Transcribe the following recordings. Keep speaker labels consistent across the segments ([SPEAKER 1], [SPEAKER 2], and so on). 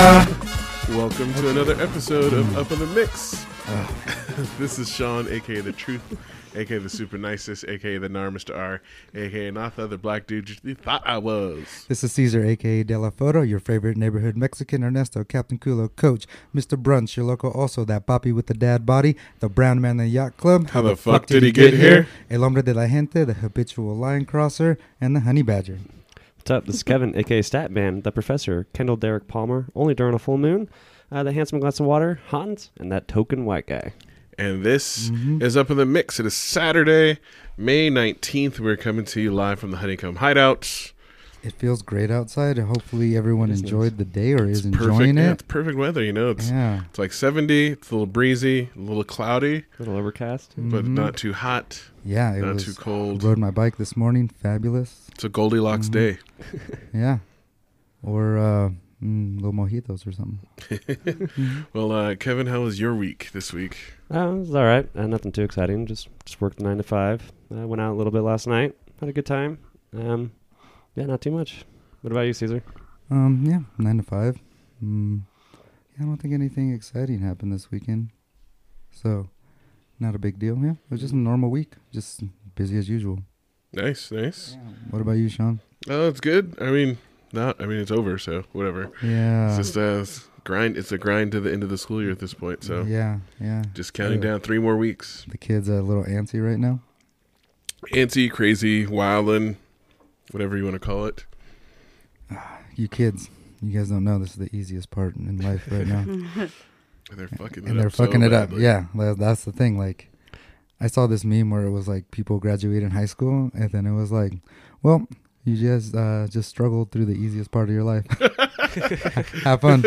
[SPEAKER 1] Welcome to another episode of Up in the Mix.
[SPEAKER 2] Ah.
[SPEAKER 1] this is Sean, aka the Truth, aka the Super Nicest, aka the Nar Mr. R, aka not the other black dude you thought I was.
[SPEAKER 2] This is Caesar, aka De La Foto, your favorite neighborhood Mexican Ernesto, Captain Culo, Coach, Mr. Brunch, your local also, that poppy with the dad body, the brown man in the yacht club.
[SPEAKER 1] How the fuck did he get here?
[SPEAKER 2] El hombre de la gente, the habitual lion crosser, and the honey badger.
[SPEAKER 3] What's up? This is Kevin, aka Statman, the Professor, Kendall Derek Palmer, only during a full moon, uh, the handsome glass of water, Hans, and that token white guy.
[SPEAKER 1] And this
[SPEAKER 2] Mm-hmm.
[SPEAKER 1] is Up in the Mix. It is Saturday, May 19th. We're coming to you live from the Honeycomb Hideouts.
[SPEAKER 2] It feels great outside. Hopefully, everyone
[SPEAKER 3] is
[SPEAKER 2] enjoyed the day or is
[SPEAKER 1] Perfect,
[SPEAKER 2] enjoying
[SPEAKER 1] yeah, it's
[SPEAKER 2] it.
[SPEAKER 1] perfect weather, you know. It's,
[SPEAKER 2] Yeah.
[SPEAKER 1] it's like 70, it's a little breezy, a little cloudy,
[SPEAKER 3] A little overcast.
[SPEAKER 1] but not too hot,
[SPEAKER 2] Yeah, Mm-hmm. it
[SPEAKER 1] not
[SPEAKER 2] was.
[SPEAKER 1] too cold.
[SPEAKER 2] Rode my bike this morning. Fabulous.
[SPEAKER 1] It's a Goldilocks
[SPEAKER 2] Mm-hmm.
[SPEAKER 1] day.
[SPEAKER 2] Yeah. Or uh, mm, little mojitos or something. Mm-hmm.
[SPEAKER 1] Well, uh, Kevin, how was your week this week?
[SPEAKER 3] Uh, it was all right. Uh, nothing too exciting. Just just worked nine to five. I went out a little bit last night. Had a good time. Um, yeah, not too much. What about you, Caesar?
[SPEAKER 2] Um, yeah, nine to five. Mm, yeah, I don't think anything exciting happened this weekend, so not a big deal. Yeah, it was just a normal week, just busy as usual.
[SPEAKER 1] Nice, nice.
[SPEAKER 2] What about you, Sean?
[SPEAKER 1] Oh, it's good. I mean, not. I mean, it's over, so whatever.
[SPEAKER 2] Yeah,
[SPEAKER 1] It's just uh, it's grind. It's a grind to the end of the school year at this point. So
[SPEAKER 2] yeah, yeah.
[SPEAKER 1] just counting
[SPEAKER 2] Yeah.
[SPEAKER 1] down three more weeks.
[SPEAKER 2] The kids are a little antsy right now.
[SPEAKER 1] Antsy, crazy, wildin', whatever you want to call it.
[SPEAKER 2] You kids, you guys don't know this is the easiest part in life right now,
[SPEAKER 1] And they're fucking it
[SPEAKER 2] and they're
[SPEAKER 1] up so
[SPEAKER 2] fucking it up.
[SPEAKER 1] badly.
[SPEAKER 2] Yeah, tha- that's the thing. Like, I saw this meme where it was like people graduating high school, and then it was like, well. You just uh, just struggled through the easiest part of your life. Have fun.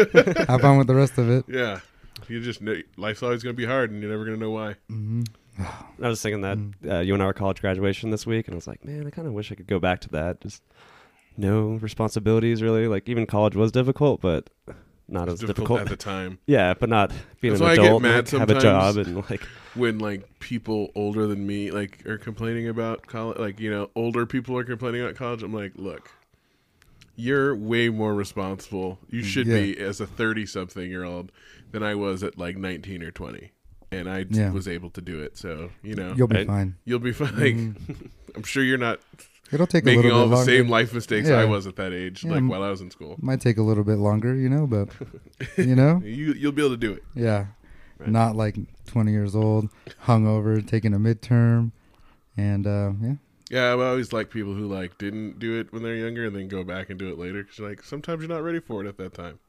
[SPEAKER 2] Have fun with the rest of it.
[SPEAKER 1] yeah. You just know life's always gonna be hard, and you're never gonna know why.
[SPEAKER 2] hmm
[SPEAKER 3] I was thinking that uh, you and I were college graduation this week, and I was like, man, I kind of wish I could go back to that. Just no responsibilities, really. Like even college was difficult, but not as
[SPEAKER 1] It's
[SPEAKER 3] difficult.
[SPEAKER 1] at the time
[SPEAKER 3] yeah, but not being
[SPEAKER 1] That's
[SPEAKER 3] an
[SPEAKER 1] why I get
[SPEAKER 3] adult, and,
[SPEAKER 1] mad
[SPEAKER 3] like, have a
[SPEAKER 1] sometimes.
[SPEAKER 3] job, and like
[SPEAKER 1] when like people older than me like are complaining about college. Like you know, older people are complaining about college. I'm like, look, you're way more responsible. You should
[SPEAKER 2] Mm, Yeah.
[SPEAKER 1] be as a 30 something year old than I was at like 19 or 20. And I d-
[SPEAKER 2] Yeah.
[SPEAKER 1] was able to do it. So, you know,
[SPEAKER 2] You'll be
[SPEAKER 3] Right.
[SPEAKER 2] fine.
[SPEAKER 1] you'll be fine. Like, I'm sure you're not
[SPEAKER 2] It'll take a
[SPEAKER 1] making
[SPEAKER 2] little
[SPEAKER 1] all
[SPEAKER 2] bit
[SPEAKER 1] the
[SPEAKER 2] longer.
[SPEAKER 1] same life mistakes I
[SPEAKER 2] Yeah.
[SPEAKER 1] was at that age,
[SPEAKER 2] Yeah,
[SPEAKER 1] like
[SPEAKER 2] m-
[SPEAKER 1] while I was in school.
[SPEAKER 2] Might take a little bit longer, you know, but you know,
[SPEAKER 1] You, you'll be able to do it.
[SPEAKER 2] yeah, not like 20 years old, hungover, taking a midterm, and uh, yeah,
[SPEAKER 1] Yeah, I always like people who like didn't do it when they're younger and then go back and do it later because like sometimes you're not ready for it at that time.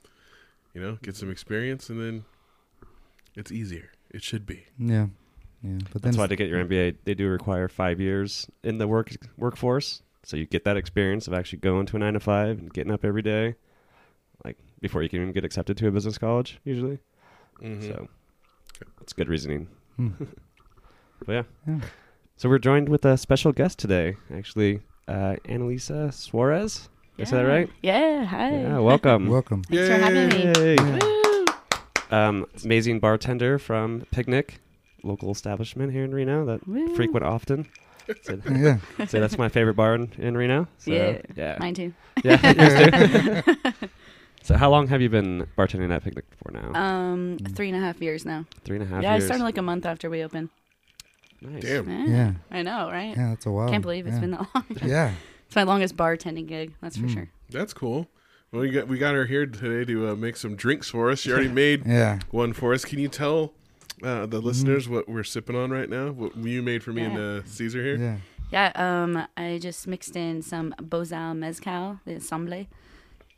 [SPEAKER 1] You know, get some experience and then it's easier. It should be.
[SPEAKER 2] yeah, yeah. But then
[SPEAKER 3] That's why
[SPEAKER 2] it's-
[SPEAKER 3] to get your MBA, they do require five years in the work workforce, so you get that experience of actually going to a nine to five and getting up every day, like before you can even get accepted to a business college usually.
[SPEAKER 1] Mm-hmm.
[SPEAKER 3] So that's good reasoning.
[SPEAKER 2] Hmm.
[SPEAKER 3] But yeah.
[SPEAKER 2] Yeah.
[SPEAKER 3] so we're joined with a special guest today, actually, uh, Annalisa Suarez. Did I say that right?
[SPEAKER 4] Yeah, hi.
[SPEAKER 3] Yeah, welcome.
[SPEAKER 2] welcome.
[SPEAKER 4] Thanks for having me.
[SPEAKER 3] Yay.
[SPEAKER 4] Woo.
[SPEAKER 3] Um, amazing bartender from Picnic, local establishment here in Reno that
[SPEAKER 4] Woo.
[SPEAKER 3] frequent often. So-
[SPEAKER 2] Yeah,
[SPEAKER 3] So that's my favorite bar in, in Reno. So,
[SPEAKER 4] Yeah.
[SPEAKER 3] yeah.
[SPEAKER 4] Mine too.
[SPEAKER 3] Yeah, yours too. so how long have you been bartending at Picnic for now?
[SPEAKER 4] Um, three and a half years now.
[SPEAKER 3] Three and a half
[SPEAKER 4] yeah,
[SPEAKER 3] years.
[SPEAKER 4] I started like a month after we opened.
[SPEAKER 3] nice.
[SPEAKER 1] Damn.
[SPEAKER 4] Yeah,
[SPEAKER 2] yeah,
[SPEAKER 4] I know, right?
[SPEAKER 2] yeah. That's a while.
[SPEAKER 4] Can't believe it's
[SPEAKER 2] yeah.
[SPEAKER 4] been that long.
[SPEAKER 2] Yeah,
[SPEAKER 4] it's my longest bartending gig, that's for sure.
[SPEAKER 1] That's cool. Well, we got we got her here today to uh, make some drinks for us. She already made
[SPEAKER 2] yeah.
[SPEAKER 1] one for us. Can you tell uh,
[SPEAKER 4] Mm-hmm.
[SPEAKER 1] the listeners what we're sipping on right now? What you made for me and uh, Caesar here?
[SPEAKER 2] Yeah,
[SPEAKER 4] Yeah, um, I just mixed in some Bozal Mezcal, the ensemble,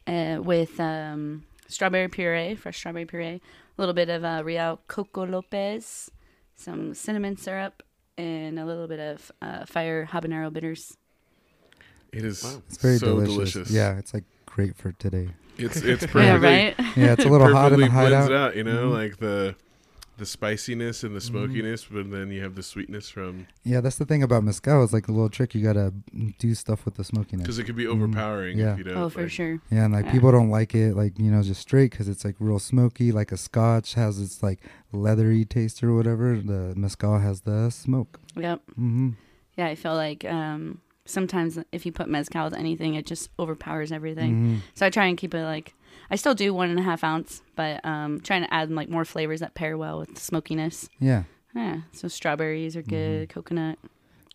[SPEAKER 4] uh, with um, strawberry puree, fresh strawberry puree, a little bit of uh, Real Coco Lopez, some cinnamon syrup, and a little bit of uh, fire habanero bitters.
[SPEAKER 1] It is
[SPEAKER 2] it's very
[SPEAKER 1] so
[SPEAKER 2] delicious.
[SPEAKER 1] delicious.
[SPEAKER 2] Yeah, it's like great for today.
[SPEAKER 1] it's it's perfectly
[SPEAKER 4] Yeah, right?
[SPEAKER 2] Yeah, it's a little hot in
[SPEAKER 1] perfectly
[SPEAKER 2] the
[SPEAKER 1] blends
[SPEAKER 2] hideout. Mm-hmm.
[SPEAKER 1] it out. You know, like the the spiciness and the smokiness, but then you have the sweetness from
[SPEAKER 2] Yeah, that's the thing about mezcal. It's like a little trick. You gotta do stuff with the smokiness.
[SPEAKER 1] because it could be overpowering
[SPEAKER 2] Mm-hmm. Yeah.
[SPEAKER 1] if you don't.
[SPEAKER 4] Oh, for
[SPEAKER 1] like-
[SPEAKER 4] sure.
[SPEAKER 2] Yeah, and like
[SPEAKER 4] Yeah.
[SPEAKER 2] people don't like it, like you know, just straight because it's like real smoky. Like a Scotch has its like leathery taste or whatever. The mezcal has the smoke.
[SPEAKER 4] Yep.
[SPEAKER 2] hmm
[SPEAKER 4] Yeah, I feel like um, sometimes if you put mezcal to anything, it just overpowers everything.
[SPEAKER 2] Mhm.
[SPEAKER 4] So I try and keep it like I still do one and a half ounce, but um, trying to add like more flavors that pair well with smokiness.
[SPEAKER 2] Yeah.
[SPEAKER 4] Yeah, so strawberries are good,
[SPEAKER 2] Mm-hmm.
[SPEAKER 4] coconut.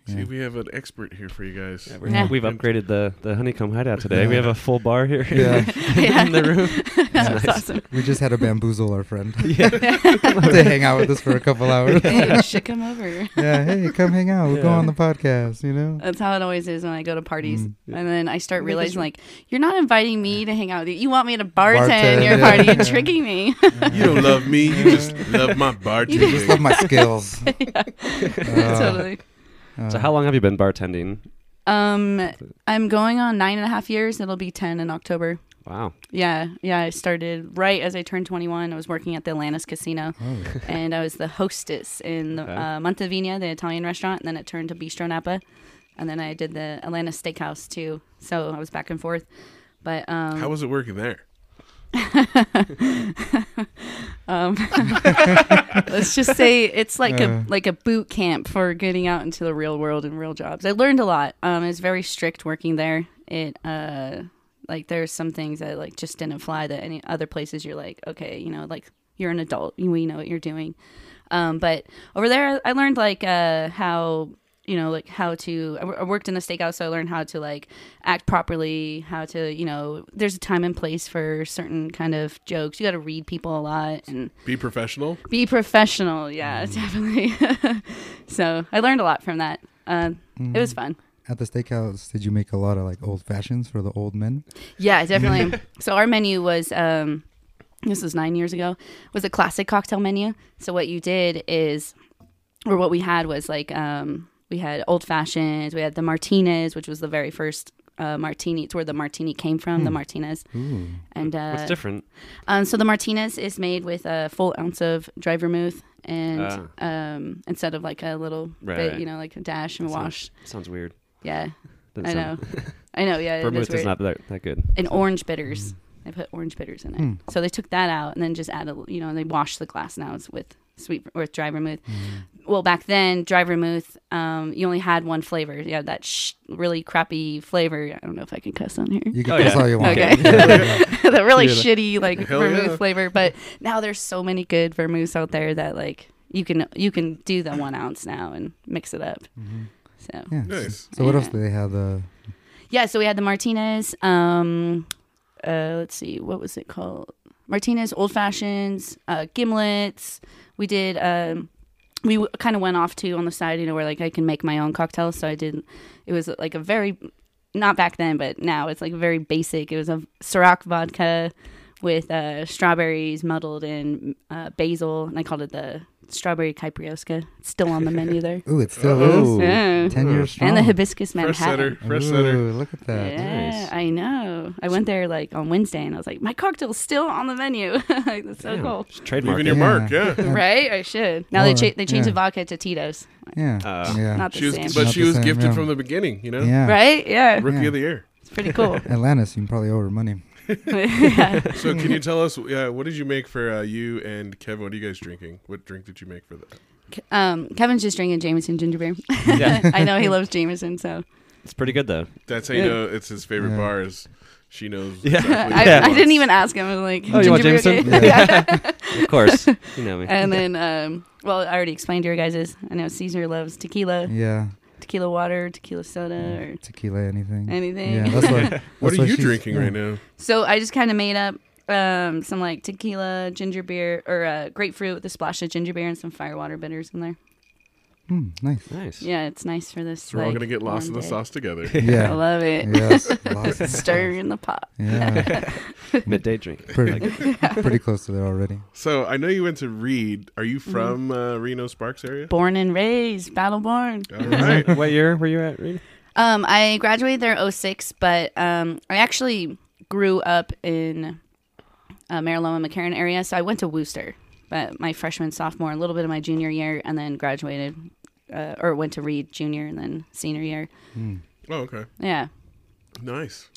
[SPEAKER 1] See,
[SPEAKER 2] Yeah.
[SPEAKER 1] we have an expert here for you guys.
[SPEAKER 3] we're,
[SPEAKER 4] Yeah.
[SPEAKER 3] We've upgraded the, the honeycomb hideout today. We have a full bar here
[SPEAKER 2] Yeah.
[SPEAKER 4] Yeah.
[SPEAKER 3] in the room.
[SPEAKER 4] That's awesome.
[SPEAKER 2] we just had to bamboozle our friend
[SPEAKER 3] Yeah.
[SPEAKER 2] to hang out with us for a couple hours.
[SPEAKER 4] Hey, you should come over.
[SPEAKER 2] yeah. Hey, come hang out. We'll go
[SPEAKER 3] Yeah.
[SPEAKER 2] on the podcast. You know.
[SPEAKER 4] That's how it always is when I go to parties,
[SPEAKER 2] Mm.
[SPEAKER 4] and then I
[SPEAKER 3] Make
[SPEAKER 4] start
[SPEAKER 3] us-
[SPEAKER 4] realizing like you're not inviting me to hang out with you. You want me to bartend,
[SPEAKER 2] Bartend,
[SPEAKER 4] your
[SPEAKER 2] yeah.
[SPEAKER 4] party. You're tricking me.
[SPEAKER 1] You don't love me. You just love my
[SPEAKER 2] You just love
[SPEAKER 1] bartending.
[SPEAKER 2] my skills. Uh,
[SPEAKER 4] totally.
[SPEAKER 2] uh,
[SPEAKER 3] so how long have you been bartending?
[SPEAKER 4] Um, I'm going on nine and a half years. It'll be ten in October.
[SPEAKER 3] Wow.
[SPEAKER 4] Yeah, yeah. I started right as I turned 21. I was working at the Atlantis Casino,
[SPEAKER 2] Oh,
[SPEAKER 4] and I was the hostess in the
[SPEAKER 3] Okay.
[SPEAKER 4] uh, Montevina, the Italian restaurant. And then it turned to Bistro Napa, and then I did the Atlantis Steakhouse too. So I was back and forth. But um,
[SPEAKER 1] How was it working there?
[SPEAKER 4] Um, let's just say it's like
[SPEAKER 2] Uh.
[SPEAKER 4] a like a boot camp for getting out into the real world and real jobs. I learned a lot. Um, it's very strict working there. It uh, like there's some things that like just didn't fly that any other places. You're like, okay, you know, like you're an adult. You we know what you're doing. Um, but over there, I learned like uh, how you know like how to I, w- I worked in the steakhouse so i learned how to like act properly how to you know there's a time and place for certain kind of jokes you got to read people a lot and
[SPEAKER 1] Be professional.
[SPEAKER 4] be professional yeah definitely so i learned a lot from that uh, it was fun
[SPEAKER 2] Mm. At the steakhouse, did you make a lot of like old fashions for the old men?
[SPEAKER 4] yeah definitely so our menu was um this was nine years ago was a classic cocktail menu so what you did is or what we had was like um we had old fashions we had the martinez which was the very first uh, martini it's where the martini came from the martinez and uh
[SPEAKER 3] What's different?
[SPEAKER 4] Um, so the Martinez is made with a full ounce of dry vermouth, and
[SPEAKER 3] Ah.
[SPEAKER 4] um, instead of like a little
[SPEAKER 3] Right,
[SPEAKER 4] bit,
[SPEAKER 3] right.
[SPEAKER 4] you know, like a dash and a wash.
[SPEAKER 3] Sounds weird.
[SPEAKER 4] Yeah,
[SPEAKER 3] Doesn't
[SPEAKER 4] I know,
[SPEAKER 3] sound-
[SPEAKER 4] I know. Yeah, it is
[SPEAKER 3] Vermouth is
[SPEAKER 4] weird.
[SPEAKER 3] not that, that good.
[SPEAKER 4] And orange bitters. They put orange bitters in it,
[SPEAKER 2] Hmm.
[SPEAKER 4] so they took that out and then just added, you know, they washed the glass now it's with sweet or with dry vermouth.
[SPEAKER 2] Mm.
[SPEAKER 4] Well, back then, dry vermouth, um, you only had one flavor. You had that sh- really crappy flavor. I don't know if I can cuss on here.
[SPEAKER 2] You can
[SPEAKER 3] Oh,
[SPEAKER 2] that's
[SPEAKER 3] yeah.
[SPEAKER 2] all you want.
[SPEAKER 4] Okay. the really
[SPEAKER 3] Yeah.
[SPEAKER 4] shitty like
[SPEAKER 1] Hell
[SPEAKER 4] vermouth
[SPEAKER 1] yeah.
[SPEAKER 4] flavor. But now there's so many good vermouths out there that like you can you can do the one ounce now and mix it up. So
[SPEAKER 2] Mm-hmm. Yeah.
[SPEAKER 1] Nice.
[SPEAKER 2] So what else
[SPEAKER 4] Yeah.
[SPEAKER 2] do they have? uh, The
[SPEAKER 4] yeah, so we had the Martinez. Um, uh, let's see, what was it called? Martinez, old fashions, uh, gimlets. We did. Um, we w- kind of went off too on the side, you know, where like I can make my own cocktails. So I did. It was like a very, not back then, but now it's like very basic. It was a Ciroc vodka with uh, strawberries muddled in uh, basil, and I called it the strawberry capriosca. It's still on the menu there.
[SPEAKER 2] ooh, Oh. it still
[SPEAKER 3] Oh.
[SPEAKER 2] is.
[SPEAKER 4] Yeah.
[SPEAKER 2] Ten years strong.
[SPEAKER 4] And the hibiscus
[SPEAKER 1] Fresh
[SPEAKER 4] Manhattan.
[SPEAKER 1] setter. Fresh
[SPEAKER 2] ooh,
[SPEAKER 1] setter.
[SPEAKER 2] Look at that.
[SPEAKER 4] Yeah,
[SPEAKER 3] Nice.
[SPEAKER 4] I know. I went there like on Wednesday and I was like, my cocktail's still on the menu. like, that's so
[SPEAKER 3] Damn,
[SPEAKER 4] cool.
[SPEAKER 3] Just trademark
[SPEAKER 1] Leaving
[SPEAKER 3] it.
[SPEAKER 1] your mark. Yeah.
[SPEAKER 4] Right? I should. Now they,
[SPEAKER 2] Well,
[SPEAKER 4] cha- they changed
[SPEAKER 2] yeah.
[SPEAKER 4] the vodka to Tito's.
[SPEAKER 2] Yeah.
[SPEAKER 3] Uh,
[SPEAKER 2] yeah.
[SPEAKER 4] Not the
[SPEAKER 1] She was,
[SPEAKER 4] same.
[SPEAKER 1] but
[SPEAKER 2] Not
[SPEAKER 1] she
[SPEAKER 2] the
[SPEAKER 1] was
[SPEAKER 2] same,
[SPEAKER 1] gifted
[SPEAKER 2] yeah.
[SPEAKER 1] from the beginning. You know,
[SPEAKER 2] yeah.
[SPEAKER 4] Right? Yeah.
[SPEAKER 1] rookie
[SPEAKER 2] Yeah.
[SPEAKER 1] of the year.
[SPEAKER 4] It's pretty cool.
[SPEAKER 2] Atlantis, you can probably owe her money.
[SPEAKER 4] yeah.
[SPEAKER 1] So, can you tell us uh, what did you make for uh, you and Kevin? What are you guys drinking? What drink did you make for that?
[SPEAKER 4] Um, Kevin's just drinking Jameson ginger beer.
[SPEAKER 3] Yeah.
[SPEAKER 4] I know he loves Jameson, so
[SPEAKER 3] It's pretty good, though.
[SPEAKER 1] That's how you
[SPEAKER 4] Yeah.
[SPEAKER 1] know it's his favorite
[SPEAKER 2] Yeah.
[SPEAKER 1] bar. Is she knows?
[SPEAKER 3] Yeah.
[SPEAKER 1] exactly
[SPEAKER 4] I,
[SPEAKER 1] what he
[SPEAKER 4] I
[SPEAKER 1] wants.
[SPEAKER 4] didn't even ask him. I was like,
[SPEAKER 3] Oh, you want
[SPEAKER 4] "Ginger beer,
[SPEAKER 3] Jameson?"
[SPEAKER 4] okay?" Yeah.
[SPEAKER 3] Of course. You know me.
[SPEAKER 4] and then, um, well, I already explained to your guys. I know Caesar loves tequila,
[SPEAKER 2] Yeah.
[SPEAKER 4] tequila water, tequila soda, or
[SPEAKER 2] Tequila, anything.
[SPEAKER 4] anything.
[SPEAKER 2] Mm. Yeah. That's what. that's
[SPEAKER 1] What are you
[SPEAKER 2] she's-
[SPEAKER 1] drinking
[SPEAKER 2] yeah.
[SPEAKER 1] right now?
[SPEAKER 4] So I just kind of made up um, some like tequila, ginger beer, or uh, grapefruit with a splash of ginger beer and some firewater bitters in there.
[SPEAKER 2] Hmm, nice.
[SPEAKER 3] nice.
[SPEAKER 4] Yeah, it's nice for this.
[SPEAKER 1] So we're all
[SPEAKER 4] like,
[SPEAKER 1] gonna get lost in
[SPEAKER 4] warm
[SPEAKER 1] the
[SPEAKER 4] day.
[SPEAKER 1] sauce together.
[SPEAKER 4] I
[SPEAKER 2] Yeah.
[SPEAKER 4] love it.
[SPEAKER 2] yes. Lots of
[SPEAKER 4] Stir in the pot.
[SPEAKER 2] stuff. Yeah.
[SPEAKER 3] Midday drink.
[SPEAKER 2] Pretty, pretty close to there already.
[SPEAKER 1] So I know you went to Reed. Are
[SPEAKER 4] Mm-hmm.
[SPEAKER 1] you from uh, Reno Sparks area?
[SPEAKER 4] Born and raised, Battle Born.
[SPEAKER 1] All right.
[SPEAKER 3] what year were you at, Reed?
[SPEAKER 4] Um, I graduated there 06, but um, I actually grew up in uh, Mariloma McCarran area, so I went to Wooster, but my freshman, sophomore, a little bit of my junior year, and then graduated uh, or went to Reed junior and then senior year.
[SPEAKER 3] Hmm.
[SPEAKER 1] Oh, okay.
[SPEAKER 4] Yeah.
[SPEAKER 1] Nice.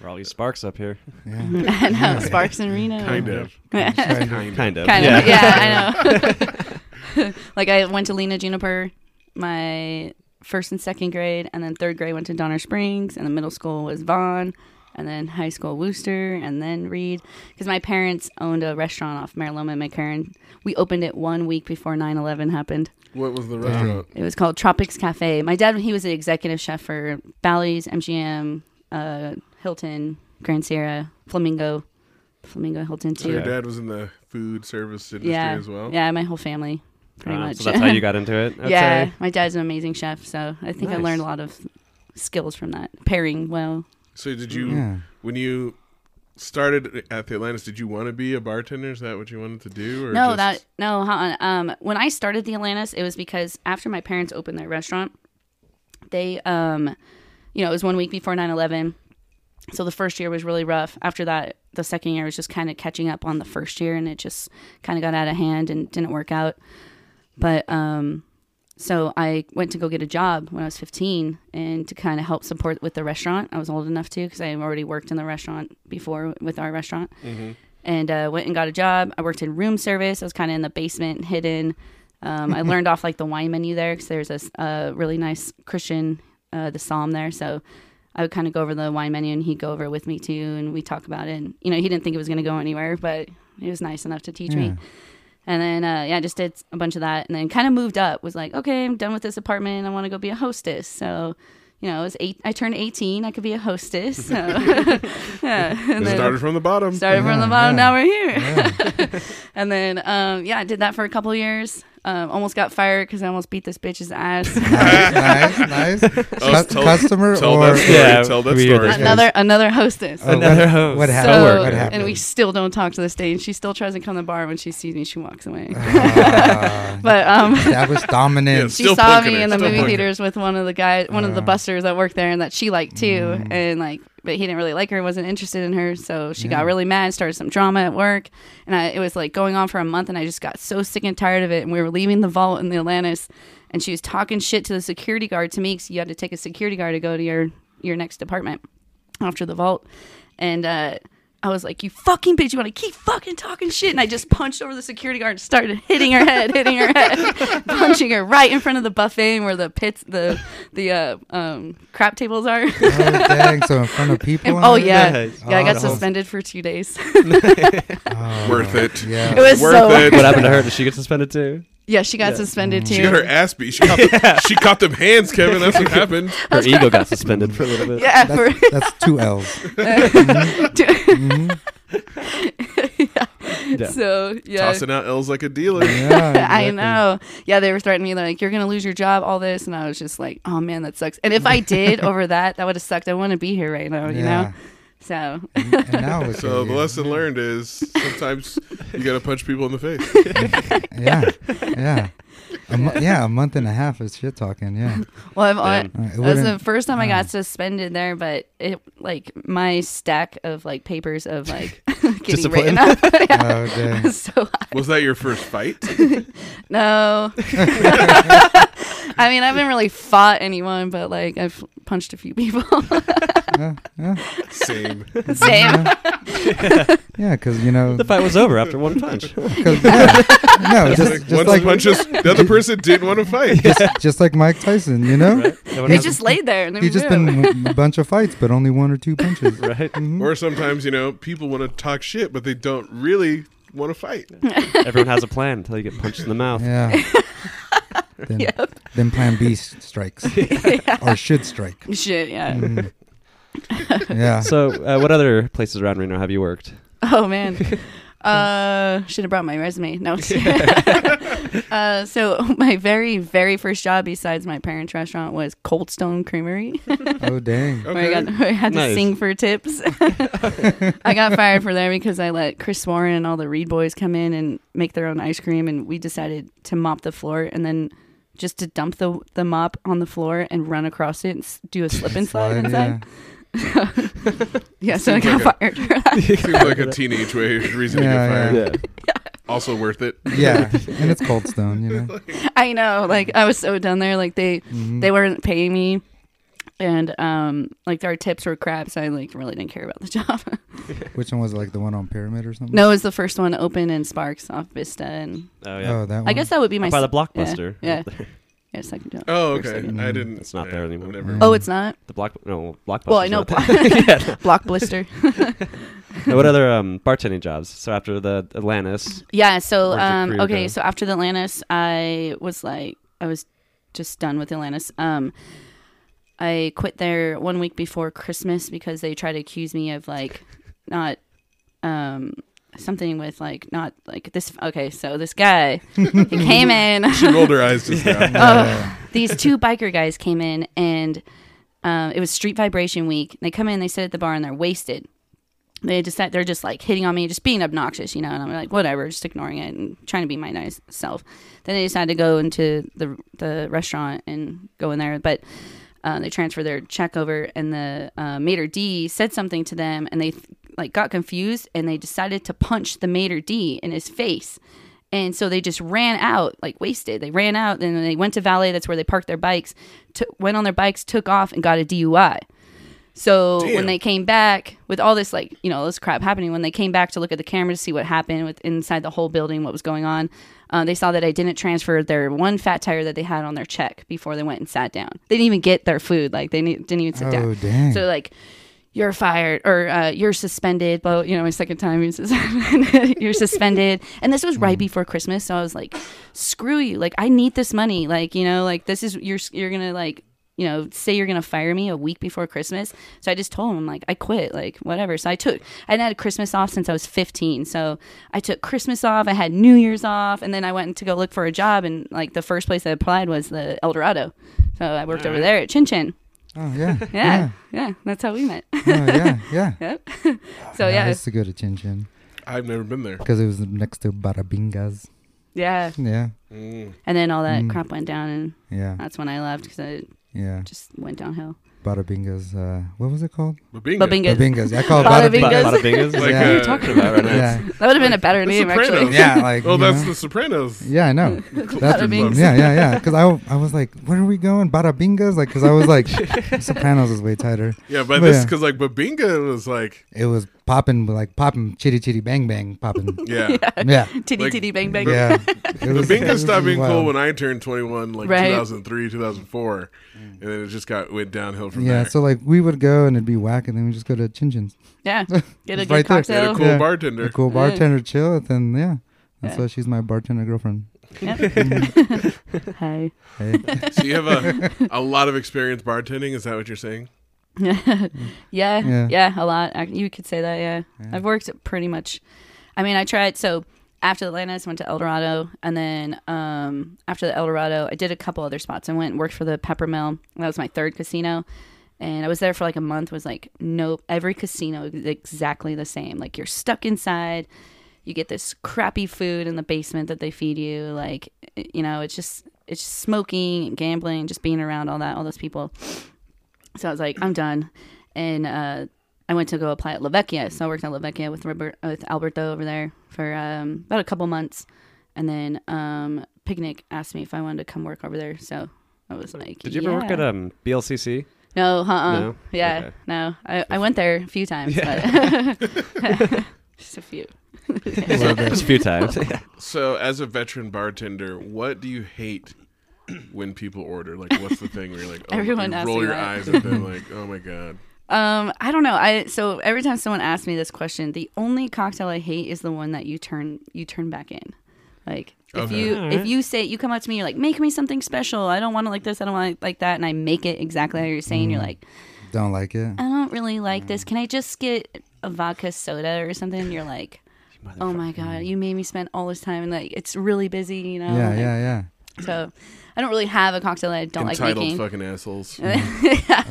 [SPEAKER 3] We're all these sparks up here.
[SPEAKER 2] Yeah.
[SPEAKER 4] I know. Sparks and Reno.
[SPEAKER 1] Kind of.
[SPEAKER 3] Kind
[SPEAKER 1] of.
[SPEAKER 3] of.
[SPEAKER 4] Kind
[SPEAKER 3] yeah.
[SPEAKER 4] of. Yeah, I know. like I went to Lena Juniper my first and second grade, and then third grade went to Donner Springs, and the middle school was Vaughn, and then high school Wooster, and then Reed. Because my parents owned a restaurant off Mariloma and McCarran. We opened it one week before 9-11 happened.
[SPEAKER 1] What was
[SPEAKER 2] Um,
[SPEAKER 1] the restaurant?
[SPEAKER 4] It was called Tropics Cafe. My dad, he was the executive chef for Bally's, MGM, uh, Hilton, Grand Sierra, Flamingo, Flamingo Hilton
[SPEAKER 1] So
[SPEAKER 4] too.
[SPEAKER 1] your
[SPEAKER 3] Yeah.
[SPEAKER 1] dad was in the food service industry
[SPEAKER 4] yeah,
[SPEAKER 1] as well.
[SPEAKER 4] yeah, my whole family, pretty
[SPEAKER 3] Uh,
[SPEAKER 4] much.
[SPEAKER 3] So that's how you got into it. Okay.
[SPEAKER 4] yeah, my dad's an amazing chef, so I think I
[SPEAKER 3] Nice.
[SPEAKER 4] learned a lot of skills from that pairing well.
[SPEAKER 1] So did you
[SPEAKER 2] Yeah.
[SPEAKER 1] when you started at the Atlantis? Did you want to be a bartender? Is that what you wanted to do? Or just-
[SPEAKER 4] no, that no. huh, Um, when I started the Atlantis, it was because after my parents opened their restaurant, they, um, you know, it was one week before 9-11. So the first year was really rough. After that, the second year was just kind of catching up on the first year, and it just kind of got out of hand and didn't work out. But um, so I went to go get a job when I was 15, and to kind of help support with the restaurant. I was old enough to because I had already worked in the restaurant before with our restaurant and uh, went and got a job. I worked in room service. I was kind of in the basement, hidden. Um, I learned off like the wine menu there because there's this uh, really nice Christian, uh, the psalm there. So I would kind of go over the wine menu and he'd go over it with me too. And we talk about it. And, you know, he didn't think it was going to go anywhere, but he was nice enough to teach me.
[SPEAKER 2] Yeah.
[SPEAKER 4] And then, uh, yeah, I just did a bunch of that and then kind of moved up. Was like, okay, I'm done with this apartment. I want to go be a hostess. So, you know, I was eight. I turned 18. I could be a hostess. So, yeah. And
[SPEAKER 1] It
[SPEAKER 4] then-
[SPEAKER 1] started from the bottom.
[SPEAKER 4] Started
[SPEAKER 2] Yeah,
[SPEAKER 4] from the bottom.
[SPEAKER 2] yeah.
[SPEAKER 4] Now we're here.
[SPEAKER 2] Yeah.
[SPEAKER 4] And then, um, yeah, I did that for a couple years. Um, almost got fired because I almost beat this bitch's ass.
[SPEAKER 2] nice, nice, nice.
[SPEAKER 1] Oh,
[SPEAKER 2] Cus-
[SPEAKER 1] tell-
[SPEAKER 2] customer
[SPEAKER 1] tell
[SPEAKER 2] or
[SPEAKER 1] that story.
[SPEAKER 3] Yeah,
[SPEAKER 1] tell that
[SPEAKER 3] we hear
[SPEAKER 1] story.
[SPEAKER 2] that.
[SPEAKER 4] another another hostess.
[SPEAKER 2] Oh,
[SPEAKER 3] Another
[SPEAKER 2] what,
[SPEAKER 3] host.
[SPEAKER 2] What happened?
[SPEAKER 4] so,
[SPEAKER 2] what happened?
[SPEAKER 4] and we still don't talk to this day. And she still tries to come to the bar. When she sees me, she walks away.
[SPEAKER 2] Ah,
[SPEAKER 4] But um,
[SPEAKER 2] established dominance.
[SPEAKER 1] Yes.
[SPEAKER 4] she
[SPEAKER 1] Still
[SPEAKER 4] saw
[SPEAKER 1] punking
[SPEAKER 4] me
[SPEAKER 1] it,
[SPEAKER 4] in the
[SPEAKER 1] still
[SPEAKER 4] movie
[SPEAKER 1] punking it.
[SPEAKER 4] theaters with one of the guys, one of the
[SPEAKER 2] Uh.
[SPEAKER 4] busters that worked there, and that she liked too. And like, but he didn't really like her, wasn't interested in her, so she got really mad, started some drama at work, and I, it was like going on for a month, and I just got so sick and tired of it. And we were leaving the vault in the Atlantis, and she was talking shit to the security guard to me because you had to take a security guard to go to your your next department after the vault, and. uh I was like, "You fucking bitch! You want to keep fucking talking shit?" And I just punched over the security guard and started hitting her head, hitting her head, punching her right in front of the buffet and where the pits, the the uh, um, crap tables are.
[SPEAKER 2] Oh, dang. So in front of people. and
[SPEAKER 4] oh
[SPEAKER 2] everything?
[SPEAKER 4] yeah,
[SPEAKER 3] Nice.
[SPEAKER 4] yeah. I got
[SPEAKER 2] Oh, that's-
[SPEAKER 4] suspended for two days.
[SPEAKER 2] Oh,
[SPEAKER 1] Worth it.
[SPEAKER 2] Yeah.
[SPEAKER 4] It was
[SPEAKER 1] Worth
[SPEAKER 4] so.
[SPEAKER 1] it.
[SPEAKER 3] What happened to her? Did she get suspended too?
[SPEAKER 4] Yeah, she got
[SPEAKER 3] Yeah.
[SPEAKER 4] suspended
[SPEAKER 2] Mm-hmm.
[SPEAKER 4] too.
[SPEAKER 1] She got her ass beat. She caught, the, she caught them hands, Kevin. That's what happened.
[SPEAKER 3] Her ego got suspended for a little bit.
[SPEAKER 4] yeah, for
[SPEAKER 2] That's, that's two L's. Mhm. Mm-hmm.
[SPEAKER 3] Yeah.
[SPEAKER 4] so yeah.
[SPEAKER 1] Tossing out L's like a dealer.
[SPEAKER 2] Yeah,
[SPEAKER 4] I
[SPEAKER 2] exactly.
[SPEAKER 4] know. Yeah, they were threatening me like you're gonna lose your job, all this, and I was just like, oh man, that sucks. And if I did over that, that would have sucked. I wouldn't be here right now, you know.
[SPEAKER 2] Yeah.
[SPEAKER 4] So
[SPEAKER 2] And, and now it's
[SPEAKER 1] So the
[SPEAKER 2] easier.
[SPEAKER 1] lesson learned is sometimes you gotta punch people in the face.
[SPEAKER 2] Yeah, yeah, a mo- yeah. A month and a half is shit talking. Yeah,
[SPEAKER 4] Well, I've
[SPEAKER 3] Damn.
[SPEAKER 2] Uh, it
[SPEAKER 4] that was the
[SPEAKER 2] wouldn't-
[SPEAKER 4] first time I
[SPEAKER 2] yeah.
[SPEAKER 4] got suspended there, but it like my stack of like papers of like getting
[SPEAKER 3] Discipline.
[SPEAKER 4] written up. yeah.
[SPEAKER 2] Oh, dang.
[SPEAKER 4] so
[SPEAKER 1] Was that your first fight?
[SPEAKER 4] no, I mean I haven't really fought anyone, but like I've punched a few people.
[SPEAKER 2] yeah, yeah,
[SPEAKER 1] Same.
[SPEAKER 4] Same.
[SPEAKER 2] yeah. Because you know,
[SPEAKER 3] The fight was over after one punch.
[SPEAKER 2] 'cause- yeah. no, Oh, just
[SPEAKER 1] Once
[SPEAKER 2] just like
[SPEAKER 1] he punches, the other person didn't want to fight.
[SPEAKER 2] just, just like Mike Tyson. You know,
[SPEAKER 3] Right? No one
[SPEAKER 4] They
[SPEAKER 3] has-
[SPEAKER 4] just laid there and they
[SPEAKER 2] he's just
[SPEAKER 4] moved.
[SPEAKER 2] been a bunch of fights, but only one or two punches.
[SPEAKER 3] right.
[SPEAKER 1] Or sometimes you know people want to talk shit, but they don't really want to fight.
[SPEAKER 3] Everyone has a plan until you get punched in the mouth.
[SPEAKER 2] Yeah. Then, then Plan B s- strikes or should strike.
[SPEAKER 4] shit. Yeah.
[SPEAKER 2] Mm. Yeah.
[SPEAKER 3] So, uh, what other places around Reno have you worked?
[SPEAKER 4] Oh man. Uh, should have brought my resume. No. uh, so my very, very first job besides my parents' restaurant was Cold Stone Creamery.
[SPEAKER 2] oh dang.
[SPEAKER 1] Okay.
[SPEAKER 4] where I, got, where I had to
[SPEAKER 3] Nice.
[SPEAKER 4] sing for tips. I got fired for there because I let Chris Warren and all the Reed boys come in and make their own ice cream, and we decided to mop the floor and then just to dump the the mop on the floor and run across it and s- do a slip and slide
[SPEAKER 2] Fine,
[SPEAKER 4] inside. Yeah, so I
[SPEAKER 1] Seems
[SPEAKER 4] got
[SPEAKER 1] like
[SPEAKER 4] fired. for that.
[SPEAKER 1] Seems like a teenage way reason
[SPEAKER 2] Yeah,
[SPEAKER 1] to get
[SPEAKER 2] yeah.
[SPEAKER 1] fired.
[SPEAKER 3] Yeah.
[SPEAKER 1] Also worth it.
[SPEAKER 2] yeah. And it's Cold Stone, you know.
[SPEAKER 4] I know, like I was so done there. Like they
[SPEAKER 2] Mhm.
[SPEAKER 4] they weren't paying me. And um, like our tips were crap, so I like really didn't care about the job.
[SPEAKER 2] Which one was it, like the one on Pyramid or something?
[SPEAKER 4] no, it was the first one open in Sparks off Vista, and
[SPEAKER 3] Oh yeah.
[SPEAKER 2] Oh, that one.
[SPEAKER 4] I guess that would be my
[SPEAKER 3] Up by the
[SPEAKER 4] s- yeah,
[SPEAKER 3] blockbuster.
[SPEAKER 4] yeah. Yeah, second job.
[SPEAKER 1] Oh,
[SPEAKER 4] First
[SPEAKER 1] okay.
[SPEAKER 4] second.
[SPEAKER 1] I didn't.
[SPEAKER 3] It's not
[SPEAKER 1] yeah,
[SPEAKER 3] there anymore.
[SPEAKER 1] Whatever.
[SPEAKER 2] Mm.
[SPEAKER 4] Oh, it's not.
[SPEAKER 3] The block, no, blockbuster.
[SPEAKER 4] Well, I know block blister.
[SPEAKER 3] what other um, bartending jobs? So after the Atlantis,
[SPEAKER 4] Yeah. So,
[SPEAKER 3] Where'd your
[SPEAKER 4] um,
[SPEAKER 3] career
[SPEAKER 4] okay.
[SPEAKER 3] go?
[SPEAKER 4] So after the Atlantis, I was like, I was just done with Atlantis. Um, I quit there one week before Christmas because they tried to accuse me of like not, um, something with like not like this. Okay, so this guy he came in.
[SPEAKER 1] She rolled her eyes just
[SPEAKER 2] Oh,
[SPEAKER 1] now.
[SPEAKER 4] Ugh. these two biker guys came in and um, it was street vibration week they come in they sit at the bar and they're wasted they just they're just like hitting on me just being obnoxious you know and i'm like whatever just ignoring it and trying to be my nice self then they decided to go into the the restaurant and go in there but uh, they transferred their check over and the uh, mater d said something to them and they like got confused and they decided to punch the mater d in his face and so they just ran out, like wasted. They ran out, and then they went to Valet. That's where they parked their bikes. T- went on their bikes, took off, and got a DUI. So
[SPEAKER 1] Damn.
[SPEAKER 4] when they came back with all this, like you know, this crap happening, when they came back to look at the camera to see what happened with inside the whole building, what was going on, uh, they saw that I didn't transfer their one fat tire that they had on their check before they went and sat down. They didn't even get their food. Like they ne- didn't even sit
[SPEAKER 2] Oh
[SPEAKER 4] down.
[SPEAKER 2] dang!
[SPEAKER 4] So like, you're fired or uh, you're suspended. But you know, my second time, he says, you're suspended. And this was
[SPEAKER 2] Mm.
[SPEAKER 4] right before Christmas, so I was like, screw you. Like I need this money. Like you know, like this is you're you're gonna like you know say you're gonna fire me a week before Christmas. So I just told him like I quit. Like whatever. So I took I hadn't had Christmas off since I was 15. So I took Christmas off. I had New Year's off, and then I went to go look for a job. And like the first place I applied was the El Dorado. So I worked over there at Chin Chin.
[SPEAKER 2] oh yeah,
[SPEAKER 4] Yeah, yeah, that's how we met.
[SPEAKER 2] yeah, oh, yeah, yeah.
[SPEAKER 4] Yep. so
[SPEAKER 2] I
[SPEAKER 4] yeah,
[SPEAKER 2] used to go to Chin Chin
[SPEAKER 1] I've never been there.
[SPEAKER 2] because it was next to Barabingas.
[SPEAKER 4] yeah.
[SPEAKER 2] Yeah,
[SPEAKER 1] Mm.
[SPEAKER 4] And then all that
[SPEAKER 2] Mm.
[SPEAKER 4] crap went down, and
[SPEAKER 2] yeah,
[SPEAKER 4] that's when I left because it
[SPEAKER 2] yeah.
[SPEAKER 4] just went downhill.
[SPEAKER 2] Barabingas. Uh, what was it called?
[SPEAKER 1] Babinga.
[SPEAKER 4] But bingo, that
[SPEAKER 2] Barabingas. I call it
[SPEAKER 4] Barabingas.
[SPEAKER 2] Barabingas.
[SPEAKER 3] Bada Bingas.
[SPEAKER 1] Like,
[SPEAKER 2] Yeah.
[SPEAKER 1] uh,
[SPEAKER 3] talking about right now?
[SPEAKER 2] Yeah,
[SPEAKER 4] would have been a better
[SPEAKER 1] The
[SPEAKER 4] name actually.
[SPEAKER 1] Sopranos.
[SPEAKER 2] yeah, like.
[SPEAKER 1] Oh,
[SPEAKER 2] you
[SPEAKER 1] that's
[SPEAKER 2] know?
[SPEAKER 1] The Sopranos.
[SPEAKER 2] Yeah, I know. That's
[SPEAKER 4] Barabingas.
[SPEAKER 2] yeah, yeah, yeah. Because I, I was like, where are we going? Barabingas? Like, because I was like, Sopranos is way tighter.
[SPEAKER 1] Yeah, but
[SPEAKER 2] But
[SPEAKER 1] this
[SPEAKER 2] yeah.
[SPEAKER 1] because like Babinga was like
[SPEAKER 2] It was popping, like popping, chitty chitty bang bang, popping.
[SPEAKER 1] yeah.
[SPEAKER 2] yeah,
[SPEAKER 4] Titty
[SPEAKER 1] Like-
[SPEAKER 4] titty bang bang.
[SPEAKER 2] yeah. It was- it
[SPEAKER 1] Babinga
[SPEAKER 2] was
[SPEAKER 1] stopped being cool
[SPEAKER 2] wild.
[SPEAKER 1] when I turned 21, like
[SPEAKER 4] Right.
[SPEAKER 1] 2003, 2004, and then it just got went downhill from
[SPEAKER 2] Mm. Yeah,
[SPEAKER 1] there.
[SPEAKER 2] so like we would go and it'd be whack, and then we just go to Chin Chin's.
[SPEAKER 4] Yeah, get a
[SPEAKER 2] It's
[SPEAKER 4] good
[SPEAKER 2] right there.
[SPEAKER 1] they had a
[SPEAKER 4] cocktail.
[SPEAKER 1] cool
[SPEAKER 2] Yeah.
[SPEAKER 1] bartender.
[SPEAKER 2] A cool bartender chill, and then yeah, that's
[SPEAKER 4] Yeah.
[SPEAKER 2] why she's my bartender girlfriend.
[SPEAKER 4] Yep. Hi.
[SPEAKER 2] Hey,
[SPEAKER 1] So you have a, a lot of experience bartending. Is that what you're saying?
[SPEAKER 4] yeah,
[SPEAKER 2] Yeah.
[SPEAKER 4] yeah, a lot. Ac- You could say that. Yeah. I've worked pretty much. I mean, I tried. So after Atlantis, went to El Dorado, and then um, after the El Dorado, I did a couple other spots. I went and worked for the Pepper Mill. That was my third casino, and I was there for like a month. Was like, nope, every casino is exactly the same. Like you're stuck inside. You get this crappy food in the basement that they feed you. Like, you know, it's just it's just smoking and gambling, just being around all that, all those people. So I was like, I'm done. And uh, I went to go apply at La Vecchia. So I worked at La Vecchia with Robert, with Alberto over there for um, about a couple months. And then um, Picnic asked me if I wanted to come work over there. So I was like,
[SPEAKER 3] Did you ever work
[SPEAKER 4] yeah.
[SPEAKER 3] at um, BLCC?
[SPEAKER 4] No, uh-uh.
[SPEAKER 3] No?
[SPEAKER 4] Yeah,
[SPEAKER 3] Okay.
[SPEAKER 4] no. I, I went there a few times, but just a few.
[SPEAKER 3] Just a few times.
[SPEAKER 1] So as a veteran bartender, what do you hate when people order? Like, what's the thing where you're like, oh,
[SPEAKER 4] Everyone
[SPEAKER 1] you
[SPEAKER 4] asks
[SPEAKER 1] roll
[SPEAKER 4] me
[SPEAKER 1] your
[SPEAKER 4] that.
[SPEAKER 1] eyes at them, like, oh my god.
[SPEAKER 4] Um, I don't know. I so every time someone asks me this question, the only cocktail I hate is the one that you turn you turn back in. Like if
[SPEAKER 1] Okay.
[SPEAKER 4] you
[SPEAKER 3] Alright.
[SPEAKER 4] if you say you come up to me, you're like, make me something special. I don't want it like this. I don't want it like that. And I make it exactly how you're saying.
[SPEAKER 2] Mm.
[SPEAKER 4] You're like,
[SPEAKER 2] don't like it.
[SPEAKER 4] I don't really like this.
[SPEAKER 2] Mm.
[SPEAKER 4] Can I just get a vodka soda or something? And you're like, oh my god, you made me spend all this time and like it's really busy. You know.
[SPEAKER 2] mm. Yeah,
[SPEAKER 4] Like,
[SPEAKER 2] yeah, yeah.
[SPEAKER 4] So I don't really have a cocktail that I don't like
[SPEAKER 1] Entitled
[SPEAKER 4] making.
[SPEAKER 1] fucking assholes.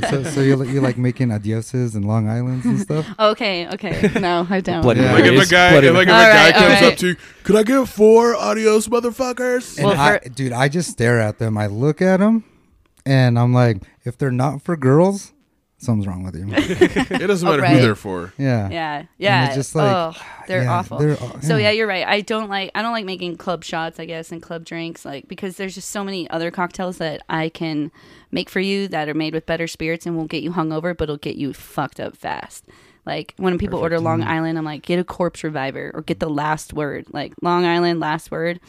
[SPEAKER 2] So, so you li- you like making adioses and Long Islands and stuff?
[SPEAKER 4] Okay, okay. No, I don't.
[SPEAKER 3] Bloody
[SPEAKER 2] Yeah.
[SPEAKER 1] Like if a
[SPEAKER 3] Marys,
[SPEAKER 1] guy,
[SPEAKER 3] bloody
[SPEAKER 1] if, like if a
[SPEAKER 3] Marys.
[SPEAKER 4] All
[SPEAKER 1] guy
[SPEAKER 4] right, all
[SPEAKER 1] comes up
[SPEAKER 4] right.
[SPEAKER 1] to you, could I get four adios, motherfuckers?
[SPEAKER 2] And
[SPEAKER 4] Well,
[SPEAKER 2] I,
[SPEAKER 4] for-
[SPEAKER 2] dude, I just stare at them. I look at them, and I'm like, if they're not for girls, something's wrong with you.
[SPEAKER 1] It doesn't
[SPEAKER 4] Oh,
[SPEAKER 1] matter who
[SPEAKER 4] right.
[SPEAKER 1] they're for.
[SPEAKER 2] Yeah,
[SPEAKER 4] Yeah, yeah.
[SPEAKER 2] it's just like,
[SPEAKER 4] oh, they're
[SPEAKER 2] yeah,
[SPEAKER 4] awful.
[SPEAKER 2] they're aw-
[SPEAKER 4] So
[SPEAKER 2] yeah.
[SPEAKER 4] yeah, you're right. I don't like I don't like making club shots, I guess, and club drinks, like because there's just so many other cocktails that I can make for you that are made with better spirits and won't get you hungover, but it'll get you fucked up fast. Like when people order Long Island, I'm like, get a corpse reviver or get the last word. Like Long Island, last word.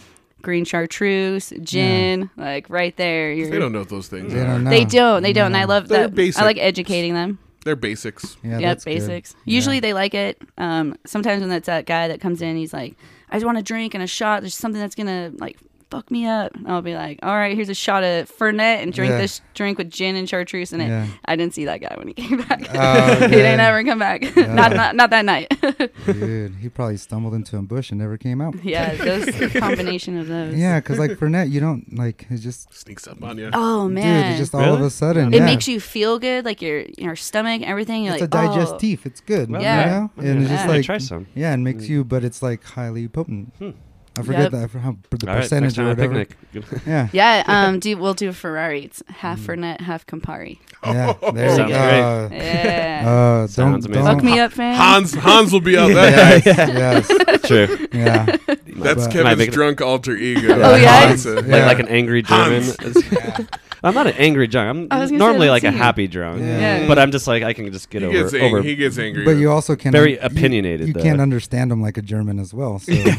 [SPEAKER 4] green chartreuse, gin, like right there. You're,
[SPEAKER 1] They don't know what those things.
[SPEAKER 2] They
[SPEAKER 1] are.
[SPEAKER 2] don't know.
[SPEAKER 4] They don't. They don't. And I love
[SPEAKER 1] They're
[SPEAKER 4] that.
[SPEAKER 1] basic.
[SPEAKER 4] I like educating them.
[SPEAKER 1] They're basics.
[SPEAKER 2] Yeah,
[SPEAKER 4] Yeah,
[SPEAKER 2] that's good.
[SPEAKER 4] basics.
[SPEAKER 2] Yeah.
[SPEAKER 4] Usually they like it. Um, sometimes when that's that guy that comes in, he's like, "I just want a drink and a shot. There's something that's gonna like fuck me up." And I'll be like, "All right, here's a shot of Fernet and drink
[SPEAKER 2] Yeah.
[SPEAKER 4] this drink with gin and chartreuse in it."
[SPEAKER 2] Yeah.
[SPEAKER 4] I didn't see that guy when he came back.
[SPEAKER 2] Oh,
[SPEAKER 4] he didn't
[SPEAKER 2] okay.
[SPEAKER 4] ever come back. not, not not that night.
[SPEAKER 2] Dude, he probably stumbled into a bush and never came out.
[SPEAKER 4] yeah, those the combination of those.
[SPEAKER 2] Yeah, because like Fernet, you don't like it's just
[SPEAKER 1] Sneaks up on you.
[SPEAKER 4] Oh
[SPEAKER 2] dude,
[SPEAKER 4] man.
[SPEAKER 2] it's just all of
[SPEAKER 3] Really?
[SPEAKER 2] a sudden.
[SPEAKER 4] it
[SPEAKER 2] yeah.
[SPEAKER 4] makes you feel good, like your your stomach, everything. You're
[SPEAKER 2] It's a
[SPEAKER 4] like, "Oh."
[SPEAKER 2] digestif. It's good.
[SPEAKER 3] Well,
[SPEAKER 4] Yeah.
[SPEAKER 2] You know?
[SPEAKER 3] yeah.
[SPEAKER 2] And it's
[SPEAKER 4] Yeah.
[SPEAKER 2] just
[SPEAKER 4] Yeah,
[SPEAKER 2] like
[SPEAKER 3] try some. Mm.
[SPEAKER 2] Yeah, it makes you, but it's like highly potent.
[SPEAKER 3] Hmm.
[SPEAKER 2] I forget
[SPEAKER 4] Yep.
[SPEAKER 2] that for how the
[SPEAKER 3] All right, next
[SPEAKER 2] percentage
[SPEAKER 3] time
[SPEAKER 2] or
[SPEAKER 3] I
[SPEAKER 2] whatever.
[SPEAKER 3] picnic.
[SPEAKER 2] Yeah, Mm.
[SPEAKER 4] Yeah, um, do we'll do a Ferrari. It's half Fernet, half Campari.
[SPEAKER 2] yeah. There
[SPEAKER 3] Sounds
[SPEAKER 2] you go.
[SPEAKER 4] Yeah.
[SPEAKER 2] Uh, don't
[SPEAKER 3] Sounds amazing.
[SPEAKER 2] don't
[SPEAKER 4] Fuck me up, man.
[SPEAKER 1] Hans Hans will be out there.
[SPEAKER 2] yes, yes,
[SPEAKER 3] True.
[SPEAKER 2] yeah.
[SPEAKER 1] That's
[SPEAKER 2] But-
[SPEAKER 3] Might
[SPEAKER 1] Kevin's
[SPEAKER 3] make it-
[SPEAKER 1] drunk alter ego.
[SPEAKER 4] Oh, yeah?
[SPEAKER 1] Hans, uh,
[SPEAKER 2] Yeah.
[SPEAKER 3] Like, like an angry German.
[SPEAKER 1] Hans.
[SPEAKER 3] I'm not an angry drunk.
[SPEAKER 4] I was
[SPEAKER 3] I'm
[SPEAKER 4] gonna say,
[SPEAKER 3] normally
[SPEAKER 4] let's
[SPEAKER 3] like a
[SPEAKER 4] see.
[SPEAKER 3] happy drunk.
[SPEAKER 2] Yeah.
[SPEAKER 4] Yeah.
[SPEAKER 3] But I'm just like I can just
[SPEAKER 1] He
[SPEAKER 3] get
[SPEAKER 1] gets,
[SPEAKER 3] over
[SPEAKER 1] ang-
[SPEAKER 3] over
[SPEAKER 1] he gets angry.
[SPEAKER 2] But you also can
[SPEAKER 3] Very
[SPEAKER 2] you-
[SPEAKER 3] opinionated,
[SPEAKER 2] You,
[SPEAKER 3] though.
[SPEAKER 2] can't understand him like a German as well. So, Uh,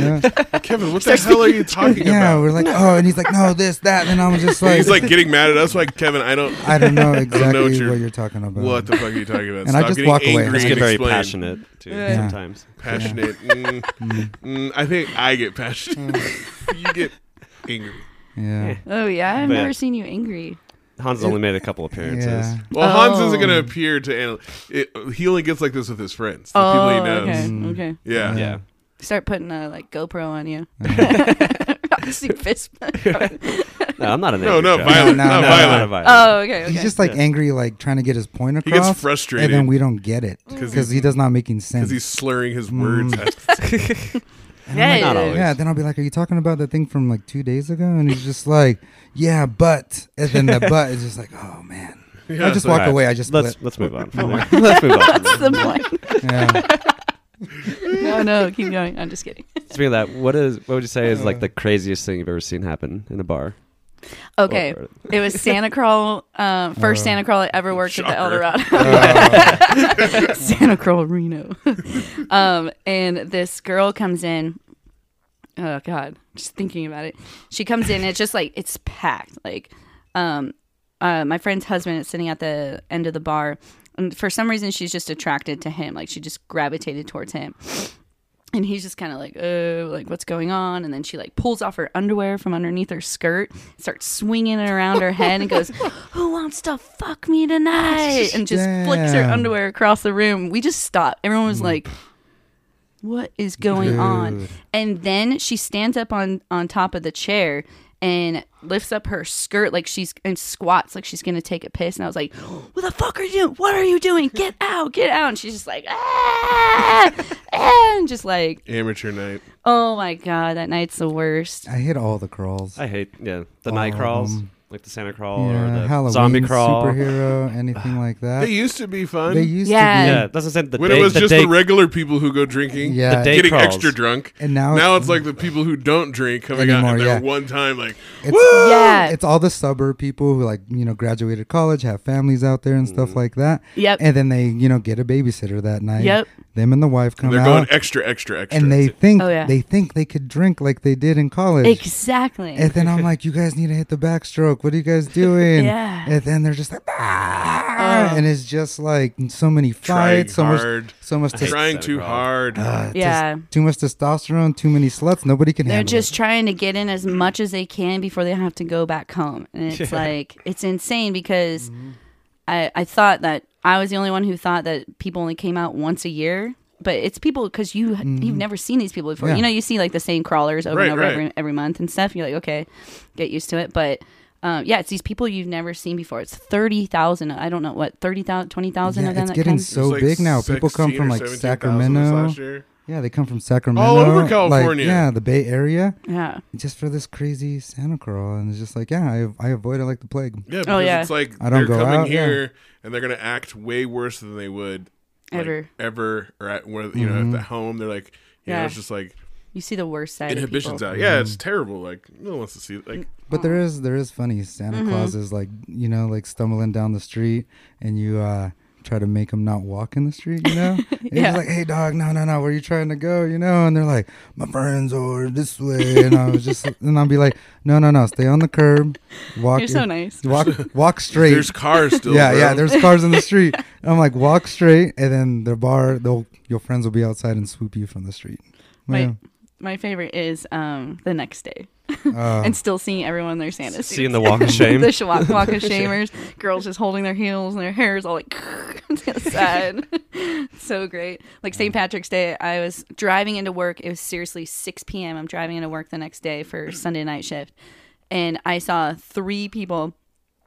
[SPEAKER 2] exactly.
[SPEAKER 1] Kevin, what the hell are you talking
[SPEAKER 2] yeah,
[SPEAKER 1] about?
[SPEAKER 2] we're like, oh, and he's like, no, this, that, and I'm just
[SPEAKER 1] And
[SPEAKER 2] like,
[SPEAKER 1] He's like getting mad at us. Like Kevin, I don't.
[SPEAKER 2] I don't know exactly
[SPEAKER 1] what
[SPEAKER 2] what,
[SPEAKER 1] you're-
[SPEAKER 2] you're, talking about.
[SPEAKER 1] What the fuck are you talking about?
[SPEAKER 2] And I
[SPEAKER 1] Stop
[SPEAKER 2] just
[SPEAKER 1] getting
[SPEAKER 2] walk away.
[SPEAKER 1] angry
[SPEAKER 2] Let's
[SPEAKER 3] Just
[SPEAKER 1] and
[SPEAKER 3] get very
[SPEAKER 1] explain.
[SPEAKER 3] passionate too
[SPEAKER 4] Yeah.
[SPEAKER 3] sometimes.
[SPEAKER 1] Passionate. Mm, mm, I think I get passionate. you get angry.
[SPEAKER 2] Yeah,
[SPEAKER 4] Oh yeah, I've
[SPEAKER 3] But-
[SPEAKER 4] never seen you angry.
[SPEAKER 3] Hans only made a couple appearances.
[SPEAKER 2] yeah.
[SPEAKER 1] Well, Hans isn't
[SPEAKER 4] Oh.
[SPEAKER 1] going to appear to. Anal- it, he only gets like this with his friends, the people he knows.
[SPEAKER 4] Oh, okay,
[SPEAKER 2] Mm.
[SPEAKER 4] okay.
[SPEAKER 1] Yeah.
[SPEAKER 3] Yeah.
[SPEAKER 4] Start putting a like GoPro on you. See fist. bump.
[SPEAKER 3] No, I'm not an
[SPEAKER 1] No,
[SPEAKER 3] angry
[SPEAKER 1] no,
[SPEAKER 3] drunk.
[SPEAKER 1] violent,
[SPEAKER 2] No,
[SPEAKER 1] not
[SPEAKER 2] no,
[SPEAKER 3] No, I'm not a
[SPEAKER 1] violent.
[SPEAKER 3] violent.
[SPEAKER 4] oh okay, okay.
[SPEAKER 2] he's just like angry, like trying to get his point
[SPEAKER 1] He
[SPEAKER 2] across.
[SPEAKER 1] gets frustrated
[SPEAKER 2] and then we don't get it
[SPEAKER 1] 'Cause
[SPEAKER 2] because Mm. he does not making sense.
[SPEAKER 1] because he's slurring his words.
[SPEAKER 4] yeah,
[SPEAKER 3] not
[SPEAKER 4] yeah.
[SPEAKER 3] always.
[SPEAKER 2] yeah, then I'll be like, "Are you talking about that thing from like two days ago?" And he's just like, "Yeah, but," and then the but is just like, "Oh man."
[SPEAKER 1] Yeah,
[SPEAKER 2] I just
[SPEAKER 1] so-
[SPEAKER 2] walk
[SPEAKER 3] All right,
[SPEAKER 2] away. I just
[SPEAKER 3] let's
[SPEAKER 2] split.
[SPEAKER 3] let's move on. from there. let's move on.
[SPEAKER 4] That's the point.
[SPEAKER 2] Yeah.
[SPEAKER 4] No, no, keep going. I'm just kidding.
[SPEAKER 3] Speaking of that, what is what would you say is
[SPEAKER 2] Uh-huh.
[SPEAKER 3] like the craziest thing you've ever seen happen in a bar?
[SPEAKER 4] Okay,
[SPEAKER 3] Well,
[SPEAKER 4] it was Santa Crawl. Um, first
[SPEAKER 2] Oh.
[SPEAKER 4] Santa Crawl I ever worked at the El
[SPEAKER 1] Shocker.
[SPEAKER 4] Dorado.
[SPEAKER 2] Uh,
[SPEAKER 4] Santa Crawl, Reno. um, and this girl comes in. Oh God, just thinking about it. She comes in. It's just like it's packed. Like, um, uh, my friend's husband is sitting at the end of the bar, and for some reason she's just attracted to him. Like she just gravitated towards him. And he's just kind of like, oh, like what's going on? And then she like pulls off her underwear from underneath her skirt, starts swinging it around her head, and goes, "Who wants to fuck me tonight?" And just flicks her
[SPEAKER 2] Damn.
[SPEAKER 4] underwear across the room. We just stopped. Everyone was like, "What is going on?" And then she stands up on on top of the chair and lifts up her skirt like she's and squats like she's gonna take a piss. And I was like, "What the fuck are you doing? What are you doing? Get out! Get out!" And she's just like, "Ah!" and just like.
[SPEAKER 1] Amateur night.
[SPEAKER 4] Oh my god, that night's the worst.
[SPEAKER 2] I hit all the crawls.
[SPEAKER 3] I hate yeah the night crawls,
[SPEAKER 2] Um,
[SPEAKER 3] like the Santa crawl or
[SPEAKER 2] yeah,
[SPEAKER 3] the
[SPEAKER 2] Halloween,
[SPEAKER 3] zombie crawl.
[SPEAKER 2] superhero, anything like that.
[SPEAKER 1] They used to be fun.
[SPEAKER 2] They used
[SPEAKER 4] Yeah.
[SPEAKER 2] to be.
[SPEAKER 3] Yeah, that's what I said. The
[SPEAKER 1] when
[SPEAKER 3] day,
[SPEAKER 1] it was
[SPEAKER 3] the
[SPEAKER 1] just
[SPEAKER 3] day,
[SPEAKER 1] the regular people who go drinking,
[SPEAKER 2] Yeah. The day
[SPEAKER 1] getting
[SPEAKER 3] crawls.
[SPEAKER 1] extra drunk.
[SPEAKER 2] And now,
[SPEAKER 1] now it's like the people who don't drink coming out and
[SPEAKER 2] Anymore,
[SPEAKER 1] they're
[SPEAKER 2] yeah.
[SPEAKER 1] one time like,
[SPEAKER 2] it's,
[SPEAKER 1] Woo!
[SPEAKER 4] Yeah.
[SPEAKER 2] it's all the suburb people who like you know graduated college, have families out there and
[SPEAKER 1] Mm-hmm.
[SPEAKER 2] stuff like that.
[SPEAKER 4] Yep.
[SPEAKER 2] And then they you know get a babysitter that night.
[SPEAKER 4] Yep.
[SPEAKER 2] Them and the wife come
[SPEAKER 1] they're
[SPEAKER 2] out
[SPEAKER 1] going extra, extra, extra.
[SPEAKER 2] and they think
[SPEAKER 4] Oh, yeah.
[SPEAKER 2] they think they could drink like they did in college.
[SPEAKER 4] Exactly.
[SPEAKER 2] And then I'm like, you guys need to hit the backstroke. What are you guys doing?
[SPEAKER 4] Yeah. Oh.
[SPEAKER 2] And then they're just like, "Ah," and it's just like so many
[SPEAKER 1] Trying
[SPEAKER 2] fights, so much,
[SPEAKER 1] hard,
[SPEAKER 2] so much, tes-
[SPEAKER 1] trying
[SPEAKER 3] Santa
[SPEAKER 1] too
[SPEAKER 3] Claus.
[SPEAKER 1] hard.
[SPEAKER 2] uh, tes-
[SPEAKER 4] Yeah.
[SPEAKER 2] too much testosterone, too many sluts. Nobody can
[SPEAKER 4] They're
[SPEAKER 2] handle
[SPEAKER 4] just
[SPEAKER 2] it.
[SPEAKER 4] trying to get in as much as they can before they have to go back home. And it's like it's insane because
[SPEAKER 2] Mm-hmm.
[SPEAKER 4] I I thought that I was the only one who thought that people only came out once a year. But it's people because you you've never seen these people before.
[SPEAKER 2] Mm-hmm. Yeah.
[SPEAKER 4] You know, you see like the same crawlers over
[SPEAKER 1] Right,
[SPEAKER 4] and over
[SPEAKER 1] right.
[SPEAKER 4] every, every month and stuff. You're like, okay, get used to it. But um, yeah, it's these people you've never seen before. It's thirty thousand. I don't know what 30,000, 20,000
[SPEAKER 2] Yeah,
[SPEAKER 4] of them.
[SPEAKER 2] it's
[SPEAKER 4] that
[SPEAKER 2] getting
[SPEAKER 1] It
[SPEAKER 4] come.
[SPEAKER 1] was
[SPEAKER 2] so
[SPEAKER 1] like
[SPEAKER 2] big now. People come
[SPEAKER 1] 16
[SPEAKER 2] from
[SPEAKER 1] or
[SPEAKER 2] like
[SPEAKER 1] 17,000 this
[SPEAKER 2] Sacramento.
[SPEAKER 1] last year.
[SPEAKER 2] Yeah, they come from Sacramento,
[SPEAKER 4] Oh,
[SPEAKER 1] over
[SPEAKER 2] like,
[SPEAKER 1] California.
[SPEAKER 2] yeah, the Bay Area,
[SPEAKER 4] yeah.
[SPEAKER 2] just for this crazy Santa Crawl, and it's just like, yeah, I, I avoid it like the plague.
[SPEAKER 1] Yeah, because
[SPEAKER 4] Oh, yeah.
[SPEAKER 1] it's like
[SPEAKER 2] I
[SPEAKER 1] they're
[SPEAKER 2] don't go
[SPEAKER 1] coming
[SPEAKER 2] out, yeah.
[SPEAKER 1] here and they're gonna act way worse than they would like,
[SPEAKER 4] Ever.
[SPEAKER 1] ever or at where you know
[SPEAKER 2] Mm-hmm.
[SPEAKER 1] at the home. They're like, you know,
[SPEAKER 4] Yeah.
[SPEAKER 1] it's just like
[SPEAKER 4] You see the worst side.
[SPEAKER 1] inhibitions
[SPEAKER 4] of
[SPEAKER 1] out. Yeah, it's terrible. Like no one wants to see. Like
[SPEAKER 2] But there
[SPEAKER 4] Mm-hmm.
[SPEAKER 2] is there is funny Santa Claus is like you know like stumbling down the street and you uh try to make them not walk in the street, you know? And
[SPEAKER 4] Yeah.
[SPEAKER 2] He's like, hey, dog, no, no, no, where you trying to go, you know? And they're like, my friends are this way. And I was just, and I'd be like, no, no, no, stay on the curb, walk,
[SPEAKER 4] You're so nice.
[SPEAKER 2] walk, walk straight.
[SPEAKER 1] There's cars still.
[SPEAKER 2] yeah,
[SPEAKER 1] bro.
[SPEAKER 2] yeah. There's cars in the street. And I'm like, walk straight, and then the bar, they'll, your friends will be outside and swoop you from the street.
[SPEAKER 4] My my favorite is um the next day
[SPEAKER 2] Yeah. Uh,
[SPEAKER 4] and still seeing everyone in their Santa suits.
[SPEAKER 3] Um, Seeing the walk of shame.
[SPEAKER 4] the sh- walk, walk of shamers, girls just holding their heels and their hair's all like to the side. so great. Like St. Patrick's Day, I was driving into work. It was seriously 6 p.m. I'm driving into work the next day
[SPEAKER 3] Mm.
[SPEAKER 4] for Sunday night shift, and I saw three people.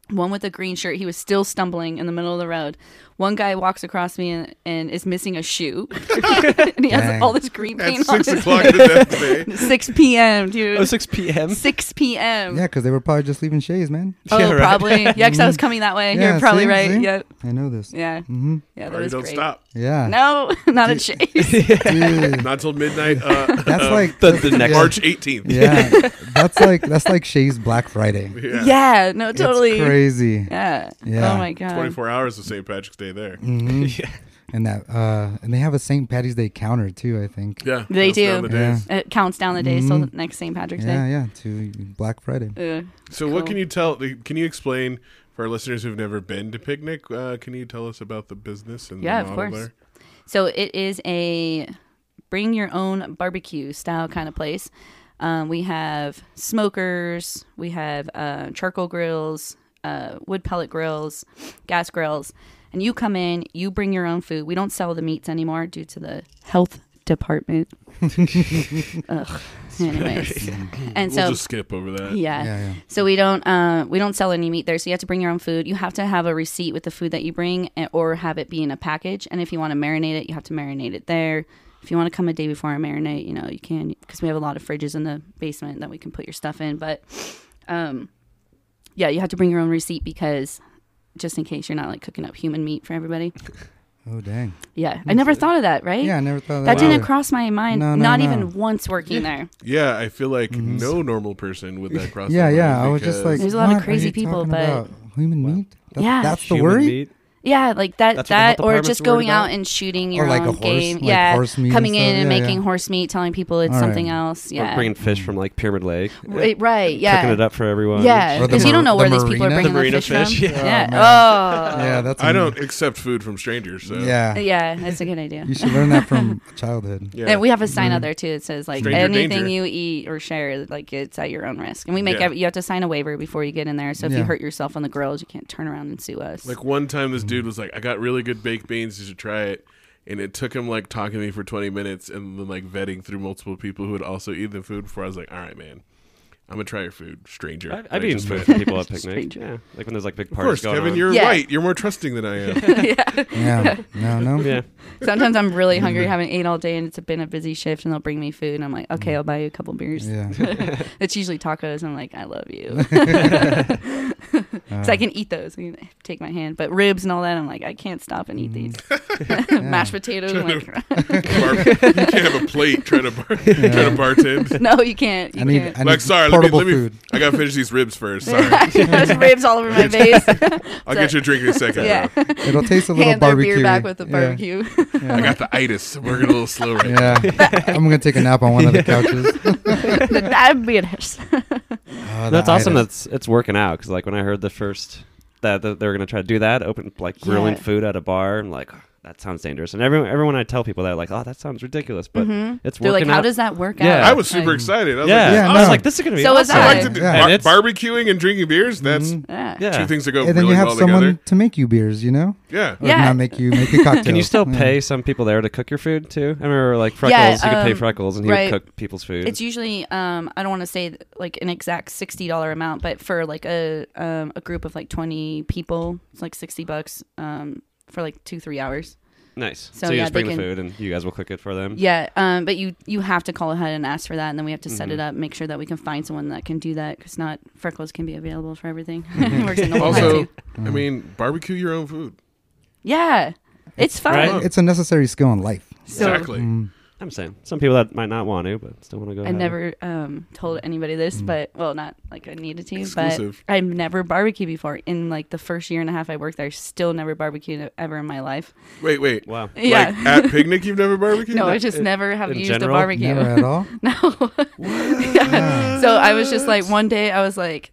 [SPEAKER 4] One with a green shirt, he was still stumbling in the middle of the road. One guy walks across me and, and is missing a shoe, and he has
[SPEAKER 2] Dang.
[SPEAKER 4] all this green
[SPEAKER 1] At
[SPEAKER 4] paint on
[SPEAKER 1] six
[SPEAKER 4] his
[SPEAKER 1] o'clock the next day.
[SPEAKER 4] 6 p.m. dude.
[SPEAKER 3] Oh, 6 p.m.
[SPEAKER 4] 6 p.m.
[SPEAKER 2] yeah, because they were probably just leaving Shays, man.
[SPEAKER 4] Oh,
[SPEAKER 3] Yeah, right.
[SPEAKER 4] probably. Yeah, because I was coming that way. You're
[SPEAKER 2] Mm-hmm. Yeah,
[SPEAKER 4] probably
[SPEAKER 2] see,
[SPEAKER 4] right.
[SPEAKER 2] see?
[SPEAKER 4] Yep.
[SPEAKER 2] I know this.
[SPEAKER 4] Yeah.
[SPEAKER 2] hmm
[SPEAKER 4] Yeah, that
[SPEAKER 1] Party
[SPEAKER 4] was
[SPEAKER 1] don't
[SPEAKER 4] great.
[SPEAKER 1] stop.
[SPEAKER 2] Yeah.
[SPEAKER 4] No, not at Chase.
[SPEAKER 2] Dude,
[SPEAKER 1] Not till midnight. Uh,
[SPEAKER 2] that's
[SPEAKER 1] uh,
[SPEAKER 2] like
[SPEAKER 3] The, the next
[SPEAKER 1] March 18th.
[SPEAKER 2] Yeah, that's like that's like Shay's Black Friday.
[SPEAKER 4] yeah.
[SPEAKER 1] Yeah.
[SPEAKER 4] no,
[SPEAKER 2] It's
[SPEAKER 4] totally.
[SPEAKER 2] crazy.
[SPEAKER 4] Yeah.
[SPEAKER 2] Yeah.
[SPEAKER 4] Oh my god.
[SPEAKER 1] 24 hours of St. Patrick's Day there.
[SPEAKER 2] Mhm.
[SPEAKER 3] Yeah.
[SPEAKER 2] And that uh, and they have a St. Patty's Day counter too. I think.
[SPEAKER 1] Yeah.
[SPEAKER 4] They
[SPEAKER 1] counts down
[SPEAKER 4] do.
[SPEAKER 1] the days.
[SPEAKER 4] It counts down the days till
[SPEAKER 2] Mhm.
[SPEAKER 4] next St. Patrick's
[SPEAKER 2] Yeah,
[SPEAKER 4] Day.
[SPEAKER 2] yeah, to Black Friday.
[SPEAKER 4] Ugh.
[SPEAKER 1] So, what
[SPEAKER 4] Cool.
[SPEAKER 1] can you tell? Can you explain for our listeners who've never been to Picnic? Uh, can you tell us about the business and
[SPEAKER 4] Yeah,
[SPEAKER 1] the
[SPEAKER 4] of
[SPEAKER 1] model
[SPEAKER 4] course.
[SPEAKER 1] there?
[SPEAKER 4] So it is a bring your own barbecue style kind of place. Um, we have smokers, we have uh, charcoal grills, uh, wood pellet grills, gas grills, and you come in, you bring your own food. We don't sell the meats anymore due to the health department.
[SPEAKER 2] Mm-hmm.
[SPEAKER 4] Ugh. Anyways,
[SPEAKER 1] We'll
[SPEAKER 4] and so
[SPEAKER 1] just skip over that.
[SPEAKER 4] yeah,
[SPEAKER 2] Yeah, yeah.
[SPEAKER 4] so we don't uh, we don't sell any meat there. So you have to bring your own food. You have to have a receipt with the food that you bring, and- or have it be in a package. And if you want to marinate it, you have to marinate it there. If you want to come a day before and marinate, you know you can because we have a lot of fridges in the basement that we can put your stuff in. But um, yeah, you have to bring your own receipt because just in case you're not like cooking up human meat for everybody.
[SPEAKER 2] Oh dang.
[SPEAKER 4] Yeah, I never thought of that. Right?
[SPEAKER 2] Yeah, I never thought of
[SPEAKER 4] That
[SPEAKER 2] that.
[SPEAKER 4] didn't
[SPEAKER 2] either.
[SPEAKER 4] cross my mind,
[SPEAKER 2] No, no,
[SPEAKER 4] not
[SPEAKER 2] no.
[SPEAKER 4] even once working there.
[SPEAKER 1] Yeah, I feel like no normal person would that cross.
[SPEAKER 2] Mm-hmm. Yeah,
[SPEAKER 1] their
[SPEAKER 2] yeah.
[SPEAKER 1] mind
[SPEAKER 2] I was just
[SPEAKER 1] because-
[SPEAKER 2] like,
[SPEAKER 4] There's a lot of
[SPEAKER 2] what are
[SPEAKER 4] crazy
[SPEAKER 2] you
[SPEAKER 4] people,
[SPEAKER 2] talking
[SPEAKER 4] but-
[SPEAKER 2] about? human
[SPEAKER 3] Wow.
[SPEAKER 2] meat. That-
[SPEAKER 4] Yeah.
[SPEAKER 2] that's the
[SPEAKER 3] Human
[SPEAKER 2] worry.
[SPEAKER 3] meat.
[SPEAKER 4] Yeah, like
[SPEAKER 3] That's
[SPEAKER 4] that,
[SPEAKER 3] what the health
[SPEAKER 4] that, or
[SPEAKER 3] department's
[SPEAKER 4] just
[SPEAKER 3] worried
[SPEAKER 4] going
[SPEAKER 3] about?
[SPEAKER 4] out and shooting
[SPEAKER 2] Or
[SPEAKER 4] your
[SPEAKER 2] like a
[SPEAKER 4] own
[SPEAKER 2] horse-
[SPEAKER 4] game.
[SPEAKER 2] like
[SPEAKER 4] yeah,
[SPEAKER 2] horse meat and
[SPEAKER 4] coming in
[SPEAKER 2] stuff.
[SPEAKER 4] and
[SPEAKER 2] Yeah,
[SPEAKER 4] making
[SPEAKER 2] yeah.
[SPEAKER 4] horse meat, telling people it's
[SPEAKER 2] All right.
[SPEAKER 4] something else.
[SPEAKER 3] Or
[SPEAKER 4] Yeah,
[SPEAKER 3] bringing fish from like Pyramid Lake.
[SPEAKER 4] right, right, yeah,
[SPEAKER 3] Cooking it up for everyone.
[SPEAKER 4] yeah,
[SPEAKER 2] Or the
[SPEAKER 4] because you don't
[SPEAKER 2] mar-
[SPEAKER 4] know where
[SPEAKER 2] the
[SPEAKER 4] these people are
[SPEAKER 2] marina? Oh,
[SPEAKER 4] bringing
[SPEAKER 3] The
[SPEAKER 4] their
[SPEAKER 3] marina
[SPEAKER 4] fish, from.
[SPEAKER 3] fish, yeah.
[SPEAKER 4] Yeah,
[SPEAKER 2] Yeah, that's.
[SPEAKER 1] I
[SPEAKER 2] a-
[SPEAKER 1] don't accept food from strangers. So.
[SPEAKER 2] Yeah.
[SPEAKER 4] oh, yeah, that's a good idea.
[SPEAKER 2] You should Mm-hmm. learn that from childhood.
[SPEAKER 1] Yeah.
[SPEAKER 4] And we have a sign out there too that says like
[SPEAKER 1] Stranger
[SPEAKER 4] anything
[SPEAKER 1] danger.
[SPEAKER 4] you eat or share, like it's at your own risk. And we make
[SPEAKER 1] Yeah.
[SPEAKER 4] ev- you have to sign a waiver before you get in there. So if you
[SPEAKER 2] Yeah.
[SPEAKER 4] hurt yourself on the grills, you can't turn around and sue us.
[SPEAKER 1] Like one time, this
[SPEAKER 2] Mm-hmm.
[SPEAKER 1] dude was like, "I got really good baked beans. You should try it." And it took him like talking to me for twenty minutes, and then like vetting through multiple people who had also eaten the food before. I was like, "All right, man, I'm gonna try your food, stranger."
[SPEAKER 3] I,
[SPEAKER 1] I
[SPEAKER 3] I've eaten
[SPEAKER 1] just
[SPEAKER 3] food
[SPEAKER 1] went,
[SPEAKER 3] with people at picnic.
[SPEAKER 4] Stranger.
[SPEAKER 3] Yeah. Like when there's like big
[SPEAKER 1] Of
[SPEAKER 3] parties
[SPEAKER 1] course,
[SPEAKER 3] going
[SPEAKER 1] Kevin,
[SPEAKER 3] on.
[SPEAKER 1] you're
[SPEAKER 4] Yeah.
[SPEAKER 1] right. You're more trusting than I am.
[SPEAKER 2] Yeah. Mm-hmm. No, no.
[SPEAKER 3] Yeah.
[SPEAKER 4] Sometimes I'm really hungry, haven't ate all day, and it's been a busy shift, and they'll bring me food, and I'm like,
[SPEAKER 2] Mm-hmm.
[SPEAKER 4] okay, I'll buy you a couple beers.
[SPEAKER 2] Yeah.
[SPEAKER 4] it's usually tacos. I'm like, I love you.
[SPEAKER 2] Uh, Uh-huh.
[SPEAKER 4] so I can eat those. I can take my hand, but ribs and all that. I'm like, I can't stop and eat these
[SPEAKER 2] Mm.
[SPEAKER 4] mashed potatoes. I'm like,
[SPEAKER 1] Bar- you can't have a plate trying to bar- trying to bartend.
[SPEAKER 4] no, you can't. You
[SPEAKER 2] I need.
[SPEAKER 4] can't.
[SPEAKER 2] I need
[SPEAKER 1] Like, sorry, let me,
[SPEAKER 2] portable
[SPEAKER 1] let me.
[SPEAKER 2] food.
[SPEAKER 1] I gotta finish these ribs first. Sorry,
[SPEAKER 4] There's ribs all over my face.
[SPEAKER 1] I'll get you a drink in a second.
[SPEAKER 4] yeah,
[SPEAKER 1] bro.
[SPEAKER 2] It'll taste a little
[SPEAKER 4] hand their
[SPEAKER 2] barbecue.
[SPEAKER 4] beer back with the
[SPEAKER 2] Yeah.
[SPEAKER 4] barbecue.
[SPEAKER 1] I got the itis. so We're getting a little slow right now.
[SPEAKER 2] Yeah, I'm gonna take a nap on one of the couches.
[SPEAKER 4] That'd be nice.
[SPEAKER 2] Oh,
[SPEAKER 3] That's
[SPEAKER 2] the
[SPEAKER 3] awesome.
[SPEAKER 2] itis.
[SPEAKER 3] That's it's working out because like when I heard the first that, that they were gonna try to do that, open like grilling
[SPEAKER 4] Yeah.
[SPEAKER 3] food at a bar, I'm like, "Oh, that sounds dangerous. And everyone, everyone I tell people that, like, oh, that sounds ridiculous, but it's
[SPEAKER 4] Mm-hmm. They're like,
[SPEAKER 3] working
[SPEAKER 4] how
[SPEAKER 3] out.
[SPEAKER 4] does that work
[SPEAKER 3] Yeah.
[SPEAKER 4] out?
[SPEAKER 1] I was super
[SPEAKER 4] Like,
[SPEAKER 1] excited. I was
[SPEAKER 3] yeah,
[SPEAKER 1] like,
[SPEAKER 2] Yeah,
[SPEAKER 3] I was
[SPEAKER 2] no.
[SPEAKER 3] like, this is gonna be
[SPEAKER 4] So was
[SPEAKER 3] awesome.
[SPEAKER 1] I
[SPEAKER 4] I.
[SPEAKER 1] like to do
[SPEAKER 2] Yeah.
[SPEAKER 1] bar-
[SPEAKER 3] And it's-
[SPEAKER 1] barbecuing and drinking beers. That's
[SPEAKER 2] Mhm.
[SPEAKER 4] Yeah.
[SPEAKER 3] Yeah.
[SPEAKER 1] two things that go
[SPEAKER 2] And then
[SPEAKER 1] really
[SPEAKER 2] you have
[SPEAKER 1] well
[SPEAKER 2] someone
[SPEAKER 1] together.
[SPEAKER 2] to make you beers. You know,
[SPEAKER 1] Yeah.
[SPEAKER 2] Or
[SPEAKER 4] Yeah.
[SPEAKER 2] not make you make a cocktail.
[SPEAKER 3] Can you still
[SPEAKER 2] Yeah.
[SPEAKER 3] pay some people there to cook your food too? I remember like Freckles,
[SPEAKER 4] Yeah,
[SPEAKER 3] you could pay
[SPEAKER 4] um,
[SPEAKER 3] Freckles and he
[SPEAKER 4] right.
[SPEAKER 3] would cook people's food.
[SPEAKER 4] It's usually um, I don't want to say like an exact sixty dollar amount, but for like a um, a group of like twenty people, it's like sixty bucks um, for like two three hours.
[SPEAKER 3] nice. So,
[SPEAKER 4] So,
[SPEAKER 3] you
[SPEAKER 4] yeah,
[SPEAKER 3] just
[SPEAKER 4] they
[SPEAKER 3] bring the
[SPEAKER 4] can-
[SPEAKER 3] food and you guys will cook it for
[SPEAKER 1] Mm-hmm.
[SPEAKER 3] them.
[SPEAKER 4] Yeah, um, but you you have to call ahead and ask for that, and then we have to set
[SPEAKER 1] Mm-hmm.
[SPEAKER 4] it up, make sure that we can find someone that can do that, because not freckles can be available for everything. Works in Nolan
[SPEAKER 1] Also,
[SPEAKER 4] too.
[SPEAKER 1] I mean, barbecue your own food.
[SPEAKER 4] yeah, it's fun.
[SPEAKER 3] Right?
[SPEAKER 2] It's a necessary skill in life. Mm.
[SPEAKER 4] So
[SPEAKER 1] exactly.
[SPEAKER 3] I'm saying some people that might not want to, but still want to go.
[SPEAKER 4] I
[SPEAKER 3] have it.
[SPEAKER 4] never um, told anybody this, but well, not like I needed to,
[SPEAKER 1] Mm. Exclusive.
[SPEAKER 4] but I've never barbecued before. In like the first year and a half I worked there, still never barbecued ever in my life.
[SPEAKER 1] Wait, wait.
[SPEAKER 3] Wow.
[SPEAKER 4] yeah.
[SPEAKER 1] Like at picnic, you've never barbecued?
[SPEAKER 4] no, I just
[SPEAKER 3] in-
[SPEAKER 4] never have
[SPEAKER 3] in
[SPEAKER 4] used
[SPEAKER 3] general?
[SPEAKER 4] a barbecue.
[SPEAKER 2] Never at all.
[SPEAKER 4] no. Yeah. So I was just like one day I was like,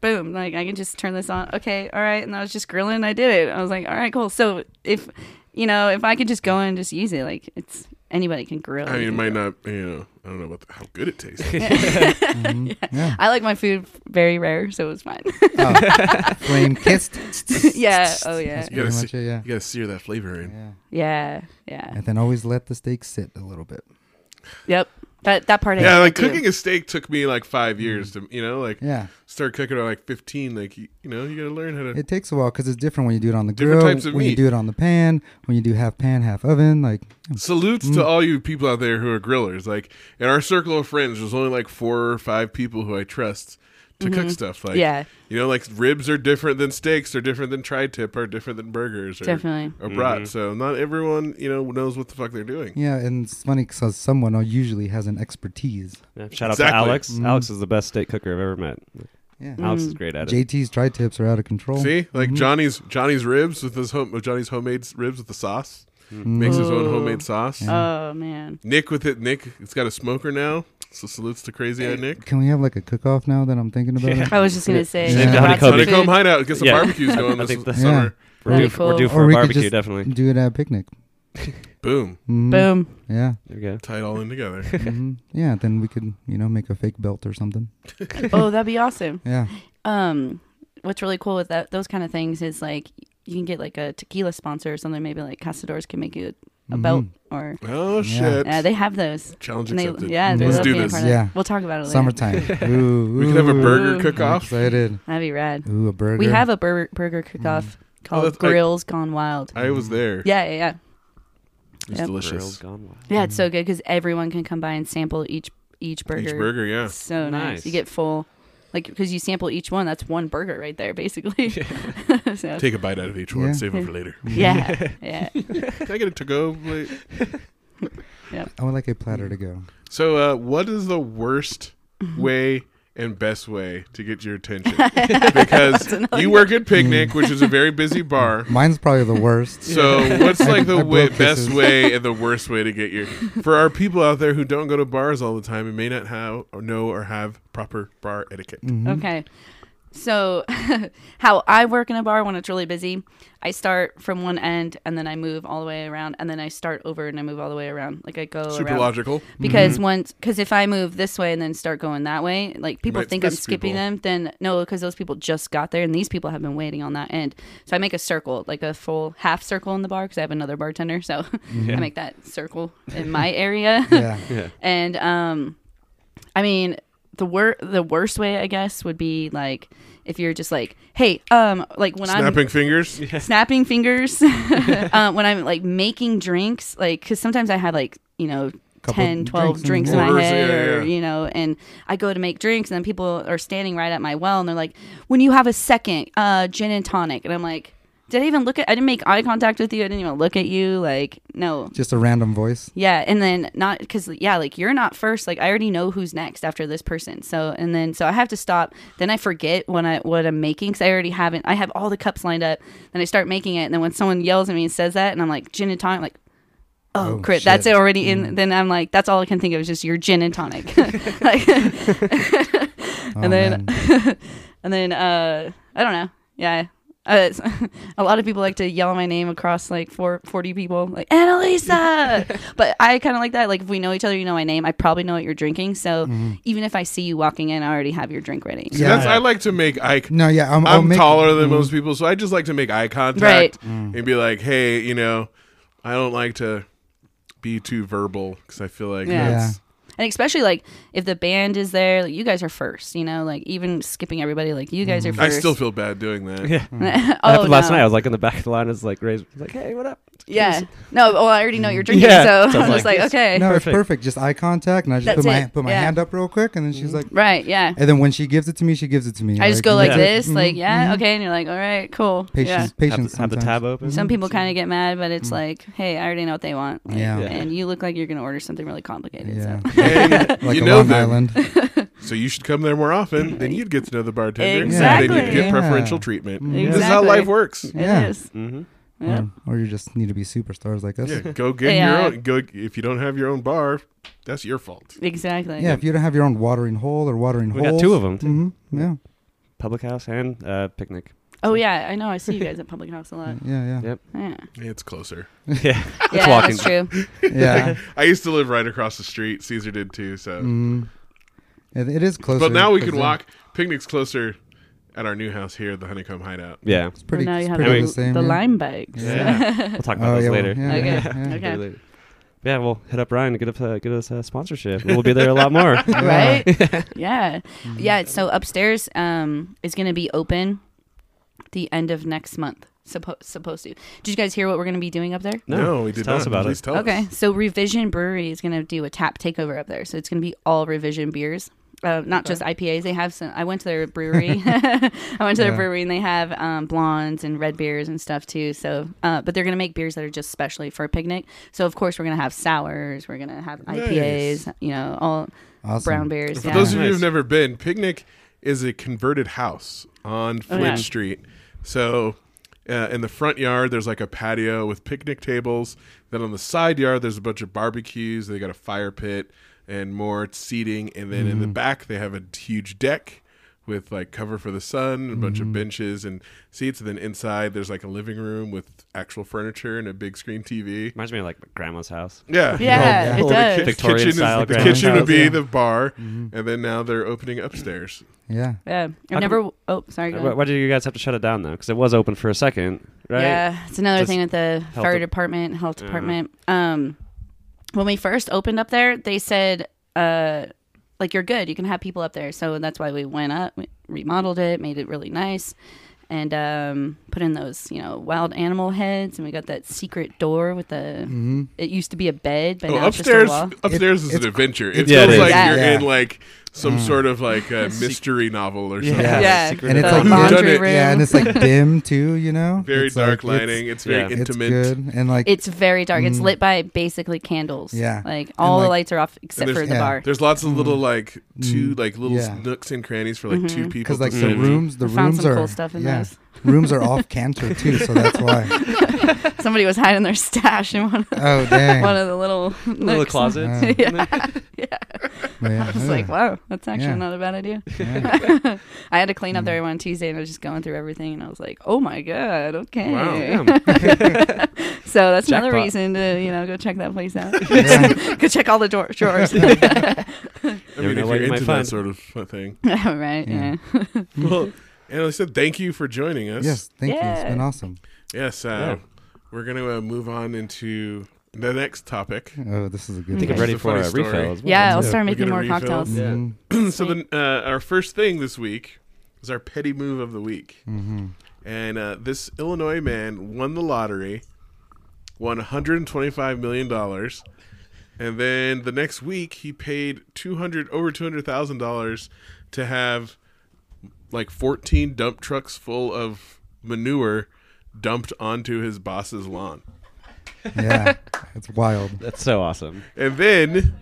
[SPEAKER 4] boom, like I can just turn this on. Okay, all right. And I was just grilling and I did it. I was like, all right, cool. So if you know, if I could just go in and just use it, like it's anybody can grill.
[SPEAKER 1] I
[SPEAKER 4] You
[SPEAKER 1] mean, it might
[SPEAKER 4] can grill.
[SPEAKER 1] not, you know, I don't know about the, how good it tastes.
[SPEAKER 2] Mm-hmm. Yeah. Oh.
[SPEAKER 4] I like my food very rare, so it was fine.
[SPEAKER 2] Flame kissed.
[SPEAKER 4] yeah. Oh yeah.
[SPEAKER 1] You gotta,
[SPEAKER 2] Pretty much
[SPEAKER 1] se-
[SPEAKER 2] it, yeah.
[SPEAKER 1] you gotta sear that flavor in.
[SPEAKER 2] Yeah.
[SPEAKER 4] Yeah. Yeah.
[SPEAKER 2] And then always let the steak sit a little bit.
[SPEAKER 4] Yep. That that part. I
[SPEAKER 1] Yeah,
[SPEAKER 4] had
[SPEAKER 1] like
[SPEAKER 4] to do.
[SPEAKER 1] cooking a steak took me like five years to, you know, like
[SPEAKER 2] Yeah.
[SPEAKER 1] start cooking at like 15. Like, you, you know, you gotta learn how to.
[SPEAKER 2] It takes a while because it's different when you do it on the
[SPEAKER 1] Different
[SPEAKER 2] grill,
[SPEAKER 1] types of
[SPEAKER 2] when
[SPEAKER 1] meat.
[SPEAKER 2] you do it on the pan, when you do half pan, half oven. Like,
[SPEAKER 1] Salutes to all you people out there who are grillers. Like in our circle of friends, there's only like four or five people who I trust to cook stuff. Like
[SPEAKER 4] Mm-hmm. Yeah.
[SPEAKER 1] you know, like ribs are different than steaks, are different than tri-tip, are different than burgers, or,
[SPEAKER 4] Definitely.
[SPEAKER 1] or brat. So not everyone you know knows what the fuck they're doing.
[SPEAKER 2] yeah, and it's funny because someone usually has an expertise.
[SPEAKER 3] Yeah, shout out
[SPEAKER 1] Exactly. Mm-hmm.
[SPEAKER 3] to Alex. Alex is the best steak cooker I've ever met.
[SPEAKER 2] Yeah.
[SPEAKER 3] Alex
[SPEAKER 4] Mm.
[SPEAKER 3] is great at it.
[SPEAKER 2] JT's tri tips are out of control.
[SPEAKER 1] See, like Johnny's Johnny's ribs with his home Johnny's homemade ribs with the sauce makes his own
[SPEAKER 4] Ooh.
[SPEAKER 1] homemade sauce.
[SPEAKER 4] Oh man.
[SPEAKER 1] Nick with it. Nick, it's got a smoker now. So salutes to crazy eyed Nick.
[SPEAKER 2] Can we have like a cook off now that I'm thinking about
[SPEAKER 3] Yeah.
[SPEAKER 2] it?
[SPEAKER 4] I was just gonna say. uh,
[SPEAKER 2] Yeah.
[SPEAKER 4] lots of
[SPEAKER 3] Honeycomb.
[SPEAKER 1] Honeycomb
[SPEAKER 4] food.
[SPEAKER 1] hideout. Get some
[SPEAKER 3] Yeah.
[SPEAKER 1] barbecues going
[SPEAKER 3] I
[SPEAKER 1] this
[SPEAKER 3] think that's-
[SPEAKER 1] summer.
[SPEAKER 3] We're,
[SPEAKER 4] That'd
[SPEAKER 3] due,
[SPEAKER 4] be
[SPEAKER 3] we're due
[SPEAKER 4] cool.
[SPEAKER 3] for
[SPEAKER 2] Or
[SPEAKER 3] a
[SPEAKER 2] we could
[SPEAKER 3] barbecue,
[SPEAKER 2] just-
[SPEAKER 3] definitely.
[SPEAKER 2] Do it at a picnic.
[SPEAKER 1] Boom.
[SPEAKER 2] Mhm.
[SPEAKER 4] Boom.
[SPEAKER 2] Yeah.
[SPEAKER 3] There we go.
[SPEAKER 1] Tie it all in together.
[SPEAKER 2] Mhm. Yeah. Then we could, you know, make a fake belt or something.
[SPEAKER 4] Oh, that'd be awesome.
[SPEAKER 2] Yeah.
[SPEAKER 4] um what's really cool with that those kind of things is like you can get like a tequila sponsor or something maybe like casadores can make you a belt or
[SPEAKER 1] Oh
[SPEAKER 2] Yeah.
[SPEAKER 1] shit!
[SPEAKER 4] uh, they have those
[SPEAKER 1] Challenge
[SPEAKER 4] and they,
[SPEAKER 1] accepted.
[SPEAKER 4] yeah they
[SPEAKER 1] let's
[SPEAKER 4] love
[SPEAKER 1] do
[SPEAKER 4] being a
[SPEAKER 1] this.
[SPEAKER 4] part of that.
[SPEAKER 2] Yeah.
[SPEAKER 4] we'll talk about it later
[SPEAKER 2] Mm-hmm. Summertime. Ooh,
[SPEAKER 1] We could have a
[SPEAKER 2] ooh.
[SPEAKER 1] burger
[SPEAKER 4] Ooh.
[SPEAKER 2] I'm
[SPEAKER 1] cook-off.
[SPEAKER 2] excited.
[SPEAKER 4] that'd be rad
[SPEAKER 2] Ooh, a burger.
[SPEAKER 4] we have a burger, burger cook-off called
[SPEAKER 1] that's- I-
[SPEAKER 4] grills gone wild
[SPEAKER 1] I was there.
[SPEAKER 4] Mm-hmm. yeah yeah yeah
[SPEAKER 1] it was
[SPEAKER 4] Yep.
[SPEAKER 1] delicious.
[SPEAKER 3] Gone wild.
[SPEAKER 4] yeah it's so good because everyone can come by and sample each each burger,
[SPEAKER 1] Each burger, yeah.
[SPEAKER 4] so nice.
[SPEAKER 3] Nice.
[SPEAKER 4] you get full like because you sample each one that's one burger right there basically so,
[SPEAKER 1] Take a bite out of each one.
[SPEAKER 2] Yeah.
[SPEAKER 1] Save it for later.
[SPEAKER 4] yeah yeah
[SPEAKER 1] Can I get a to go? plate?
[SPEAKER 2] I would like a platter to go.
[SPEAKER 1] So, uh, what is the worst
[SPEAKER 4] Mm-hmm.
[SPEAKER 1] way and best way to get your attention? Because you work at Picnic, which is a very busy bar.
[SPEAKER 2] Mine's probably the worst.
[SPEAKER 1] So, what's
[SPEAKER 2] I-
[SPEAKER 1] like the
[SPEAKER 2] I
[SPEAKER 1] way,
[SPEAKER 2] broke
[SPEAKER 1] best
[SPEAKER 2] kisses.
[SPEAKER 1] way and the worst way to get your for our people out there who don't go to bars all the time and may not have or know or have proper bar etiquette?
[SPEAKER 2] Mm-hmm.
[SPEAKER 4] Okay. So, how I work in a bar when it's really busy, I start from one end and then I move all the way around, and then I start over and I move all the way around. Like I go
[SPEAKER 1] Super
[SPEAKER 4] around.
[SPEAKER 1] logical. Mm-hmm.
[SPEAKER 4] Because once, because if I move this way and then start going that way, like people
[SPEAKER 1] might
[SPEAKER 4] think I'm
[SPEAKER 1] miss
[SPEAKER 4] skipping
[SPEAKER 1] people.
[SPEAKER 4] them. Then no, because those people just got there, and these people have been waiting on that end. So I make a circle, like a full half circle in the bar, because I have another bartender. So I make that circle in my area.
[SPEAKER 2] Yeah.
[SPEAKER 4] And um, I mean, the wor- the worst way, I guess, would be like if you're just like, hey, um, like when
[SPEAKER 1] Snapping fingers.
[SPEAKER 4] I'm snapping fingers, um, when I'm like making drinks, like because sometimes I had like you know.
[SPEAKER 2] Couple
[SPEAKER 4] 10
[SPEAKER 2] drinks
[SPEAKER 4] 12 drinks
[SPEAKER 2] in
[SPEAKER 4] in my
[SPEAKER 1] Orders,
[SPEAKER 4] head
[SPEAKER 1] yeah,
[SPEAKER 4] or
[SPEAKER 1] yeah.
[SPEAKER 4] you know and i go to make drinks and then people are standing right at my well and they're like when you have a second uh gin and tonic and i'm like did i even look at i didn't make eye contact with you i didn't even look at you like no
[SPEAKER 2] Just a random voice.
[SPEAKER 4] yeah, and then not because yeah, like you're not first. Like I already know who's next after this person. So and then so I have to stop. Then I forget when I what I'm making because I already haven't. I have all the cups lined up. Then I start making it, and then when someone yells at me and says that, and I'm like gin and tonic, I'm like. Oh,
[SPEAKER 2] Oh,
[SPEAKER 4] crap! That's
[SPEAKER 2] shit. Mm.
[SPEAKER 4] already in. Then I'm like, that's all I can think of is just your gin and tonic. like,
[SPEAKER 2] Oh,
[SPEAKER 4] and then,
[SPEAKER 2] man.
[SPEAKER 4] and then, uh, I don't know. Yeah, uh, it's- a lot of people like to yell my name across like four, 40 people, like Annalisa. but I kind of like that. Like if we know each other, you know my name. I probably know what you're drinking. So even if I see you walking in, I already have your drink ready.
[SPEAKER 1] See,
[SPEAKER 2] Yeah. Mm-hmm. Oh,
[SPEAKER 1] that's, I like to make eye
[SPEAKER 2] No, yeah, I'm, I'll
[SPEAKER 1] I'm
[SPEAKER 2] make-
[SPEAKER 1] taller than most people, so I just like to make eye contact
[SPEAKER 4] Right.
[SPEAKER 2] Mm.
[SPEAKER 1] and be like, "Hey, you know, I don't like to be too verbal because I feel like
[SPEAKER 4] Yeah.
[SPEAKER 1] that's
[SPEAKER 4] And especially like if the band is there, like, you guys are first. You know, like even skipping everybody, like you guys are first.
[SPEAKER 1] I Mm-hmm. still feel bad doing that."
[SPEAKER 3] Yeah.
[SPEAKER 4] oh,
[SPEAKER 2] Mm.
[SPEAKER 3] That happened last
[SPEAKER 4] no.
[SPEAKER 3] night. I was like in the back of the line. It's like Ray's like, "Hey, what up?"
[SPEAKER 4] Yeah. No, well, I already know what you're drinking,
[SPEAKER 3] Yeah.
[SPEAKER 4] so
[SPEAKER 3] So I'm
[SPEAKER 4] I'm just
[SPEAKER 3] like,
[SPEAKER 4] like, okay.
[SPEAKER 2] No, it's
[SPEAKER 3] Perfect.
[SPEAKER 2] perfect. Just eye contact, and I just
[SPEAKER 4] That's
[SPEAKER 2] put my
[SPEAKER 4] it.
[SPEAKER 2] put my
[SPEAKER 4] Yeah.
[SPEAKER 2] hand up real quick, and then she's like,
[SPEAKER 4] Right, yeah.
[SPEAKER 2] and then when she gives it to me, she gives it to me.
[SPEAKER 4] I just go like
[SPEAKER 3] yeah.
[SPEAKER 4] this,
[SPEAKER 2] Mhm,
[SPEAKER 4] like, yeah,
[SPEAKER 2] mhm.
[SPEAKER 4] okay. And you're like, all right, cool.
[SPEAKER 2] Patience, Mm-hmm.
[SPEAKER 3] Have,
[SPEAKER 2] patience.
[SPEAKER 3] the- have the
[SPEAKER 2] sometimes.
[SPEAKER 3] tab open.
[SPEAKER 4] Yeah. Some people kind of get mad, but it's
[SPEAKER 2] Mm.
[SPEAKER 4] like, hey, I already know what they want. Like,
[SPEAKER 2] Yeah.
[SPEAKER 3] Yeah.
[SPEAKER 4] And you look like you're going to order something really complicated.
[SPEAKER 2] Yeah,
[SPEAKER 4] So.
[SPEAKER 1] And
[SPEAKER 2] like
[SPEAKER 1] you
[SPEAKER 2] a
[SPEAKER 1] know
[SPEAKER 2] Long
[SPEAKER 1] them,
[SPEAKER 2] Island.
[SPEAKER 1] so you should come there more often. Then you'd get to know the bartender, and then you'd
[SPEAKER 4] Exactly.
[SPEAKER 1] get preferential
[SPEAKER 2] Yeah.
[SPEAKER 1] treatment.
[SPEAKER 2] Yeah.
[SPEAKER 1] This is how
[SPEAKER 4] Exactly.
[SPEAKER 1] life works.
[SPEAKER 2] Yeah.
[SPEAKER 4] It is.
[SPEAKER 3] hmm
[SPEAKER 4] Yeah.
[SPEAKER 2] Or, or you just need to be superstars like us.
[SPEAKER 1] Yeah,
[SPEAKER 2] Yeah.
[SPEAKER 1] go get
[SPEAKER 4] Yeah.
[SPEAKER 1] your own. Go if you don't have your own bar, that's your fault.
[SPEAKER 4] Exactly.
[SPEAKER 2] if you don't have your own watering hole or watering
[SPEAKER 3] We
[SPEAKER 2] holes.
[SPEAKER 3] got two of them:
[SPEAKER 2] Mm-hmm. Yeah.
[SPEAKER 3] public house and uh, picnic.
[SPEAKER 4] Oh, yeah. I know. I see you guys at Public House a lot.
[SPEAKER 2] Yeah, yeah,
[SPEAKER 3] Yep.
[SPEAKER 4] Yeah.
[SPEAKER 1] It's closer.
[SPEAKER 3] yeah,
[SPEAKER 4] yeah,
[SPEAKER 3] walking.
[SPEAKER 4] that's true.
[SPEAKER 2] yeah.
[SPEAKER 1] I used to live right across the street. Caesar did too. So,
[SPEAKER 2] Mhm. It, it is closer.
[SPEAKER 1] but now we can
[SPEAKER 2] 'cause
[SPEAKER 1] walk. Picnic's closer at our new house here, the Honeycomb Hideout.
[SPEAKER 3] yeah.
[SPEAKER 2] It's pretty.
[SPEAKER 4] well, now you
[SPEAKER 2] it's
[SPEAKER 4] have
[SPEAKER 2] pretty
[SPEAKER 3] I mean-
[SPEAKER 4] the,
[SPEAKER 2] the same.
[SPEAKER 4] the
[SPEAKER 2] yeah.
[SPEAKER 4] lime bikes.
[SPEAKER 3] Yeah. We'll talk about
[SPEAKER 2] Oh,
[SPEAKER 3] those
[SPEAKER 2] yeah, well,
[SPEAKER 3] later.
[SPEAKER 2] yeah,
[SPEAKER 4] Okay.
[SPEAKER 2] yeah, yeah.
[SPEAKER 4] Okay.
[SPEAKER 3] Maybe later. Yeah, we'll hit up Ryan to get us uh, get us uh, sponsorship. We'll be there a lot more.
[SPEAKER 4] right? yeah.
[SPEAKER 2] Mm-hmm.
[SPEAKER 4] Yeah. So upstairs um, is going to be open the end of next month. Suppo- supposed to. Did you guys hear what we're going to be doing up there?
[SPEAKER 1] No, we did
[SPEAKER 3] tell
[SPEAKER 1] not.
[SPEAKER 3] us about
[SPEAKER 1] Please
[SPEAKER 3] it.
[SPEAKER 1] tell
[SPEAKER 4] okay.
[SPEAKER 1] us.
[SPEAKER 4] So Revision Brewery is going to do a tap takeover up there. So it's going to be all Revision beers. Uh, not just IPAs. They have some. I went to their brewery. I went to their
[SPEAKER 2] Yeah.
[SPEAKER 4] brewery and they have um, blondes and red beers and stuff too. So, uh, but they're gonna make beers that are just specially for a picnic. So of course we're gonna have sours. We're gonna have IPAs. You know, all
[SPEAKER 2] Awesome.
[SPEAKER 4] brown beers.
[SPEAKER 1] For
[SPEAKER 4] yeah.
[SPEAKER 1] those of you who've
[SPEAKER 3] Nice.
[SPEAKER 1] never been, Picnic is a converted house on Flint
[SPEAKER 4] Oh, yeah.
[SPEAKER 1] Street. So uh, in the front yard, there's like a patio with picnic tables. Then on the side yard, there's a bunch of barbecues. They got a fire pit and more seating. And then
[SPEAKER 4] Mm-hmm.
[SPEAKER 1] in the back, they have a huge deck with like cover for the sun, a
[SPEAKER 4] Mm-hmm.
[SPEAKER 1] bunch of benches and seats. And then inside, there's like a living room with actual furniture and a big screen TV.
[SPEAKER 3] Reminds me of like my grandma's house.
[SPEAKER 1] Yeah.
[SPEAKER 4] Yeah,
[SPEAKER 1] Well,
[SPEAKER 4] it does.
[SPEAKER 1] the ki-
[SPEAKER 3] Victorian
[SPEAKER 1] kitchen, is,
[SPEAKER 3] style
[SPEAKER 1] the
[SPEAKER 3] grand
[SPEAKER 1] kitchen would
[SPEAKER 3] house,
[SPEAKER 1] be
[SPEAKER 3] yeah.
[SPEAKER 1] the bar, and then now they're opening upstairs.
[SPEAKER 2] Mm-hmm. Yeah.
[SPEAKER 4] Yeah,
[SPEAKER 3] How
[SPEAKER 4] I've never. Oh, sorry. Go
[SPEAKER 3] Uh,
[SPEAKER 4] ahead.
[SPEAKER 3] Why, why did you guys have to shut it down though? Because it was open for a second, right?
[SPEAKER 4] Yeah, it's another
[SPEAKER 3] Just
[SPEAKER 4] thing with the
[SPEAKER 3] health
[SPEAKER 4] fire
[SPEAKER 3] de-
[SPEAKER 4] department, health
[SPEAKER 3] Yeah.
[SPEAKER 4] department. Um, when we first opened up there, they said, uh, like you're good, you can have people up there. So that's why we went up, we remodeled it, made it really nice, and um, put in those you know wild animal heads, and we got that secret door with the.
[SPEAKER 2] Mm-hmm.
[SPEAKER 4] It used to be a bed, but
[SPEAKER 1] Oh,
[SPEAKER 4] now
[SPEAKER 1] upstairs,
[SPEAKER 4] it's just a wall.
[SPEAKER 1] upstairs is an
[SPEAKER 2] it's-
[SPEAKER 1] adventure. It
[SPEAKER 3] Yeah, it
[SPEAKER 1] feels
[SPEAKER 3] is.
[SPEAKER 1] like
[SPEAKER 4] Yeah.
[SPEAKER 1] you're
[SPEAKER 2] Yeah. Mm.
[SPEAKER 1] in like some sort of like a mystery novel or something.
[SPEAKER 3] Yeah.
[SPEAKER 4] Yeah,
[SPEAKER 3] Secret
[SPEAKER 2] And it's
[SPEAKER 4] the
[SPEAKER 2] like
[SPEAKER 4] laundry
[SPEAKER 1] Done it.
[SPEAKER 4] room.
[SPEAKER 2] Yeah, and it's like dim too. You know.
[SPEAKER 1] Very
[SPEAKER 2] It's like-
[SPEAKER 1] dark
[SPEAKER 2] it's-
[SPEAKER 1] lighting. It's,
[SPEAKER 3] yeah.
[SPEAKER 1] very
[SPEAKER 2] It's,
[SPEAKER 1] intimate.
[SPEAKER 2] good and like
[SPEAKER 4] It's very dark. It's lit by basically candles.
[SPEAKER 2] Mm. Yeah.
[SPEAKER 4] like
[SPEAKER 2] And,
[SPEAKER 4] all the
[SPEAKER 2] like-
[SPEAKER 4] lights are off
[SPEAKER 1] And
[SPEAKER 4] except
[SPEAKER 1] there's,
[SPEAKER 4] for the
[SPEAKER 2] Yeah. Mm.
[SPEAKER 4] bar.
[SPEAKER 1] there's lots of little like two like little
[SPEAKER 2] Yeah.
[SPEAKER 1] nooks and crannies for like
[SPEAKER 4] Mm-hmm.
[SPEAKER 1] two people.
[SPEAKER 2] because like
[SPEAKER 1] to
[SPEAKER 2] the
[SPEAKER 1] sit in.
[SPEAKER 2] rooms, the
[SPEAKER 4] I found
[SPEAKER 2] rooms
[SPEAKER 4] some
[SPEAKER 2] are
[SPEAKER 4] cool stuff in
[SPEAKER 2] yeah,
[SPEAKER 4] those.
[SPEAKER 2] rooms are off canter too, so that's why.
[SPEAKER 4] Somebody was hiding their stash in one of
[SPEAKER 2] Oh dang!
[SPEAKER 4] one of the little
[SPEAKER 3] Little
[SPEAKER 4] nooks.
[SPEAKER 3] closets.
[SPEAKER 2] Yeah.
[SPEAKER 4] yeah,
[SPEAKER 2] Yeah,
[SPEAKER 4] I was like, wow, that's actually
[SPEAKER 2] Yeah. Mm.
[SPEAKER 4] not a bad idea.
[SPEAKER 2] yeah.
[SPEAKER 4] I had to clean up there one Tuesday, and I was just going through everything, and I was like, oh my god, okay.
[SPEAKER 1] Wow,
[SPEAKER 3] Damn.
[SPEAKER 4] So that's another
[SPEAKER 3] Jackpot.
[SPEAKER 4] reason to you know go check that place out.
[SPEAKER 2] Yeah.
[SPEAKER 4] go check all the drawer- drawers.
[SPEAKER 1] I
[SPEAKER 3] Never
[SPEAKER 1] mean,
[SPEAKER 3] know
[SPEAKER 1] if
[SPEAKER 3] what
[SPEAKER 1] you're
[SPEAKER 3] you might
[SPEAKER 1] into that
[SPEAKER 3] find.
[SPEAKER 1] sort of thing.
[SPEAKER 4] right?
[SPEAKER 2] Yeah.
[SPEAKER 4] Yeah.
[SPEAKER 1] well, and I said thank you for joining us.
[SPEAKER 2] Mm-hmm. Yes, thank you. It's been
[SPEAKER 4] Yeah.
[SPEAKER 2] awesome.
[SPEAKER 1] Yes. Uh, We're gonna uh, move on into the next topic.
[SPEAKER 2] Oh, this is a good.
[SPEAKER 3] I think I'm
[SPEAKER 2] one.
[SPEAKER 1] This
[SPEAKER 3] ready
[SPEAKER 1] is a
[SPEAKER 3] for
[SPEAKER 1] funny
[SPEAKER 3] a
[SPEAKER 1] story.
[SPEAKER 3] refill. As well.
[SPEAKER 4] Yeah, I'll
[SPEAKER 1] Yeah,
[SPEAKER 4] start
[SPEAKER 1] we
[SPEAKER 4] making
[SPEAKER 1] get a
[SPEAKER 4] more
[SPEAKER 1] refill.
[SPEAKER 4] cocktails.
[SPEAKER 3] Yeah.
[SPEAKER 2] Mhm.
[SPEAKER 1] so then uh, our first thing this week is our petty move of the week
[SPEAKER 3] Mm-hmm.
[SPEAKER 1] and uh, this illinois man won the lottery won 125 million dollars and then the next week he paid 200 over 200 thousand dollars to have like 14 dump trucks full of manure dumped onto his boss's lawn
[SPEAKER 2] Yeah, it's wild.
[SPEAKER 3] That's so awesome.
[SPEAKER 1] and then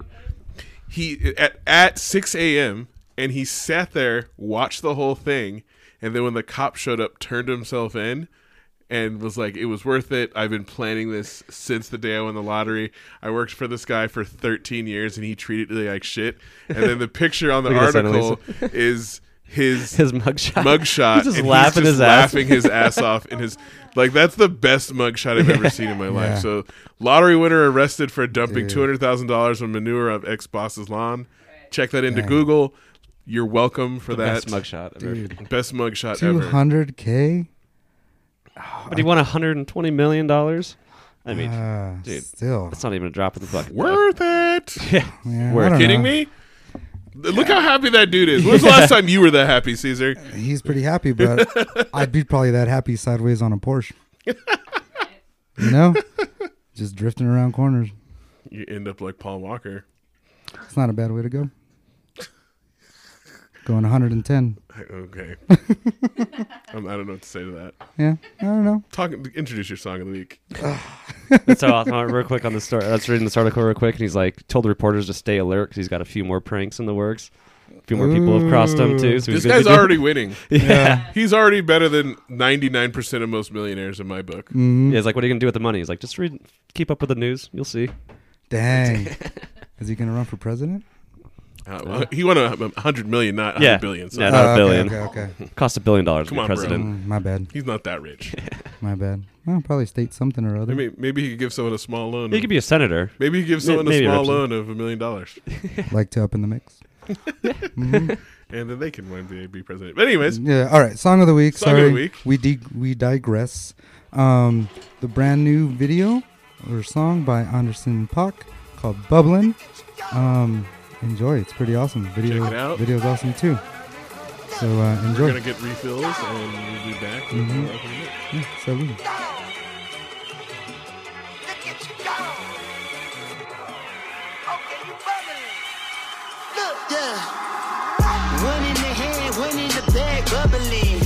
[SPEAKER 1] he at at 6 a.m. and he sat there, watched the whole thing, and then when the cop showed up, turned himself in and was like, "It was worth it. I've been planning this since the day I won the lottery. I worked for this guy for 13 years, and he treated me like shit." And then the picture on the
[SPEAKER 3] Look at this,
[SPEAKER 1] article is his
[SPEAKER 3] His mugshot.
[SPEAKER 1] mugshot.
[SPEAKER 3] He's just
[SPEAKER 1] and
[SPEAKER 3] laughing
[SPEAKER 1] he's
[SPEAKER 3] his
[SPEAKER 1] just
[SPEAKER 3] ass.
[SPEAKER 1] laughing his ass off in his like that's the best mugshot I've ever seen in my life.
[SPEAKER 2] Yeah.
[SPEAKER 1] So lottery winner arrested for dumping
[SPEAKER 2] Dude.
[SPEAKER 1] two hundred thousand dollars on manure of ex boss's lawn. Check that into Google. You're welcome for that
[SPEAKER 3] Best mugshot. I've ever-
[SPEAKER 1] best mugshot
[SPEAKER 2] Two
[SPEAKER 1] ever.
[SPEAKER 2] hundred k.
[SPEAKER 3] But Uh, he won 120 million dollars. I mean, dude.
[SPEAKER 2] Ah, Still,
[SPEAKER 3] that's not even a drop in the bucket. though.
[SPEAKER 1] Worth it.
[SPEAKER 3] Yeah.
[SPEAKER 2] yeah,
[SPEAKER 3] We're
[SPEAKER 2] I don't
[SPEAKER 1] Kidding
[SPEAKER 2] know.
[SPEAKER 1] me? Look how happy that dude is. When's the last time you were that happy, Caesar?
[SPEAKER 2] He's pretty happy, but I'd be probably that happy sideways on a Porsche. You know, just drifting around corners.
[SPEAKER 1] You end up like Paul Walker.
[SPEAKER 2] It's not a bad way to go. Going 110.
[SPEAKER 1] I- Okay. Um, I don't know what to say to that.
[SPEAKER 2] Yeah, I don't know.
[SPEAKER 1] Talk. Introduce your song of the week.
[SPEAKER 3] That's so awesome. All right, Real quick on the story. I was reading this article real quick, and he's like, told the reporters to stay alert because he's got a few more pranks in the works. A few more people have crossed him, too. So
[SPEAKER 1] This
[SPEAKER 3] he's gonna
[SPEAKER 1] guy's
[SPEAKER 3] be doing-
[SPEAKER 1] already winning.
[SPEAKER 3] Yeah.
[SPEAKER 1] He's already better than 99% of most millionaires in my book.
[SPEAKER 2] Mm-hmm.
[SPEAKER 3] yeah. He's like, what are you going to do with the money? He's like, just read, keep up with the news. You'll see.
[SPEAKER 2] Dang. Is he gonna run for president?
[SPEAKER 1] Uh, well, he won a 100 million, not a
[SPEAKER 3] Yeah.
[SPEAKER 1] 100 billion. So
[SPEAKER 3] Yeah, no. Not a
[SPEAKER 2] Oh, okay,
[SPEAKER 3] billion.
[SPEAKER 2] Okay, okay.
[SPEAKER 3] Cost a billion dollars to
[SPEAKER 1] Come
[SPEAKER 3] be
[SPEAKER 1] on, bro.
[SPEAKER 3] president.
[SPEAKER 2] Mm, my bad.
[SPEAKER 1] he's not that rich.
[SPEAKER 2] My bad. I'll probably state something or other.
[SPEAKER 1] I mean, maybe he could give someone a small loan.
[SPEAKER 3] He could be a senator.
[SPEAKER 1] maybe he gives someone
[SPEAKER 3] maybe
[SPEAKER 1] a
[SPEAKER 3] a
[SPEAKER 1] small
[SPEAKER 3] represent-
[SPEAKER 1] loan of a million dollars.
[SPEAKER 2] like to up in the mix. Mhm.
[SPEAKER 1] And then they can win the AB president. But anyways,
[SPEAKER 2] Yeah. All right. Song of the week.
[SPEAKER 1] Song of
[SPEAKER 2] Sorry.
[SPEAKER 1] the week.
[SPEAKER 2] We dig we digress. Um, the brand new video or song by Anderson Pock called Bubbling. Um, enjoy. It's pretty awesome. Video
[SPEAKER 1] Check it out.
[SPEAKER 2] video's awesome too. So uh,
[SPEAKER 1] we're
[SPEAKER 2] enjoy.
[SPEAKER 1] going to get refills and we'll be back. with
[SPEAKER 2] Mhm.
[SPEAKER 3] Mm-hmm.
[SPEAKER 1] more up in a minute.
[SPEAKER 2] Yeah, salute.
[SPEAKER 5] Look at you go. Okay, you bubbling. Look.
[SPEAKER 6] Yeah. One in the hand, one in the bag, bubbling.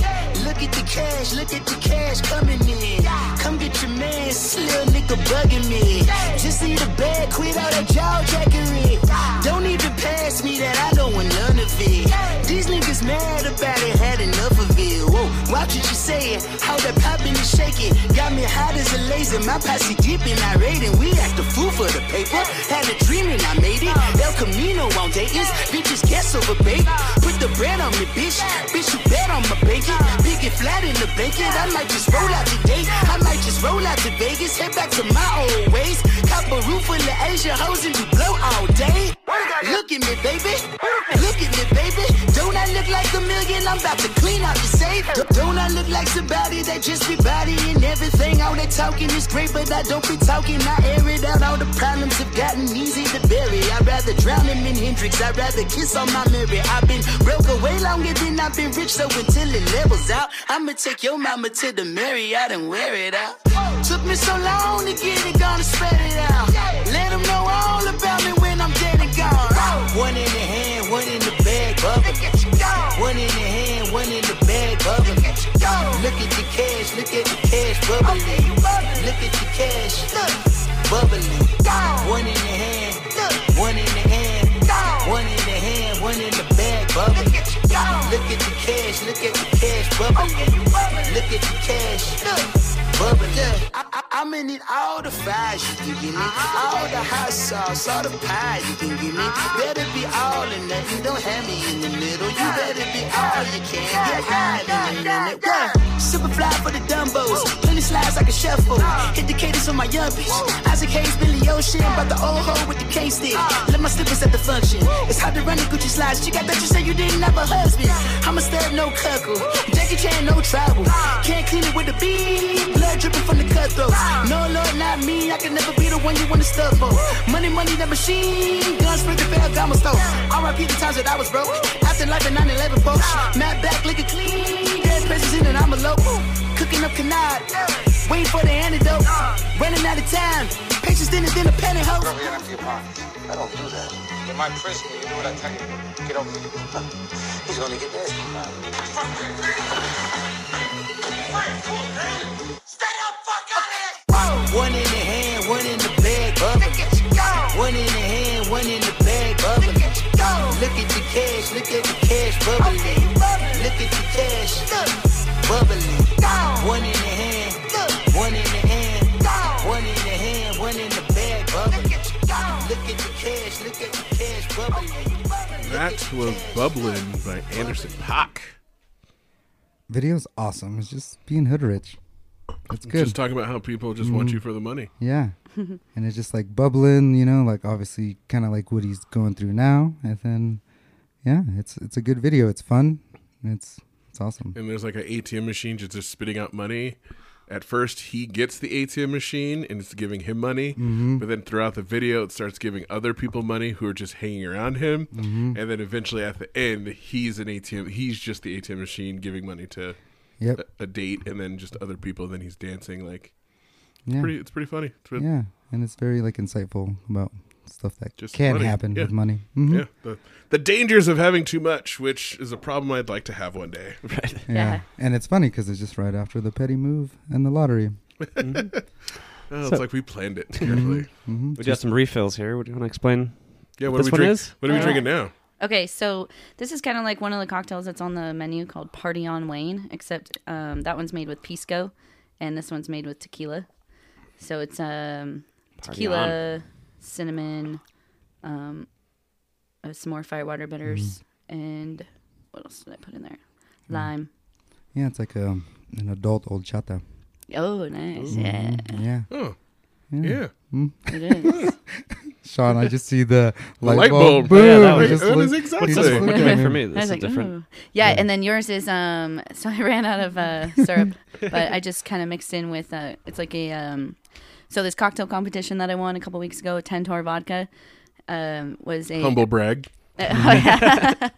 [SPEAKER 6] Look at the cash, look at the cash coming in. Come get your man, this little nigga bugging me. Just see the bag, quit all that jaw jackery. Don't even pass me that, I don't want none of it. These niggas mad about it, had enough of it. Whoa, watch what you saying, how that popping is shaking. Got me hot as a laser, my posse dipping, I raiding. We act the fool for the paper, had a dream and I made it. El Camino on Dayton's, bitches guess over bacon. Put the bread on me, bitch. Bitch, you bet on my bacon. Big and flat in the bacon. I might just roll out today. I might just roll out to Vegas. Head back to my old ways. Cop a roof full of Asia hoes and we blow all day. Look at me, baby. Look at me, baby. Don't I look like a million? I'm about to clean out the safe. Don't I look like somebody that just be bodying everything? All that talking is great, but I don't be talking. I air it out. All the problems have gotten easy to bury. I'd rather drown him in Hendrix. I'd rather kiss on my Mary. I've been broke away longer than I've been rich. So until it levels out, I'ma take your mama to the Marriott and wear it out. Took me so long to get it, gonna spread it out. Let 'em know all about me when I'm dead and gone. One in the hand, one in the bag, bubble. One in the hand, one in the bag, bubble. Look at the cash, look at the cash, bubbling. Look at the cash, look, bubbling. One in the hand, look, one in the hand, one in the hand, one in the bag, bubbling. Look at the cash, look at the cash, bubbling. Look at the cash, look, bubbling. I, I, I'm in it all the fries you can give me, all the hot sauce, all the pie you can give me. Better be all or nothing, don't have me in the middle. You better be all you can, get high in a minute. Yeah. Super fly for the dumbos, plenty slides like a shuffle. Hit the cadence on my young bitch. Isaac Hayes, Billy Ocean, about the old hoe with the K stick. Let my slippers at the function. It's hard to run the Gucci slides. Chick, I bet you say you didn't have a husband. I'ma stab no cuckoo. Jackie Chan, no trouble. Can't clean it with a bead. Blood dripping from the cutthroat. No, Lord, not me. I can never be the one you wanna stuff on. Money, money, that machine. Guns, spring the bell, got my stove. RIP the times that I was broke. Afterlife of 9 11 folks. Matt back, liquor clean. Dead presence in and I'm a local. Cooking up canard. Waiting for the antidote. Running out of time. Patience thinner than a pantyhose.
[SPEAKER 5] Rub it into your pocket. I don't do that. You're my prisoner. You do what I tell you. Get over here. He's gonna get nasty now. Stay the fuck out of here!
[SPEAKER 6] One in the hand, one in the bag, bubble. One in the hand, one in the bag, bubble. Look at the cash, look at the cash, bubble. Look at the cash, bubbling. One in the hand, one in the hand, one in the hand, one in the bag, bubble. Look at the cash, look at the cash, bubble.
[SPEAKER 1] That was Bubbling by Anderson Paak.
[SPEAKER 2] Video's awesome. It's just being hood rich. It's good.
[SPEAKER 1] Just talking about how people just
[SPEAKER 3] Mm-hmm.
[SPEAKER 1] want you for the money.
[SPEAKER 2] Yeah. and it's just like bubbling, you know, like obviously kind of like what he's going through now. And then, yeah, it's it's a good video. It's fun. It's it's awesome.
[SPEAKER 1] and there's like an ATM machine just, just spitting out money. At first, he gets the ATM machine and it's giving him money. But then throughout the video, it starts giving other people money who are just hanging around him. And then eventually, at the end, he's an ATM. He's just the ATM machine giving money to
[SPEAKER 2] Yep.
[SPEAKER 1] a, a date and then just other people. then he's dancing like
[SPEAKER 2] Yeah.
[SPEAKER 1] Pretty, it's pretty funny. It's re-
[SPEAKER 2] yeah. And it's very like insightful about stuff that
[SPEAKER 1] Just
[SPEAKER 2] can
[SPEAKER 1] money.
[SPEAKER 2] happen
[SPEAKER 1] Yeah.
[SPEAKER 2] with money. Mhm.
[SPEAKER 1] yeah. The, the dangers of having too much, which is a problem I'd like to have one day.
[SPEAKER 3] Right.
[SPEAKER 2] Yeah.
[SPEAKER 4] Yeah.
[SPEAKER 2] And it's funny because it's just right after the petty move and the lottery.
[SPEAKER 1] Oh,
[SPEAKER 3] So-
[SPEAKER 1] it's like we planned it carefully.
[SPEAKER 2] hmm
[SPEAKER 3] We got some refills here. Would you want to explain?
[SPEAKER 1] yeah, what
[SPEAKER 3] This
[SPEAKER 1] are we
[SPEAKER 3] one
[SPEAKER 1] drink-
[SPEAKER 3] is?
[SPEAKER 1] What are we
[SPEAKER 4] Yeah.
[SPEAKER 1] drinking now?
[SPEAKER 4] Okay, so this is kind of like one of the cocktails that's on the menu called Party on Wayne, except um, that one's made with pisco, and this one's made with tequila. So it's um,
[SPEAKER 3] Party
[SPEAKER 4] tequila, cinnamon, um, uh, some more firewater bitters,
[SPEAKER 3] Mm-hmm.
[SPEAKER 4] and what else did I put in
[SPEAKER 3] Mm.
[SPEAKER 4] there? Lime.
[SPEAKER 2] Yeah, it's like a, an adult old chata. Mm-hmm.
[SPEAKER 4] Oh, nice. Yeah,
[SPEAKER 2] Yeah.
[SPEAKER 1] Oh,
[SPEAKER 2] Yeah.
[SPEAKER 1] yeah.
[SPEAKER 4] it is.
[SPEAKER 2] Sean, I just see the light,
[SPEAKER 1] light
[SPEAKER 2] bulb.
[SPEAKER 1] bulb. Yeah,
[SPEAKER 2] Boom.
[SPEAKER 3] that was-
[SPEAKER 2] He just
[SPEAKER 1] that
[SPEAKER 2] looked-
[SPEAKER 1] was
[SPEAKER 2] he
[SPEAKER 1] exactly-
[SPEAKER 2] just
[SPEAKER 1] What's
[SPEAKER 2] looked
[SPEAKER 3] What do you make
[SPEAKER 2] at
[SPEAKER 3] for
[SPEAKER 2] him.
[SPEAKER 3] me? This
[SPEAKER 4] I
[SPEAKER 3] is
[SPEAKER 4] was like,
[SPEAKER 3] different.
[SPEAKER 4] "Ooh." Yeah, and then yours is um. So I ran out of uh, syrup, but I just kind of mixed in with uh. It's like a um. So this cocktail competition that I won a couple weeks ago, Tentor Vodka, um, was a
[SPEAKER 1] Humble brag.
[SPEAKER 4] oh, yeah.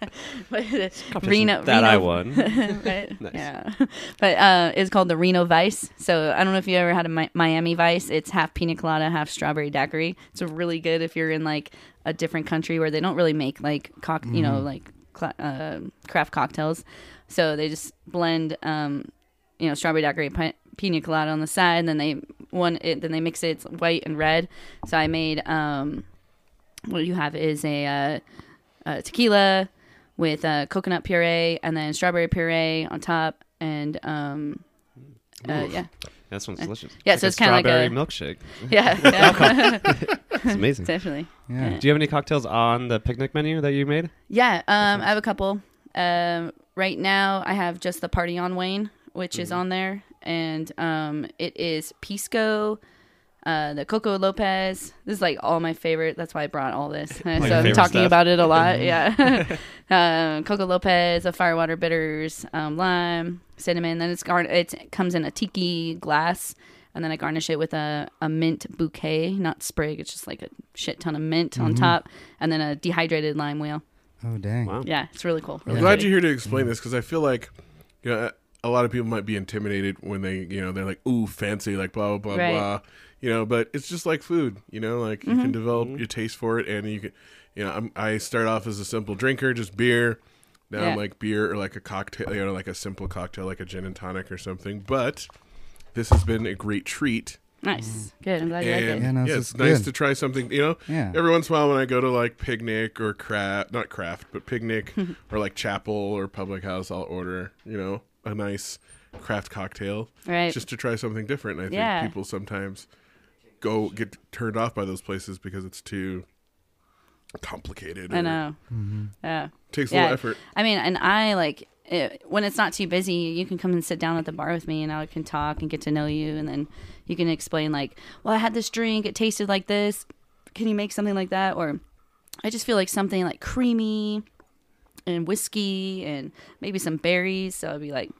[SPEAKER 4] What is it? Reno
[SPEAKER 3] that I
[SPEAKER 4] Reno-
[SPEAKER 3] won.
[SPEAKER 4] right? Yeah, but uh, it's called the Reno Vice. So I don't know if you ever had a Mi- Miami Vice. It's half pina colada, half strawberry daiquiri. It's really good if you're in like a different country where they don't really make like cock, you know, like cla uh, craft cocktails. So they just blend, um, you know, strawberry daiquiri, pi- pina colada on the side, and then they one, it, then they mix it. It's white and red. So I made um, what you have is a uh, uh, tequila with uh, coconut puree and then strawberry puree on top and um uh, yeah
[SPEAKER 3] This one's delicious.
[SPEAKER 4] Yeah, so it's kinda like
[SPEAKER 3] strawberry
[SPEAKER 4] a-
[SPEAKER 3] milkshake.
[SPEAKER 4] yeah, yeah
[SPEAKER 3] It's amazing.
[SPEAKER 4] definitely
[SPEAKER 2] Yeah.
[SPEAKER 3] Do you have any cocktails on the picnic menu that you made?
[SPEAKER 4] yeah um i have a couple um right now i have just the party on wayne which is
[SPEAKER 3] Mm-hmm.
[SPEAKER 4] on there and um it is pisco uh, the Coco Lopez. This is like all my favorite. That's why I brought all this. so I'm
[SPEAKER 3] your favorite
[SPEAKER 4] talking
[SPEAKER 3] stuff. Mm-hmm.
[SPEAKER 4] about it a lot. Yeah. um, Coco Lopez, a firewater bitters, um, lime, cinnamon. Then it's gar- it's, it comes in a tiki glass, and then I garnish it with a, a mint bouquet, not sprig. It's just like a shit ton of mint on
[SPEAKER 3] Mm-hmm.
[SPEAKER 4] top, and then a dehydrated lime wheel.
[SPEAKER 2] Oh, dang.
[SPEAKER 3] Wow.
[SPEAKER 4] Yeah, it's really cool.
[SPEAKER 1] I'm
[SPEAKER 4] Really
[SPEAKER 1] glad
[SPEAKER 4] pretty.
[SPEAKER 1] you're here to explain this because I feel like you know, a lot of people might be intimidated when they, you know, they're like, ooh, fancy, like blah, blah, blah,
[SPEAKER 4] Right. Mm-hmm.
[SPEAKER 1] blah. You know, but it's just like food, you know, like you can develop your taste for it and you can, you know, I'm, I start off as a simple drinker, just beer. Now
[SPEAKER 4] Yeah.
[SPEAKER 1] I'm like beer or like a cocktail, you know, like a simple cocktail, like a gin and tonic or something. But this has been a great treat
[SPEAKER 4] Nice. Good. I'm glad you like
[SPEAKER 1] and
[SPEAKER 4] it.
[SPEAKER 2] Yeah, no,
[SPEAKER 1] yeah,
[SPEAKER 2] this
[SPEAKER 1] it's
[SPEAKER 2] is
[SPEAKER 1] nice
[SPEAKER 2] good.
[SPEAKER 1] to try something. You know,
[SPEAKER 2] Yeah.
[SPEAKER 1] Every once in a while, when I go to like picnic or craft, not craft, but picnic or like chapel or public house, I'll order you know a nice craft cocktail,
[SPEAKER 4] Right.
[SPEAKER 1] Just to try something different. And I think
[SPEAKER 4] Yeah.
[SPEAKER 1] people sometimes go get turned off by those places because it's too complicated.
[SPEAKER 4] I
[SPEAKER 1] or
[SPEAKER 4] know. Yeah.
[SPEAKER 1] Takes a
[SPEAKER 4] yeah.
[SPEAKER 1] little effort.
[SPEAKER 4] I mean, and I like it, when it's not too busy, you can come and sit down at the bar with me, and I can talk and get to know you, and then you can explain like, well, I had this drink, it tasted like this. Can you make something like that? Or I just feel like something like creamy and whiskey and maybe some berries. So I'd be like.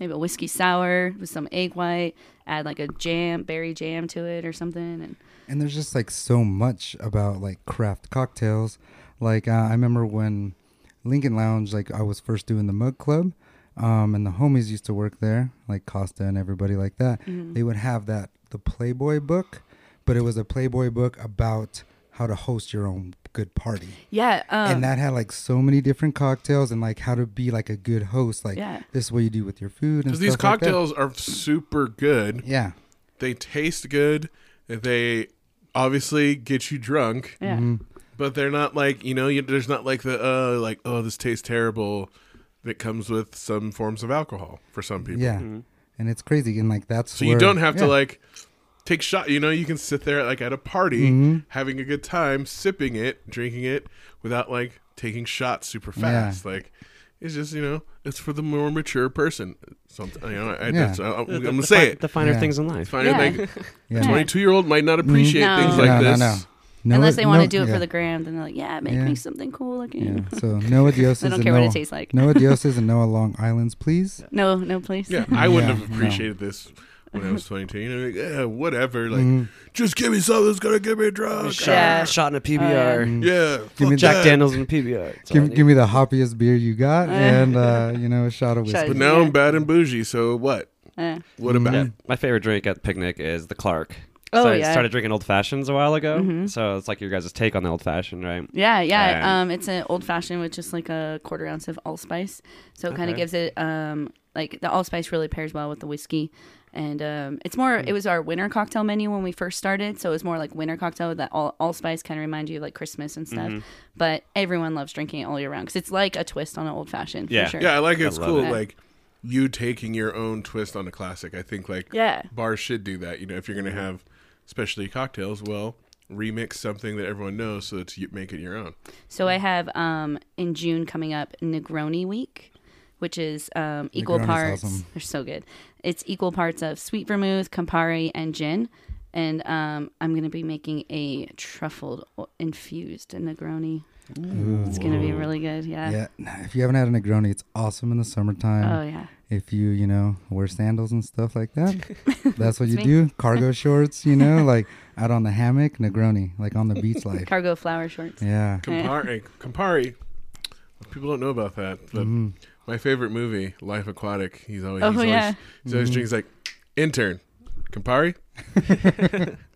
[SPEAKER 4] Maybe a whiskey sour with some egg white. Add like a jam, berry jam to it or something, and
[SPEAKER 2] And there's just like so much about like craft cocktails. Like uh, I remember when Lincoln Lounge, like I was first doing the Mug Club, um, and the homies used to work there, like Costa and everybody like that. They would have that the Playboy book, but it was a Playboy book about how to host your own good party.
[SPEAKER 4] yeah, um,
[SPEAKER 2] and that had like so many different cocktails and like how to be like a good host. Like
[SPEAKER 4] Yeah.
[SPEAKER 2] this is what you do with your food and
[SPEAKER 1] Because
[SPEAKER 2] stuff
[SPEAKER 1] these
[SPEAKER 2] like that.
[SPEAKER 1] cocktails are super good.
[SPEAKER 2] Yeah.
[SPEAKER 1] They taste good. They obviously get you drunk.
[SPEAKER 4] yeah.
[SPEAKER 2] Mm-hmm.
[SPEAKER 1] But they're not like you know. You, there's not like the uh, like oh, this tastes terrible. That comes with some forms of alcohol for some people.
[SPEAKER 2] Yeah. And it's crazy. And like that's
[SPEAKER 1] So you don't have to like take shot. You know, you can sit there like at a party,
[SPEAKER 2] Mm-hmm.
[SPEAKER 1] having a good time, sipping it, drinking it, without like taking shots super fast. Like it's just you know, it's for the more mature person. Something you know. I,
[SPEAKER 2] Yeah.
[SPEAKER 1] that's, I, am gonna say it.
[SPEAKER 3] The finer
[SPEAKER 2] Yeah.
[SPEAKER 3] things in life.
[SPEAKER 1] Fine,
[SPEAKER 4] Yeah.
[SPEAKER 1] like
[SPEAKER 2] Yeah.
[SPEAKER 1] twenty two year old might not appreciate
[SPEAKER 4] No.
[SPEAKER 1] things
[SPEAKER 4] No,
[SPEAKER 1] like
[SPEAKER 2] Mm-hmm. Um, no,
[SPEAKER 1] this.
[SPEAKER 2] no. No
[SPEAKER 4] Unless
[SPEAKER 2] ad-
[SPEAKER 4] they want
[SPEAKER 2] no-
[SPEAKER 4] to do it
[SPEAKER 2] yeah.
[SPEAKER 4] for the gram, then they're like, yeah, make
[SPEAKER 2] Yeah.
[SPEAKER 4] me something cool looking.
[SPEAKER 2] Yeah. So no adioses.
[SPEAKER 4] I don't
[SPEAKER 2] and
[SPEAKER 4] care
[SPEAKER 2] no,
[SPEAKER 4] what it tastes like.
[SPEAKER 2] No adioses and no Long Islands, please.
[SPEAKER 4] No, no place.
[SPEAKER 1] Yeah, I wouldn't
[SPEAKER 2] Yeah,
[SPEAKER 1] have
[SPEAKER 2] no.
[SPEAKER 1] appreciated this when I was 22. You know, like, eh, whatever. Like,
[SPEAKER 2] Mm-hmm.
[SPEAKER 1] just give me something that's gonna get me drunk.
[SPEAKER 3] Shot,
[SPEAKER 4] Yeah.
[SPEAKER 3] shot in a PBR.
[SPEAKER 1] Yeah,
[SPEAKER 2] Give me
[SPEAKER 1] fuck
[SPEAKER 3] Jack
[SPEAKER 1] that.
[SPEAKER 3] Daniels in a PBR. That's all I
[SPEAKER 2] Give,
[SPEAKER 3] need.
[SPEAKER 2] give me the hoppiest beer you got, and uh, you know a shot of
[SPEAKER 4] Shot
[SPEAKER 2] whiskey.
[SPEAKER 4] of-
[SPEAKER 1] But now
[SPEAKER 4] Yeah.
[SPEAKER 1] I'm bad and bougie. So what?
[SPEAKER 4] Yeah.
[SPEAKER 1] What
[SPEAKER 2] Mm-hmm.
[SPEAKER 1] about
[SPEAKER 3] Yeah, my favorite drink at the picnic is the Clark.
[SPEAKER 4] Oh,
[SPEAKER 3] so I
[SPEAKER 4] yeah. Mm-hmm.
[SPEAKER 3] started drinking old fashions a while ago. So it's like your guys' take on the old fashioned, right?
[SPEAKER 4] Yeah, yeah.
[SPEAKER 3] Um,
[SPEAKER 4] um, it's an old fashioned with just like a quarter ounce of allspice. So it kind of
[SPEAKER 3] Okay.
[SPEAKER 4] gives it um, like the allspice really pairs well with the whiskey. And um, it's more.
[SPEAKER 3] Mm.
[SPEAKER 4] It was our winter cocktail menu when we first started, so it was more like winter cocktail. That all allspice kind of reminds you of like Christmas and stuff.
[SPEAKER 3] Mm-hmm.
[SPEAKER 4] But everyone loves drinking it all year round because it's like a twist on an old fashioned.
[SPEAKER 3] Yeah.
[SPEAKER 4] for sure.
[SPEAKER 1] Yeah, I like it. It's
[SPEAKER 3] love
[SPEAKER 1] cool.
[SPEAKER 4] it.
[SPEAKER 1] Like you taking your own twist on a classic. I think like
[SPEAKER 4] Yeah.
[SPEAKER 1] bars should do that. You know, if you're gonna have specialty cocktails, well, remix something that everyone knows so that you make it your own.
[SPEAKER 4] So I have um, in June coming up Negroni Week, which is um, equal
[SPEAKER 2] Negroni's
[SPEAKER 4] parts.
[SPEAKER 2] awesome.
[SPEAKER 4] They're so good. It's equal parts of sweet vermouth, Campari, and gin. And um, I'm going to be making a truffled o- infused Negroni. It's going to be really good. Yeah.
[SPEAKER 2] Yeah, nah, if you haven't had a Negroni, it's awesome in the summertime.
[SPEAKER 4] Oh, yeah.
[SPEAKER 2] If you, you know, wear sandals and stuff like that, that's what you
[SPEAKER 4] me.
[SPEAKER 2] do. Cargo shorts, you know, like out on the hammock, Negroni, like on the beach life.
[SPEAKER 4] Cargo flower shorts.
[SPEAKER 2] Yeah.
[SPEAKER 1] Campari, Campari. People don't know about that, but my favorite movie, Life Aquatic. He's always
[SPEAKER 4] Oh,
[SPEAKER 1] he's always,
[SPEAKER 4] yeah.
[SPEAKER 1] he's always drinking. He's like intern Campari.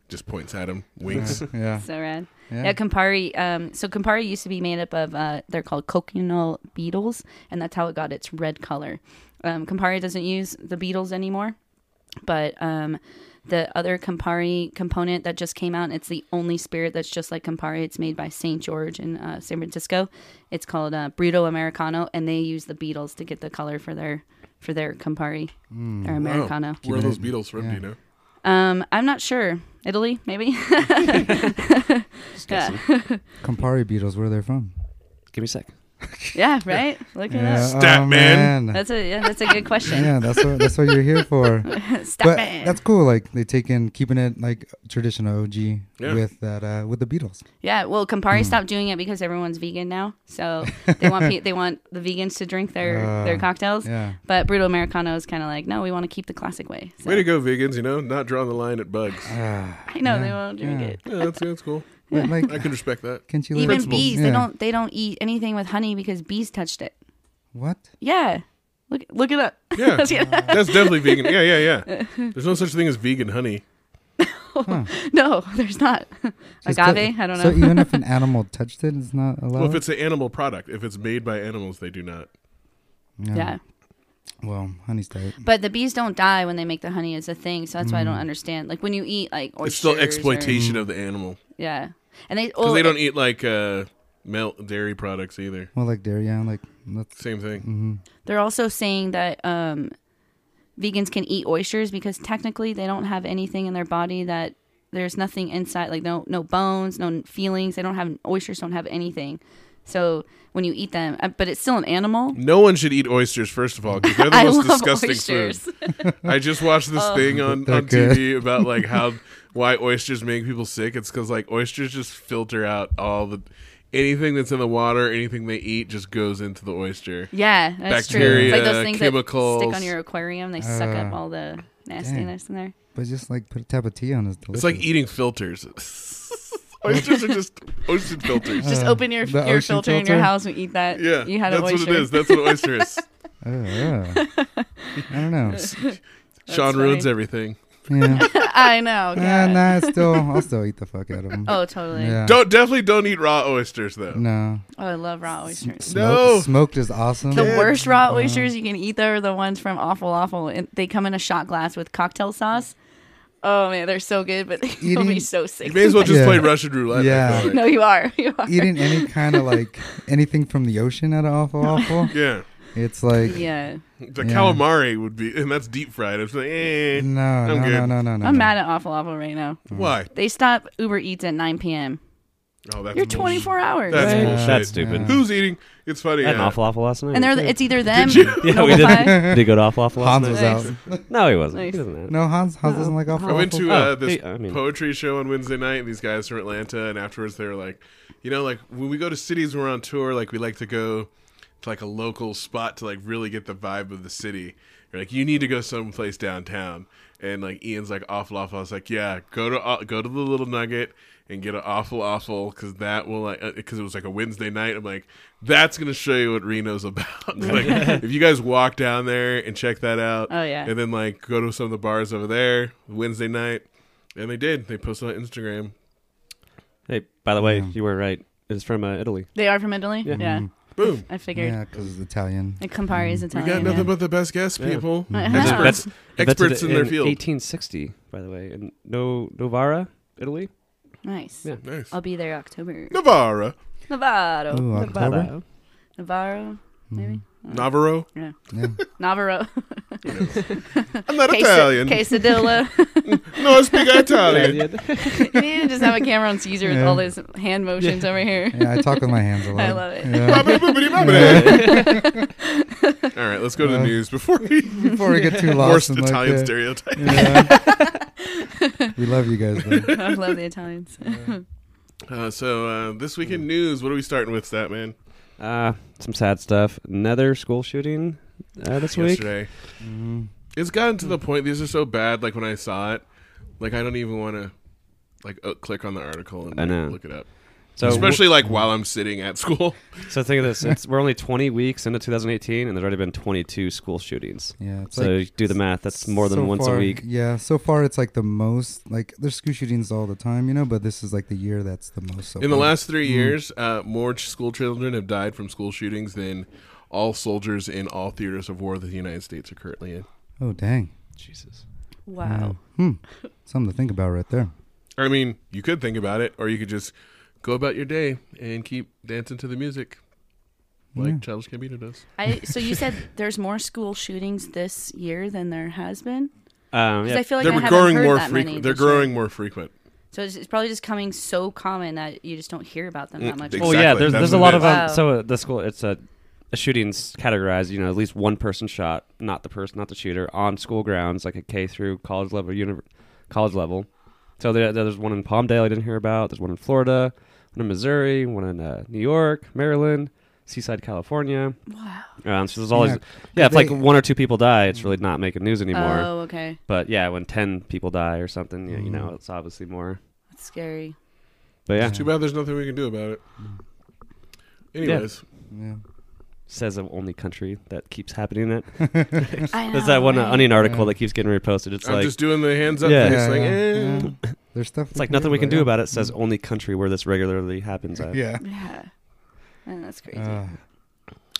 [SPEAKER 1] Just points at him, winks. Oh,
[SPEAKER 2] Yeah.
[SPEAKER 4] So rad.
[SPEAKER 2] Yeah.
[SPEAKER 4] Yeah, Campari. Um, so Campari used to be made up of uh, they're called coconut beetles, and that's how it got its red color. Um, Campari doesn't use the beetles anymore, but um, the other Campari component that just came out, and it's the only spirit that's just like Campari. It's made by St. George in uh, San Francisco. It's called uh, Brito Americano, and they use the beetles to get the color for their for their Campari, their Americano.
[SPEAKER 1] Wow. Where are those Beatles from? Do you know?
[SPEAKER 4] Um, I'm not sure. Italy, maybe. yeah.
[SPEAKER 2] Campari beetles, where they're from.
[SPEAKER 3] Give me a sec.
[SPEAKER 4] Yeah, right. Look at
[SPEAKER 2] Yeah. Oh,
[SPEAKER 4] that.
[SPEAKER 1] Stat man.
[SPEAKER 4] That's a yeah, that's a good question.
[SPEAKER 2] yeah, that's what that's what you're here for.
[SPEAKER 4] Stop
[SPEAKER 2] but
[SPEAKER 4] it.
[SPEAKER 2] that's cool. Like they taking keeping it like traditional OG
[SPEAKER 1] Yeah.
[SPEAKER 2] with that uh with the Beatles.
[SPEAKER 4] yeah. Well,
[SPEAKER 2] Hmm.
[SPEAKER 4] Campari stopped doing it because everyone's vegan now, so they want pe- they want the vegans to drink their
[SPEAKER 2] Uh,
[SPEAKER 4] their cocktails.
[SPEAKER 2] yeah.
[SPEAKER 4] But Brutal Americano is kind of like, no, we want to keep the classic way. So,
[SPEAKER 1] Way to go, vegans! You know, not drawing the line at bugs. Ah.
[SPEAKER 4] I know they won't drink
[SPEAKER 2] yeah.
[SPEAKER 4] it.
[SPEAKER 1] Yeah, that's that's cool.
[SPEAKER 2] But like
[SPEAKER 1] I can respect that.
[SPEAKER 2] can't you live
[SPEAKER 4] Even
[SPEAKER 2] with-
[SPEAKER 4] bees, they
[SPEAKER 2] yeah.
[SPEAKER 4] don't they don't eat anything with honey because bees touched it.
[SPEAKER 2] What?
[SPEAKER 4] Yeah. Look look it up.
[SPEAKER 1] Yeah, that's definitely vegan. Yeah, yeah, yeah. There's no such thing as vegan honey.
[SPEAKER 4] no, there's not.
[SPEAKER 2] Just
[SPEAKER 4] Agave,
[SPEAKER 2] tou-
[SPEAKER 4] I don't know.
[SPEAKER 2] So even if an animal touched it, it's not allowed.
[SPEAKER 1] Well, if it's an animal product, if it's made by animals, they do not.
[SPEAKER 4] yeah.
[SPEAKER 2] Well, honey's tight.
[SPEAKER 4] But the bees don't die when they make the honey. It's a thing, so that's why I
[SPEAKER 2] Hmm.
[SPEAKER 4] don't understand. Like when you eat like oysters,
[SPEAKER 1] It's still
[SPEAKER 4] or-
[SPEAKER 1] exploitation of the animal
[SPEAKER 4] yeah, and they
[SPEAKER 1] because
[SPEAKER 4] well,
[SPEAKER 1] they don't eat like uh, milk dairy products either.
[SPEAKER 2] Well, like dairy, yeah, like that's
[SPEAKER 1] Same thing.
[SPEAKER 2] Mm-hmm.
[SPEAKER 4] They're also saying that um, vegans can eat oysters because technically they don't have anything in their body that there's nothing inside, like no no bones, no feelings. They don't have oysters. Don't have anything. So when you eat them, uh, but it's still an animal.
[SPEAKER 1] No one should eat oysters, first of all, because they're the
[SPEAKER 4] I
[SPEAKER 1] most
[SPEAKER 4] love
[SPEAKER 1] disgusting
[SPEAKER 4] oysters. Oh.
[SPEAKER 1] food. I just watched this thing on,
[SPEAKER 2] They're
[SPEAKER 1] on
[SPEAKER 2] good.
[SPEAKER 1] TV about like how why oysters make people sick. It's because like oysters just filter out all the anything that's in the water, anything they eat just goes into the oyster.
[SPEAKER 4] Yeah, that's
[SPEAKER 1] Bacteria,
[SPEAKER 4] true. It's like those things that
[SPEAKER 1] chemicals.
[SPEAKER 4] stick on your aquarium. They suck
[SPEAKER 2] Uh,
[SPEAKER 4] up all the nastiness in there.
[SPEAKER 2] but just like put a tap of tea on is delicious.
[SPEAKER 1] It's like e- eating filters. oysters are just ocean filters.
[SPEAKER 4] Just open your,
[SPEAKER 2] Uh, the
[SPEAKER 4] your
[SPEAKER 2] ocean
[SPEAKER 4] filter, in your
[SPEAKER 2] filter?
[SPEAKER 4] house and eat that.
[SPEAKER 1] Yeah,
[SPEAKER 4] you had
[SPEAKER 1] that's
[SPEAKER 4] an oyster.
[SPEAKER 1] what it is. That's what an oyster is.
[SPEAKER 2] Oh, yeah. I don't know.
[SPEAKER 1] Sean ruins
[SPEAKER 4] funny.
[SPEAKER 1] everything.
[SPEAKER 2] Yeah.
[SPEAKER 4] I know.
[SPEAKER 2] yeah.
[SPEAKER 4] God.
[SPEAKER 2] Nah, it's still I'll still eat the fuck out of them.
[SPEAKER 4] Oh, totally.
[SPEAKER 2] yeah.
[SPEAKER 1] Don't definitely don't eat raw oysters though.
[SPEAKER 2] No.
[SPEAKER 4] Oh, I love raw oysters.
[SPEAKER 2] Smoke-
[SPEAKER 1] No.
[SPEAKER 2] Smoked is awesome. Uh,
[SPEAKER 4] The worst raw oysters you can eat though are the ones from Awful Awful, and they come in a shot glass with cocktail sauce. Oh man, they're so good, but they'll
[SPEAKER 2] Eating-
[SPEAKER 4] be so sick.
[SPEAKER 1] You may as well just
[SPEAKER 2] Yeah.
[SPEAKER 1] play Russian roulette. I
[SPEAKER 2] Yeah.
[SPEAKER 1] feel like.
[SPEAKER 4] no, you are. You are.
[SPEAKER 2] Eating any kind of like anything from the ocean at awful awful.
[SPEAKER 1] Yeah.
[SPEAKER 2] It's like
[SPEAKER 4] Yeah,
[SPEAKER 1] The
[SPEAKER 2] Yeah. Mm.
[SPEAKER 1] calamari would be, and that's deep fried. I'm like, eh.
[SPEAKER 2] no,
[SPEAKER 1] I'm
[SPEAKER 2] no,
[SPEAKER 1] good.
[SPEAKER 2] no, no, no, no.
[SPEAKER 4] I'm mad at Awful Awful right now.
[SPEAKER 1] Why?
[SPEAKER 4] They stop Uber Eats at 9 p.m.
[SPEAKER 1] Oh, that's
[SPEAKER 4] You're
[SPEAKER 1] bullshit.
[SPEAKER 4] 24 hours,
[SPEAKER 1] That's
[SPEAKER 3] Right.
[SPEAKER 1] bullshit.
[SPEAKER 3] That's stupid.
[SPEAKER 1] Who's eating? It's funny.
[SPEAKER 3] I had an
[SPEAKER 1] yeah.
[SPEAKER 3] awful awful last night.
[SPEAKER 4] and they're it's either them.
[SPEAKER 3] yeah, we
[SPEAKER 4] Noble
[SPEAKER 3] did.
[SPEAKER 4] Five.
[SPEAKER 3] did he go to awful awful last
[SPEAKER 2] Hans was
[SPEAKER 3] night?
[SPEAKER 2] out.
[SPEAKER 4] Nice.
[SPEAKER 3] No, he wasn't.
[SPEAKER 4] Nice.
[SPEAKER 3] He doesn't.
[SPEAKER 2] No, Hans, Hans doesn't like awful.
[SPEAKER 1] I went
[SPEAKER 2] awful.
[SPEAKER 1] to uh,
[SPEAKER 3] Oh,
[SPEAKER 1] this
[SPEAKER 3] hey, I mean-
[SPEAKER 1] poetry show on Wednesday night, and these guys from Atlanta, and afterwards they were like, you know, like when we go to cities when we're on tour, like we like to go to like a local spot to like really get the vibe of the city. You're like, you need to go someplace downtown. And like Ian's like awful awful. I was like, yeah, go to uh, go to the Little Nugget and get an awful awful because that will like because it was like a Wednesday night. I'm like, that's gonna show you what Reno's about. like if you guys walk down there and check that out.
[SPEAKER 4] Oh, yeah.
[SPEAKER 1] And then like go to some of the bars over there Wednesday night. And they did. They posted on Instagram.
[SPEAKER 3] Hey, by the way, you were right. It's from uh, Italy.
[SPEAKER 4] They are from Italy. Yeah,
[SPEAKER 1] Mm. Boom.
[SPEAKER 4] I figured.
[SPEAKER 2] Yeah, because it's Italian.
[SPEAKER 4] And Campari is
[SPEAKER 1] Mm-hmm. We got nothing
[SPEAKER 4] Italian. yeah. Mm-hmm.
[SPEAKER 1] but the best guests, people.
[SPEAKER 4] That's-
[SPEAKER 1] Experts. Experts in their field.
[SPEAKER 3] 1860, by the way, in no Novara, Italy.
[SPEAKER 4] nice.
[SPEAKER 3] Yeah.
[SPEAKER 1] Nice.
[SPEAKER 4] I'll be there October.
[SPEAKER 1] Navarra.
[SPEAKER 4] Navarro.
[SPEAKER 2] Ooh,
[SPEAKER 4] Navarro.
[SPEAKER 2] October.
[SPEAKER 3] Hello.
[SPEAKER 4] Navarro. Maybe.
[SPEAKER 1] Navarro.
[SPEAKER 4] Yeah.
[SPEAKER 2] Mm. Yeah.
[SPEAKER 4] Navarro.
[SPEAKER 1] I'm not
[SPEAKER 4] Quesad-
[SPEAKER 1] Italian.
[SPEAKER 4] Quesadilla.
[SPEAKER 1] No, I speak Italian.
[SPEAKER 4] you need to just have a camera on Caesar with
[SPEAKER 2] Yeah.
[SPEAKER 4] all those hand motions over here.
[SPEAKER 2] yeah, I talk with my hands a lot.
[SPEAKER 4] I love it.
[SPEAKER 2] Yeah.
[SPEAKER 1] All right, let's go to the
[SPEAKER 2] Uh,
[SPEAKER 1] news before we
[SPEAKER 2] Before we get too lost
[SPEAKER 1] force
[SPEAKER 2] in like,
[SPEAKER 1] Italian
[SPEAKER 2] uh,
[SPEAKER 1] stereotypes.
[SPEAKER 2] yeah. we love you guys. Though.
[SPEAKER 4] I love the Italians.
[SPEAKER 1] Uh, so uh, this
[SPEAKER 2] Mm.
[SPEAKER 1] weekend news. What are we starting with, that man?
[SPEAKER 3] Uh, some sad stuff. Another school shooting uh, this week.
[SPEAKER 1] Yesterday,
[SPEAKER 3] Mm-hmm.
[SPEAKER 1] it's gotten to
[SPEAKER 4] Mm.
[SPEAKER 1] the point. These are so bad. Like when I saw it, like I don't even want to like uh, click on the article and
[SPEAKER 3] I
[SPEAKER 1] like,
[SPEAKER 3] know.
[SPEAKER 1] look it up.
[SPEAKER 3] So
[SPEAKER 1] Especially like while I'm sitting at school.
[SPEAKER 3] So think of this: it's, we're only 20 weeks into 2018, and there's already been 22 school shootings.
[SPEAKER 2] Yeah, it's
[SPEAKER 3] So
[SPEAKER 2] like
[SPEAKER 3] do the math. That's more than
[SPEAKER 2] So
[SPEAKER 3] once
[SPEAKER 2] far-
[SPEAKER 3] a week.
[SPEAKER 2] Yeah, so far it's like the most. Like there's school shootings all the time, you know, but this is like the year that's the most. So
[SPEAKER 1] In the
[SPEAKER 2] far.
[SPEAKER 1] last
[SPEAKER 3] Mm.
[SPEAKER 1] three years, uh, more ch- school children have died from school shootings than all soldiers in all theaters of war that the United States are currently in.
[SPEAKER 2] Oh dang.
[SPEAKER 3] Jesus.
[SPEAKER 4] Wow.
[SPEAKER 2] Hmm. Something to think about right there.
[SPEAKER 1] I mean, you could think about it, or you could just go about your day and keep dancing to the music, like Childish Gambino does.
[SPEAKER 4] I, so you said there's more school shootings this year than there has been?
[SPEAKER 3] Um,
[SPEAKER 4] Because
[SPEAKER 3] yeah.
[SPEAKER 4] I feel like I
[SPEAKER 1] they're
[SPEAKER 4] haven't
[SPEAKER 1] growing
[SPEAKER 4] heard
[SPEAKER 1] more
[SPEAKER 4] that many
[SPEAKER 1] frequent. They're
[SPEAKER 4] this year.
[SPEAKER 1] growing more frequent.
[SPEAKER 4] So it's, it's probably just coming so common that you just don't hear about them that much.
[SPEAKER 1] Exactly.
[SPEAKER 3] Well, yeah. There's
[SPEAKER 1] That's
[SPEAKER 3] there's a
[SPEAKER 1] what
[SPEAKER 3] lot
[SPEAKER 1] it
[SPEAKER 3] of
[SPEAKER 1] is.
[SPEAKER 3] um,
[SPEAKER 4] Wow.
[SPEAKER 3] so uh, the school it's a, a shootings categorized. You know, at least one person shot, not the person, not the shooter, on school grounds, like a K through college level, univ- college level. So there, there's one in Palmdale I didn't hear about. There's one in Florida, one in Missouri, one in uh, New York, Maryland, Seaside, California.
[SPEAKER 4] Wow.
[SPEAKER 3] Um, so there's always
[SPEAKER 2] Yeah,
[SPEAKER 3] yeah, if like
[SPEAKER 2] they-
[SPEAKER 3] one or two people die, it's really not making news anymore.
[SPEAKER 4] Oh, okay.
[SPEAKER 3] But yeah, when ten people die or something, you, you
[SPEAKER 2] Mm.
[SPEAKER 3] know, it's obviously more.
[SPEAKER 4] That's scary.
[SPEAKER 3] But yeah,
[SPEAKER 1] Too bad there's nothing we can do about it. Anyways,
[SPEAKER 2] Yeah.
[SPEAKER 3] says the only country that keeps happening it.
[SPEAKER 4] I
[SPEAKER 3] There's that one uh,
[SPEAKER 4] right?
[SPEAKER 3] onion article that keps getting reposted. It's
[SPEAKER 1] I'm
[SPEAKER 3] like
[SPEAKER 1] just doing the hands up.
[SPEAKER 3] Yeah.
[SPEAKER 1] Yeah,
[SPEAKER 2] Yeah,
[SPEAKER 1] like,
[SPEAKER 2] yeah,
[SPEAKER 1] eh.
[SPEAKER 2] yeah. There's stuff.
[SPEAKER 3] it's like nothing we can do about it. Says only country where this regularly happens. At.
[SPEAKER 2] Yeah.
[SPEAKER 4] Yeah. Man, that's crazy.
[SPEAKER 2] Uh,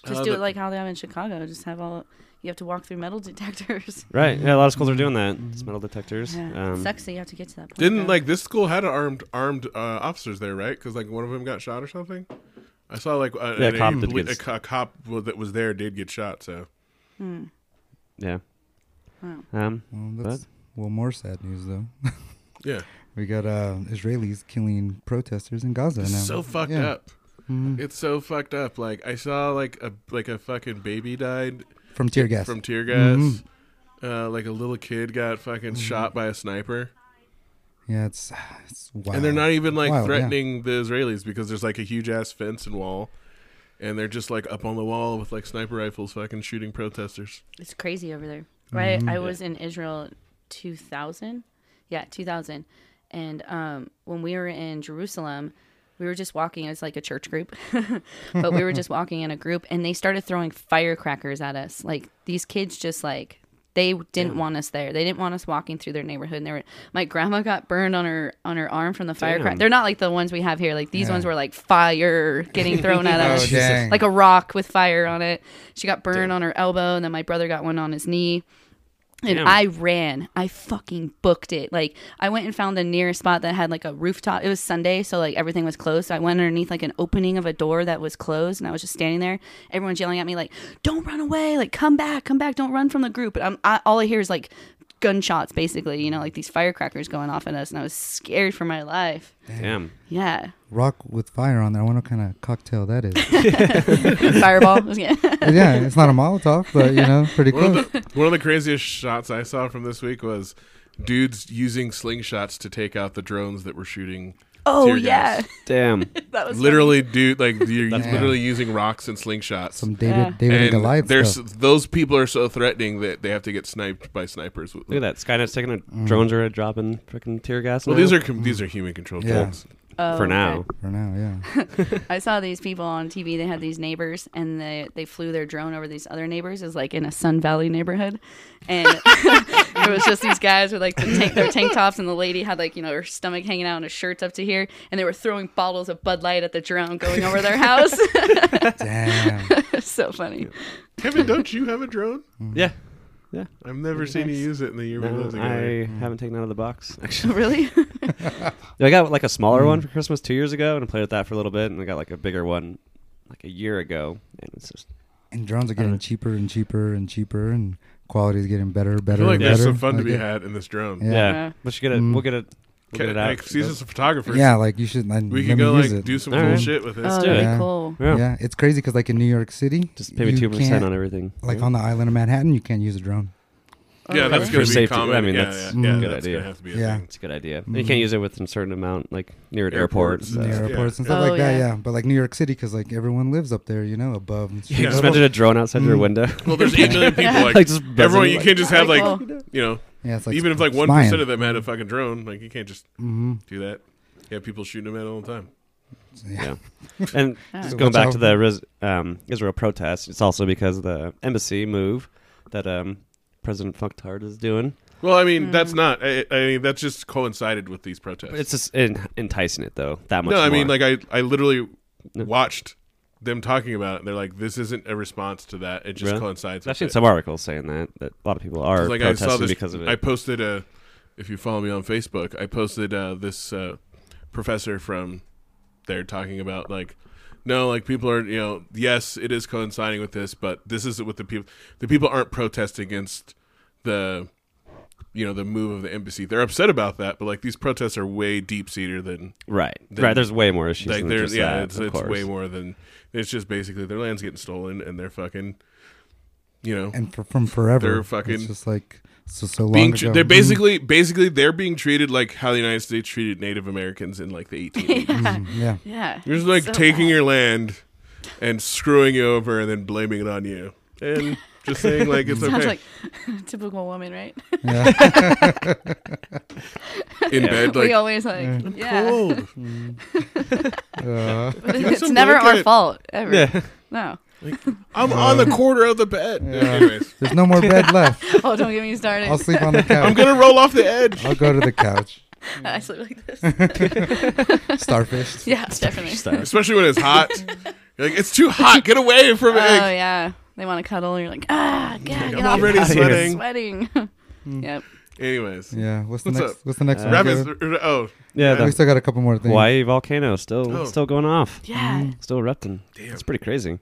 [SPEAKER 4] just
[SPEAKER 1] Uh,
[SPEAKER 4] do
[SPEAKER 1] the-
[SPEAKER 4] it like how they have in Chicago. Just have all. You have to walk through metal detectors.
[SPEAKER 3] Right. Yeah, a lot of schools are doing that. It's metal detectors.
[SPEAKER 4] Mm-hmm. Yeah.
[SPEAKER 3] Um,
[SPEAKER 4] Sucks that you have to get to that. Point,
[SPEAKER 1] Didn't
[SPEAKER 4] though.
[SPEAKER 1] like this school had armed armed uh, officers there, right? Because like one of them got shot or something. I saw like a,
[SPEAKER 3] Yeah,
[SPEAKER 1] an-
[SPEAKER 3] a cop did
[SPEAKER 1] poli-
[SPEAKER 3] get
[SPEAKER 1] a, co- a cop wa- that was there did get shot. So
[SPEAKER 4] Hmm.
[SPEAKER 3] yeah.
[SPEAKER 4] Wow.
[SPEAKER 3] Um,
[SPEAKER 2] well, that's well more sad news though.
[SPEAKER 1] yeah,
[SPEAKER 2] we got uh, Israelis killing protesters in Gaza now.
[SPEAKER 1] it's so fucked
[SPEAKER 2] Yeah. Mm-hmm.
[SPEAKER 1] up. It's so fucked up. Like I saw like a like a fucking baby died
[SPEAKER 2] from tear gas.
[SPEAKER 1] from tear gas.
[SPEAKER 2] Mm-hmm.
[SPEAKER 1] Uh, like a little kid got fucking shot by a sniper,
[SPEAKER 2] yeah, it's it's wild.
[SPEAKER 1] and they're not even like
[SPEAKER 2] Wild, yeah.
[SPEAKER 1] threatening the Israelis because there's like a huge ass fence and wall, and they're just like up on the wall with like sniper rifles, fucking shooting protesters.
[SPEAKER 4] It's crazy over there. Right? I was in Israel 2000. Yeah, 2000. And um, when we were in Jerusalem, we were just walking. It was like a church group, but we were just walking in a group and they started throwing firecrackers at us. Like these kids just like, they didn't want us there. They didn't want us walking through their neighborhood. And they were, my grandma got burned on her on her arm from the firecracker. They're not like the ones we have here. Like these ones were like fire getting thrown at
[SPEAKER 2] Oh,
[SPEAKER 4] us,
[SPEAKER 2] dang.
[SPEAKER 4] like a rock with fire on it. She got burned on her elbow, and then my brother got one on his knee. And
[SPEAKER 3] Damn.
[SPEAKER 4] I ran. I fucking booked it. Like I went and found the nearest spot that had like a rooftop. It was Sunday, so like everything was closed. So I went underneath like an opening of a door that was closed, and I was just standing there. Everyone's yelling at me like, "Don't run away! Like come back, come back! Don't run from the group!" But I'm I, all I hear is like gunshots, basically. You know, like these firecrackers going off at us, and I was scared for my life.
[SPEAKER 3] damn.
[SPEAKER 4] Yeah,
[SPEAKER 2] rock with fire on there. I wonder what kind of cocktail that is.
[SPEAKER 4] fireball.
[SPEAKER 2] yeah,
[SPEAKER 4] Yeah.
[SPEAKER 2] it's not a Molotov, but you know, pretty
[SPEAKER 1] One
[SPEAKER 2] close.
[SPEAKER 1] of the one of the craziest shots I saw from this week was dudes using slingshots to take out the drones that were shooting
[SPEAKER 4] Oh
[SPEAKER 1] Tear
[SPEAKER 4] yeah,
[SPEAKER 1] gas.
[SPEAKER 3] Damn.
[SPEAKER 4] that was
[SPEAKER 1] literally, dude, like you're
[SPEAKER 3] That's
[SPEAKER 1] literally using rocks and slingshots.
[SPEAKER 2] Some David
[SPEAKER 4] Yeah.
[SPEAKER 2] David and Goliath
[SPEAKER 1] there's
[SPEAKER 2] stuff.
[SPEAKER 1] those people are so threatening that they have to get sniped by snipers.
[SPEAKER 3] Look at that. Skynet's taking a drones are dropping freaking tear gas.
[SPEAKER 1] Mm. Well,
[SPEAKER 3] now.
[SPEAKER 1] these are com- these are human controlled
[SPEAKER 2] Yeah.
[SPEAKER 1] drones.
[SPEAKER 4] funny.
[SPEAKER 3] for
[SPEAKER 4] Oh,
[SPEAKER 3] now.
[SPEAKER 4] okay.
[SPEAKER 2] For now, yeah.
[SPEAKER 4] I saw these people on TV. They had these neighbors, and they they flew their drone over these other neighbors. Is like in a Sun Valley neighborhood, and it was just these guys with like the tank, their tank tops, and the lady had like you know her stomach hanging out and her shirts up to here, and they were throwing bottles of Bud Light at the drone going over their house.
[SPEAKER 2] Damn.
[SPEAKER 4] so funny.
[SPEAKER 1] Kevin, don't you have a drone?
[SPEAKER 3] Yeah.
[SPEAKER 1] I've never seen you use it Mm. in the year we
[SPEAKER 3] No,
[SPEAKER 1] lived together.
[SPEAKER 3] I haven't taken it out of the box. Actually,
[SPEAKER 4] Really?
[SPEAKER 3] I got like a smaller
[SPEAKER 1] Mm.
[SPEAKER 3] one for Christmas two years ago, and I played with that for a little bit, and I got like a bigger one like a year ago, and it's just
[SPEAKER 2] And drones are getting cheaper and cheaper and cheaper, and quality is getting better,
[SPEAKER 1] I
[SPEAKER 2] better,
[SPEAKER 1] feel like
[SPEAKER 2] and
[SPEAKER 1] there's
[SPEAKER 2] better.
[SPEAKER 1] some fun to
[SPEAKER 2] Like,
[SPEAKER 1] be
[SPEAKER 2] yeah.
[SPEAKER 1] had in this drone.
[SPEAKER 2] Yeah.
[SPEAKER 3] yeah.
[SPEAKER 4] Yeah.
[SPEAKER 3] But you get it.
[SPEAKER 2] Mm.
[SPEAKER 3] We'll get it. We'll
[SPEAKER 1] Okay,
[SPEAKER 3] get it out.
[SPEAKER 1] like, season some photographers.
[SPEAKER 2] Yeah, like you should. Like,
[SPEAKER 1] we
[SPEAKER 2] let
[SPEAKER 1] could go
[SPEAKER 2] me use
[SPEAKER 1] like
[SPEAKER 2] it.
[SPEAKER 1] do some
[SPEAKER 3] All
[SPEAKER 1] cool
[SPEAKER 3] right.
[SPEAKER 1] shit with it.
[SPEAKER 4] oh,
[SPEAKER 3] do
[SPEAKER 4] that'd
[SPEAKER 2] it.
[SPEAKER 4] be
[SPEAKER 2] Yeah.
[SPEAKER 4] cool.
[SPEAKER 3] Yeah.
[SPEAKER 2] Yeah, it's crazy because like in New York City,
[SPEAKER 3] Just pay me
[SPEAKER 2] you
[SPEAKER 3] two percent
[SPEAKER 2] can't-
[SPEAKER 3] on everything.
[SPEAKER 2] Like on the island of Manhattan, you can't use a drone.
[SPEAKER 1] yeah,
[SPEAKER 4] Oh,
[SPEAKER 1] that's
[SPEAKER 4] really?
[SPEAKER 1] gonna
[SPEAKER 3] For
[SPEAKER 1] be
[SPEAKER 3] safety,
[SPEAKER 1] common.
[SPEAKER 3] I mean,
[SPEAKER 1] yeah,
[SPEAKER 3] that's
[SPEAKER 1] yeah, yeah,
[SPEAKER 3] a good
[SPEAKER 1] that's
[SPEAKER 3] idea.
[SPEAKER 1] gonna have to be a
[SPEAKER 2] Yeah.
[SPEAKER 1] thing.
[SPEAKER 3] It's a good idea.
[SPEAKER 2] Mm-hmm.
[SPEAKER 3] And You can't use it with a certain amount, like near an airport. Uh,
[SPEAKER 1] Airports.
[SPEAKER 3] so-
[SPEAKER 2] Near
[SPEAKER 1] Yeah.
[SPEAKER 2] airports and stuff
[SPEAKER 4] Oh,
[SPEAKER 2] like that,
[SPEAKER 4] yeah.
[SPEAKER 2] yeah. But like New York City, because like everyone lives up there, you know, above. and
[SPEAKER 3] You
[SPEAKER 2] street
[SPEAKER 1] Yeah.
[SPEAKER 3] just
[SPEAKER 2] level.
[SPEAKER 3] planted a drone outside
[SPEAKER 2] Mm-hmm.
[SPEAKER 3] your window.
[SPEAKER 1] Well, there's eight million people. Like,
[SPEAKER 3] Like, just buzzing,
[SPEAKER 1] everyone, you
[SPEAKER 3] like,
[SPEAKER 1] can't just have like
[SPEAKER 4] Michael.
[SPEAKER 1] you know,
[SPEAKER 2] Yeah, it's like
[SPEAKER 1] even if like one percent
[SPEAKER 2] percent
[SPEAKER 1] of them had a fucking drone, like you can't just
[SPEAKER 2] hmm
[SPEAKER 1] do that. You have people shooting them at all the time.
[SPEAKER 3] yeah. And
[SPEAKER 4] So
[SPEAKER 3] just going
[SPEAKER 2] what's
[SPEAKER 3] back
[SPEAKER 2] Oh. out-
[SPEAKER 3] to the res- um, Israel protest, it's also because of the embassy move that um, President Fucktard is doing.
[SPEAKER 1] Well, I mean, that's not. I, I mean, that's just coincided with these protests.
[SPEAKER 3] But it's just en- enticing it though that much.
[SPEAKER 1] no, I mean,
[SPEAKER 3] more.
[SPEAKER 1] like I, I literally watched them talking about it. and They're like, this isn't a response to that. It just
[SPEAKER 3] Really?
[SPEAKER 1] coincides.
[SPEAKER 3] I've
[SPEAKER 1] with
[SPEAKER 3] seen
[SPEAKER 1] it.
[SPEAKER 3] some articles saying that that a lot of people are
[SPEAKER 1] It's uh, like I
[SPEAKER 3] protesting
[SPEAKER 1] saw this.
[SPEAKER 3] because of it.
[SPEAKER 1] I posted a. If you follow me on Facebook, I posted uh, this uh, professor from there talking about like, no, like people are you know yes, it is coinciding with this, but this isn't what the people. The people aren't protesting against the. You know the move of the embassy. They're upset about that, but like these protests are way deep seated than
[SPEAKER 3] right,
[SPEAKER 1] Then-
[SPEAKER 3] right. There's way more issues.
[SPEAKER 1] like
[SPEAKER 3] than
[SPEAKER 1] there's
[SPEAKER 3] just
[SPEAKER 1] yeah,
[SPEAKER 3] that,
[SPEAKER 1] it's,
[SPEAKER 3] of
[SPEAKER 1] it's way
[SPEAKER 3] course.
[SPEAKER 1] more than it's just basically their land's getting stolen and they're fucking, you know,
[SPEAKER 2] and for, from forever.
[SPEAKER 1] They're fucking-
[SPEAKER 2] It's just like so so long
[SPEAKER 1] being
[SPEAKER 2] ago. Mm-hmm.
[SPEAKER 1] tr- they're basically basically they're being treated like how the United States treated Native Americans in like the 1880s.
[SPEAKER 2] Mhm, yeah.
[SPEAKER 4] Yeah.
[SPEAKER 1] You're just like
[SPEAKER 4] So
[SPEAKER 1] taking
[SPEAKER 4] bad.
[SPEAKER 1] your land and screwing you over and then blaming it on you and just saying like it's
[SPEAKER 4] Sounds
[SPEAKER 1] okay
[SPEAKER 4] like typical woman, right?
[SPEAKER 2] Yeah.
[SPEAKER 1] in bed like mm. oh,
[SPEAKER 4] we always like, yeah.
[SPEAKER 1] cold.
[SPEAKER 2] Uh,
[SPEAKER 4] it's
[SPEAKER 1] some
[SPEAKER 4] never our
[SPEAKER 1] blanket.
[SPEAKER 4] fault ever.
[SPEAKER 3] Yeah.
[SPEAKER 4] No.
[SPEAKER 1] I'm on the corner of the bed. Anyways,
[SPEAKER 2] there's no more bed left.
[SPEAKER 4] Oh, don't get me started.
[SPEAKER 2] I'll sleep on the couch.
[SPEAKER 1] I'm gonna roll off the edge.
[SPEAKER 2] I'll go to the couch.
[SPEAKER 4] I sleep like this.
[SPEAKER 2] Starfish.
[SPEAKER 4] Yeah, definitely.
[SPEAKER 3] Stuff.
[SPEAKER 1] Especially when it's hot. You're like it's too hot. Get away from
[SPEAKER 4] Oh
[SPEAKER 1] it.
[SPEAKER 4] yeah, they want to cuddle. and You're like, ah, God,
[SPEAKER 1] I'm already
[SPEAKER 3] outta here.
[SPEAKER 1] sweating. Mm.
[SPEAKER 4] sweating. yep.
[SPEAKER 1] Anyways,
[SPEAKER 2] Yeah. What's the
[SPEAKER 1] What's
[SPEAKER 2] next?
[SPEAKER 1] up?
[SPEAKER 2] What's the
[SPEAKER 3] Uh,
[SPEAKER 2] next one?
[SPEAKER 1] Rabbits.
[SPEAKER 2] Kevin?
[SPEAKER 1] Oh,
[SPEAKER 3] Yeah,
[SPEAKER 2] we
[SPEAKER 3] the
[SPEAKER 2] still got a couple more things.
[SPEAKER 3] Hawaii volcano still
[SPEAKER 1] Oh.
[SPEAKER 3] still going off,
[SPEAKER 4] Yeah.
[SPEAKER 1] Mm-hmm.
[SPEAKER 3] still erupting.
[SPEAKER 1] Damn.
[SPEAKER 3] It's pretty crazy.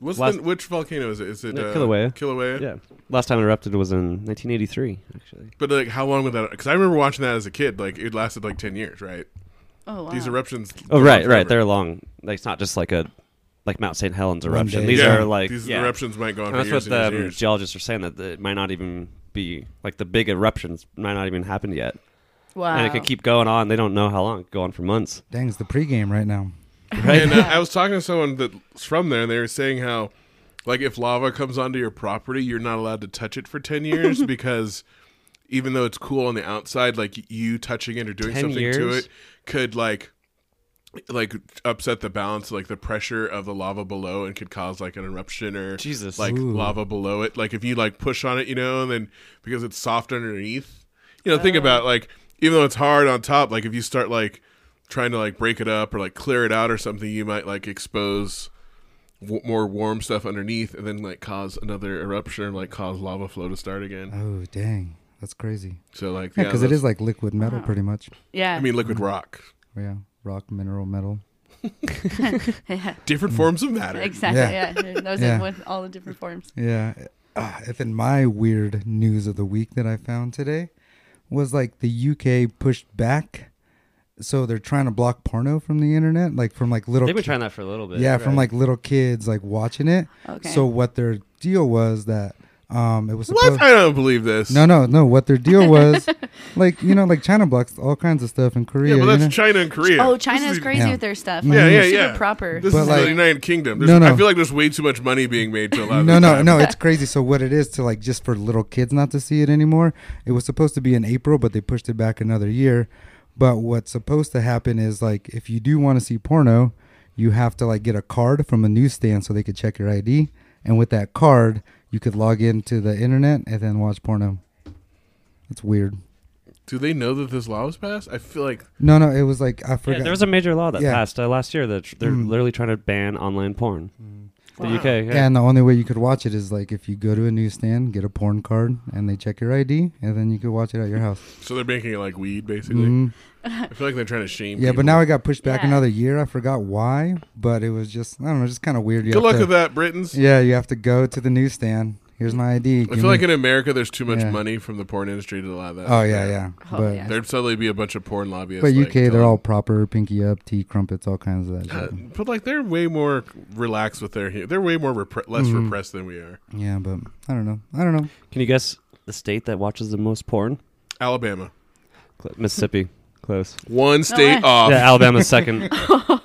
[SPEAKER 1] what's
[SPEAKER 3] Last-
[SPEAKER 1] the, which volcano is it? Is it
[SPEAKER 3] Yeah,
[SPEAKER 1] uh,
[SPEAKER 3] Kilauea.
[SPEAKER 1] Kilauea.
[SPEAKER 3] Yeah, last time it erupted was in 1983, actually.
[SPEAKER 1] But like, how long would that? Because I remember watching that as a kid. Like, it lasted like ten years, right?
[SPEAKER 4] Oh wow.
[SPEAKER 1] These eruptions.
[SPEAKER 3] Oh right, right.
[SPEAKER 1] They're
[SPEAKER 3] They're long. Like, it's not just like a like Mount St. Helens
[SPEAKER 2] One
[SPEAKER 3] eruption.
[SPEAKER 2] day.
[SPEAKER 3] These
[SPEAKER 1] yeah,
[SPEAKER 3] are like
[SPEAKER 1] these
[SPEAKER 3] yeah.
[SPEAKER 1] eruptions might go on
[SPEAKER 3] And
[SPEAKER 1] for
[SPEAKER 3] that's
[SPEAKER 1] years
[SPEAKER 3] what
[SPEAKER 1] and years and
[SPEAKER 3] the um,
[SPEAKER 1] years.
[SPEAKER 3] geologists are saying that it might not even be like the big eruptions might not even happen yet,
[SPEAKER 4] wow.
[SPEAKER 3] and it could keep going on. They don't know how long. It could go on for months.
[SPEAKER 2] Dang, it's the pregame right now.
[SPEAKER 1] and uh, I was talking to someone that's from there, and they were saying how, like, if lava comes onto your property, you're not allowed to touch it for ten years because even though it's cool on the outside, like you touching it or doing
[SPEAKER 3] 10
[SPEAKER 1] something to
[SPEAKER 3] years?
[SPEAKER 1] it could like like upset the balance like the pressure of the lava below and could cause like an eruption or
[SPEAKER 3] Jesus.
[SPEAKER 1] like
[SPEAKER 2] Ooh.
[SPEAKER 1] lava below it like if you like push on it you know and then because it's soft underneath you know
[SPEAKER 2] Oh.
[SPEAKER 1] think about like even though it's hard on top like if you start like trying to like break it up or like clear it out or something you might like expose w- more warm stuff underneath and then like cause another eruption or like cause lava flow to start again
[SPEAKER 2] Oh, dang, that's crazy.
[SPEAKER 1] so like
[SPEAKER 2] Yeah,
[SPEAKER 1] yeah,
[SPEAKER 2] because it
[SPEAKER 1] that's-
[SPEAKER 2] is Mm. like liquid metal, pretty much.
[SPEAKER 4] Yeah.
[SPEAKER 1] I mean liquid rock,
[SPEAKER 2] Yeah, rock, mineral, metal. Mm.
[SPEAKER 1] different forms of matter.
[SPEAKER 4] exactly. Yeah.
[SPEAKER 2] Yeah.
[SPEAKER 4] Those
[SPEAKER 2] Yeah.
[SPEAKER 4] are with all the different forms.
[SPEAKER 2] Yeah. Uh, and then my weird news of the week that I found today was like the UK pushed back, so they're trying to block porno from the internet, like from like little.
[SPEAKER 3] They've been
[SPEAKER 2] ki-
[SPEAKER 3] trying that for a little bit.
[SPEAKER 2] yeah, from like little kids like watching it.
[SPEAKER 4] Okay.
[SPEAKER 2] So what their deal was that Um, it was
[SPEAKER 1] What?
[SPEAKER 2] supposed-
[SPEAKER 1] I don't believe this.
[SPEAKER 2] no, no, no. What their deal was, like you know, like China blocks all kinds of stuff in Korea.
[SPEAKER 1] Yeah, but
[SPEAKER 2] you
[SPEAKER 1] that's
[SPEAKER 2] know?
[SPEAKER 1] China and Korea.
[SPEAKER 4] Oh,
[SPEAKER 1] This
[SPEAKER 4] China's
[SPEAKER 1] is-
[SPEAKER 4] crazy
[SPEAKER 2] Yeah.
[SPEAKER 4] with their stuff.
[SPEAKER 2] Yeah,
[SPEAKER 4] Like,
[SPEAKER 1] Yeah,
[SPEAKER 4] they're
[SPEAKER 1] yeah,
[SPEAKER 4] super
[SPEAKER 1] yeah.
[SPEAKER 4] proper.
[SPEAKER 1] This
[SPEAKER 2] But
[SPEAKER 1] is
[SPEAKER 2] like-
[SPEAKER 1] the United Kingdom. There's,
[SPEAKER 2] No, no.
[SPEAKER 1] I feel like there's way too much money being made to allow.
[SPEAKER 2] no,
[SPEAKER 1] this to
[SPEAKER 2] no,
[SPEAKER 1] happen.
[SPEAKER 2] no. It's crazy. So what it is to like just for little kids not to see it anymore. It was supposed to be in April, but they pushed it back another year. But what's supposed to happen is like if you do want to see porno, you have to like get a card from a newsstand so they could check your ID, and with that card you could log into the internet and then watch porno. That's weird.
[SPEAKER 1] Do they know that this law was passed? I feel like
[SPEAKER 2] No, no. It was like I
[SPEAKER 3] Yeah,
[SPEAKER 2] forgot.
[SPEAKER 3] there was a major law that
[SPEAKER 2] Yeah. Hmm.
[SPEAKER 3] passed uh, last year that tr- they're literally trying to ban online porn.
[SPEAKER 1] Hmm.
[SPEAKER 3] The UK, yeah.
[SPEAKER 2] Yeah, and the only way you could watch it is like if you go to a newsstand, get a porn card, and they check your ID, and then you could watch it at your house.
[SPEAKER 1] so. They're making it like weed, basically. I feel like they're trying to shame.
[SPEAKER 2] Mm-hmm. Yeah,
[SPEAKER 1] people.
[SPEAKER 2] but now it got pushed back
[SPEAKER 4] Yeah.
[SPEAKER 2] another year. I forgot why, but it was just I don't know, just kind of weird. You
[SPEAKER 1] good
[SPEAKER 2] have
[SPEAKER 1] luck
[SPEAKER 2] to-
[SPEAKER 1] with that, Britons.
[SPEAKER 2] Yeah, you have to go to the newsstand. Here's my ID.
[SPEAKER 1] I
[SPEAKER 2] give
[SPEAKER 1] feel like
[SPEAKER 2] me-
[SPEAKER 1] in America, there's too much
[SPEAKER 2] Yeah.
[SPEAKER 1] money from the porn industry to allow that.
[SPEAKER 2] oh yeah, yeah.
[SPEAKER 4] Oh,
[SPEAKER 2] but
[SPEAKER 4] yeah.
[SPEAKER 1] There'd suddenly be a bunch of porn lobbyists.
[SPEAKER 2] but
[SPEAKER 1] like,
[SPEAKER 2] UK, they're
[SPEAKER 1] telling-
[SPEAKER 2] all proper, pinky up, tea, crumpets, all kinds of that
[SPEAKER 1] Uh,
[SPEAKER 2] shit.
[SPEAKER 1] but like they're way more relaxed with their. They're way more repre- less
[SPEAKER 2] Mm-hmm.
[SPEAKER 1] repressed than we are.
[SPEAKER 2] yeah, but I don't know. I don't know.
[SPEAKER 3] Can you guess the state that watches the most porn?
[SPEAKER 1] Alabama,
[SPEAKER 3] Cl- Mississippi. Close.
[SPEAKER 1] one state
[SPEAKER 4] way.
[SPEAKER 1] off.
[SPEAKER 3] Yeah, Alabama's second.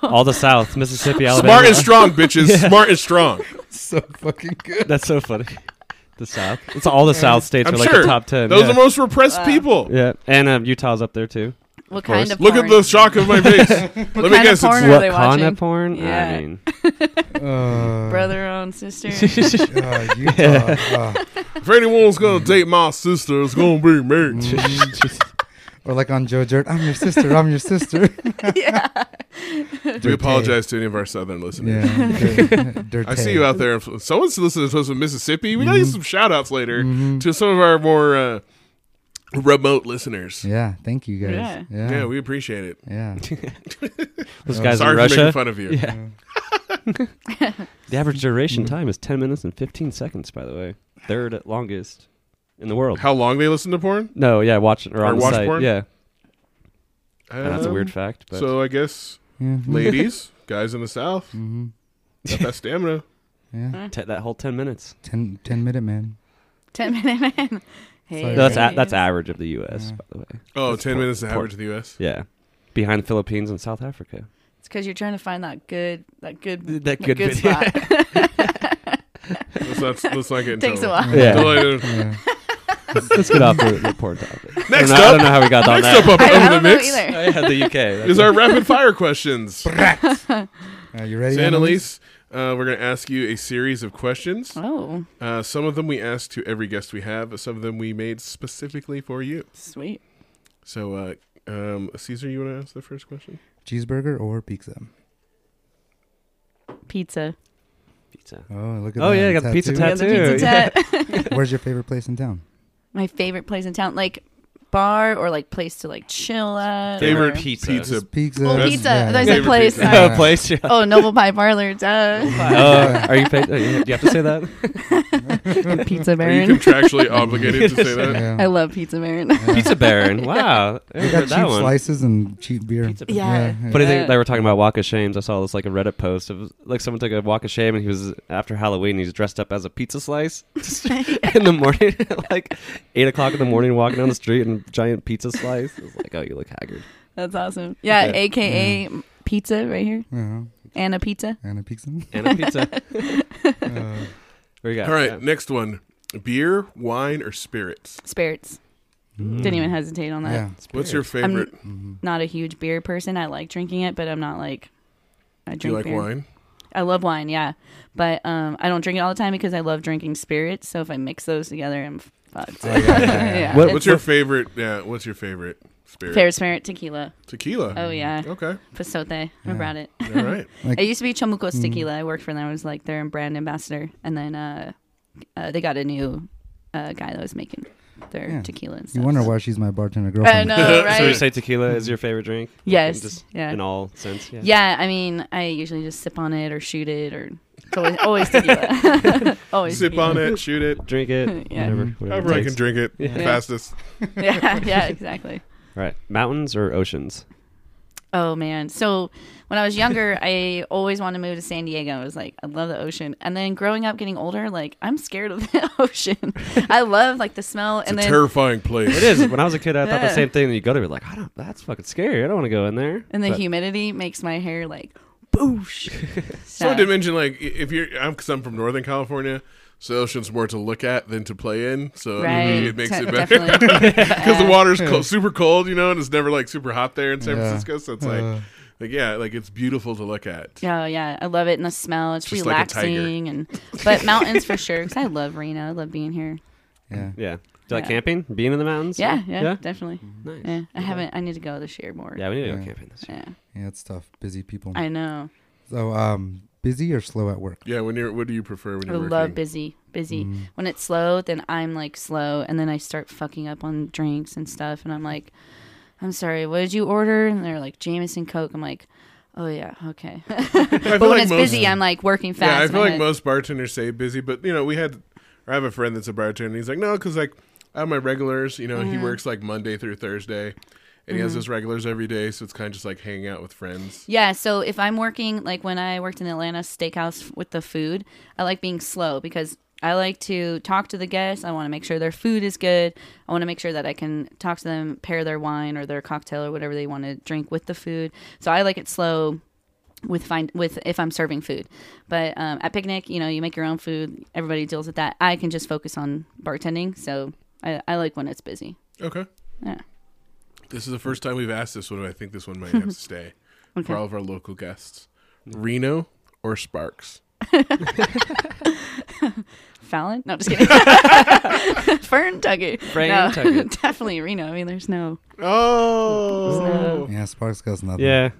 [SPEAKER 3] All the South, Mississippi, Alabama.
[SPEAKER 1] Smart and strong, bitches. Smart and strong.
[SPEAKER 2] So fucking good.
[SPEAKER 3] That's so funny. The South. It's all the South states
[SPEAKER 1] I'm
[SPEAKER 3] are like
[SPEAKER 1] sure
[SPEAKER 3] the top ten.
[SPEAKER 1] Those
[SPEAKER 3] yeah.
[SPEAKER 1] are the most repressed people.
[SPEAKER 3] Yeah, and um, Utah's up there too.
[SPEAKER 4] What
[SPEAKER 3] course.
[SPEAKER 4] kind of
[SPEAKER 1] Look
[SPEAKER 4] porn?
[SPEAKER 1] at the shock of my face. Let me
[SPEAKER 4] What kind of
[SPEAKER 1] guess.
[SPEAKER 4] porn
[SPEAKER 1] It's,
[SPEAKER 4] are they
[SPEAKER 3] What kind
[SPEAKER 4] watching?
[SPEAKER 3] of porn?
[SPEAKER 4] Yeah.
[SPEAKER 3] I mean,
[SPEAKER 2] Uh,
[SPEAKER 4] Brother own sister.
[SPEAKER 2] uh, Utah, uh,
[SPEAKER 1] if anyone's gonna date my sister, it's gonna be me.
[SPEAKER 3] Mm-hmm.
[SPEAKER 2] or like on Joe Dirt, I'm your sister. I'm your sister.
[SPEAKER 1] we apologize to any of our southern listeners.
[SPEAKER 2] Yeah. dirt- dirt
[SPEAKER 1] I see you out there. Someone's listening to us from Mississippi. We gotta
[SPEAKER 2] Mm-hmm.
[SPEAKER 1] get some shout outs later to some of our more uh, remote listeners.
[SPEAKER 2] Yeah, thank you guys.
[SPEAKER 4] Yeah.
[SPEAKER 2] Yeah.
[SPEAKER 1] Yeah,
[SPEAKER 2] Yeah.
[SPEAKER 1] we appreciate it.
[SPEAKER 3] those guys
[SPEAKER 1] Oh, Sorry for
[SPEAKER 3] in
[SPEAKER 1] making
[SPEAKER 3] Russia.
[SPEAKER 1] fun of you.
[SPEAKER 3] Yeah. the average duration
[SPEAKER 1] Mm-hmm.
[SPEAKER 3] time is ten minutes and fifteen seconds. By the way, third at longest in the world.
[SPEAKER 1] How long they listen to porn?
[SPEAKER 3] No, yeah, watch or,
[SPEAKER 1] Or
[SPEAKER 3] on the
[SPEAKER 1] watch
[SPEAKER 3] site.
[SPEAKER 1] porn?
[SPEAKER 3] Yeah,
[SPEAKER 1] Um,
[SPEAKER 3] that's a weird fact. But
[SPEAKER 1] So I guess
[SPEAKER 2] Yeah. Mm-hmm.
[SPEAKER 1] ladies, guys in the south, got that stamina.
[SPEAKER 2] Yeah.
[SPEAKER 3] te- that whole ten minutes.
[SPEAKER 2] Ten, 10 minute man.
[SPEAKER 4] Ten minute man. Hey,
[SPEAKER 2] Sorry.
[SPEAKER 3] No, that's a-
[SPEAKER 4] hey.
[SPEAKER 3] that's average of the U.S. By the way,
[SPEAKER 1] Oh,
[SPEAKER 3] That's
[SPEAKER 1] 10
[SPEAKER 3] porn-
[SPEAKER 1] minutes is
[SPEAKER 3] porn.
[SPEAKER 1] average of the U.S.
[SPEAKER 3] yeah, behind the Philippines and South Africa.
[SPEAKER 4] It's because you're trying to find that good, that good,
[SPEAKER 3] That
[SPEAKER 4] that
[SPEAKER 3] good
[SPEAKER 4] good,
[SPEAKER 3] bit, yeah.
[SPEAKER 4] spot.
[SPEAKER 1] Let's not, let's not get in
[SPEAKER 4] Takes a
[SPEAKER 1] trouble.
[SPEAKER 4] while.
[SPEAKER 3] Yeah,
[SPEAKER 1] Don't let it-
[SPEAKER 2] Yeah.
[SPEAKER 3] let's get off the, the porn topic. I
[SPEAKER 1] Next
[SPEAKER 3] don't, know, I
[SPEAKER 1] up.
[SPEAKER 3] don't know how we got on
[SPEAKER 1] Next up,
[SPEAKER 3] that.
[SPEAKER 1] up
[SPEAKER 4] I, I
[SPEAKER 1] over the
[SPEAKER 4] don't know
[SPEAKER 1] mix
[SPEAKER 4] either.
[SPEAKER 3] Oh, yeah, the UK.
[SPEAKER 1] is our rapid fire questions.
[SPEAKER 2] Are you ready?
[SPEAKER 1] Annalise,
[SPEAKER 2] Annalise?
[SPEAKER 1] uh, we're going to ask you a series of questions.
[SPEAKER 4] Oh,
[SPEAKER 1] Uh, some of them we ask to every guest we have. Some of them we made specifically for you.
[SPEAKER 4] sweet.
[SPEAKER 1] So, uh, um, Caesar, you want to ask the first question?
[SPEAKER 2] Cheeseburger or pizza?
[SPEAKER 4] Pizza.
[SPEAKER 3] pizza.
[SPEAKER 2] Oh, look at
[SPEAKER 3] Oh
[SPEAKER 2] that.
[SPEAKER 3] yeah, you got the pizza
[SPEAKER 4] We got
[SPEAKER 3] tattoo.
[SPEAKER 4] the pizza
[SPEAKER 3] yeah.
[SPEAKER 4] tat.
[SPEAKER 2] Where's your favorite place in town?
[SPEAKER 4] My favorite place in town, like bar or like place to like chill at.
[SPEAKER 1] Favorite
[SPEAKER 4] or-
[SPEAKER 3] pizza.
[SPEAKER 1] Pizza.
[SPEAKER 2] Pizza.
[SPEAKER 4] Oh,
[SPEAKER 1] That's-
[SPEAKER 4] pizza.
[SPEAKER 2] yeah,
[SPEAKER 4] There's
[SPEAKER 2] yeah.
[SPEAKER 4] a
[SPEAKER 1] Favorite
[SPEAKER 4] place.
[SPEAKER 1] pizza.
[SPEAKER 2] Uh,
[SPEAKER 4] uh,
[SPEAKER 3] Oh, place. Yeah.
[SPEAKER 4] oh, Noble Pie Parlor. Duh.
[SPEAKER 3] Oh, are you? pa- oh, you- Do you have to say that?
[SPEAKER 1] Are
[SPEAKER 4] pizza
[SPEAKER 1] you
[SPEAKER 4] Baron.
[SPEAKER 1] contractually obligated to say that?
[SPEAKER 2] Yeah.
[SPEAKER 4] I love Pizza Baron.
[SPEAKER 3] Pizza Baron. Wow, I
[SPEAKER 2] They got
[SPEAKER 3] haven't heard
[SPEAKER 2] cheap
[SPEAKER 3] that one.
[SPEAKER 2] slices and cheap beer.
[SPEAKER 3] Pizza-
[SPEAKER 4] Yeah.
[SPEAKER 2] yeah.
[SPEAKER 3] Funny
[SPEAKER 4] Uh,
[SPEAKER 3] thing, they were talking about Walk of Shames. I saw this like a Reddit post of like someone took a Walk of Shame and he was after Halloween. He's dressed up as a pizza slice in the morning, at, like eight o'clock in the morning, walking down the street and giant pizza slice. It's like, oh, you look haggard.
[SPEAKER 4] That's awesome. Yeah,
[SPEAKER 3] Yeah.
[SPEAKER 4] AKA pizza right here.
[SPEAKER 2] Yeah.
[SPEAKER 4] Anna Pizza.
[SPEAKER 2] Uh-huh. And a pizza.
[SPEAKER 3] And a pizza.
[SPEAKER 2] Uh,
[SPEAKER 3] Where you got?
[SPEAKER 1] All right,
[SPEAKER 3] Yeah.
[SPEAKER 1] next one. Beer, wine, or spirits?
[SPEAKER 4] Spirits.
[SPEAKER 3] Hmm.
[SPEAKER 4] Didn't even hesitate on that.
[SPEAKER 2] yeah. mm-hmm.
[SPEAKER 1] What's your
[SPEAKER 4] I'm
[SPEAKER 1] favorite?
[SPEAKER 4] not a huge beer person. I like drinking it, but I'm not like I drink
[SPEAKER 1] Do you like
[SPEAKER 4] beer.
[SPEAKER 1] wine?
[SPEAKER 4] I love wine, yeah. But um I don't drink it all the time because I love drinking spirits. So if I mix those together, I'm fucked.
[SPEAKER 2] Oh, yeah, yeah, yeah.
[SPEAKER 4] yeah.
[SPEAKER 3] What-
[SPEAKER 4] it's-
[SPEAKER 1] What's your favorite? Yeah, what's your favorite spirit?
[SPEAKER 4] favorite spirit? Tequila.
[SPEAKER 1] Tequila.
[SPEAKER 4] Oh yeah,
[SPEAKER 1] Okay.
[SPEAKER 4] Pasote. I brought it.
[SPEAKER 1] All right.
[SPEAKER 4] It used to be Chamucos Tequila. I worked for them. I was like their brand ambassador, and then uh, uh they got a new uh, guy that was making their
[SPEAKER 2] Yeah.
[SPEAKER 4] tequila and stuff.
[SPEAKER 2] You wonder
[SPEAKER 4] so-
[SPEAKER 2] why she's my bartender
[SPEAKER 4] I
[SPEAKER 2] girlfriend.
[SPEAKER 4] know, right?
[SPEAKER 3] So you say tequila is your favorite drink? Like, in
[SPEAKER 4] Yes,
[SPEAKER 3] just
[SPEAKER 4] yeah.
[SPEAKER 3] In all sense. Yeah.
[SPEAKER 4] Yeah, I mean, I usually just sip on it or shoot it or it's always always tequila. always
[SPEAKER 1] Sip
[SPEAKER 4] tequila.
[SPEAKER 1] on it, shoot it,
[SPEAKER 3] Drink it.
[SPEAKER 4] Yeah.
[SPEAKER 3] Whatever. whatever
[SPEAKER 1] however
[SPEAKER 3] it
[SPEAKER 1] I
[SPEAKER 3] takes.
[SPEAKER 1] can drink it
[SPEAKER 3] Yeah.
[SPEAKER 1] fastest.
[SPEAKER 4] Yeah, yeah, exactly.
[SPEAKER 3] All right. Mountains or oceans?
[SPEAKER 4] Oh man. So when I was younger, I always wanted to move to San Diego. I was like, I love the ocean. And then growing up, getting older, like I'm scared of the ocean. I love like the smell.
[SPEAKER 1] It's
[SPEAKER 4] and
[SPEAKER 1] a
[SPEAKER 4] then
[SPEAKER 1] terrifying place.
[SPEAKER 3] It is. When I was a kid, I thought the
[SPEAKER 4] Yeah.
[SPEAKER 3] same thing. That you go to be like, I don't. That's fucking scary. I don't want to go in there.
[SPEAKER 4] and the
[SPEAKER 3] But
[SPEAKER 4] humidity makes my hair like boosh.
[SPEAKER 1] So I did mention like i- if you're, I'm because I'm from Northern California, so the ocean's more to look at than to play in. So
[SPEAKER 4] right.
[SPEAKER 1] it makes
[SPEAKER 4] Te-
[SPEAKER 1] it better
[SPEAKER 4] definitely.
[SPEAKER 1] because the
[SPEAKER 4] Yeah.
[SPEAKER 1] water's co- super cold, you know, and it's never like super hot there in San
[SPEAKER 2] Hmm. Yeah.
[SPEAKER 1] Francisco. So it's like,
[SPEAKER 2] Uh.
[SPEAKER 1] like yeah, like it's beautiful to look at.
[SPEAKER 4] Oh yeah, I love it and the smell. It's
[SPEAKER 1] Just like a tiger.
[SPEAKER 4] relaxing and but mountains for sure. Because I love Reno. I love being here.
[SPEAKER 2] Yeah.
[SPEAKER 3] Yeah. Do you like
[SPEAKER 4] Yeah.
[SPEAKER 3] camping? Being in the mountains?
[SPEAKER 4] Yeah, yeah, definitely.
[SPEAKER 3] Nice.
[SPEAKER 4] Yeah, I haven't. I need to go this year more.
[SPEAKER 3] Yeah, we need to go
[SPEAKER 2] Yeah.
[SPEAKER 3] camping this year.
[SPEAKER 4] yeah.
[SPEAKER 2] Yeah, it's tough. Busy people.
[SPEAKER 4] I know.
[SPEAKER 2] So, um, busy or slow at work?
[SPEAKER 1] Yeah, when you're, what do you prefer when
[SPEAKER 4] I
[SPEAKER 1] you're working?
[SPEAKER 4] love busy, busy.
[SPEAKER 1] Mm.
[SPEAKER 4] When it's slow, then I'm like slow, and then I start fucking up on drinks and stuff, and I'm like, I'm sorry, what did you order? And they're like Jameson Coke. I'm like, oh yeah, okay. but
[SPEAKER 1] I feel
[SPEAKER 4] when
[SPEAKER 1] like
[SPEAKER 4] it's
[SPEAKER 1] most-
[SPEAKER 4] busy, I'm like working fast.
[SPEAKER 1] Yeah, I
[SPEAKER 4] in
[SPEAKER 1] feel
[SPEAKER 4] my
[SPEAKER 1] like
[SPEAKER 4] head.
[SPEAKER 1] most bartenders say busy, but you know, we had, or I have a friend that's a bartender, and he's like, no, because like I have my regulars, you know, he
[SPEAKER 4] Mm-hmm.
[SPEAKER 1] works like Monday through Thursday, and he has his regulars every day, so it's kind of just like hanging out with friends.
[SPEAKER 4] Yeah, so if I'm working, like when I worked in Atlanta steakhouse f- with the food, I like being slow because I like to talk to the guests. I want to make sure their food is good. I want to make sure that I can talk to them, pair their wine or their cocktail or whatever they want to drink with the food. So I like it slow with find with if I'm serving food. But um, at picnic, you know, you make your own food. Everybody deals with that. I can just focus on bartending. So I, I like when it's busy.
[SPEAKER 1] Okay.
[SPEAKER 4] Yeah.
[SPEAKER 1] This is the first time we've asked this one, but I think this one might have to stay for all of our local guests. Reno or Sparks?
[SPEAKER 4] Fallon? No, I'm just kidding. Fern Tuggy. no,
[SPEAKER 3] Ferntucky.
[SPEAKER 4] definitely Reno. I mean, there's no.
[SPEAKER 1] Oh.
[SPEAKER 2] Yeah, Sparks goes nothing.
[SPEAKER 3] Yeah.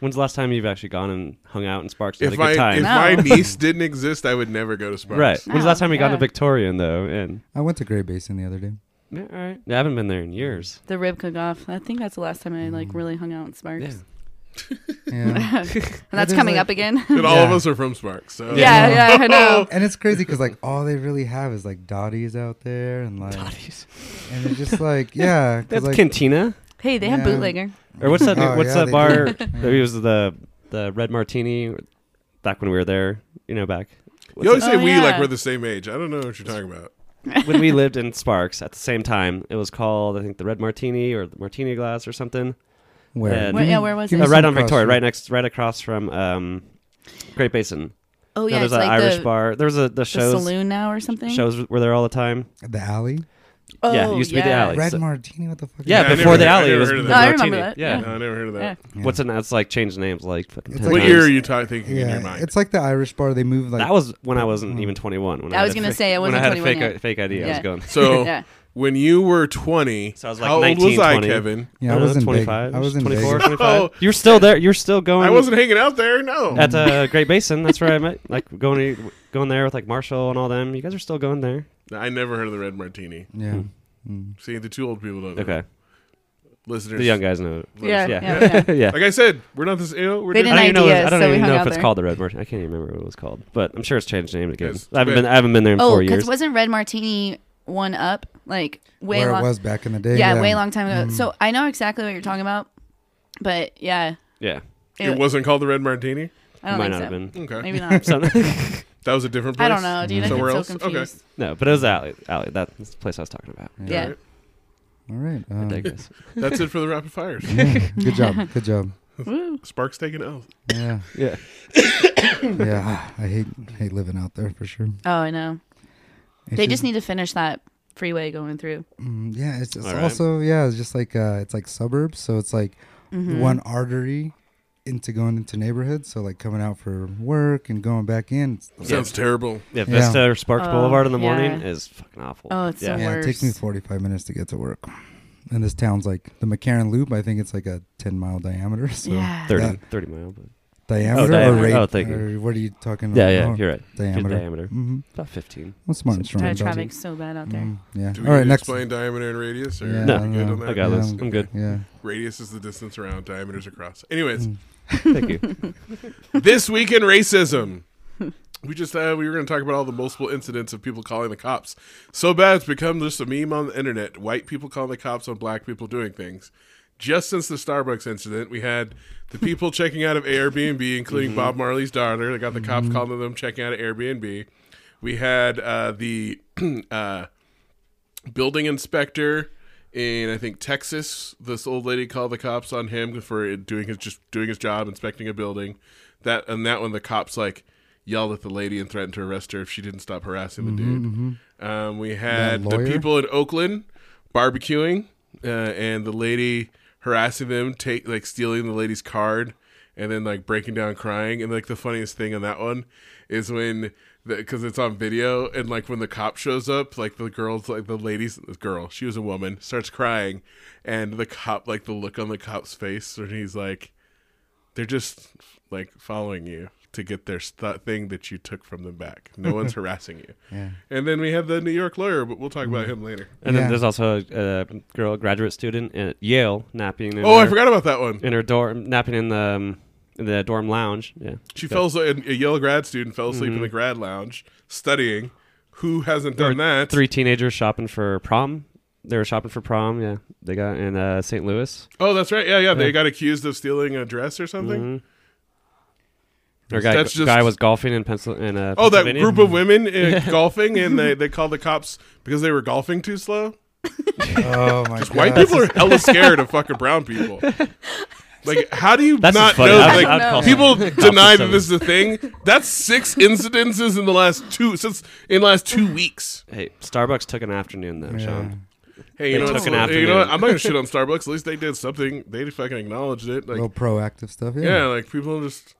[SPEAKER 3] When's the last time you've actually gone and hung out in Sparks and
[SPEAKER 1] If
[SPEAKER 3] had a
[SPEAKER 1] my
[SPEAKER 3] good time?
[SPEAKER 1] if
[SPEAKER 4] No.
[SPEAKER 1] my niece didn't exist, I would never go to Sparks.
[SPEAKER 3] right. When's the last
[SPEAKER 4] No,
[SPEAKER 3] time we got
[SPEAKER 4] yeah.
[SPEAKER 3] to Victorian though? And
[SPEAKER 2] I went to Gray Basin the other day.
[SPEAKER 3] yeah, all right. Yeah, I haven't been there in years.
[SPEAKER 4] The rib cook off. I think that's the last time I like really hung out in Sparks.
[SPEAKER 3] Mm. Yeah.
[SPEAKER 2] Yeah.
[SPEAKER 4] And that's
[SPEAKER 2] is,
[SPEAKER 4] coming
[SPEAKER 2] like-
[SPEAKER 4] up again.
[SPEAKER 1] And all of
[SPEAKER 2] Yeah.
[SPEAKER 1] us are from Sparks. So.
[SPEAKER 4] yeah, yeah,
[SPEAKER 3] Oh.
[SPEAKER 4] I know.
[SPEAKER 2] and it's crazy because like all they really have is like Dottie's out there and like and it's just like yeah 'cause,
[SPEAKER 3] That's
[SPEAKER 2] like,
[SPEAKER 3] Cantina.
[SPEAKER 4] Hey, they have
[SPEAKER 2] Yeah.
[SPEAKER 4] bootlegger.
[SPEAKER 3] Or what's that?
[SPEAKER 2] Oh,
[SPEAKER 3] what's
[SPEAKER 2] yeah,
[SPEAKER 3] that
[SPEAKER 2] they
[SPEAKER 3] bar?
[SPEAKER 2] do.
[SPEAKER 3] that we was the the Red Martini. Back when we were there, you know, back
[SPEAKER 1] You always say
[SPEAKER 4] Oh,
[SPEAKER 1] we like
[SPEAKER 4] yeah.
[SPEAKER 1] we're the same age. I don't know what you're talking about.
[SPEAKER 3] when we lived in Sparks at the same time, it was called I think the Red Martini or the Martini Glass or something.
[SPEAKER 2] where
[SPEAKER 3] Yeah.
[SPEAKER 2] Give
[SPEAKER 3] Where-
[SPEAKER 2] me-
[SPEAKER 4] yeah, where was
[SPEAKER 2] give me
[SPEAKER 4] it?
[SPEAKER 3] Uh,
[SPEAKER 4] There's
[SPEAKER 3] right
[SPEAKER 2] some
[SPEAKER 3] on Victoria,
[SPEAKER 2] crossword.
[SPEAKER 3] right next, right across from um, Great Basin.
[SPEAKER 4] Oh
[SPEAKER 3] No,
[SPEAKER 4] yeah,
[SPEAKER 3] there's
[SPEAKER 4] it's
[SPEAKER 3] an
[SPEAKER 4] like
[SPEAKER 3] Irish
[SPEAKER 4] the,
[SPEAKER 3] bar. There was a the
[SPEAKER 4] the
[SPEAKER 3] shows
[SPEAKER 4] saloon now or something.
[SPEAKER 3] shows were there all the time.
[SPEAKER 2] the alley
[SPEAKER 4] Oh,
[SPEAKER 3] yeah, it used to be the alley.
[SPEAKER 2] red
[SPEAKER 3] so-
[SPEAKER 2] martini what the fuck
[SPEAKER 3] yeah,
[SPEAKER 1] Yeah, I
[SPEAKER 3] before
[SPEAKER 1] never-
[SPEAKER 3] the
[SPEAKER 1] I
[SPEAKER 3] alley
[SPEAKER 1] never
[SPEAKER 3] was
[SPEAKER 1] heard
[SPEAKER 3] the
[SPEAKER 1] of that.
[SPEAKER 4] No, Oh, I remember
[SPEAKER 3] Martini.
[SPEAKER 4] that.
[SPEAKER 3] Yeah.
[SPEAKER 1] No, I never heard of that.
[SPEAKER 2] Yeah.
[SPEAKER 3] What's in that? It's like changed names like fucking
[SPEAKER 2] It's
[SPEAKER 3] 10
[SPEAKER 2] like-
[SPEAKER 1] What
[SPEAKER 3] times.
[SPEAKER 1] year are you ta- thinking in your
[SPEAKER 2] yeah
[SPEAKER 1] mind?
[SPEAKER 2] it's like the Irish bar they moved like
[SPEAKER 3] That was when I wasn't even 21. When
[SPEAKER 4] I was
[SPEAKER 3] had a
[SPEAKER 4] gonna
[SPEAKER 3] fake-
[SPEAKER 4] say I wasn't
[SPEAKER 3] when I had
[SPEAKER 4] 21
[SPEAKER 3] a fake,
[SPEAKER 4] yet.
[SPEAKER 3] fake ID. I was
[SPEAKER 4] Yeah.
[SPEAKER 3] going.
[SPEAKER 1] So
[SPEAKER 4] Yeah.
[SPEAKER 1] when you were 20,
[SPEAKER 3] So I was like
[SPEAKER 1] how
[SPEAKER 3] 19,
[SPEAKER 1] old was I,
[SPEAKER 3] 20.
[SPEAKER 1] Kevin?
[SPEAKER 2] yeah I
[SPEAKER 3] don't
[SPEAKER 2] was
[SPEAKER 3] know,
[SPEAKER 2] in
[SPEAKER 3] 25.
[SPEAKER 2] Vegas. I was in
[SPEAKER 3] 24,
[SPEAKER 2] Vegas.
[SPEAKER 3] 25.
[SPEAKER 1] Oh.
[SPEAKER 3] You're still there. You're still going.
[SPEAKER 1] I wasn't hanging out there. No.
[SPEAKER 3] at uh, Great Basin. That's where I met. Like going to, going there with like Marshall and all them. You guys are still going there.
[SPEAKER 1] I never heard of the red martini.
[SPEAKER 2] yeah mm,
[SPEAKER 3] Mm.
[SPEAKER 1] See, the two old people don't know.
[SPEAKER 3] Okay,
[SPEAKER 1] Listeners.
[SPEAKER 3] the young guys know. it.
[SPEAKER 4] Yeah,
[SPEAKER 3] Yeah.
[SPEAKER 4] yeah, yeah.
[SPEAKER 3] yeah.
[SPEAKER 1] Like I said, we're not this ill. We're
[SPEAKER 4] They
[SPEAKER 1] just-
[SPEAKER 3] I don't even know.
[SPEAKER 4] idea,
[SPEAKER 3] I don't
[SPEAKER 4] so we
[SPEAKER 3] even
[SPEAKER 4] hung
[SPEAKER 3] know if
[SPEAKER 4] out
[SPEAKER 3] it's
[SPEAKER 4] there.
[SPEAKER 3] called the Red Martini. I can't even remember what it was called, but I'm sure it's changed name again.
[SPEAKER 1] Yes.
[SPEAKER 3] I haven't
[SPEAKER 1] But-
[SPEAKER 3] been. I haven't been there in
[SPEAKER 4] Oh,
[SPEAKER 3] four
[SPEAKER 4] because
[SPEAKER 3] years.
[SPEAKER 4] wasn't Red Martini one up like way
[SPEAKER 2] where
[SPEAKER 4] long?
[SPEAKER 2] it was back in the day
[SPEAKER 4] yeah, way long time
[SPEAKER 3] Mm.
[SPEAKER 4] ago. So I know exactly what you're talking about, but yeah,
[SPEAKER 3] yeah,
[SPEAKER 1] it wasn't called the red martini.
[SPEAKER 4] I don't
[SPEAKER 3] might
[SPEAKER 4] think
[SPEAKER 3] not
[SPEAKER 4] so.
[SPEAKER 3] have been.
[SPEAKER 1] Okay.
[SPEAKER 4] Maybe not.
[SPEAKER 3] So-
[SPEAKER 1] That was a different place.
[SPEAKER 4] I don't know,
[SPEAKER 2] Mm.
[SPEAKER 4] dude. I
[SPEAKER 1] Somewhere
[SPEAKER 4] get
[SPEAKER 1] else?
[SPEAKER 4] so
[SPEAKER 1] Okay.
[SPEAKER 4] confused.
[SPEAKER 3] no, but it was alley. Alley. That's the place I was talking about.
[SPEAKER 4] Yeah.
[SPEAKER 1] Alright.
[SPEAKER 2] all right
[SPEAKER 3] I
[SPEAKER 2] um,
[SPEAKER 3] digress.
[SPEAKER 1] That's it for the rapid fires.
[SPEAKER 2] yeah, good job good job
[SPEAKER 1] Sparks taking L.
[SPEAKER 2] yeah
[SPEAKER 3] yeah.
[SPEAKER 2] yeah Ah, I hate hate living out there for sure
[SPEAKER 4] Oh, I know.
[SPEAKER 2] It's
[SPEAKER 4] they just need to finish that freeway going through.
[SPEAKER 2] Mm, yeah, it's, it's
[SPEAKER 3] All right.
[SPEAKER 2] also yeah, it's just like uh, it's like suburbs, so it's like
[SPEAKER 4] Mm-hmm.
[SPEAKER 2] one artery into going into neighborhoods. So like coming out for work and going back in. it's-
[SPEAKER 1] Sounds terrible.
[SPEAKER 3] Yeah, Vista or Sparks
[SPEAKER 4] Oh,
[SPEAKER 3] Boulevard in the morning
[SPEAKER 4] yeah.
[SPEAKER 3] is fucking awful.
[SPEAKER 4] Oh, it's
[SPEAKER 3] yeah.
[SPEAKER 4] so-
[SPEAKER 2] yeah, it takes me
[SPEAKER 4] worse.
[SPEAKER 2] forty five minutes to get to work. And this town's like the McCarran Loop. I think it's like a ten mile diameter. So
[SPEAKER 4] Yeah.
[SPEAKER 3] 30,
[SPEAKER 2] that
[SPEAKER 3] 30 mile. But
[SPEAKER 2] diameter,
[SPEAKER 3] diameter.
[SPEAKER 2] or rate?
[SPEAKER 3] Oh, thank you.
[SPEAKER 2] or what are you talking
[SPEAKER 3] yeah,
[SPEAKER 2] about?
[SPEAKER 3] yeah,
[SPEAKER 2] Oh,
[SPEAKER 3] you're right. Diameter.
[SPEAKER 2] Diameter.
[SPEAKER 3] diameter.
[SPEAKER 2] Mm-hmm.
[SPEAKER 3] About 15.
[SPEAKER 2] Well, smart and strong.
[SPEAKER 4] Uh,
[SPEAKER 2] about it.
[SPEAKER 4] traffic's so bad out there.
[SPEAKER 2] Mm, yeah.
[SPEAKER 1] Do we
[SPEAKER 2] All right,
[SPEAKER 1] need to
[SPEAKER 2] next.
[SPEAKER 1] explain diameter and radius? Or
[SPEAKER 2] Yeah,
[SPEAKER 3] No.
[SPEAKER 1] are we good
[SPEAKER 2] no.
[SPEAKER 1] on that?
[SPEAKER 3] I got
[SPEAKER 2] Yeah,
[SPEAKER 3] this.
[SPEAKER 2] I'm
[SPEAKER 3] I'm good.
[SPEAKER 2] Yeah.
[SPEAKER 1] Radius is the distance around, diameters across. Anyways,
[SPEAKER 2] Mm.
[SPEAKER 3] Thank you.
[SPEAKER 1] this week in racism. We just uh, we were going to talk about all the multiple incidents of people calling the cops. So bad it's become just a meme on the internet. White people calling the cops on black people doing things. just since the Starbucks incident, we had the people checking out of Airbnb, including Bob Marley's daughter. They got the cops calling them checking out of Airbnb. We had uh, the uh, building inspector in I think Texas. This old lady called the cops on him for doing his just doing his job inspecting a building. That and that one, the cops like yelled at the lady and threatened to arrest her if she didn't stop harassing the dude. Um, we had the
[SPEAKER 2] lawyer.
[SPEAKER 1] people in Oakland barbecuing uh, and the lady harassing them, take like stealing the lady's card and then like breaking down crying. And like the funniest thing on that one is when because it's on video and like when the cop shows up like the girl's like the lady's the girl she was a woman starts crying and the cop like the look on the cop's face and he's like they're just like following you to get their st- thing that you took from them back no one's harassing you
[SPEAKER 2] Yeah.
[SPEAKER 1] and then we have the new york lawyer but we'll talk about him later
[SPEAKER 3] And
[SPEAKER 2] Yeah.
[SPEAKER 3] then there's also a, a girl, a graduate student at Yale, napping. In
[SPEAKER 1] oh
[SPEAKER 3] her,
[SPEAKER 1] i forgot about that one
[SPEAKER 3] In her dorm, napping in the um, in the dorm lounge. Yeah,
[SPEAKER 1] she fell asleep a yale grad student fell asleep
[SPEAKER 3] Mm-hmm.
[SPEAKER 1] in the grad lounge studying who hasn't done that
[SPEAKER 3] Three teenagers shopping for prom. They were shopping for prom. Yeah, they got in uh, St. Louis.
[SPEAKER 1] Oh, that's right. Yeah, yeah. They got accused of stealing a dress or something.
[SPEAKER 3] Mm-hmm. Their Mm-hmm. guy,
[SPEAKER 1] That's just-
[SPEAKER 3] guy was golfing in Pencil in uh,
[SPEAKER 1] Oh, that
[SPEAKER 3] Pennsylvania.
[SPEAKER 1] group of women uh, golfing, and they, they called the cops because they were golfing too slow.
[SPEAKER 2] Oh my god.
[SPEAKER 1] White people are hella scared of fucking brown people. Like, how do you
[SPEAKER 3] That's
[SPEAKER 1] not
[SPEAKER 3] funny.
[SPEAKER 1] know?
[SPEAKER 3] I'd-
[SPEAKER 1] Like,
[SPEAKER 4] I'd call
[SPEAKER 1] people deny that
[SPEAKER 3] seven.
[SPEAKER 1] this is a thing. That's six incidences in the last two since in the last two weeks.
[SPEAKER 3] Hey, Starbucks took an afternoon though, Sean.
[SPEAKER 1] Hey, you
[SPEAKER 3] They
[SPEAKER 1] know,
[SPEAKER 3] took
[SPEAKER 1] it's
[SPEAKER 3] an
[SPEAKER 1] a- you know,
[SPEAKER 3] afternoon.
[SPEAKER 1] what? I'm not gonna shit on Starbucks. At least they did something. They fucking acknowledged it. Like,
[SPEAKER 2] Real proactive stuff. Yeah.
[SPEAKER 1] yeah, like people just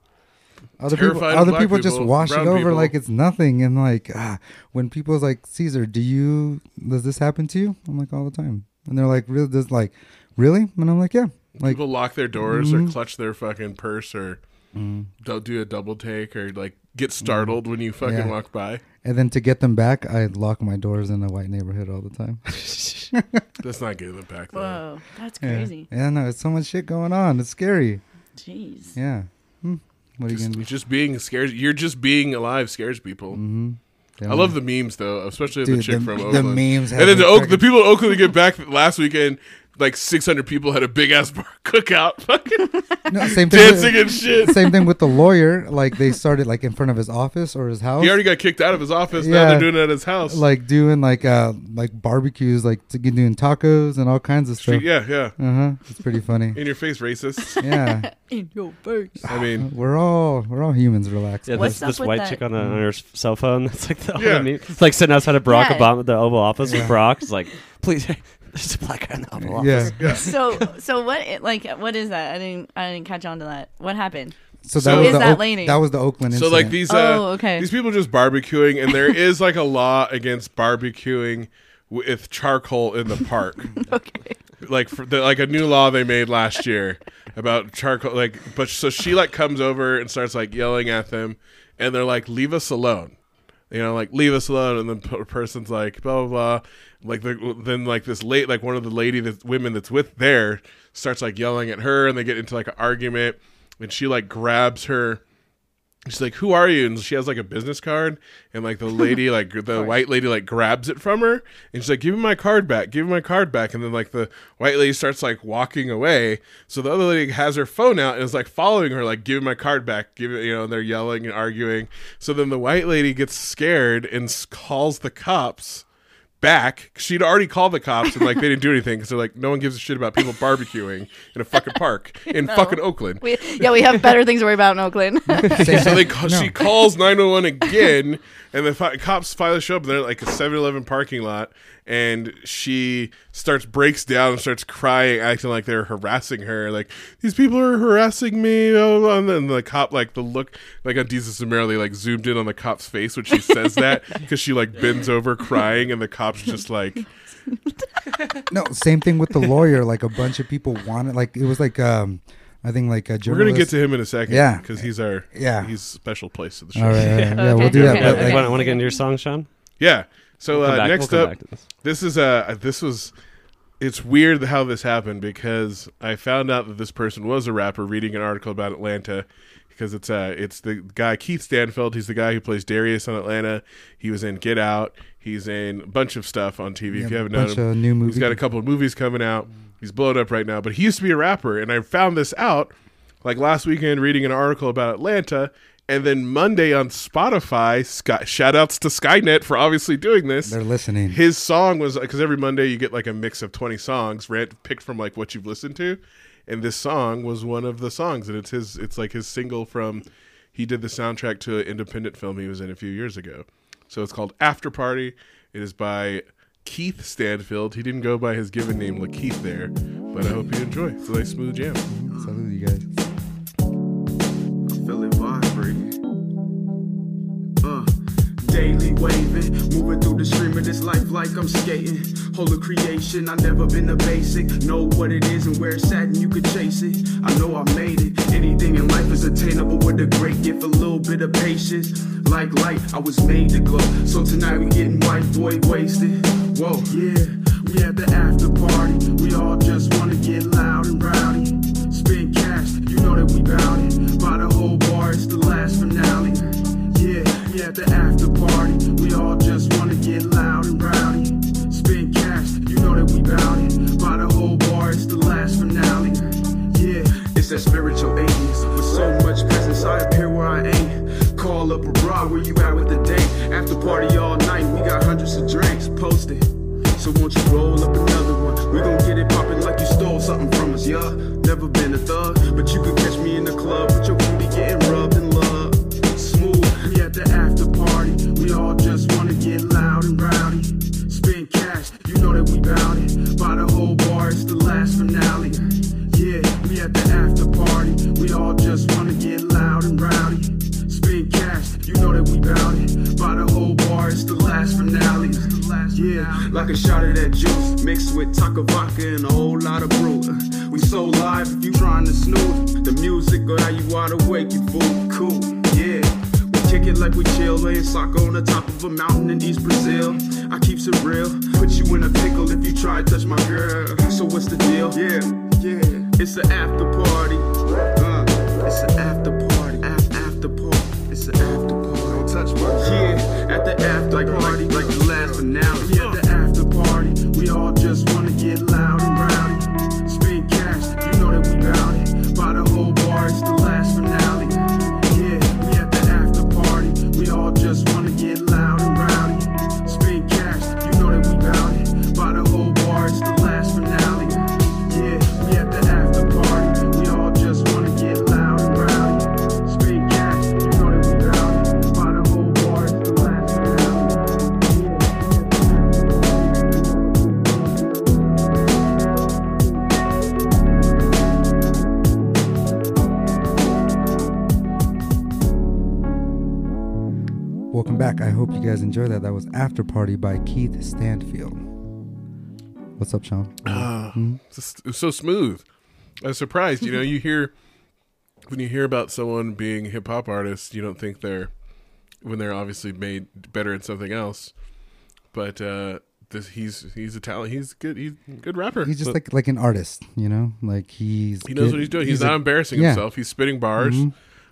[SPEAKER 2] other people,
[SPEAKER 1] terrified of
[SPEAKER 2] other
[SPEAKER 1] black
[SPEAKER 2] people just
[SPEAKER 1] people,
[SPEAKER 2] wash it
[SPEAKER 1] brown
[SPEAKER 2] over
[SPEAKER 1] people.
[SPEAKER 2] like it's nothing. And like ah, when people's like Caesar, do you does this happen to you? I'm like all the time, and they're like, really? Does like really? And I'm like, yeah. Like mm-hmm.
[SPEAKER 1] people lock their doors or clutch their fucking purse or don't do a double take or like get startled when you fucking
[SPEAKER 2] Mm-hmm. Yeah.
[SPEAKER 1] walk by.
[SPEAKER 2] And then to get them back, I lock my doors in a white neighborhood all the time.
[SPEAKER 1] That's not getting them back though.
[SPEAKER 4] Whoa, that's
[SPEAKER 2] Yeah.
[SPEAKER 4] crazy.
[SPEAKER 2] Yeah, no, it's so much shit going on. It's scary.
[SPEAKER 4] Jeez.
[SPEAKER 2] Yeah. Hmm. What are you
[SPEAKER 1] Just,
[SPEAKER 2] gonna do?
[SPEAKER 1] just being scared. You're just being alive scares people. I love the memes though, especially the
[SPEAKER 2] Mm-hmm. Dude,
[SPEAKER 1] chick
[SPEAKER 2] the-
[SPEAKER 1] from
[SPEAKER 2] the
[SPEAKER 1] Oakland.
[SPEAKER 2] memes
[SPEAKER 1] and
[SPEAKER 2] have
[SPEAKER 1] then
[SPEAKER 2] me
[SPEAKER 1] the, Oak,
[SPEAKER 2] fucking-
[SPEAKER 1] the people in Oakland that get back last weekend, like 600 people had a big ass bar cookout, fucking
[SPEAKER 2] no, same thing.
[SPEAKER 1] dancing
[SPEAKER 2] With,
[SPEAKER 1] and shit.
[SPEAKER 2] same thing with the lawyer. Like they started like in front of his office or his house.
[SPEAKER 1] He already got kicked out of his office. Now
[SPEAKER 2] Yeah.
[SPEAKER 1] they're doing it at his house.
[SPEAKER 2] like doing like uh like barbecues, like to, doing tacos and all kinds of stuff.
[SPEAKER 1] yeah, yeah.
[SPEAKER 2] Uh huh. It's pretty funny.
[SPEAKER 1] In your face, racist.
[SPEAKER 2] yeah.
[SPEAKER 4] In your face.
[SPEAKER 1] I mean,
[SPEAKER 2] We're all we're all humans. Relax.
[SPEAKER 3] Yeah,
[SPEAKER 4] What's
[SPEAKER 3] this,
[SPEAKER 4] up
[SPEAKER 3] this
[SPEAKER 4] with
[SPEAKER 3] white
[SPEAKER 4] that?
[SPEAKER 3] chick on, a, on her s- cell phone. That's like the
[SPEAKER 1] Yeah.
[SPEAKER 3] yeah. It's like sitting outside of Barack
[SPEAKER 4] Yeah.
[SPEAKER 3] Obama, the Oval Office with Barack. It's like, please, there's a black guy in the Oval
[SPEAKER 2] Yeah.
[SPEAKER 3] Office.
[SPEAKER 4] so so what it- like what is that? I didn't I didn't catch on to that. What happened?
[SPEAKER 2] So that
[SPEAKER 1] So-
[SPEAKER 2] was
[SPEAKER 1] Is
[SPEAKER 2] the
[SPEAKER 4] that
[SPEAKER 2] Oak-
[SPEAKER 4] lady?
[SPEAKER 2] that was the Oakland.
[SPEAKER 1] So like
[SPEAKER 2] incident.
[SPEAKER 1] these uh,
[SPEAKER 4] Oh, okay.
[SPEAKER 1] these people just barbecuing, and there is like a law against barbecuing with charcoal in the park.
[SPEAKER 4] Okay.
[SPEAKER 1] like for the, like a new law they made last year about charcoal. Like, but so she like comes over and starts like yelling at them, and they're like, "Leave us alone." You know, like leave us alone, and the p- person's like blah blah blah. Like the, then, like this late, like one of the lady that women that's with there starts like yelling at her, and they get into like an argument, and she like grabs her she's like, "Who are you?" And she has like a business card, and like the lady, like the white lady, like grabs it from her, and she's like, "Give me my card back! Give me my card back!" And then like the white lady starts like walking away, so the other lady has her phone out and is like following her, like, "Give me my card back!" Give it, you know, and they're yelling and arguing. So then the white lady gets scared and s- calls the cops back. She'd already called the cops and like they didn't do anything because they're like, no one gives a shit about people barbecuing in a fucking park in fucking Oakland.
[SPEAKER 4] We, yeah, we have better things to worry about in Oakland.
[SPEAKER 2] Same
[SPEAKER 1] So
[SPEAKER 2] thing.
[SPEAKER 1] they call,
[SPEAKER 2] No.
[SPEAKER 1] she calls 911 again, and the fi- cops finally show up. They're at like a 7-Eleven parking lot, and she starts breaks down and starts crying, acting like they're harassing her. Like these people are harassing me. Oh, and then the cop, like the look, like on Jesus and Mary, like zoomed in on the cop's face when she says that because she like bends over crying, and the cops just like
[SPEAKER 2] no, same thing with the lawyer. Like a bunch of people wanted. Like it was like um, I think like a
[SPEAKER 1] we're gonna get
[SPEAKER 2] journalist-
[SPEAKER 1] to him in a second,
[SPEAKER 2] Yeah.
[SPEAKER 1] because he's our
[SPEAKER 2] Yeah.
[SPEAKER 1] he's special place to the show.
[SPEAKER 2] All right, all right, yeah,
[SPEAKER 4] Okay.
[SPEAKER 2] we'll do that.
[SPEAKER 4] Yeah,
[SPEAKER 2] but, like,
[SPEAKER 3] want, to get into your song, Sean?
[SPEAKER 1] Yeah. So
[SPEAKER 3] We'll come
[SPEAKER 1] uh,
[SPEAKER 3] back-
[SPEAKER 1] next
[SPEAKER 3] we'll come
[SPEAKER 1] up,
[SPEAKER 3] back to this.
[SPEAKER 1] this is uh this was it's weird how this happened because I found out that this person was a rapper reading an article about Atlanta because it's uh it's the guy Keith Stanfield he's the guy who plays Darius on Atlanta he was in Get Out He's in a bunch of stuff on TV.
[SPEAKER 2] Yeah,
[SPEAKER 1] if you haven't known
[SPEAKER 2] bunch
[SPEAKER 1] him,
[SPEAKER 2] of new movies.
[SPEAKER 1] he's got a couple of movies coming out. He's blown up right now, but he used to be a rapper, and I found this out like last weekend reading an article about Atlanta. And then Monday on Spotify, Sky, shout outs to Skynet for obviously doing this.
[SPEAKER 2] They're listening.
[SPEAKER 1] His song was because every Monday you get like a mix of 20 songs rant, picked from like what you've listened to. And this song was one of the songs. And it's his, it's like his single from, he did the soundtrack to an independent film he was in a few years ago. So it's called After Party. It is by Keith Stanfield. He didn't go by his given name, Lakeith, there. But I hope you enjoy. It's a nice smooth jam.
[SPEAKER 2] Salute you guys.
[SPEAKER 7] feel it vibrating. Uh, daily waving, moving through the stream of this life like I'm skating. Whole of creation, I never been a basic. Know what it is and where it's at, and you can chase it. I know I made it. Anything in life is attainable with a great gift, a little bit of patience. Like light, I was made to glow. So tonight we getting white boy wasted. Whoa, yeah, we at the after party. We all just wanna get loud and rowdy. Spend cash, you know that we bout it. By the whole bar, it's the last finale. Yeah, yeah, at the after party. We all just wanna get loud and rowdy. Spend cash, you know that we bout it. By the whole bar, it's the last finale. Yeah, it's that spiritual 80s. With so much presence, I appear where I ain't. Call up a bra, where you at with the date? After party all night, we got hundreds of drinks posted. So won't you roll up another one? We gon' get it poppin' like you stole something from us, yeah. Never been a thug, but you could catch me in the club with your booty getting rubbed in love. Smooth, we at the after party. We all just wanna get loud and rowdy. Spend cash, you know that we bout it. By the whole bar, it's the last finale. Yeah, we at the after party. We all just wanna get loud and rowdy. Spend cash, you know that we bout it. By the whole bar, it's the last finale. Yeah, like a shot of that juice mixed with taco vodka and a whole lot of brew. We so live if you trying to snooze. The music or how you wide awake, you fool. Cool, yeah. We kick it like we chill, laying soccer on the top of a mountain in East Brazil. I keeps it real, put you in a pickle if you try to touch my girl. So what's the deal? Yeah, yeah. It's an after party. Uh, it's an after party. Af- after party. It's an after party. Don't touch my Yeah, at the after party, like the last finale. We at the after party. We all just wanna get loud and rowdy. Spend cash, you know that we bout it. By the whole bar, it's the last finale. Yeah, we at the after party. We all just wanna get loud and rowdy. Spend cash, you know that we bout it. By the whole bar, it's the last finale. Yeah, we at the after party. We all just wanna get loud and rowdy. Spend cash, you know that we bout it. By the whole bar, it's the last finale.
[SPEAKER 2] Welcome back. I hope you guys enjoyed that. That was After Party by Keith Stanfield. What's up, Sean?
[SPEAKER 1] It's just- it's so smooth. I was surprised. You know, you hear when you hear about someone being a hip hop artist, you don't think they're when they're obviously made better at something else. But uh this he's he's a talent. He's good. He's a good rapper.
[SPEAKER 2] He's just
[SPEAKER 1] But
[SPEAKER 2] like like an artist, you know? Like he's
[SPEAKER 1] he knows
[SPEAKER 2] good-
[SPEAKER 1] what he's doing. He's,
[SPEAKER 2] a-
[SPEAKER 1] not embarrassing
[SPEAKER 2] yeah. Mm-hmm.
[SPEAKER 1] himself. He's spitting bars.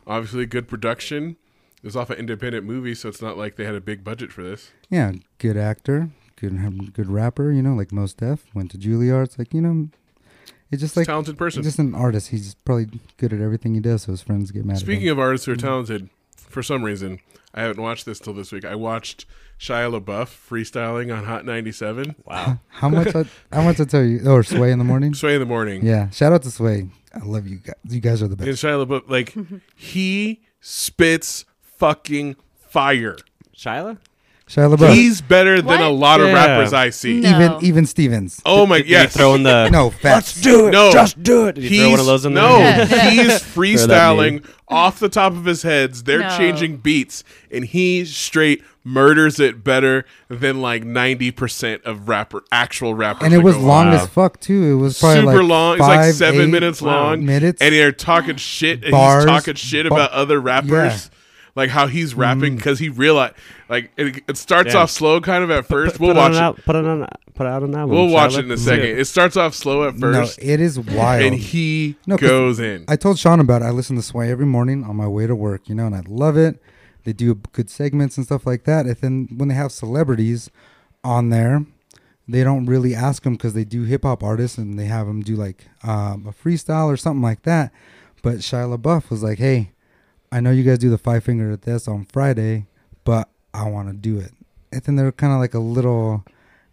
[SPEAKER 1] Obviously, good production. It was off an independent movie, so it's not like they had a big budget for this.
[SPEAKER 2] Yeah, good actor, good good rapper, you know, like Most Def, went to Juilliard. It's like, you know, it's just like
[SPEAKER 1] talented person.
[SPEAKER 2] he's just an artist. He's probably good at everything he does, so his friends get mad
[SPEAKER 1] Speaking
[SPEAKER 2] at
[SPEAKER 1] of
[SPEAKER 2] him.
[SPEAKER 1] artists
[SPEAKER 3] Mm-hmm.
[SPEAKER 1] who are talented, for some reason, I haven't watched this till this week. I watched Shia LaBeouf freestyling on Hot 97.
[SPEAKER 3] Wow.
[SPEAKER 2] How much I, how much I tell you or Sway in the morning?
[SPEAKER 1] Sway in the morning.
[SPEAKER 2] Yeah. Shout out to Sway. I love you guys. You guys are the
[SPEAKER 1] And
[SPEAKER 2] best.
[SPEAKER 1] Shia LaBeouf, like, he spits fucking fire. Uh,
[SPEAKER 3] Shyla?
[SPEAKER 2] Shia LaBeouf.
[SPEAKER 1] He's better than a
[SPEAKER 4] What?
[SPEAKER 1] lot of
[SPEAKER 3] Yeah.
[SPEAKER 1] rappers I see.
[SPEAKER 4] No.
[SPEAKER 2] Even even Stevens.
[SPEAKER 1] Oh my,
[SPEAKER 3] Yeah.
[SPEAKER 1] yes.
[SPEAKER 3] Throwing the
[SPEAKER 2] No, facts.
[SPEAKER 3] do it.
[SPEAKER 1] No.
[SPEAKER 3] Just do it. Did you throw one of those in there?
[SPEAKER 1] no,
[SPEAKER 4] Yeah, yeah.
[SPEAKER 1] he's freestyling off the top of his heads. They're
[SPEAKER 4] No.
[SPEAKER 1] changing beats, and he straight murders it better than like ninety percent of rapper actual rappers.
[SPEAKER 2] and it
[SPEAKER 1] that
[SPEAKER 2] was
[SPEAKER 1] go on.
[SPEAKER 2] long as fuck too. It was probably
[SPEAKER 1] super
[SPEAKER 2] like
[SPEAKER 1] long.
[SPEAKER 2] Five,
[SPEAKER 1] it's like seven
[SPEAKER 2] eight
[SPEAKER 1] minutes long.
[SPEAKER 2] Minutes.
[SPEAKER 1] and they're talking shit. And
[SPEAKER 2] Bars.
[SPEAKER 1] he's talking shit
[SPEAKER 2] Bar-
[SPEAKER 1] about other rappers. Like how he's rapping because he realized, like it, it starts
[SPEAKER 3] Mm. Yeah.
[SPEAKER 1] off slow kind of at first.
[SPEAKER 3] Put,
[SPEAKER 1] we'll
[SPEAKER 3] put
[SPEAKER 1] watch
[SPEAKER 3] on
[SPEAKER 1] it.
[SPEAKER 3] Out, put it on. Put out an album.
[SPEAKER 1] We'll watch
[SPEAKER 3] Shyla.
[SPEAKER 1] it in a second. It starts off slow at first,
[SPEAKER 2] no, it is wild.
[SPEAKER 1] and he
[SPEAKER 2] No, 'cause
[SPEAKER 1] goes in.
[SPEAKER 2] I told Sean about it. I listen to Sway every morning on my way to work, you know, and I love it. They do good segments and stuff like that. And then when they have celebrities on there, they don't really ask them because they do hip hop artists and they have them do like um, a freestyle or something like that. But Shia LaBeouf was like, "Hey, I know you guys do the five finger at this on Friday, but I want to do it." And then they're kind of like a little,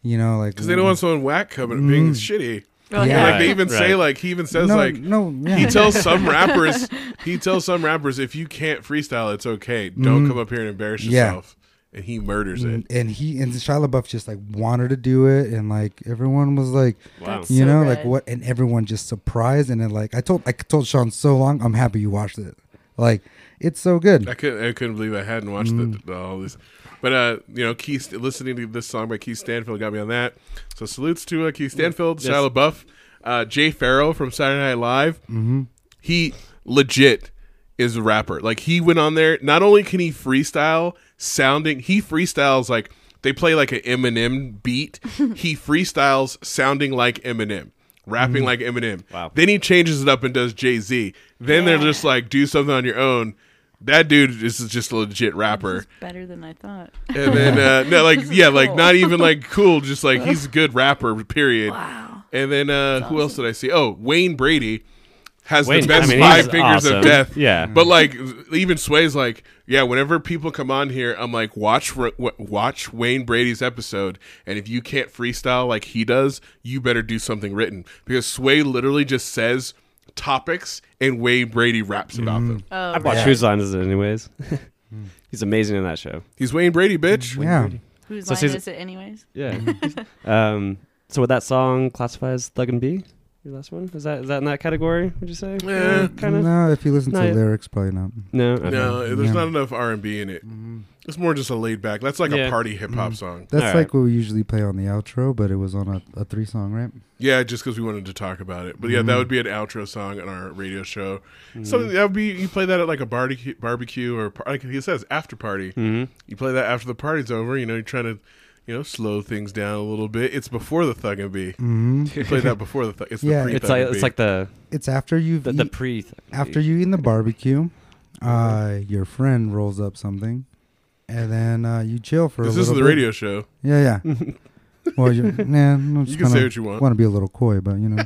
[SPEAKER 2] you know, like
[SPEAKER 1] Because they don't want someone whack coming and being shitty.
[SPEAKER 2] Yeah.
[SPEAKER 1] Like they even say,
[SPEAKER 3] Right.
[SPEAKER 1] like he even says,
[SPEAKER 2] Mm. no,
[SPEAKER 1] like
[SPEAKER 2] no, yeah.
[SPEAKER 1] he tells some rappers, he tells some rappers, if you can't freestyle, it's okay. Don't come up here and embarrass
[SPEAKER 2] Mm-hmm. Yeah. Mm.
[SPEAKER 1] yourself. And he murders it.
[SPEAKER 2] and, and he and Shia LaBeouf just like wanted to do it, and like everyone was like,
[SPEAKER 3] Wow.
[SPEAKER 4] That's
[SPEAKER 2] you
[SPEAKER 4] so
[SPEAKER 2] know,
[SPEAKER 4] rad.
[SPEAKER 2] like what, and everyone just surprised, and then like I told I told Sean so long, I'm happy you watched it, like it's so good.
[SPEAKER 1] I couldn't, I couldn't believe I hadn't watched
[SPEAKER 2] Mm.
[SPEAKER 1] the, the- all this. But uh, you know, Keith listening to this song by Keith Stanfield got me on that. So salutes to uh, Keith Stanfield, Shia LaBeouf, uh, Jay Farrell from Saturday Night Live. Mm-hmm. He legit is a rapper. Like he went on there. Not only can he freestyle, sounding he freestyles like they play like an Eminem beat. he freestyles sounding like Eminem. Rapping like Eminem.
[SPEAKER 3] Wow.
[SPEAKER 1] Then he changes it up and does Jay Z. Then they're just like, do something on your own. That dude is just a legit rapper.
[SPEAKER 4] It's better than I thought.
[SPEAKER 1] And then uh, no, like yeah, like
[SPEAKER 4] cool.
[SPEAKER 1] not even like cool, just like he's a good rapper. Period.
[SPEAKER 4] Wow.
[SPEAKER 1] And then uh, who else did I see? Oh, Wayne Brady has
[SPEAKER 3] Wayne-
[SPEAKER 1] the best
[SPEAKER 3] I mean,
[SPEAKER 1] five
[SPEAKER 3] he's
[SPEAKER 1] fingers
[SPEAKER 3] awesome.
[SPEAKER 1] of death.
[SPEAKER 3] Yeah.
[SPEAKER 1] but like even Sway's like yeah. Whenever people come on here, I'm like watch Ra- wa- watch Wayne Brady's episode, and if you can't freestyle like he does, you better do something written because Sway literally just says topics and Wayne Brady raps about
[SPEAKER 2] Mm-hmm.
[SPEAKER 3] Mm-hmm.
[SPEAKER 1] them.
[SPEAKER 4] Oh,
[SPEAKER 3] I watch Who's Line Is It Anyways. He's amazing in that show.
[SPEAKER 1] He's Wayne Brady, bitch.
[SPEAKER 2] Yeah,
[SPEAKER 4] Whose
[SPEAKER 3] So
[SPEAKER 4] line
[SPEAKER 3] she's-
[SPEAKER 4] is it, anyways?
[SPEAKER 3] Yeah. um, so would that song classify as Thug and B? Your last one? Is that is that in that category, would you say?
[SPEAKER 1] Yeah.
[SPEAKER 3] Kind of? No.
[SPEAKER 2] no, if you listen to
[SPEAKER 3] No,
[SPEAKER 2] the
[SPEAKER 3] yeah.
[SPEAKER 2] lyrics, probably not.
[SPEAKER 3] Okay.
[SPEAKER 1] Eh, No, there's
[SPEAKER 2] Yeah.
[SPEAKER 1] not enough R and B in it. It's more just a laid back. That's like a
[SPEAKER 3] Yeah. Mm-hmm.
[SPEAKER 1] party hip hop song.
[SPEAKER 2] That's
[SPEAKER 3] All right.
[SPEAKER 2] like what we usually play on the outro, but it was on a, a three song, right?
[SPEAKER 1] Yeah, just because we wanted to talk about it. But yeah,
[SPEAKER 3] Mm-hmm.
[SPEAKER 1] that would be an outro song on our radio show. Something that would be you play that at like a barbecue, barbecue or par- like he says after party. Mm-hmm. You play that after the party's over. You know, you're trying to. You know, slow things down a little bit. It's before the thug and bee. You play that before the thug. It's the
[SPEAKER 2] Yeah.
[SPEAKER 1] pre
[SPEAKER 3] It's like it's like the
[SPEAKER 2] It's after you've
[SPEAKER 3] the, the
[SPEAKER 2] eat-
[SPEAKER 3] pre
[SPEAKER 2] after you eating the barbecue, uh, your friend rolls up something, and then uh, you chill for.
[SPEAKER 1] this
[SPEAKER 2] a
[SPEAKER 1] is
[SPEAKER 2] little
[SPEAKER 1] the
[SPEAKER 2] bit.
[SPEAKER 1] radio show.
[SPEAKER 2] Yeah, yeah. well, you nah, no,
[SPEAKER 1] You can say what you want.
[SPEAKER 2] Want to be a little coy, but you know.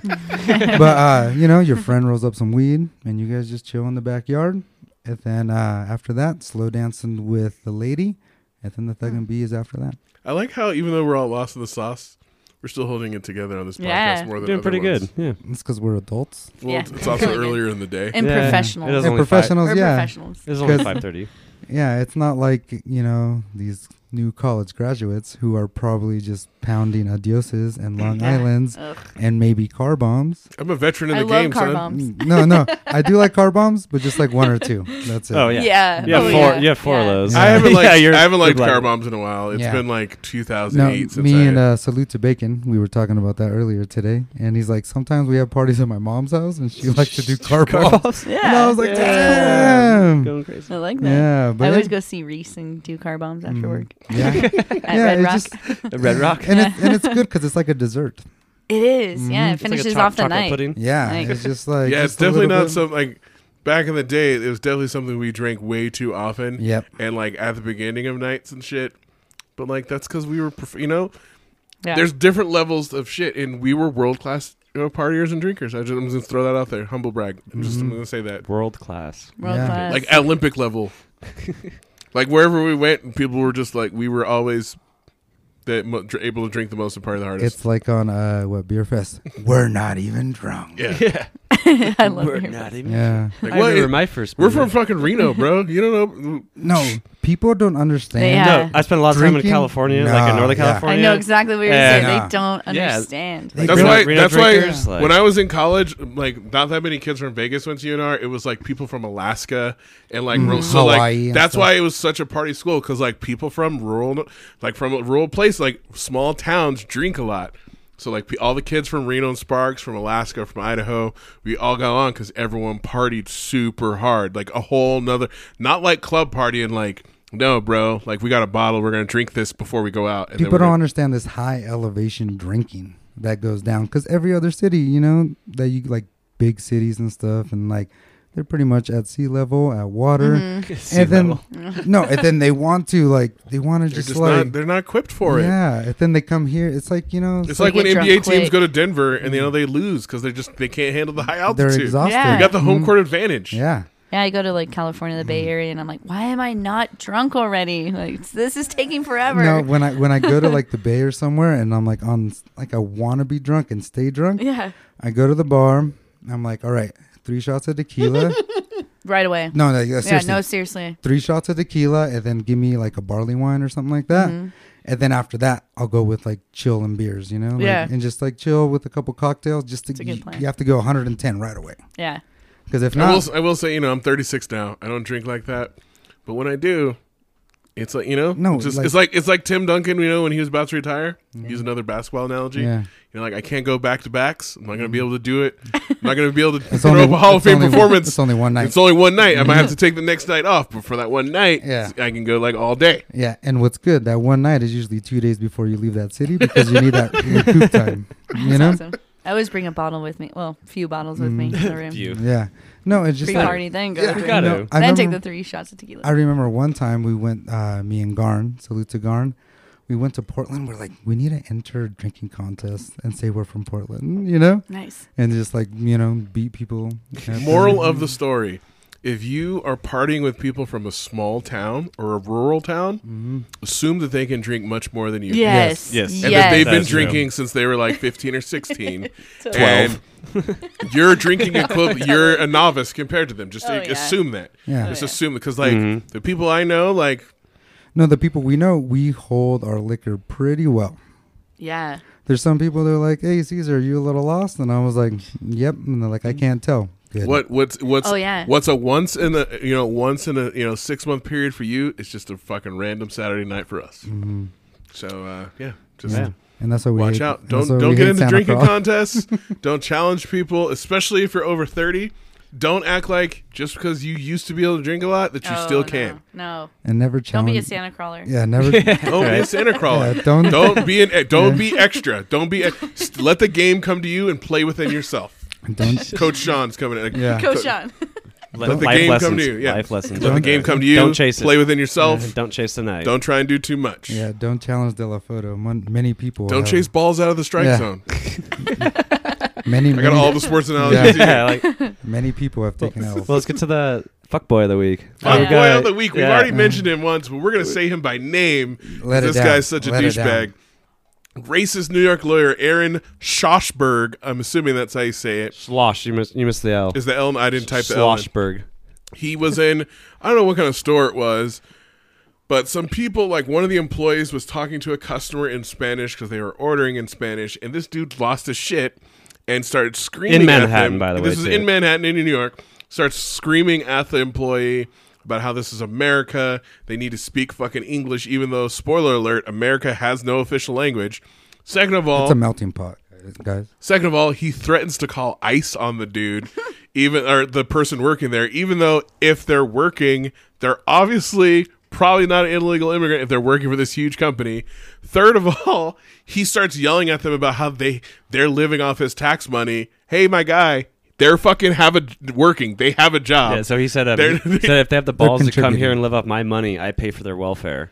[SPEAKER 2] but uh, you know, your friend rolls up some weed, and you guys just chill in the backyard, and then uh, after that, slow dancing with the lady, and then the thug and bee is after that.
[SPEAKER 1] I like how even though we're all lost in the sauce, we're still holding it together on this podcast
[SPEAKER 4] Yeah.
[SPEAKER 1] more than
[SPEAKER 3] doing
[SPEAKER 1] other
[SPEAKER 3] pretty
[SPEAKER 1] ones.
[SPEAKER 3] good. Yeah.
[SPEAKER 2] It's because we're adults
[SPEAKER 1] Well,
[SPEAKER 4] Yeah.
[SPEAKER 1] it's- it's also earlier in the day.
[SPEAKER 4] And
[SPEAKER 3] Yeah,
[SPEAKER 4] professionals.
[SPEAKER 3] it doesn't- It's
[SPEAKER 2] and
[SPEAKER 3] only
[SPEAKER 2] professionals.
[SPEAKER 3] five-
[SPEAKER 4] We're
[SPEAKER 2] yeah,
[SPEAKER 4] professionals.
[SPEAKER 3] It's only
[SPEAKER 2] Because-
[SPEAKER 3] five thirty.
[SPEAKER 2] yeah. It's not like you know these new college graduates who are probably just pounding adioses and Long
[SPEAKER 4] Yeah.
[SPEAKER 2] Islands
[SPEAKER 4] Ugh.
[SPEAKER 2] and maybe car bombs.
[SPEAKER 1] I'm a veteran in
[SPEAKER 4] I
[SPEAKER 1] the
[SPEAKER 4] love
[SPEAKER 1] game,
[SPEAKER 4] car
[SPEAKER 1] son.
[SPEAKER 4] bombs.
[SPEAKER 2] No, no, I do like car bombs, but just like one or two. That's it.
[SPEAKER 3] Oh
[SPEAKER 4] Yeah.
[SPEAKER 3] yeah.
[SPEAKER 4] yeah.
[SPEAKER 3] You have
[SPEAKER 4] Oh,
[SPEAKER 3] four
[SPEAKER 4] yeah.
[SPEAKER 3] you have four of
[SPEAKER 4] Yeah.
[SPEAKER 3] those.
[SPEAKER 1] I haven't liked,
[SPEAKER 3] you're-
[SPEAKER 1] I haven't
[SPEAKER 3] you're
[SPEAKER 1] liked
[SPEAKER 3] black.
[SPEAKER 1] car bombs in a while. It's
[SPEAKER 2] Yeah.
[SPEAKER 1] been like 2008
[SPEAKER 2] No,
[SPEAKER 1] since
[SPEAKER 2] me
[SPEAKER 1] I,
[SPEAKER 2] and uh, salute to Bacon. We were talking about that earlier today, and he's like, sometimes we have parties at my mom's house, and she likes to do car bombs.
[SPEAKER 4] Yeah.
[SPEAKER 2] And I was like, damn.
[SPEAKER 3] Going crazy.
[SPEAKER 4] I like that.
[SPEAKER 2] Yeah, but
[SPEAKER 4] I always
[SPEAKER 2] it-
[SPEAKER 4] go see Reese and do car bombs after work
[SPEAKER 2] yeah,
[SPEAKER 4] at
[SPEAKER 2] yeah,
[SPEAKER 4] Red
[SPEAKER 2] it
[SPEAKER 4] Rock.
[SPEAKER 2] just-
[SPEAKER 3] Red Rock.
[SPEAKER 2] and it's and it's good because it's like a dessert.
[SPEAKER 4] it is.
[SPEAKER 2] Mm-hmm.
[SPEAKER 4] Yeah, it
[SPEAKER 3] It's like a
[SPEAKER 4] finishes
[SPEAKER 3] choc-
[SPEAKER 4] off the
[SPEAKER 3] chocolate
[SPEAKER 4] night.
[SPEAKER 3] pudding.
[SPEAKER 2] Yeah,
[SPEAKER 4] Like-
[SPEAKER 2] it's just like
[SPEAKER 1] yeah,
[SPEAKER 2] just
[SPEAKER 1] it's
[SPEAKER 2] a little
[SPEAKER 1] definitely not
[SPEAKER 2] bit-
[SPEAKER 1] some like back in the day. It was definitely something we drank way too often.
[SPEAKER 2] Yep.
[SPEAKER 1] and like at the beginning of nights and shit. But like that's because we were, prof- you know,
[SPEAKER 4] Yeah.
[SPEAKER 1] there's different levels of shit, and we were world class you know, partiers and drinkers. I just, I'm just gonna throw that out there, humble brag. I'm just I'm
[SPEAKER 2] Mm-hmm.
[SPEAKER 1] gonna say that,
[SPEAKER 3] World class.
[SPEAKER 4] world
[SPEAKER 2] Yeah.
[SPEAKER 4] class.
[SPEAKER 1] like Olympic level, like wherever we went, people were just like we were always that mo- dr- able to drink the most and party the hardest.
[SPEAKER 2] It's like on uh, what beer fest? We're not even drunk.
[SPEAKER 1] yeah.
[SPEAKER 4] I love it.
[SPEAKER 3] even.
[SPEAKER 2] Yeah,
[SPEAKER 1] Like,
[SPEAKER 3] I
[SPEAKER 1] what-
[SPEAKER 3] remember my first.
[SPEAKER 1] We're
[SPEAKER 3] beer.
[SPEAKER 1] from fucking Reno, bro. You don't know.
[SPEAKER 2] no, people don't
[SPEAKER 4] They
[SPEAKER 2] understand.
[SPEAKER 4] have-
[SPEAKER 3] No, I spent a lot of time in
[SPEAKER 2] Drinking?
[SPEAKER 3] California, like in
[SPEAKER 2] Nah,
[SPEAKER 3] Northern
[SPEAKER 2] yeah. I
[SPEAKER 4] I
[SPEAKER 3] California.
[SPEAKER 4] know exactly what you're
[SPEAKER 3] And-
[SPEAKER 4] saying.
[SPEAKER 2] Yeah.
[SPEAKER 4] They don't
[SPEAKER 3] Oh, Yeah.
[SPEAKER 4] understand.
[SPEAKER 3] Like,
[SPEAKER 1] That's
[SPEAKER 3] Reno-
[SPEAKER 1] why.
[SPEAKER 3] Reno
[SPEAKER 1] that's why.
[SPEAKER 3] drinkers, like-
[SPEAKER 1] when I was in college, like not that many kids from Vegas went to UNR. It was like people from Alaska and like rural. So
[SPEAKER 2] Mm, Hawaii
[SPEAKER 1] like
[SPEAKER 2] and
[SPEAKER 1] that's
[SPEAKER 2] stuff.
[SPEAKER 1] why it was such a party school because like people from rural, like from a rural place, like small towns, drink a lot. So like pe- all the kids from Reno and Sparks, from Alaska, from Idaho, we all got on because everyone partied super hard, like a whole nother, not like club partying, like. No, bro. Like we got a bottle. We're gonna drink this before we go out. And then
[SPEAKER 2] people
[SPEAKER 1] we're
[SPEAKER 2] don't
[SPEAKER 1] gonna-
[SPEAKER 2] understand this high elevation drinking that goes down because every other city you know that you like big cities and stuff and like they're pretty much at sea level, at water,
[SPEAKER 4] Mm-hmm.
[SPEAKER 3] Sea
[SPEAKER 2] and then
[SPEAKER 3] level.
[SPEAKER 2] no, and then they want to like they want to
[SPEAKER 1] They're
[SPEAKER 2] just,
[SPEAKER 1] just
[SPEAKER 2] like
[SPEAKER 1] not. They're not equipped for it.
[SPEAKER 2] yeah, and then they come here. It's like you know,
[SPEAKER 1] It's
[SPEAKER 4] They
[SPEAKER 1] like when
[SPEAKER 4] get drunk
[SPEAKER 1] NBA teams
[SPEAKER 4] quick.
[SPEAKER 1] go to Denver and you know they lose because they just they can't handle the high
[SPEAKER 2] Mm. they're
[SPEAKER 1] altitude.
[SPEAKER 2] exhausted.
[SPEAKER 4] Yeah.
[SPEAKER 1] They got the home
[SPEAKER 2] Mhm.
[SPEAKER 1] court advantage.
[SPEAKER 2] Yeah,
[SPEAKER 4] Yeah, I go to like California, the
[SPEAKER 2] mm-hmm.
[SPEAKER 4] Bay Area, and I'm like, why am I not drunk already? Like this is taking forever.
[SPEAKER 2] no. When I when I go to like the bay or somewhere, and I'm like on like I want to be drunk and stay drunk.
[SPEAKER 4] yeah,
[SPEAKER 2] I go to the bar. I'm like, all right, three shots of tequila.
[SPEAKER 4] right away.
[SPEAKER 2] no, no, yeah,
[SPEAKER 4] yeah,
[SPEAKER 2] seriously,
[SPEAKER 4] no, seriously.
[SPEAKER 2] three shots of tequila, and then give me like a barley wine or something like that.
[SPEAKER 4] Mm-hmm.
[SPEAKER 2] And then after that, I'll go with like chill and beers, you know, like,
[SPEAKER 4] Yeah.
[SPEAKER 2] and just like chill with a couple cocktails. Just to
[SPEAKER 4] a good
[SPEAKER 2] you-
[SPEAKER 4] plan.
[SPEAKER 2] you have to go 110 right away
[SPEAKER 4] Yeah,
[SPEAKER 2] because if
[SPEAKER 1] I will,
[SPEAKER 2] not,
[SPEAKER 1] s- I will say, you know, I'm 36 now. I don't drink like that, but when I do, it's like you know,
[SPEAKER 2] No,
[SPEAKER 1] just
[SPEAKER 2] like-
[SPEAKER 1] it's like it's like Tim Duncan. You know, when he was about to retire, use another basketball analogy.
[SPEAKER 2] Yeah. Mm.
[SPEAKER 1] You know, like I can't go back to backs. I'm not going to be able to do it. I'm not going to be able to
[SPEAKER 2] It's
[SPEAKER 1] throw
[SPEAKER 2] only
[SPEAKER 1] up a
[SPEAKER 2] one-
[SPEAKER 1] Hall of
[SPEAKER 2] it's
[SPEAKER 1] Fame
[SPEAKER 2] only one-
[SPEAKER 1] performance.
[SPEAKER 2] it's only one night.
[SPEAKER 1] It's only one night. I might have to take the next night off, but for that one night,
[SPEAKER 2] Yeah.
[SPEAKER 1] I can go like all day.
[SPEAKER 2] yeah. And what's good, that one night is usually two days before you leave that city because you need that recoup time, you know.
[SPEAKER 4] awesome. I always bring a bottle with me. Well, few bottles with me in the room.
[SPEAKER 3] You.
[SPEAKER 2] Yeah, no, it's just
[SPEAKER 4] Pre
[SPEAKER 2] like,
[SPEAKER 4] party, then go.
[SPEAKER 3] Yeah,
[SPEAKER 4] drink.
[SPEAKER 3] gotta.
[SPEAKER 2] no, I
[SPEAKER 4] then
[SPEAKER 2] remember,
[SPEAKER 4] take the three shots of tequila.
[SPEAKER 2] I remember one time we went, uh, me and Garn, salute to Garn. We went to Portland. We're like, we need to enter a drinking contest and say we're from Portland, you know,
[SPEAKER 4] nice.
[SPEAKER 2] and just like you know beat people. at
[SPEAKER 1] Moral
[SPEAKER 2] them.
[SPEAKER 1] of the story. If you are partying with people from a small town or a rural town,
[SPEAKER 3] Mm-hmm.
[SPEAKER 1] assume that they can drink much more than you. can.
[SPEAKER 4] Yes.
[SPEAKER 3] Yes.
[SPEAKER 4] Yes.
[SPEAKER 1] and that they've been
[SPEAKER 3] That's true.
[SPEAKER 1] drinking since they were like 15 or 16 and you're drinking equivalent you're a novice compared to them just
[SPEAKER 4] Oh,
[SPEAKER 1] like,
[SPEAKER 4] yeah.
[SPEAKER 1] assume that
[SPEAKER 2] Yeah.
[SPEAKER 1] just
[SPEAKER 4] Oh, yeah.
[SPEAKER 1] assume because like
[SPEAKER 3] Mm-hmm.
[SPEAKER 1] the people i know like
[SPEAKER 2] No, the people we know, we hold our liquor pretty well.
[SPEAKER 4] yeah.
[SPEAKER 2] There's some people that are like, "Hey, Caesar, you a little lost?" And I was like, "Yep." And they're like, "I can't tell." Good.
[SPEAKER 1] what what's what's
[SPEAKER 4] Oh, yeah.
[SPEAKER 1] what's a once in a you know once in a you know six month period for you it's just a fucking random saturday night for us so uh yeah just
[SPEAKER 3] Mm-hmm. Yeah.
[SPEAKER 2] And that's what we
[SPEAKER 1] Watch
[SPEAKER 2] hate-
[SPEAKER 1] out!
[SPEAKER 2] that's
[SPEAKER 1] Don't
[SPEAKER 2] why we
[SPEAKER 1] don't get
[SPEAKER 2] hate
[SPEAKER 1] into
[SPEAKER 2] Santa
[SPEAKER 1] drinking
[SPEAKER 2] Claus.
[SPEAKER 1] contests. don't challenge people, especially if you're over thirty. Don't act like just because you used to be able to drink a lot that you
[SPEAKER 4] Oh,
[SPEAKER 1] still
[SPEAKER 4] no.
[SPEAKER 1] can.
[SPEAKER 4] No.
[SPEAKER 2] and never
[SPEAKER 4] Don't
[SPEAKER 2] challenge.
[SPEAKER 4] be a Santa crawler.
[SPEAKER 2] Yeah, never.
[SPEAKER 1] Don't be a Santa crawler.
[SPEAKER 2] Yeah,
[SPEAKER 1] don't
[SPEAKER 2] don't-
[SPEAKER 1] don't be an don't be extra. Don't be ex- st- let the game come to you and play within yourself.
[SPEAKER 2] don't.
[SPEAKER 1] Coach Sean's coming in.
[SPEAKER 2] Yeah.
[SPEAKER 4] Go,
[SPEAKER 1] Co-
[SPEAKER 4] Sean.
[SPEAKER 1] Let the game come to you. Yeah.
[SPEAKER 3] Life lessons.
[SPEAKER 1] Let the game come to you.
[SPEAKER 3] Don't chase it.
[SPEAKER 1] Play within yourself.
[SPEAKER 3] Don't chase the night.
[SPEAKER 1] Don't try and do too much.
[SPEAKER 2] Yeah, don't challenge De La Foto. Mon- many people.
[SPEAKER 1] Don't
[SPEAKER 2] have-
[SPEAKER 1] chase balls out of the strike
[SPEAKER 2] Yeah.
[SPEAKER 1] zone.
[SPEAKER 2] Many,
[SPEAKER 1] I
[SPEAKER 2] many,
[SPEAKER 1] got all the sports analogies. here.
[SPEAKER 3] yeah, like, well,
[SPEAKER 2] many people have taken out.
[SPEAKER 3] let's get to the fuck boy of the week.
[SPEAKER 1] Fuck
[SPEAKER 3] Our
[SPEAKER 4] yeah.
[SPEAKER 1] boy
[SPEAKER 3] guy-
[SPEAKER 1] of the week. We've
[SPEAKER 3] yeah.
[SPEAKER 1] already mentioned him once, but we're gonna say him by name.
[SPEAKER 2] Let it
[SPEAKER 1] this
[SPEAKER 2] down.
[SPEAKER 1] guy's such a
[SPEAKER 2] Let it down.
[SPEAKER 1] douchebag. Racist New York lawyer Aaron Schoschberg. I'm assuming that's how you say it.
[SPEAKER 3] Slosh. You missed. You missed the L.
[SPEAKER 1] Is the L? I didn't type the L. in.
[SPEAKER 3] Sloshberg.
[SPEAKER 1] he was in i don't know what kind of store it was but some people like one of the employees was talking to a customer in spanish because they were ordering in spanish and this dude lost his shit and started screaming
[SPEAKER 3] In
[SPEAKER 1] at
[SPEAKER 3] Manhattan,
[SPEAKER 1] them.
[SPEAKER 3] by the
[SPEAKER 1] this
[SPEAKER 3] way,
[SPEAKER 1] is
[SPEAKER 3] too.
[SPEAKER 1] in manhattan in new york starts screaming at the employee about how this is america they need to speak fucking english even though spoiler alert america has no official language second of all
[SPEAKER 2] It's a melting pot, guys.
[SPEAKER 1] Second of all, he threatens to call ICE on the dude, even or the person working there, even though if they're working, they're obviously probably not an illegal immigrant if they're working for this huge company. Third of all, he starts yelling at them about how they they're living off his tax money. Hey, my guy, they're fucking have a working. They have a job.
[SPEAKER 3] Yeah, so he said, um,
[SPEAKER 1] They're-
[SPEAKER 3] he said if they have the balls to come
[SPEAKER 2] contributing.
[SPEAKER 3] here and live off my money, I pay for their welfare.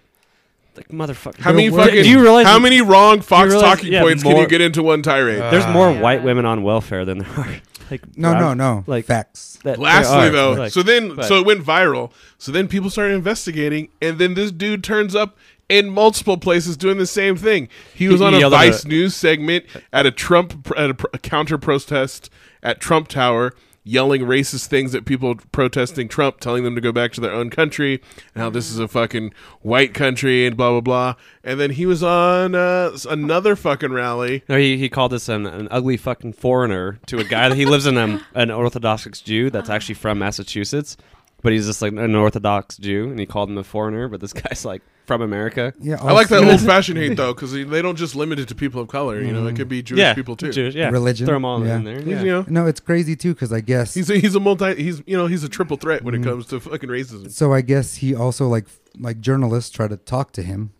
[SPEAKER 3] Like motherfucker.
[SPEAKER 1] how many
[SPEAKER 2] They're working.
[SPEAKER 1] fucking
[SPEAKER 3] Do you realize-
[SPEAKER 1] how many wrong Fox
[SPEAKER 3] realize-
[SPEAKER 1] talking
[SPEAKER 3] yeah,
[SPEAKER 1] points can you
[SPEAKER 3] more-
[SPEAKER 1] get into one tirade?
[SPEAKER 3] There's more white women on welfare than there are. Like
[SPEAKER 2] Ah. No,
[SPEAKER 3] brown-
[SPEAKER 2] no, no.
[SPEAKER 3] Like
[SPEAKER 2] facts.
[SPEAKER 3] that- there
[SPEAKER 1] Lastly,
[SPEAKER 3] are,
[SPEAKER 1] though,
[SPEAKER 3] like-
[SPEAKER 1] so then
[SPEAKER 3] but-
[SPEAKER 1] so it went viral. So then people started investigating, and then this dude turns up in multiple places doing the same thing. He was
[SPEAKER 3] He
[SPEAKER 1] on a
[SPEAKER 3] yelled at
[SPEAKER 1] Vice
[SPEAKER 3] the-
[SPEAKER 1] News segment at a Trump pr- at a, pr- a counter protest at Trump Tower. Yelling racist things at people protesting Trump, telling them to go back to their own country, and how this is a fucking white country, and blah blah blah. And then he was on uh, s- another fucking rally.
[SPEAKER 3] No, he, he called this an, an ugly fucking foreigner to a guy that he lives in um, an Orthodox Jew that's actually from Massachusetts, but he's just like an Orthodox Jew, and he called him a foreigner. But this guy's like from America.
[SPEAKER 2] Yeah,
[SPEAKER 1] I like that
[SPEAKER 2] also-
[SPEAKER 1] old fashioned hate though, because they don't just limit it to people of color. You know, it could be Jewish
[SPEAKER 3] yeah,
[SPEAKER 1] people too.
[SPEAKER 3] Jewish, yeah,
[SPEAKER 2] Religion,
[SPEAKER 3] Throw them all
[SPEAKER 2] yeah.
[SPEAKER 3] in there.
[SPEAKER 1] He's,
[SPEAKER 3] Yeah.
[SPEAKER 1] you know,
[SPEAKER 2] No, it's crazy too because I guess
[SPEAKER 1] He's a, he's a multi. He's you know he's a triple threat when it
[SPEAKER 3] Mm-hmm.
[SPEAKER 1] comes to fucking racism.
[SPEAKER 2] so I guess he also like f- like journalists try to talk to him,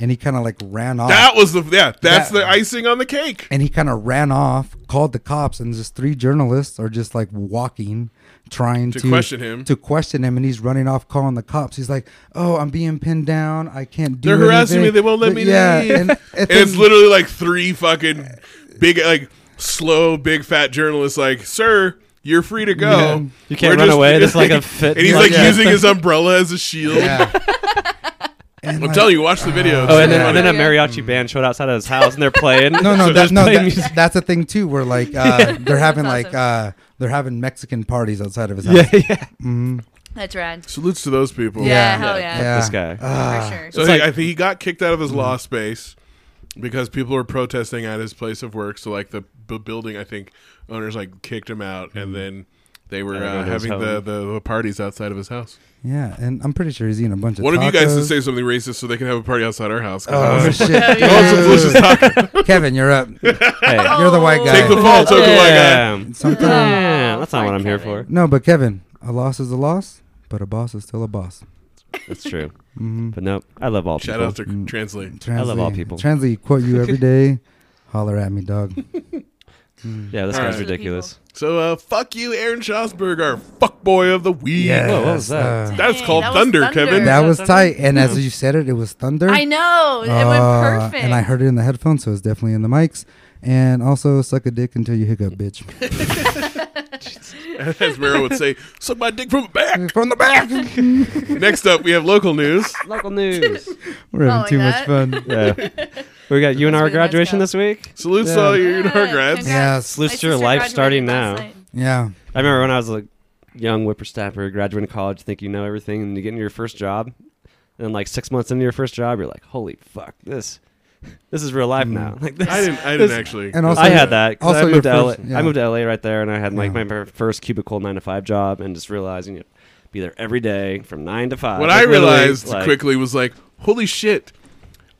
[SPEAKER 2] and he kind of like ran off.
[SPEAKER 1] That was the yeah. That's
[SPEAKER 2] That-
[SPEAKER 1] the icing on the cake.
[SPEAKER 2] and he kind of ran off, called the cops, and just three journalists are just like walking, trying
[SPEAKER 1] To
[SPEAKER 2] to,
[SPEAKER 1] question him.
[SPEAKER 2] To question him, and he's running off, calling the cops. He's like, "Oh, I'm being pinned down. I can't do.
[SPEAKER 1] They're harassing
[SPEAKER 2] anything."
[SPEAKER 1] me. They won't let me
[SPEAKER 2] Yeah,
[SPEAKER 1] leave.
[SPEAKER 2] and,
[SPEAKER 1] And,
[SPEAKER 2] and
[SPEAKER 1] it's
[SPEAKER 2] then-
[SPEAKER 1] literally like three fucking big, like slow, big fat journalists. Like, sir, you're free to go.
[SPEAKER 2] Yeah.
[SPEAKER 3] You can't
[SPEAKER 1] We're
[SPEAKER 3] run
[SPEAKER 1] just-
[SPEAKER 3] away. That's like a fit.
[SPEAKER 1] and he's
[SPEAKER 2] Like,
[SPEAKER 1] like
[SPEAKER 2] yeah.
[SPEAKER 1] using his umbrella as a shield.
[SPEAKER 2] Yeah. And,
[SPEAKER 1] I'm
[SPEAKER 2] like,
[SPEAKER 1] telling you, watch the video. It's
[SPEAKER 3] Oh, and then,
[SPEAKER 1] so
[SPEAKER 3] and then a
[SPEAKER 1] funny.
[SPEAKER 3] mariachi band showed outside of his house and they're playing.
[SPEAKER 2] No, no,
[SPEAKER 3] So
[SPEAKER 2] that,
[SPEAKER 3] just
[SPEAKER 2] no.
[SPEAKER 3] playing
[SPEAKER 2] that-
[SPEAKER 3] music.
[SPEAKER 2] that's the thing too. Where like uh, they're having
[SPEAKER 4] That's
[SPEAKER 2] like uh, they're having Mexican parties outside of his house.
[SPEAKER 3] yeah, yeah.
[SPEAKER 4] That's rad.
[SPEAKER 1] salutes to those people.
[SPEAKER 4] Yeah, hell
[SPEAKER 3] Yeah.
[SPEAKER 4] yeah. Uh,
[SPEAKER 2] Yeah.
[SPEAKER 3] This guy.
[SPEAKER 4] For sure.
[SPEAKER 1] So
[SPEAKER 3] It's
[SPEAKER 1] he-
[SPEAKER 3] like-
[SPEAKER 1] I think he got kicked out of his law space because people were protesting at his place of work. So like the b- building, I think owners like kicked him out, and then they were
[SPEAKER 3] And
[SPEAKER 1] uh,
[SPEAKER 3] then his
[SPEAKER 1] having the,
[SPEAKER 3] home.
[SPEAKER 1] the the parties outside of his house.
[SPEAKER 2] Yeah, and I'm pretty sure he's eating a bunch of.
[SPEAKER 1] One of you guys
[SPEAKER 2] tacos.
[SPEAKER 1] to say something racist so they can have a party outside our house. 'cause I
[SPEAKER 2] Oh
[SPEAKER 1] was-
[SPEAKER 2] shit!
[SPEAKER 1] delicious
[SPEAKER 2] Dude. Kevin, you're up.
[SPEAKER 3] Hey.
[SPEAKER 2] You're
[SPEAKER 4] Oh.
[SPEAKER 2] the white guy.
[SPEAKER 1] Take the Oh, fall, token white guy.
[SPEAKER 3] Damn.
[SPEAKER 2] Sometimes.
[SPEAKER 3] Damn, That's not what I'm here for.
[SPEAKER 2] No, but Kevin, a loss is a loss, but a boss is still a boss.
[SPEAKER 3] That's true. But nope, I love all
[SPEAKER 1] Shout
[SPEAKER 3] people.
[SPEAKER 1] out to Translate.
[SPEAKER 2] Translate,
[SPEAKER 3] love all people.
[SPEAKER 2] Translate quote you every day. Holler at me, dog.
[SPEAKER 3] yeah, this
[SPEAKER 1] All
[SPEAKER 3] guy's
[SPEAKER 1] right.
[SPEAKER 3] ridiculous.
[SPEAKER 1] So uh, fuck you, Aaron Strasberg, our fuck boy of the week.
[SPEAKER 3] Whoa, what was that?
[SPEAKER 2] uh,
[SPEAKER 1] That's
[SPEAKER 4] Dang,
[SPEAKER 1] called
[SPEAKER 4] that was
[SPEAKER 1] thunder,
[SPEAKER 4] thunder.
[SPEAKER 1] Kevin.
[SPEAKER 2] that was
[SPEAKER 4] Thunder?
[SPEAKER 2] tight. And as you said it, it was thunder.
[SPEAKER 4] I know. It
[SPEAKER 2] Uh,
[SPEAKER 4] went perfect.
[SPEAKER 2] And I heard it in the headphones, so it's definitely in the mics. And also, suck a dick until you hiccup, bitch.
[SPEAKER 1] As Mero would say, suck my dick from the back.
[SPEAKER 2] From the back.
[SPEAKER 1] Next up, we have local news.
[SPEAKER 3] Local news.
[SPEAKER 2] We're having too
[SPEAKER 4] like that.
[SPEAKER 2] much fun.
[SPEAKER 3] yeah. We got UNR
[SPEAKER 4] really nice
[SPEAKER 3] graduation
[SPEAKER 4] guy.
[SPEAKER 3] this week.
[SPEAKER 1] Salutes to
[SPEAKER 3] Yeah.
[SPEAKER 1] all your
[SPEAKER 4] Yeah,
[SPEAKER 1] UNR grads.
[SPEAKER 4] congrats.
[SPEAKER 2] Yes.
[SPEAKER 4] My
[SPEAKER 3] Salutes to your
[SPEAKER 4] sister
[SPEAKER 3] life
[SPEAKER 4] graduated
[SPEAKER 3] starting now.
[SPEAKER 4] last night.
[SPEAKER 2] Yeah.
[SPEAKER 3] I remember when I was a young whippersnapper graduating college, think you know everything, and you get into your first job, and then like six months into your first job, you're like, "Holy fuck, this, this is real life now." Like this,
[SPEAKER 1] I didn't. I
[SPEAKER 3] this-
[SPEAKER 1] didn't actually.
[SPEAKER 2] And also-
[SPEAKER 3] I had that. 'cause
[SPEAKER 2] Also
[SPEAKER 3] I
[SPEAKER 2] your
[SPEAKER 3] moved to
[SPEAKER 2] first-
[SPEAKER 3] LA.
[SPEAKER 2] yeah.
[SPEAKER 3] I moved to LA right there, and I had like
[SPEAKER 2] Yeah.
[SPEAKER 3] my first cubicle nine to five job, and just realizing you be there every day from nine to five.
[SPEAKER 1] what
[SPEAKER 3] Like,
[SPEAKER 1] I
[SPEAKER 3] literally,
[SPEAKER 1] realized
[SPEAKER 3] like,
[SPEAKER 1] quickly was like, holy shit.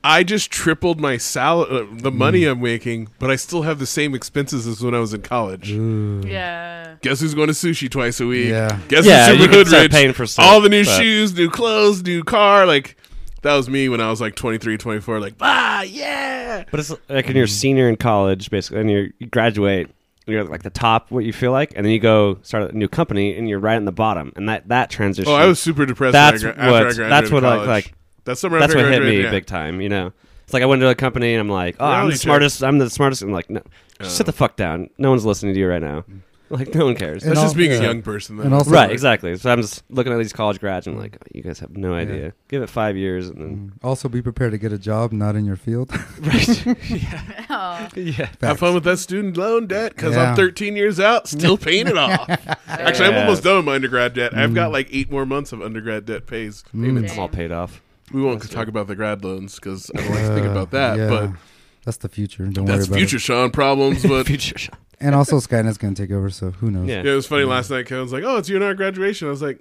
[SPEAKER 1] I just tripled my salary, uh, the money
[SPEAKER 2] Mm.
[SPEAKER 1] I'm making, but I still have the same expenses as when I was in college.
[SPEAKER 4] Yeah.
[SPEAKER 1] Guess who's going to sushi twice a week?
[SPEAKER 2] Mm. Yeah.
[SPEAKER 1] Guess
[SPEAKER 3] Yeah,
[SPEAKER 1] who's
[SPEAKER 3] you
[SPEAKER 1] super
[SPEAKER 3] can
[SPEAKER 1] hood
[SPEAKER 3] start
[SPEAKER 1] rich?
[SPEAKER 3] paying for stuff,
[SPEAKER 1] All the new
[SPEAKER 3] but-
[SPEAKER 1] shoes, new clothes, new car. Like that was me when I was like 23, 24. Like ah, yeah.
[SPEAKER 3] But it's like when you're a senior in college, basically, and you're, you graduate, and you're like the top, what you feel like, and then you go start a new company, and you're right in the bottom, and that that transition.
[SPEAKER 1] Oh, I was super depressed.
[SPEAKER 3] That's
[SPEAKER 1] when I gra-
[SPEAKER 3] what-
[SPEAKER 1] after I graduated
[SPEAKER 3] that's what I-
[SPEAKER 1] college.
[SPEAKER 3] like-
[SPEAKER 1] That's summer
[SPEAKER 3] that's
[SPEAKER 1] after I
[SPEAKER 3] what hit
[SPEAKER 1] graduated,
[SPEAKER 3] me
[SPEAKER 1] yeah.
[SPEAKER 3] big time. You know, it's like I went to a company and I'm like, oh, I'm
[SPEAKER 1] Reality
[SPEAKER 3] the
[SPEAKER 1] check.
[SPEAKER 3] smartest. I'm the smartest. I'm like, no,
[SPEAKER 1] Oh.
[SPEAKER 3] just sit the fuck down. No one's listening to you right now. Like, no one cares.
[SPEAKER 2] And
[SPEAKER 1] That's
[SPEAKER 2] all-
[SPEAKER 1] just being
[SPEAKER 2] yeah.
[SPEAKER 1] a young person. Though.
[SPEAKER 2] And also-
[SPEAKER 3] right, exactly. So I'm just looking at these college grads and I'm like, you guys have no idea. Give it five years and then.
[SPEAKER 2] Also, be prepared to get a job not in your field. Mm.
[SPEAKER 4] Oh,
[SPEAKER 3] yeah.
[SPEAKER 1] Have fun with that student loan debt because
[SPEAKER 2] Yeah.
[SPEAKER 1] I'm 13 years out, still paying it off. Actually, I'm
[SPEAKER 3] Yeah.
[SPEAKER 1] almost done with my undergrad debt. I've
[SPEAKER 2] Mm.
[SPEAKER 1] got like eight more months of undergrad debt pays. payments.
[SPEAKER 3] It's all paid off.
[SPEAKER 1] We won't talk about the grad loans because I don't like to think about that.
[SPEAKER 2] Yeah.
[SPEAKER 1] But
[SPEAKER 2] that's the future. Don't worry
[SPEAKER 1] that's
[SPEAKER 2] about
[SPEAKER 1] future
[SPEAKER 2] it.
[SPEAKER 1] Sean problems. But
[SPEAKER 3] Future shot.
[SPEAKER 2] And also, Skynet's gonna take over, so who knows?
[SPEAKER 3] Yeah.
[SPEAKER 1] Yeah, it was funny last night. Kevin's like, "Oh, it's your graduation." I was like,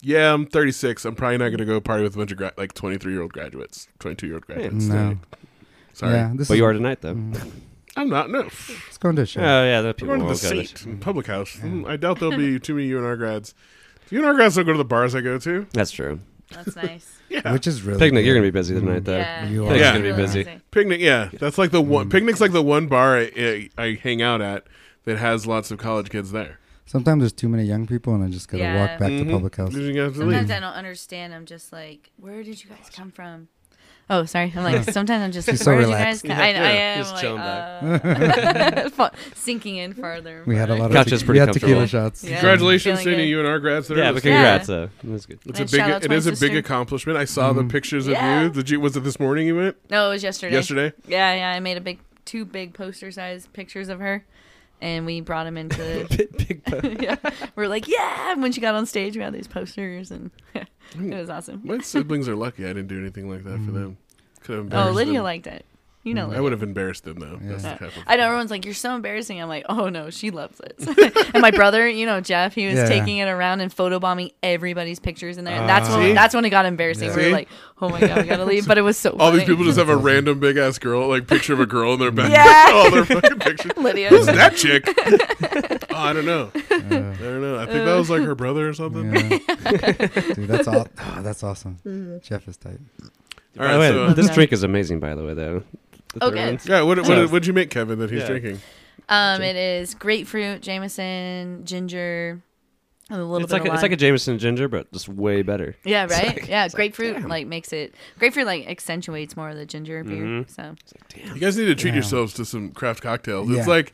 [SPEAKER 1] "Yeah, I'm 36. I'm probably not going to go party with a bunch of gra- like 23 year old graduates, 22 year old graduates."
[SPEAKER 2] No.
[SPEAKER 1] Sorry,
[SPEAKER 2] Yeah. This
[SPEAKER 3] But
[SPEAKER 2] is,
[SPEAKER 3] you are tonight, though.
[SPEAKER 2] Mm.
[SPEAKER 1] I'm not. No,
[SPEAKER 2] Let's go into a show.
[SPEAKER 3] Oh, yeah. The
[SPEAKER 1] we're
[SPEAKER 3] people
[SPEAKER 1] going to the
[SPEAKER 3] won't go to
[SPEAKER 2] Mm-hmm.
[SPEAKER 1] seat public house. Mm, I doubt there'll be too many UNR grads. UNR grads don't go to the bars I go to.
[SPEAKER 3] That's true.
[SPEAKER 4] that's nice.
[SPEAKER 2] Which is really
[SPEAKER 3] Picnic, you're
[SPEAKER 2] good. Mm.
[SPEAKER 3] going to be busy tonight, though.
[SPEAKER 4] yeah.
[SPEAKER 2] You
[SPEAKER 4] That's
[SPEAKER 2] are.
[SPEAKER 1] Yeah.
[SPEAKER 4] really
[SPEAKER 3] Gonna be busy.
[SPEAKER 4] amazing.
[SPEAKER 1] Picnic, yeah, that's like the one.
[SPEAKER 2] Mm.
[SPEAKER 1] Picnic's like the one bar I, I, I hang out at that has lots of college kids there.
[SPEAKER 2] Sometimes there's too many young people, and I just gotta
[SPEAKER 4] Yeah.
[SPEAKER 2] walk back
[SPEAKER 3] Mm-hmm.
[SPEAKER 1] Mhm.
[SPEAKER 2] to public house.
[SPEAKER 1] You guys have to
[SPEAKER 4] Sometimes
[SPEAKER 1] leave.
[SPEAKER 4] I don't understand. I'm just like, where did you guys come from? Oh, sorry. I'm like, sometimes I'm just like,
[SPEAKER 2] She's so
[SPEAKER 4] where
[SPEAKER 2] relaxed.
[SPEAKER 4] did you guys come? I, I
[SPEAKER 3] yeah,
[SPEAKER 4] am
[SPEAKER 3] just chilling
[SPEAKER 4] like, uh, fa- sinking in farther.
[SPEAKER 2] We had a lot of
[SPEAKER 3] Couch
[SPEAKER 2] te-
[SPEAKER 3] is
[SPEAKER 2] we
[SPEAKER 3] pretty
[SPEAKER 2] had tequila
[SPEAKER 3] comfortable.
[SPEAKER 2] shots.
[SPEAKER 4] Yeah.
[SPEAKER 1] Congratulations
[SPEAKER 4] Feeling
[SPEAKER 1] to
[SPEAKER 4] good.
[SPEAKER 1] any UNR grads that are
[SPEAKER 3] Yeah, but
[SPEAKER 1] listening.
[SPEAKER 3] congrats, though. That's good.
[SPEAKER 1] It's
[SPEAKER 4] And
[SPEAKER 1] a big.
[SPEAKER 4] shout out to
[SPEAKER 1] It
[SPEAKER 4] my
[SPEAKER 1] is a big
[SPEAKER 4] sister.
[SPEAKER 1] accomplishment. I saw
[SPEAKER 2] Mm-hmm.
[SPEAKER 1] the pictures of
[SPEAKER 4] Yeah.
[SPEAKER 1] you. Did you? Was it this morning you went?
[SPEAKER 4] No, it was yesterday.
[SPEAKER 1] Yesterday?
[SPEAKER 4] Yeah, yeah. I made a big, two big poster size pictures of her, and we brought them into.
[SPEAKER 3] Big boat.
[SPEAKER 4] yeah, we're like, yeah. And when she got on stage, we had these posters, and it was awesome. Oh,
[SPEAKER 1] My siblings are lucky. I didn't do anything like that for
[SPEAKER 2] Mm-hmm.
[SPEAKER 1] them. Could have
[SPEAKER 4] Oh,
[SPEAKER 1] embarrassed
[SPEAKER 4] Lydia
[SPEAKER 1] them.
[SPEAKER 4] liked it. You know,
[SPEAKER 1] Mm, I
[SPEAKER 4] Lydia.
[SPEAKER 1] would have embarrassed them though. That's the
[SPEAKER 4] Yeah.
[SPEAKER 1] type of.
[SPEAKER 4] I know everyone's like, "You're so embarrassing." I'm like, "Oh no, she loves it." and my brother, you know, Jeff, he was
[SPEAKER 2] Yeah.
[SPEAKER 4] taking it around and photobombing everybody's pictures in there. And that's
[SPEAKER 1] Ah, See?
[SPEAKER 4] when that's when it got embarrassing.
[SPEAKER 1] Yeah.
[SPEAKER 4] We were
[SPEAKER 1] See?
[SPEAKER 4] like, "Oh my god, we gotta leave," but it was so.
[SPEAKER 1] All these
[SPEAKER 4] funny.
[SPEAKER 1] people just have a random big ass girl, like picture of a girl in their back.
[SPEAKER 4] Yeah.
[SPEAKER 1] all their fucking pictures.
[SPEAKER 4] Lydia.
[SPEAKER 1] Who's that chick? oh, I don't know. I don't know. I
[SPEAKER 4] Uh.
[SPEAKER 1] think that was like her brother or something.
[SPEAKER 2] ah, Yeah. Dude, that's all. Oh, that's awesome. Jeff is tight.
[SPEAKER 1] All
[SPEAKER 3] By the
[SPEAKER 1] right.
[SPEAKER 3] way,
[SPEAKER 1] So,
[SPEAKER 3] this
[SPEAKER 4] Okay.
[SPEAKER 3] drink is amazing, by the way, though. The third
[SPEAKER 4] Okay.
[SPEAKER 3] one.
[SPEAKER 1] yeah. What
[SPEAKER 3] So-
[SPEAKER 1] what what'd you make, Kevin? That he's
[SPEAKER 3] Yeah.
[SPEAKER 1] drinking?
[SPEAKER 4] Um, it is grapefruit, Jameson, ginger, and a little
[SPEAKER 3] It's
[SPEAKER 4] bit
[SPEAKER 3] like
[SPEAKER 4] of
[SPEAKER 3] a, it's
[SPEAKER 4] lime.
[SPEAKER 3] like a Jameson ginger, but just way better.
[SPEAKER 4] yeah, right? yeah, grapefruit like makes it grapefruit like accentuates more of the ginger beer.
[SPEAKER 3] Mm-hmm.
[SPEAKER 4] So
[SPEAKER 1] You guys need to treat yourselves to some craft cocktails. It's
[SPEAKER 2] Yeah.
[SPEAKER 1] like,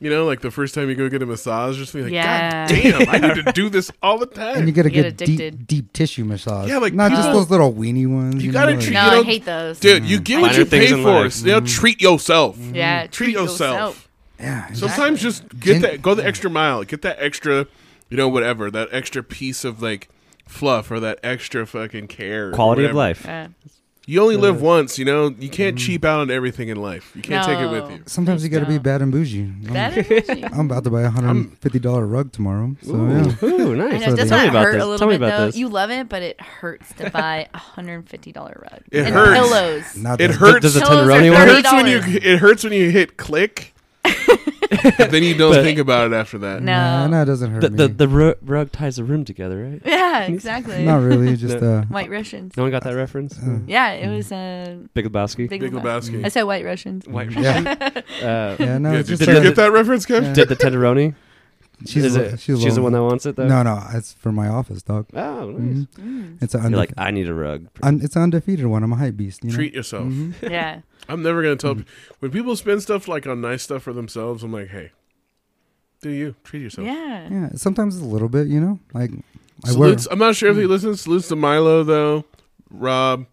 [SPEAKER 1] you know, like the first time you go get a massage, just be like,
[SPEAKER 4] Yeah.
[SPEAKER 1] God damn, I need to do this all the time.
[SPEAKER 2] And you get a
[SPEAKER 4] You get
[SPEAKER 2] good deep,
[SPEAKER 4] addicted.
[SPEAKER 2] deep tissue massage.
[SPEAKER 1] Yeah, like
[SPEAKER 2] not just
[SPEAKER 1] people-
[SPEAKER 2] those little weenie ones.
[SPEAKER 1] You
[SPEAKER 2] You, know,
[SPEAKER 1] gotta
[SPEAKER 2] like-
[SPEAKER 1] treat-
[SPEAKER 4] no,
[SPEAKER 1] You know,
[SPEAKER 4] I hate those.
[SPEAKER 1] Dude, you get what
[SPEAKER 3] Minor
[SPEAKER 1] you
[SPEAKER 3] things
[SPEAKER 1] pay
[SPEAKER 3] in
[SPEAKER 1] for.
[SPEAKER 3] life.
[SPEAKER 1] You know, treat yourself.
[SPEAKER 4] yeah,
[SPEAKER 1] mm, Treat yourself.
[SPEAKER 2] yeah, and just-
[SPEAKER 1] Sometimes just get
[SPEAKER 2] Gin-
[SPEAKER 1] that, go the extra mile, get that extra, you know, whatever, that extra piece of like fluff or that extra fucking care. or
[SPEAKER 3] Quality of
[SPEAKER 1] whatever.
[SPEAKER 3] life.
[SPEAKER 4] Yeah.
[SPEAKER 1] You only live once, you know. You can't cheap out on everything in life. You can't take it with
[SPEAKER 4] No.
[SPEAKER 1] you.
[SPEAKER 2] sometimes you gotta be
[SPEAKER 4] Please
[SPEAKER 2] bad and bougie. I'm,
[SPEAKER 4] That is I
[SPEAKER 2] I'm about to buy a hundred and fifty dollar rug tomorrow. So yeah.
[SPEAKER 3] Ooh, nice.
[SPEAKER 4] know, doesn't
[SPEAKER 3] Tell me
[SPEAKER 4] that
[SPEAKER 3] about
[SPEAKER 4] hurt
[SPEAKER 3] this.
[SPEAKER 4] a little
[SPEAKER 3] Tell me
[SPEAKER 4] bit
[SPEAKER 3] about
[SPEAKER 4] though?
[SPEAKER 3] this.
[SPEAKER 4] You love it, but it hurts to buy a hundred and fifty dollar rug
[SPEAKER 1] It
[SPEAKER 4] and
[SPEAKER 1] hurts.
[SPEAKER 4] pillows.
[SPEAKER 2] Not
[SPEAKER 1] It
[SPEAKER 2] that-
[SPEAKER 1] hurts.
[SPEAKER 3] Does a
[SPEAKER 4] Pillows are
[SPEAKER 3] tenderoni
[SPEAKER 1] It
[SPEAKER 3] work?
[SPEAKER 4] $30.
[SPEAKER 1] hurts when you it hurts when you hit click. but then you don't think about it after that.
[SPEAKER 4] No.
[SPEAKER 2] Nah, no, it doesn't hurt
[SPEAKER 3] The, the,
[SPEAKER 2] me.
[SPEAKER 3] the ru- rug ties the room together, right?
[SPEAKER 4] Yeah, exactly.
[SPEAKER 2] Not really. Just uh,
[SPEAKER 4] White Russians.
[SPEAKER 3] No one got that reference?
[SPEAKER 4] Yeah, it was uh,
[SPEAKER 3] Big Lebowski?
[SPEAKER 4] Big,
[SPEAKER 1] Big
[SPEAKER 4] Lebowski.
[SPEAKER 1] Lebowski.
[SPEAKER 4] I said White Russians.
[SPEAKER 3] White
[SPEAKER 2] yeah,
[SPEAKER 3] Uh,
[SPEAKER 2] yeah. No,
[SPEAKER 1] Yeah,
[SPEAKER 2] it's
[SPEAKER 1] did
[SPEAKER 2] just
[SPEAKER 1] you
[SPEAKER 3] uh,
[SPEAKER 1] get that reference, Kev?
[SPEAKER 2] yeah.
[SPEAKER 3] Did the tenderoni?
[SPEAKER 2] she's
[SPEAKER 3] Is
[SPEAKER 2] lo-
[SPEAKER 3] it-
[SPEAKER 2] she's,
[SPEAKER 3] the
[SPEAKER 2] lo-
[SPEAKER 3] one that wants it, though?
[SPEAKER 2] No, no, it's for my office, dog.
[SPEAKER 3] Oh, nice.
[SPEAKER 2] Mhm. It's an undefe-
[SPEAKER 3] You're like, I need a rug.
[SPEAKER 2] un- it's an undefeated one. I'm a hype beast. You know?
[SPEAKER 1] Treat yourself.
[SPEAKER 4] Yeah.
[SPEAKER 1] I'm never gonna tell people when people spend stuff like on nice stuff for themselves. I'm like, hey, do you treat yourself?
[SPEAKER 4] Yeah.
[SPEAKER 2] Yeah, sometimes it's a little bit, you know. Like I wear
[SPEAKER 1] Salutes. I'm not sure if he listens. Salutes to Milo though, Rob,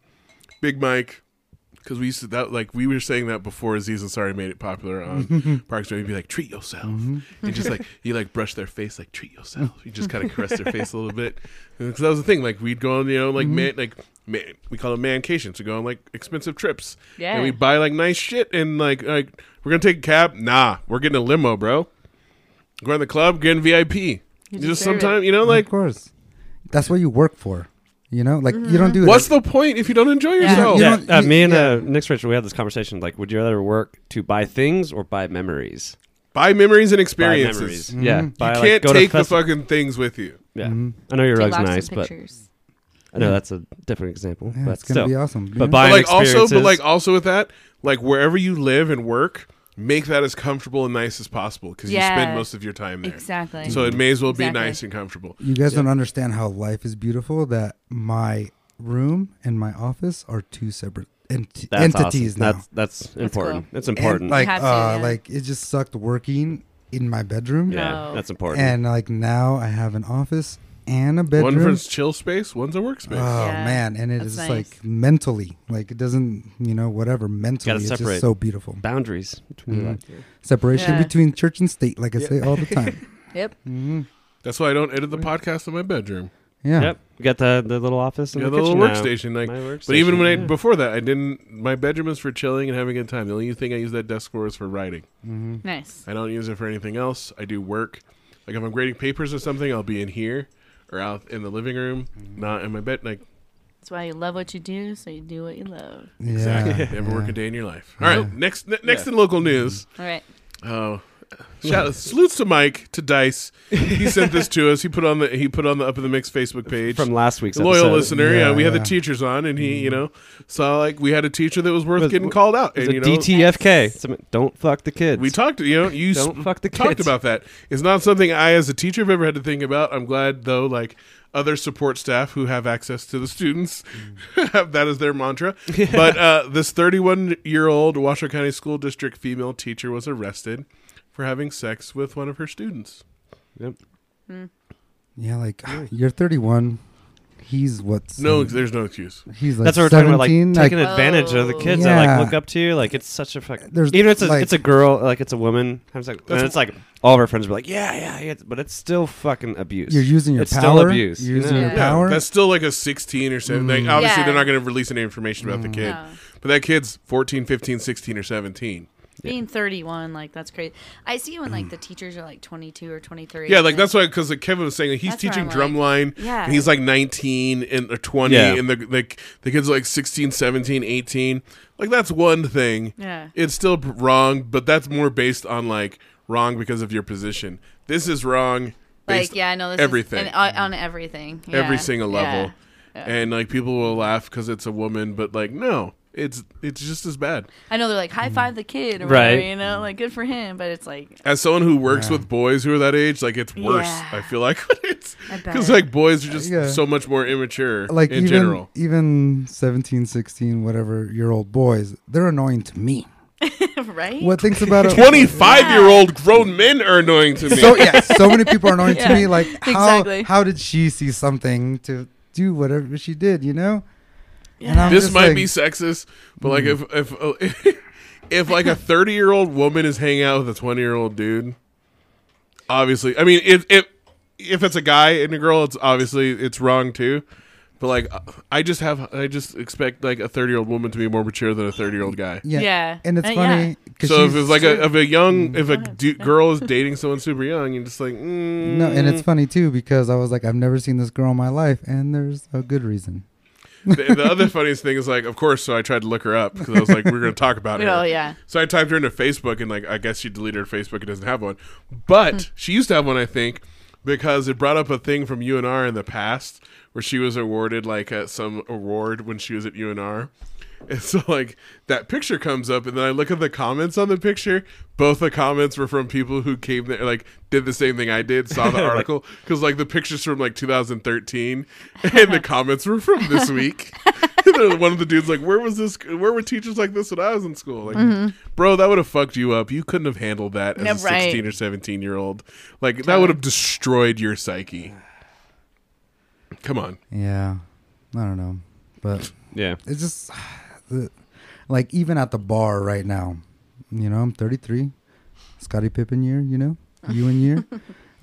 [SPEAKER 1] Big Mike, because we used to that like we were saying that before Aziz Ansari made it popular on Parks. He'd be like, treat yourself,
[SPEAKER 2] Mm-hmm.
[SPEAKER 1] and just like he like brush their face, like treat yourself. You just kind of caress their face a little bit, because that was the thing. Like we'd go on, you know,
[SPEAKER 2] Mm-hmm.
[SPEAKER 1] like man, like man, we call them mancations. We go on like expensive trips,
[SPEAKER 4] Yeah.
[SPEAKER 1] and we buy like nice shit, and like like we're gonna take a cab. Nah, we're getting a limo, bro. Go in the club, getting VIP. You just
[SPEAKER 4] deserve it.
[SPEAKER 1] sometimes, you know, like
[SPEAKER 2] of course. That's what you work for. You know, like you
[SPEAKER 3] Mm-hmm.
[SPEAKER 2] don't do
[SPEAKER 1] What's
[SPEAKER 2] that.
[SPEAKER 1] the point if you don't enjoy yourself?
[SPEAKER 2] You
[SPEAKER 3] Yeah,
[SPEAKER 2] don't-
[SPEAKER 3] uh,
[SPEAKER 2] you-
[SPEAKER 3] me and
[SPEAKER 2] yeah.
[SPEAKER 3] uh, Nick's Rachel, we had this conversation. Like, would you rather work to buy things or buy memories?
[SPEAKER 1] Buy memories and
[SPEAKER 3] Buy
[SPEAKER 1] experiences. Mm-hmm.
[SPEAKER 3] memories. Yeah. Buy,
[SPEAKER 1] You
[SPEAKER 3] like,
[SPEAKER 1] can't
[SPEAKER 3] go to
[SPEAKER 1] take the Mm-hmm.
[SPEAKER 3] festi-
[SPEAKER 1] fucking things with you.
[SPEAKER 3] Yeah. I know your rug's
[SPEAKER 4] Lots of
[SPEAKER 3] nice, but
[SPEAKER 4] pictures.
[SPEAKER 3] I know that's a different example.
[SPEAKER 2] Yeah,
[SPEAKER 3] but
[SPEAKER 2] it's gonna
[SPEAKER 3] still.
[SPEAKER 2] be awesome. you
[SPEAKER 3] But
[SPEAKER 2] know?
[SPEAKER 1] But
[SPEAKER 3] buying
[SPEAKER 1] like also, but
[SPEAKER 3] experiences-
[SPEAKER 1] like also with that, like wherever you live and work, make that as comfortable and nice as possible because you spend
[SPEAKER 4] Yeah.
[SPEAKER 1] most of your time there.
[SPEAKER 4] Exactly.
[SPEAKER 1] So it may as well be
[SPEAKER 4] Exactly.
[SPEAKER 1] nice and comfortable.
[SPEAKER 2] you guys don't understand how life is beautiful. That my room and my office are two separate ent-
[SPEAKER 3] that's
[SPEAKER 2] entities
[SPEAKER 3] awesome.
[SPEAKER 2] now.
[SPEAKER 3] That's that's important. It's
[SPEAKER 2] And,
[SPEAKER 3] important.
[SPEAKER 2] like,
[SPEAKER 4] have to,
[SPEAKER 2] uh,
[SPEAKER 4] yeah.
[SPEAKER 2] like it just sucked working in my bedroom,
[SPEAKER 3] yeah,
[SPEAKER 4] No.
[SPEAKER 3] that's important.
[SPEAKER 2] and like now I have an office and a bedroom.
[SPEAKER 1] One for chill space, one's a workspace.
[SPEAKER 2] Oh
[SPEAKER 3] Uh,
[SPEAKER 4] Yeah,
[SPEAKER 2] man, and it
[SPEAKER 4] that's
[SPEAKER 2] is
[SPEAKER 4] nice.
[SPEAKER 2] like mentally, like it doesn't, you know, whatever. Mentally, it's
[SPEAKER 3] separate.
[SPEAKER 2] just so beautiful.
[SPEAKER 3] Boundaries between
[SPEAKER 2] Mhm.
[SPEAKER 3] like,
[SPEAKER 1] Mm-hmm.
[SPEAKER 2] Separation
[SPEAKER 4] Yeah.
[SPEAKER 2] between church and state, like I say all the time.
[SPEAKER 4] Yep.
[SPEAKER 1] That's why I don't edit the podcast in my bedroom.
[SPEAKER 2] Yeah,
[SPEAKER 3] Yep, we got the the little office and
[SPEAKER 1] Yeah,
[SPEAKER 3] the,
[SPEAKER 1] the little
[SPEAKER 3] kitchen now.
[SPEAKER 1] workstation. Like,
[SPEAKER 3] My
[SPEAKER 1] but even
[SPEAKER 3] workstation,
[SPEAKER 1] when I,
[SPEAKER 3] yeah.
[SPEAKER 1] before that, I didn't. My bedroom is for chilling and having a good time. The only thing I use that desk for is for writing.
[SPEAKER 4] Nice.
[SPEAKER 1] I don't use it for anything else. I do work. Like if I'm grading papers or something, I'll be in here or out in the living room, not in my bed. Like
[SPEAKER 4] That's why you love what you do, so you do what you love.
[SPEAKER 2] yeah.
[SPEAKER 1] exactly. Never work a day in your life. All right. Next, ne- next in local news.
[SPEAKER 4] All right.
[SPEAKER 1] Oh, shout salutes to Mike to Dice. He sent this to us. He put on the he put on the up in the mix Facebook page
[SPEAKER 3] from last week's
[SPEAKER 1] loyal
[SPEAKER 3] episode,
[SPEAKER 1] listener. Yeah,
[SPEAKER 2] Yeah,
[SPEAKER 1] we had the
[SPEAKER 2] yeah.
[SPEAKER 1] teachers on, and he you know saw like we had a teacher that was worth
[SPEAKER 3] Was-
[SPEAKER 1] getting called out,
[SPEAKER 3] it's
[SPEAKER 1] and
[SPEAKER 3] a
[SPEAKER 1] you know
[SPEAKER 3] DTFK. Some- don't fuck the kids.
[SPEAKER 1] We talked, you know, you
[SPEAKER 3] Don't
[SPEAKER 1] sp-
[SPEAKER 3] fuck the
[SPEAKER 1] talked
[SPEAKER 3] kids.
[SPEAKER 1] about that. It's not something I, as a teacher, have ever had to think about. I'm glad though, like other support staff who have access to the students, have that as their mantra. But uh, this 31 year old Washoe County School District female teacher was arrested for having sex with one of her students.
[SPEAKER 3] Yep.
[SPEAKER 2] Yeah, like you're 31. He's what's
[SPEAKER 1] No, there's no excuse.
[SPEAKER 2] He's like
[SPEAKER 3] That's what we're
[SPEAKER 2] 17.
[SPEAKER 3] talking about, like
[SPEAKER 2] like,
[SPEAKER 3] taking advantage of the
[SPEAKER 1] Oh.
[SPEAKER 3] kids that
[SPEAKER 2] Yeah.
[SPEAKER 3] like look up to you. Like it's such a fuck.
[SPEAKER 2] There's,
[SPEAKER 3] even if it's a,
[SPEAKER 2] like-
[SPEAKER 3] it's a girl, like it's a woman. I was like, and it's like all of our friends were like, yeah, yeah, yeah, but it's still fucking abuse.
[SPEAKER 2] you're using your
[SPEAKER 3] it's
[SPEAKER 2] power.
[SPEAKER 3] still abuse.
[SPEAKER 2] You're
[SPEAKER 3] you
[SPEAKER 2] using
[SPEAKER 3] know?
[SPEAKER 2] your
[SPEAKER 4] Yeah.
[SPEAKER 2] power.
[SPEAKER 1] That's still like a 16 or 17. Like, obviously,
[SPEAKER 4] Yeah.
[SPEAKER 1] they're not going to release any information about the kid.
[SPEAKER 4] No.
[SPEAKER 1] But that kid's 14, 15, 16, or 17.
[SPEAKER 4] Being 31, like that's crazy. I see when like the teachers are like 22 or 23.
[SPEAKER 1] Yeah, like that's why because like Kevin was saying like, he's
[SPEAKER 4] That's where
[SPEAKER 1] teaching
[SPEAKER 4] I'm
[SPEAKER 1] drumline.
[SPEAKER 4] yeah.
[SPEAKER 1] and he's like 19 and or 20
[SPEAKER 3] Yeah.
[SPEAKER 1] and the like the kids are like 16, 17, 18. Like that's one thing.
[SPEAKER 4] Yeah.
[SPEAKER 1] It's still p- wrong, but that's more based on like wrong because of your position. This is wrong.
[SPEAKER 4] Like
[SPEAKER 1] based
[SPEAKER 4] yeah, I know this
[SPEAKER 1] everything.
[SPEAKER 4] is, and, on, on everything.
[SPEAKER 1] every
[SPEAKER 4] Yeah.
[SPEAKER 1] single
[SPEAKER 4] Yeah.
[SPEAKER 1] level. and like people will laugh because it's a woman, but like no, it's it's just as bad.
[SPEAKER 4] I know they're like high five the kid or
[SPEAKER 3] Right.
[SPEAKER 4] whatever, you know, like good for him, but it's like
[SPEAKER 1] As someone who works with boys who are that age, like it's worse.
[SPEAKER 4] Yeah.
[SPEAKER 1] I feel like it's
[SPEAKER 4] I bet.
[SPEAKER 1] because like boys are just
[SPEAKER 2] Yeah.
[SPEAKER 1] so much more immature,
[SPEAKER 2] like
[SPEAKER 1] in
[SPEAKER 2] even
[SPEAKER 1] general.
[SPEAKER 2] even 17 16 whatever year old boys they're annoying to me
[SPEAKER 4] right?
[SPEAKER 2] what thinks about it
[SPEAKER 1] Twenty-five-year-old grown men are annoying to me.
[SPEAKER 2] so yeah so many people are annoying to
[SPEAKER 4] Yeah,
[SPEAKER 2] me like how
[SPEAKER 4] exactly.
[SPEAKER 2] how did she see something to do whatever she did you know and I'm
[SPEAKER 1] this
[SPEAKER 2] just
[SPEAKER 1] might
[SPEAKER 2] like,
[SPEAKER 1] be sexist, but like if if uh, if like a thirty year old woman is hanging out with a twenty year old dude, obviously, I mean, if if if it's a guy and a girl, it's obviously it's wrong too. But like, I just have I just expect like a thirty year old woman to be more mature than a thirty year old guy.
[SPEAKER 2] yeah.
[SPEAKER 4] Yeah.
[SPEAKER 2] and it's
[SPEAKER 4] Uh,
[SPEAKER 2] funny 'cause
[SPEAKER 1] So if
[SPEAKER 2] she's-
[SPEAKER 1] it's like a if a young if a du- girl is dating someone super young, you're just like mm,
[SPEAKER 2] no and it's funny too because i was like i've never seen this girl in my life and there's a good reason
[SPEAKER 1] the, the other funniest thing is like, of course. So I tried to look her up because I was like, we're gonna talk about her.
[SPEAKER 4] Oh yeah.
[SPEAKER 1] So I typed her into Facebook, and like I guess she deleted her Facebook. It doesn't have one, but she used to have one, I think, because it brought up a thing from UNR in the past where she was awarded like uh, some award when she was at UNR. And so like that picture comes up, and then I look at the comments on the picture. Both the comments were from people who came there, like did the same thing I did, saw the article, because like the pictures from like 2013, and the comments were from this week. And One of the dudes like, where was this? Where were teachers like this when I was in school? Like, bro, that would have fucked you up. You couldn't have handled that as
[SPEAKER 4] Yeah,
[SPEAKER 1] a
[SPEAKER 4] right.
[SPEAKER 1] 16 or 17 year old. Like that would have destroyed your psyche. Come on,
[SPEAKER 2] yeah i don't know but
[SPEAKER 3] Yeah.
[SPEAKER 2] it's just the- like even at the bar right now you know i'm 33 scotty pippen year you know you in year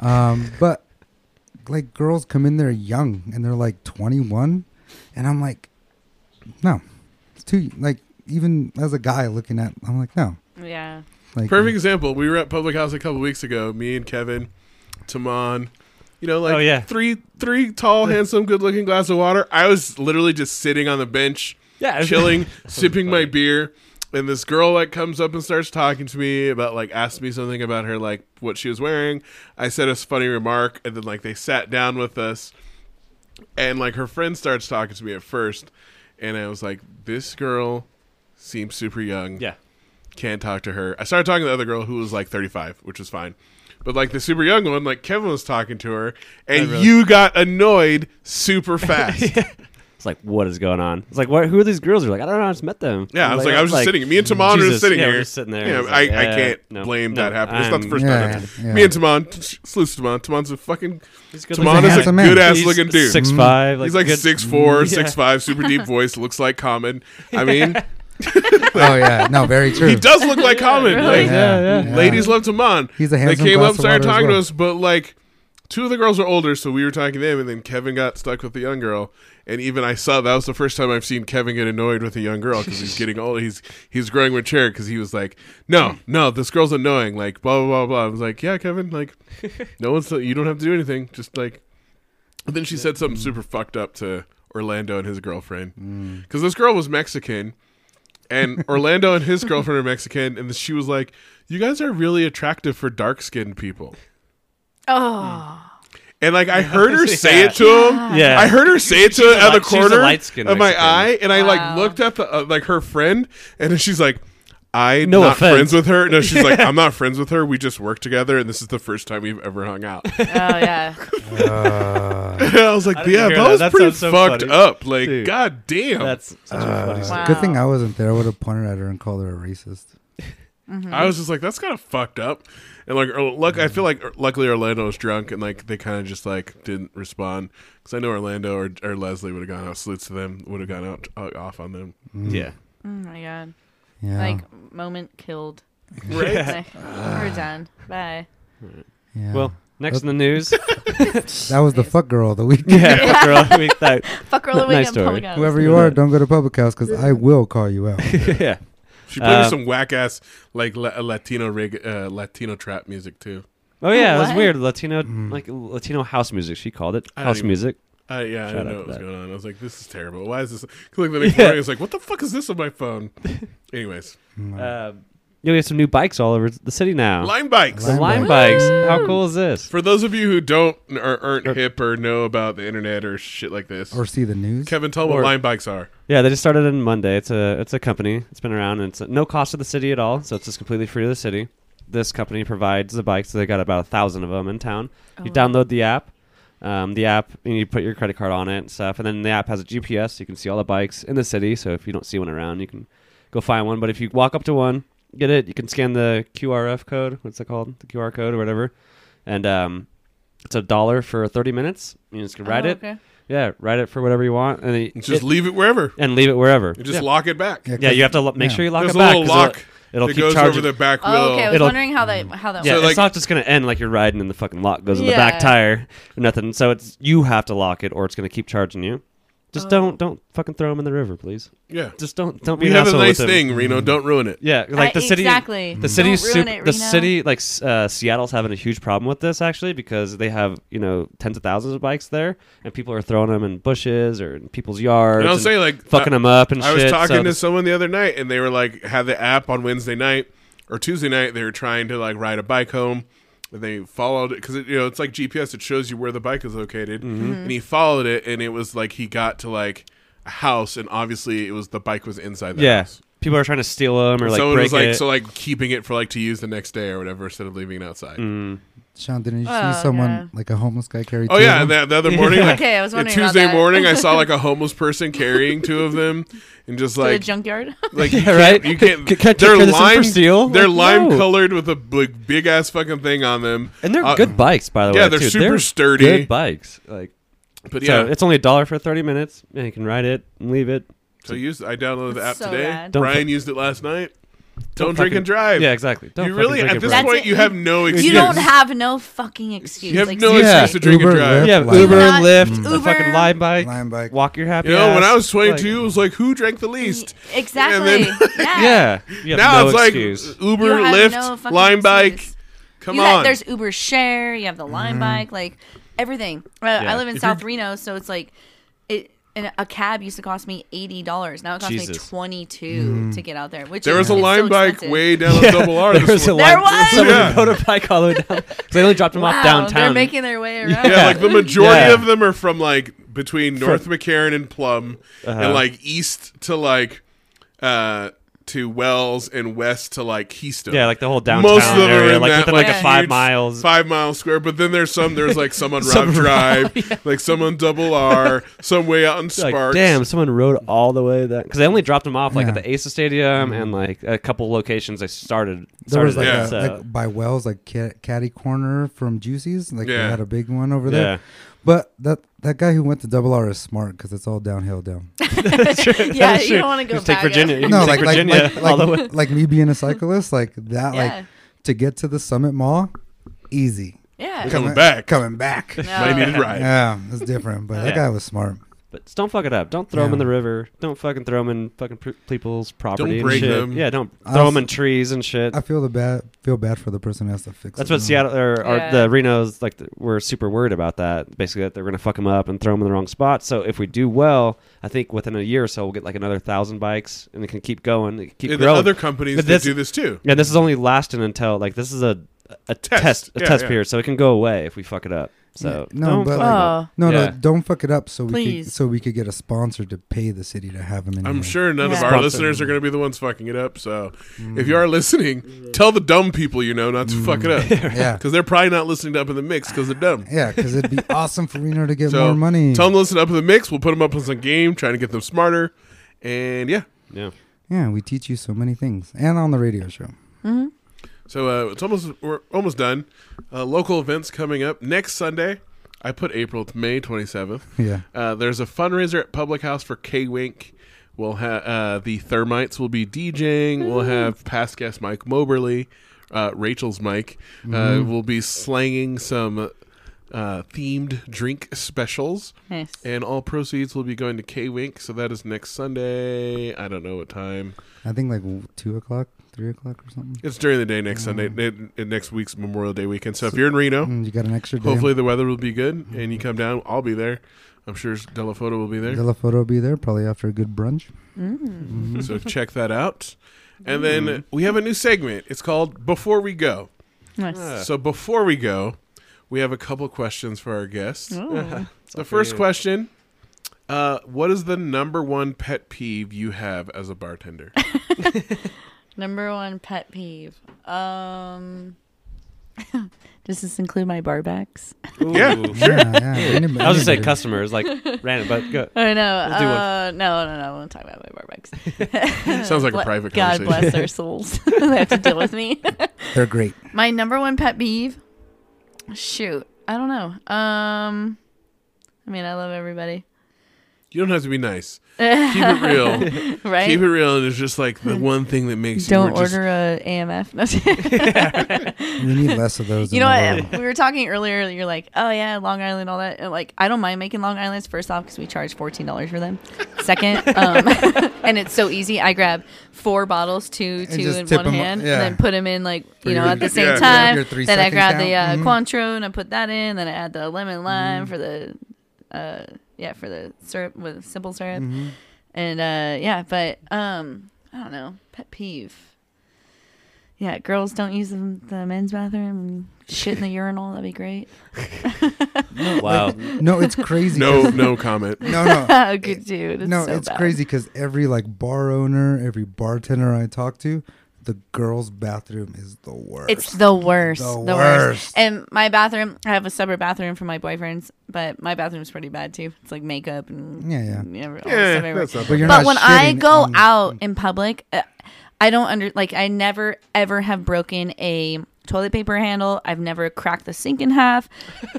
[SPEAKER 2] um but like girls come in there young and they're like 21 and i'm like no it's too like even as a guy looking at i'm like no
[SPEAKER 4] Yeah.
[SPEAKER 2] like
[SPEAKER 1] perfect example. We were at Public House a couple weeks ago. Me and Kevin, Taman. You know, like
[SPEAKER 3] Oh, yeah.
[SPEAKER 1] three three tall, handsome, good looking glass of water. I was literally just sitting on the bench.
[SPEAKER 3] Yeah.
[SPEAKER 1] chilling, sipping my beer, and this girl like comes up and starts talking to me about like asked me something about her like what she was wearing. I said a funny remark, and then like they sat down with us, and like her friend starts talking to me at first, and I was like, this girl seems super young
[SPEAKER 3] Yeah.
[SPEAKER 1] can't talk to her. I started talking to the other girl who was like 35, which was fine. But like the super young one, like Kevin was talking to her, and you got annoyed super fast. yeah,
[SPEAKER 3] It's like, what is going on? It's like, what, who are these girls? You're like, I don't know. I just met them.
[SPEAKER 1] I was like, I was just sitting. Me and Timon were
[SPEAKER 3] Jesus.
[SPEAKER 1] just sitting
[SPEAKER 3] yeah,
[SPEAKER 1] here.
[SPEAKER 3] We're just sitting there.
[SPEAKER 1] Yeah,
[SPEAKER 3] It's
[SPEAKER 1] I,
[SPEAKER 3] like,
[SPEAKER 1] I
[SPEAKER 3] uh,
[SPEAKER 1] can't
[SPEAKER 3] no,
[SPEAKER 1] blame
[SPEAKER 3] no,
[SPEAKER 1] that happening. It's not the
[SPEAKER 3] I'm-
[SPEAKER 1] first time.
[SPEAKER 2] Yeah,
[SPEAKER 1] That's
[SPEAKER 2] yeah.
[SPEAKER 1] Me and Timon, salutes Timon. Timon's a fucking.
[SPEAKER 3] He's a good
[SPEAKER 1] Timon
[SPEAKER 2] looking
[SPEAKER 1] is a
[SPEAKER 2] handsome man. Mm-hmm.
[SPEAKER 1] good ass
[SPEAKER 3] He's
[SPEAKER 1] looking dude.
[SPEAKER 3] Six five.
[SPEAKER 1] He's like
[SPEAKER 3] good-
[SPEAKER 1] six four,
[SPEAKER 3] Yeah.
[SPEAKER 1] six five, super deep voice. Looks like Common. I mean,
[SPEAKER 2] oh yeah no very true
[SPEAKER 1] he does look like Common.
[SPEAKER 4] really.
[SPEAKER 1] Like, Ladies love Taman.
[SPEAKER 2] He's a handsome
[SPEAKER 1] They came
[SPEAKER 2] glass
[SPEAKER 1] up,
[SPEAKER 2] of
[SPEAKER 1] started
[SPEAKER 2] water as
[SPEAKER 1] talking to
[SPEAKER 2] well.
[SPEAKER 1] us, but like two of the girls are older, so we were talking to them, and then Kevin got stuck with the young girl. And even I saw that was the first time I've seen Kevin get annoyed with a young girl because he's getting older. He's he's growing mature because he was like, no, no, this girl's annoying. Like blah blah blah blah. I was like, yeah, Kevin, like no one's you don't have to do anything. Just like. And then she said something super fucked up to Orlando and his
[SPEAKER 2] Mm.
[SPEAKER 1] girlfriend because this girl was Mexican and Orlando and his girlfriend are Mexican, and she was like, "You guys are really attractive for dark skinned people."
[SPEAKER 4] Oh.
[SPEAKER 1] And like I heard her
[SPEAKER 3] Yeah.
[SPEAKER 1] say it to him.
[SPEAKER 3] Yeah.
[SPEAKER 1] I heard her say it to
[SPEAKER 3] She's
[SPEAKER 1] it
[SPEAKER 3] a
[SPEAKER 1] out
[SPEAKER 3] light-
[SPEAKER 1] of the
[SPEAKER 3] she's a
[SPEAKER 1] corner
[SPEAKER 3] light-skinned
[SPEAKER 1] of my
[SPEAKER 3] Mexican.
[SPEAKER 1] eye, and I like
[SPEAKER 4] Wow.
[SPEAKER 1] looked at the uh, like her friend, and then she's like. I'm
[SPEAKER 3] No
[SPEAKER 1] not
[SPEAKER 3] offense.
[SPEAKER 1] friends with her. No, she's like, I'm not friends with her. We just work together, and this is the first time we've ever hung out.
[SPEAKER 4] Oh yeah.
[SPEAKER 1] And I was like,
[SPEAKER 3] didn't
[SPEAKER 1] yeah,
[SPEAKER 3] hear
[SPEAKER 1] that,
[SPEAKER 3] that.
[SPEAKER 1] was
[SPEAKER 3] That
[SPEAKER 1] pretty
[SPEAKER 3] sounds so
[SPEAKER 1] fucked
[SPEAKER 3] funny.
[SPEAKER 1] up. Like,
[SPEAKER 3] Dude.
[SPEAKER 1] god damn.
[SPEAKER 3] That's such a funny story.
[SPEAKER 4] Wow.
[SPEAKER 2] good thing i wasn't there i would have pointed at her and called her a racist
[SPEAKER 1] I was just like, that's kind of fucked up. And like, or- luck, I feel like luckily Orlando was drunk and like they kind of just like didn't respond because I know Orlando or, or Leslie would have gone out salutes to them, would have gone out uh, off on them.
[SPEAKER 2] mm.
[SPEAKER 3] Yeah.
[SPEAKER 4] Oh my god.
[SPEAKER 2] yeah
[SPEAKER 4] Like moment killed.
[SPEAKER 1] Right?
[SPEAKER 4] Like, we're done. Bye.
[SPEAKER 2] yeah.
[SPEAKER 3] Well, next in the news.
[SPEAKER 2] that was the fuck girl of the weekend
[SPEAKER 3] yeah. Girl, we thought,
[SPEAKER 4] Fuck all the
[SPEAKER 3] N-
[SPEAKER 4] way
[SPEAKER 3] nice
[SPEAKER 4] up
[SPEAKER 3] story.
[SPEAKER 4] public house.
[SPEAKER 2] Whoever
[SPEAKER 3] do
[SPEAKER 2] you are,
[SPEAKER 3] that.
[SPEAKER 2] don't go to public house because I will call you out.
[SPEAKER 3] yeah.
[SPEAKER 1] She played me
[SPEAKER 3] Uh,
[SPEAKER 1] some whack ass like la- Latino rig, uh, Latino trap music too.
[SPEAKER 3] Oh yeah, it was
[SPEAKER 4] what?
[SPEAKER 3] weird. Latino, like Latino house music. She called it
[SPEAKER 1] Mm-hmm. I
[SPEAKER 3] house
[SPEAKER 1] don't even-
[SPEAKER 3] music.
[SPEAKER 1] Uh, yeah, I
[SPEAKER 3] Shout
[SPEAKER 1] didn't
[SPEAKER 3] out
[SPEAKER 1] know
[SPEAKER 3] to
[SPEAKER 1] what was
[SPEAKER 3] that.
[SPEAKER 1] going on. I was like, this is terrible. Why is this? 'Cause, like the next
[SPEAKER 2] Mm.
[SPEAKER 3] Yeah.
[SPEAKER 1] morning, I was like, what the fuck is this on my phone? Anyways,
[SPEAKER 3] Um, You'll get some new bikes all over the city now.
[SPEAKER 1] Lime bikes.
[SPEAKER 3] the
[SPEAKER 2] Lime
[SPEAKER 3] lime bikes. How cool is this?
[SPEAKER 1] For those of you who don't or aren't hip or know about the internet or shit like this,
[SPEAKER 2] or see the news.
[SPEAKER 1] Kevin, tell what
[SPEAKER 3] or-
[SPEAKER 1] lime bikes are.
[SPEAKER 3] Yeah, they just started on Monday. It's a it's a company. It's been around and it's at no cost to the city at all. So it's just completely free to the city. This company provides the bikes. They got about a thousand of them in town.
[SPEAKER 4] Oh,
[SPEAKER 3] You download the app, um, the app, and you put your credit card on it and stuff. And then the app has a GPS. So you can see all the bikes in the city. So if you don't see one around, you can go find one. But if you walk up to one, get it. You can scan the QRF code. What's it called? The QR code or whatever. And um, it's a dollar for thirty minutes. You just can ride
[SPEAKER 4] Oh,
[SPEAKER 3] it.
[SPEAKER 4] okay.
[SPEAKER 3] Yeah, ride it for whatever you want, and then you-
[SPEAKER 1] Just
[SPEAKER 3] it-
[SPEAKER 1] leave it wherever.
[SPEAKER 3] and leave it wherever.
[SPEAKER 1] You just
[SPEAKER 3] yeah.
[SPEAKER 1] lock it back.
[SPEAKER 3] Yeah, you have to lo- make
[SPEAKER 2] Yeah.
[SPEAKER 3] sure you lock
[SPEAKER 1] There's a
[SPEAKER 3] it back.
[SPEAKER 1] little
[SPEAKER 3] 'cause
[SPEAKER 1] lock
[SPEAKER 3] It'll, it'll
[SPEAKER 1] that
[SPEAKER 3] keep
[SPEAKER 1] goes
[SPEAKER 3] charging.
[SPEAKER 1] over the back wheel.
[SPEAKER 4] Oh, okay. I was
[SPEAKER 3] It'll-
[SPEAKER 4] wondering how that how that
[SPEAKER 3] yeah,
[SPEAKER 1] So,
[SPEAKER 4] works.
[SPEAKER 1] like-
[SPEAKER 3] it's not just gonna end like you're riding and the fucking lock goes in the
[SPEAKER 4] Yeah.
[SPEAKER 3] back tire or nothing. So it's you have to lock it or it's gonna keep charging you.
[SPEAKER 4] Oh.
[SPEAKER 3] Just don't don't fucking throw them in the river, please.
[SPEAKER 1] Yeah.
[SPEAKER 3] Just don't don't be
[SPEAKER 1] We
[SPEAKER 3] an
[SPEAKER 1] have a
[SPEAKER 3] asshole
[SPEAKER 1] nice
[SPEAKER 3] with 'em.
[SPEAKER 1] thing, Reno. Don't ruin it.
[SPEAKER 3] Yeah, like
[SPEAKER 4] I-
[SPEAKER 3] the city.
[SPEAKER 4] Uh, exactly.
[SPEAKER 3] The
[SPEAKER 4] Don't
[SPEAKER 3] city's
[SPEAKER 4] ruin
[SPEAKER 3] super.
[SPEAKER 4] it,
[SPEAKER 3] the
[SPEAKER 4] Reno.
[SPEAKER 3] city, like s- uh, Seattle's having a huge problem with this actually because they have you know tens of thousands of bikes there, and people are throwing them in bushes or in people's yards.
[SPEAKER 1] And I'll
[SPEAKER 3] and
[SPEAKER 1] say, like,
[SPEAKER 3] fucking
[SPEAKER 1] I-
[SPEAKER 3] them up and
[SPEAKER 1] I
[SPEAKER 3] shit.
[SPEAKER 1] was talking
[SPEAKER 3] so
[SPEAKER 1] to someone the other night, and they were like, had the app on Wednesday night or Tuesday night. They were trying to like ride a bike home, and they followed it because you know it's like GPS. It shows you where the bike is located,
[SPEAKER 3] Mm-hmm.
[SPEAKER 1] and he followed it, and it was like he got to like a house, and obviously it was the bike was inside the
[SPEAKER 3] yeah,
[SPEAKER 1] house.
[SPEAKER 3] people are trying to steal them or like
[SPEAKER 1] Someone
[SPEAKER 3] break
[SPEAKER 1] was like,
[SPEAKER 3] it.
[SPEAKER 1] so like keeping it for like to use the next day or whatever instead of leaving it outside.
[SPEAKER 3] Mm-hmm.
[SPEAKER 2] Sean, didn't you
[SPEAKER 4] Oh,
[SPEAKER 2] see someone
[SPEAKER 4] yeah.
[SPEAKER 2] like a homeless guy carry?
[SPEAKER 1] Oh
[SPEAKER 2] two
[SPEAKER 1] yeah,
[SPEAKER 2] of
[SPEAKER 1] and
[SPEAKER 2] them?
[SPEAKER 1] the, the other morning, like,
[SPEAKER 4] Okay, I was
[SPEAKER 1] the
[SPEAKER 4] wondering about
[SPEAKER 1] Tuesday
[SPEAKER 4] that.
[SPEAKER 1] morning, I saw like a homeless person carrying two of them, and just
[SPEAKER 4] the
[SPEAKER 1] like
[SPEAKER 4] junkyard.
[SPEAKER 1] Like you
[SPEAKER 3] Yeah,
[SPEAKER 1] can't-
[SPEAKER 3] right?
[SPEAKER 1] You can't.
[SPEAKER 3] Can- can I take
[SPEAKER 1] they're
[SPEAKER 3] care of this in
[SPEAKER 1] lime.
[SPEAKER 3] for steel?
[SPEAKER 1] They're
[SPEAKER 3] Like,
[SPEAKER 1] lime
[SPEAKER 3] no.
[SPEAKER 1] colored with a big, big ass fucking thing on them.
[SPEAKER 3] And they're
[SPEAKER 1] Uh,
[SPEAKER 3] good bikes, by the
[SPEAKER 1] yeah,
[SPEAKER 3] way.
[SPEAKER 1] they're
[SPEAKER 3] too.
[SPEAKER 1] super sturdy.
[SPEAKER 3] Good bikes. Like,
[SPEAKER 1] But
[SPEAKER 3] so
[SPEAKER 1] yeah,
[SPEAKER 3] it's only a dollar for thirty minutes, and you can ride it and leave it.
[SPEAKER 1] so use. I downloaded the
[SPEAKER 4] It's
[SPEAKER 1] app
[SPEAKER 4] so
[SPEAKER 1] today.
[SPEAKER 4] rad.
[SPEAKER 3] Don't
[SPEAKER 1] Brian
[SPEAKER 3] fu-
[SPEAKER 1] used it last night. Don't,
[SPEAKER 3] Don't
[SPEAKER 1] drink
[SPEAKER 3] fucking-
[SPEAKER 1] and drive.
[SPEAKER 3] Yeah, exactly. Don't
[SPEAKER 1] you
[SPEAKER 3] fucking
[SPEAKER 1] really
[SPEAKER 3] drink
[SPEAKER 1] at
[SPEAKER 3] and
[SPEAKER 1] this
[SPEAKER 3] drive.
[SPEAKER 4] That's
[SPEAKER 1] point
[SPEAKER 4] it.
[SPEAKER 1] you have no excuse.
[SPEAKER 4] You don't have no fucking excuse.
[SPEAKER 1] You have
[SPEAKER 4] Like,
[SPEAKER 1] no
[SPEAKER 4] seriously.
[SPEAKER 3] Yeah.
[SPEAKER 1] excuse to drink and
[SPEAKER 2] Uber,
[SPEAKER 1] drive.
[SPEAKER 2] Lyft,
[SPEAKER 3] Yeah,
[SPEAKER 2] Lime
[SPEAKER 3] Uber,
[SPEAKER 4] bike.
[SPEAKER 3] Lyft,
[SPEAKER 4] Mm.
[SPEAKER 3] the fucking
[SPEAKER 4] Uber.
[SPEAKER 3] lime bike,
[SPEAKER 2] Lime bike.
[SPEAKER 3] Walk your happy.
[SPEAKER 1] You know, when
[SPEAKER 3] ass.
[SPEAKER 1] I was 22,
[SPEAKER 3] Like,
[SPEAKER 1] it was like, who drank the least?
[SPEAKER 4] Exactly.
[SPEAKER 1] And then-
[SPEAKER 4] yeah.
[SPEAKER 3] yeah, you have
[SPEAKER 1] now
[SPEAKER 3] no
[SPEAKER 1] it's like
[SPEAKER 3] excuse.
[SPEAKER 1] Uber,
[SPEAKER 4] You have no
[SPEAKER 1] Lyft,
[SPEAKER 4] fucking
[SPEAKER 1] Lime Bike.
[SPEAKER 4] excuse.
[SPEAKER 1] Come
[SPEAKER 4] you got-
[SPEAKER 1] on. Mm-hmm.
[SPEAKER 4] there's Uber Share. You have the Lime Bike. Like everything. Uh, I
[SPEAKER 3] Yeah.
[SPEAKER 4] live in
[SPEAKER 1] If
[SPEAKER 4] South
[SPEAKER 1] you're-
[SPEAKER 4] Reno, so it's like it. And a cab used to cost me eighty dollars. Now it costs me
[SPEAKER 3] Jesus.
[SPEAKER 4] twenty two to get out there. Which
[SPEAKER 1] Mm-hmm. there was
[SPEAKER 4] is,
[SPEAKER 1] a
[SPEAKER 4] it's so
[SPEAKER 1] Lime Bike
[SPEAKER 4] expensive.
[SPEAKER 1] way down on Double R.
[SPEAKER 3] there
[SPEAKER 1] this
[SPEAKER 3] was a
[SPEAKER 1] morning.
[SPEAKER 3] lime-
[SPEAKER 4] There was?
[SPEAKER 3] Someone
[SPEAKER 1] Yeah.
[SPEAKER 3] rode a bike all the way down. 'cause they only dropped them
[SPEAKER 4] Wow,
[SPEAKER 3] off downtown.
[SPEAKER 4] They're making their way around.
[SPEAKER 1] Yeah, like the majority
[SPEAKER 3] Yeah.
[SPEAKER 1] of them are from like between North McCarran and Plum,
[SPEAKER 3] Uh-huh.
[SPEAKER 1] and like east to like uh to Wells and west to like Keystone.
[SPEAKER 3] yeah, like the whole downtown
[SPEAKER 1] Most of them are
[SPEAKER 3] area,
[SPEAKER 1] in
[SPEAKER 3] like
[SPEAKER 1] that,
[SPEAKER 3] within like,
[SPEAKER 4] like,
[SPEAKER 3] a five
[SPEAKER 1] huge
[SPEAKER 3] miles.
[SPEAKER 1] five mile square. But then there's some. There's like some on Rob
[SPEAKER 3] Some-
[SPEAKER 1] Drive, like some on Double R, some way out in
[SPEAKER 3] like,
[SPEAKER 1] Sparks.
[SPEAKER 3] damn, someone rode all the way that because they only dropped them off like at
[SPEAKER 2] Yeah. Mm-hmm.
[SPEAKER 3] the Aces Stadium and like a couple locations. They started.
[SPEAKER 2] There was like,
[SPEAKER 1] Yeah.
[SPEAKER 2] a,
[SPEAKER 3] so-
[SPEAKER 2] like by Wells, like ca- Caddy Corner from Juicy's. Like
[SPEAKER 1] Yeah.
[SPEAKER 2] they had a big one over
[SPEAKER 3] Yeah.
[SPEAKER 2] there. But that that guy who went to Double R is smart because it's all downhill down.
[SPEAKER 4] yeah,
[SPEAKER 3] That's
[SPEAKER 4] you
[SPEAKER 3] true.
[SPEAKER 4] don't want to go
[SPEAKER 3] You can
[SPEAKER 4] back.
[SPEAKER 3] Take Virginia. You can
[SPEAKER 2] No,
[SPEAKER 3] take
[SPEAKER 2] like like,
[SPEAKER 3] Virginia
[SPEAKER 2] like,
[SPEAKER 3] all the way.
[SPEAKER 2] like, like me being a cyclist, like that,
[SPEAKER 4] Yeah.
[SPEAKER 2] like to get to the Summit Mall, easy.
[SPEAKER 4] Yeah.
[SPEAKER 1] Coming back.
[SPEAKER 2] coming back.
[SPEAKER 1] I need a ride.
[SPEAKER 2] Yeah, it's different, but
[SPEAKER 3] Yeah.
[SPEAKER 2] that guy was smart.
[SPEAKER 3] But just don't fuck it up. Don't throw them in the river. Don't fucking throw them in fucking pr- people's property. and
[SPEAKER 1] break
[SPEAKER 3] shit.
[SPEAKER 1] them.
[SPEAKER 3] Yeah, don't
[SPEAKER 2] I
[SPEAKER 3] throw
[SPEAKER 2] was-
[SPEAKER 3] them in trees and shit.
[SPEAKER 2] I feel the bad feel bad for the person who has to fix.
[SPEAKER 3] That's
[SPEAKER 2] it
[SPEAKER 3] what
[SPEAKER 2] now.
[SPEAKER 3] Seattle or, or
[SPEAKER 4] Yeah.
[SPEAKER 3] the Reno's like th- were super worried about that. Basically, that they're gonna fuck them up and throw them in the wrong spot. So if we do well, I think within a year or so we'll get like another thousand bikes and it can keep going, it can keep
[SPEAKER 1] And the
[SPEAKER 3] growing.
[SPEAKER 1] other companies
[SPEAKER 3] But
[SPEAKER 1] that
[SPEAKER 3] this-
[SPEAKER 1] do this too.
[SPEAKER 3] Yeah, this is only lasting until like this is a a test, a
[SPEAKER 1] Yeah,
[SPEAKER 3] test
[SPEAKER 1] yeah.
[SPEAKER 3] period, so it can go away if we fuck it up. So
[SPEAKER 2] Yeah, no,
[SPEAKER 3] don't
[SPEAKER 2] but
[SPEAKER 3] fuck
[SPEAKER 2] like-
[SPEAKER 3] it up.
[SPEAKER 2] No,
[SPEAKER 3] Yeah.
[SPEAKER 2] no, don't fuck it up. So we
[SPEAKER 4] Please.
[SPEAKER 2] could, so we could get a sponsor to pay the city to have him in.
[SPEAKER 1] I'm
[SPEAKER 2] here.
[SPEAKER 1] sure none of
[SPEAKER 4] Yeah.
[SPEAKER 1] our
[SPEAKER 3] Sponsor.
[SPEAKER 1] listeners are going to be the ones fucking it up. So
[SPEAKER 2] Mm.
[SPEAKER 1] if you are listening, tell the dumb people you know not to fuck it up.
[SPEAKER 2] Yeah,
[SPEAKER 1] Because they're probably not listening to Up in the Mix because they're dumb.
[SPEAKER 2] yeah, because it'd be awesome for Reno to get
[SPEAKER 1] So
[SPEAKER 2] more money.
[SPEAKER 1] Tell them to listen up to the mix. We'll put them up on some game, trying to get them smarter. And yeah,
[SPEAKER 3] Yeah.
[SPEAKER 2] yeah, we teach you so many things, and on the radio show.
[SPEAKER 1] so uh, it's almost we're almost done. Uh, local events coming up next Sunday. I put April to May twenty seventh.
[SPEAKER 2] Yeah.
[SPEAKER 1] Uh, there's a fundraiser at Public House for K Wink. We'll have uh, the Thermites will be DJing. We'll have past guest Mike Moberly, uh, Rachel's Mike. Uh, we'll be slanging some uh, themed drink specials.
[SPEAKER 4] Nice.
[SPEAKER 1] And all proceeds will be going to K Wink, so that is next Sunday. I don't know what time.
[SPEAKER 2] I think like w- two o'clock, three o'clock, or something.
[SPEAKER 1] It's during the day next Sunday, n- n- next week's Memorial Day weekend. So if you're in Reno,
[SPEAKER 2] Mm, You got an extra day.
[SPEAKER 1] hopefully the weather will be good and you come down. I'll be there. I'm sure Delafoto will be there.
[SPEAKER 2] Della Photo will be there probably after a good brunch.
[SPEAKER 1] So check that out. And then we have a new segment. It's called Before We Go.
[SPEAKER 4] Nice.
[SPEAKER 1] So before we go, we have a couple questions for our guests.
[SPEAKER 4] Oh.
[SPEAKER 1] The first question uh, What is the number one pet peeve you have as a bartender?
[SPEAKER 4] Number one pet peeve. Um, does this include my bar backs?
[SPEAKER 1] Yeah.
[SPEAKER 2] Sure. Yeah, yeah. Anybody-
[SPEAKER 3] I was just say
[SPEAKER 2] anybody.
[SPEAKER 3] customers, like random, but go.
[SPEAKER 4] Oh no,
[SPEAKER 3] Let's do one.
[SPEAKER 4] uh, no, no, no. I won't talk about my bar backs.
[SPEAKER 1] Sounds like a
[SPEAKER 4] Let-
[SPEAKER 1] private
[SPEAKER 4] God
[SPEAKER 1] conversation.
[SPEAKER 4] bless their souls. they have to deal with me.
[SPEAKER 2] They're great.
[SPEAKER 4] my number one pet peeve. Shoot, I don't know. Um, I mean, I love everybody,
[SPEAKER 1] You don't have to be nice. Keep it real.
[SPEAKER 4] right?
[SPEAKER 1] Keep it real. And it's just like the one thing that makes
[SPEAKER 4] don't
[SPEAKER 1] you we're just-
[SPEAKER 4] order a AMF. No,
[SPEAKER 2] We need less of those.
[SPEAKER 4] you
[SPEAKER 2] in
[SPEAKER 4] know
[SPEAKER 2] the world.
[SPEAKER 4] what? We were talking earlier. You're like, oh yeah, Long Island, all that. And like, I don't mind making Long Island's first off because we charge fourteen dollars for them. Second, um, and it's so easy. I grab four bottles, two, two
[SPEAKER 2] just
[SPEAKER 4] in
[SPEAKER 2] tip
[SPEAKER 4] one
[SPEAKER 2] 'em up,
[SPEAKER 4] hand,
[SPEAKER 2] yeah.
[SPEAKER 4] and then put them in like
[SPEAKER 2] For
[SPEAKER 4] you know
[SPEAKER 2] your-
[SPEAKER 4] at the same
[SPEAKER 1] yeah,
[SPEAKER 2] grab your
[SPEAKER 4] time.
[SPEAKER 2] three
[SPEAKER 4] Then I
[SPEAKER 2] second
[SPEAKER 4] grab the uh,
[SPEAKER 2] count. Mhm.
[SPEAKER 4] Cointreau and I put that in. Then I add the lemon lime
[SPEAKER 2] Mm-hmm.
[SPEAKER 4] for the uh, yeah for the syrup with simple syrup,
[SPEAKER 2] Mm-hmm.
[SPEAKER 4] and uh, yeah. But um, I don't know pet peeve. Yeah, girls don't use the, the men's bathroom and shit in the urinal. That'd be great.
[SPEAKER 3] Wow.
[SPEAKER 2] No, it's crazy.
[SPEAKER 1] No,
[SPEAKER 2] 'cause-
[SPEAKER 1] no comment.
[SPEAKER 2] no, no.
[SPEAKER 4] Oh, good dude. It's
[SPEAKER 2] no,
[SPEAKER 4] so
[SPEAKER 2] it's
[SPEAKER 4] bad.
[SPEAKER 2] crazy because every like bar owner, every bartender I talk to, the girls' bathroom is the worst.
[SPEAKER 4] It's the worst.
[SPEAKER 2] The
[SPEAKER 4] The, worst.
[SPEAKER 2] worst.
[SPEAKER 4] And my bathroom, I have a separate bathroom for my boyfriends, but my bathroom's pretty bad too. It's like makeup and
[SPEAKER 2] Yeah, yeah.
[SPEAKER 4] all this
[SPEAKER 1] Yeah,
[SPEAKER 4] stuff everywhere.
[SPEAKER 1] that's not
[SPEAKER 2] But you're
[SPEAKER 4] Mm. but
[SPEAKER 2] not
[SPEAKER 4] when I
[SPEAKER 2] shitting
[SPEAKER 4] go
[SPEAKER 2] on-
[SPEAKER 4] out in public, uh, I don't under like I never ever have broken a toilet paper handle. I've never cracked the sink in half.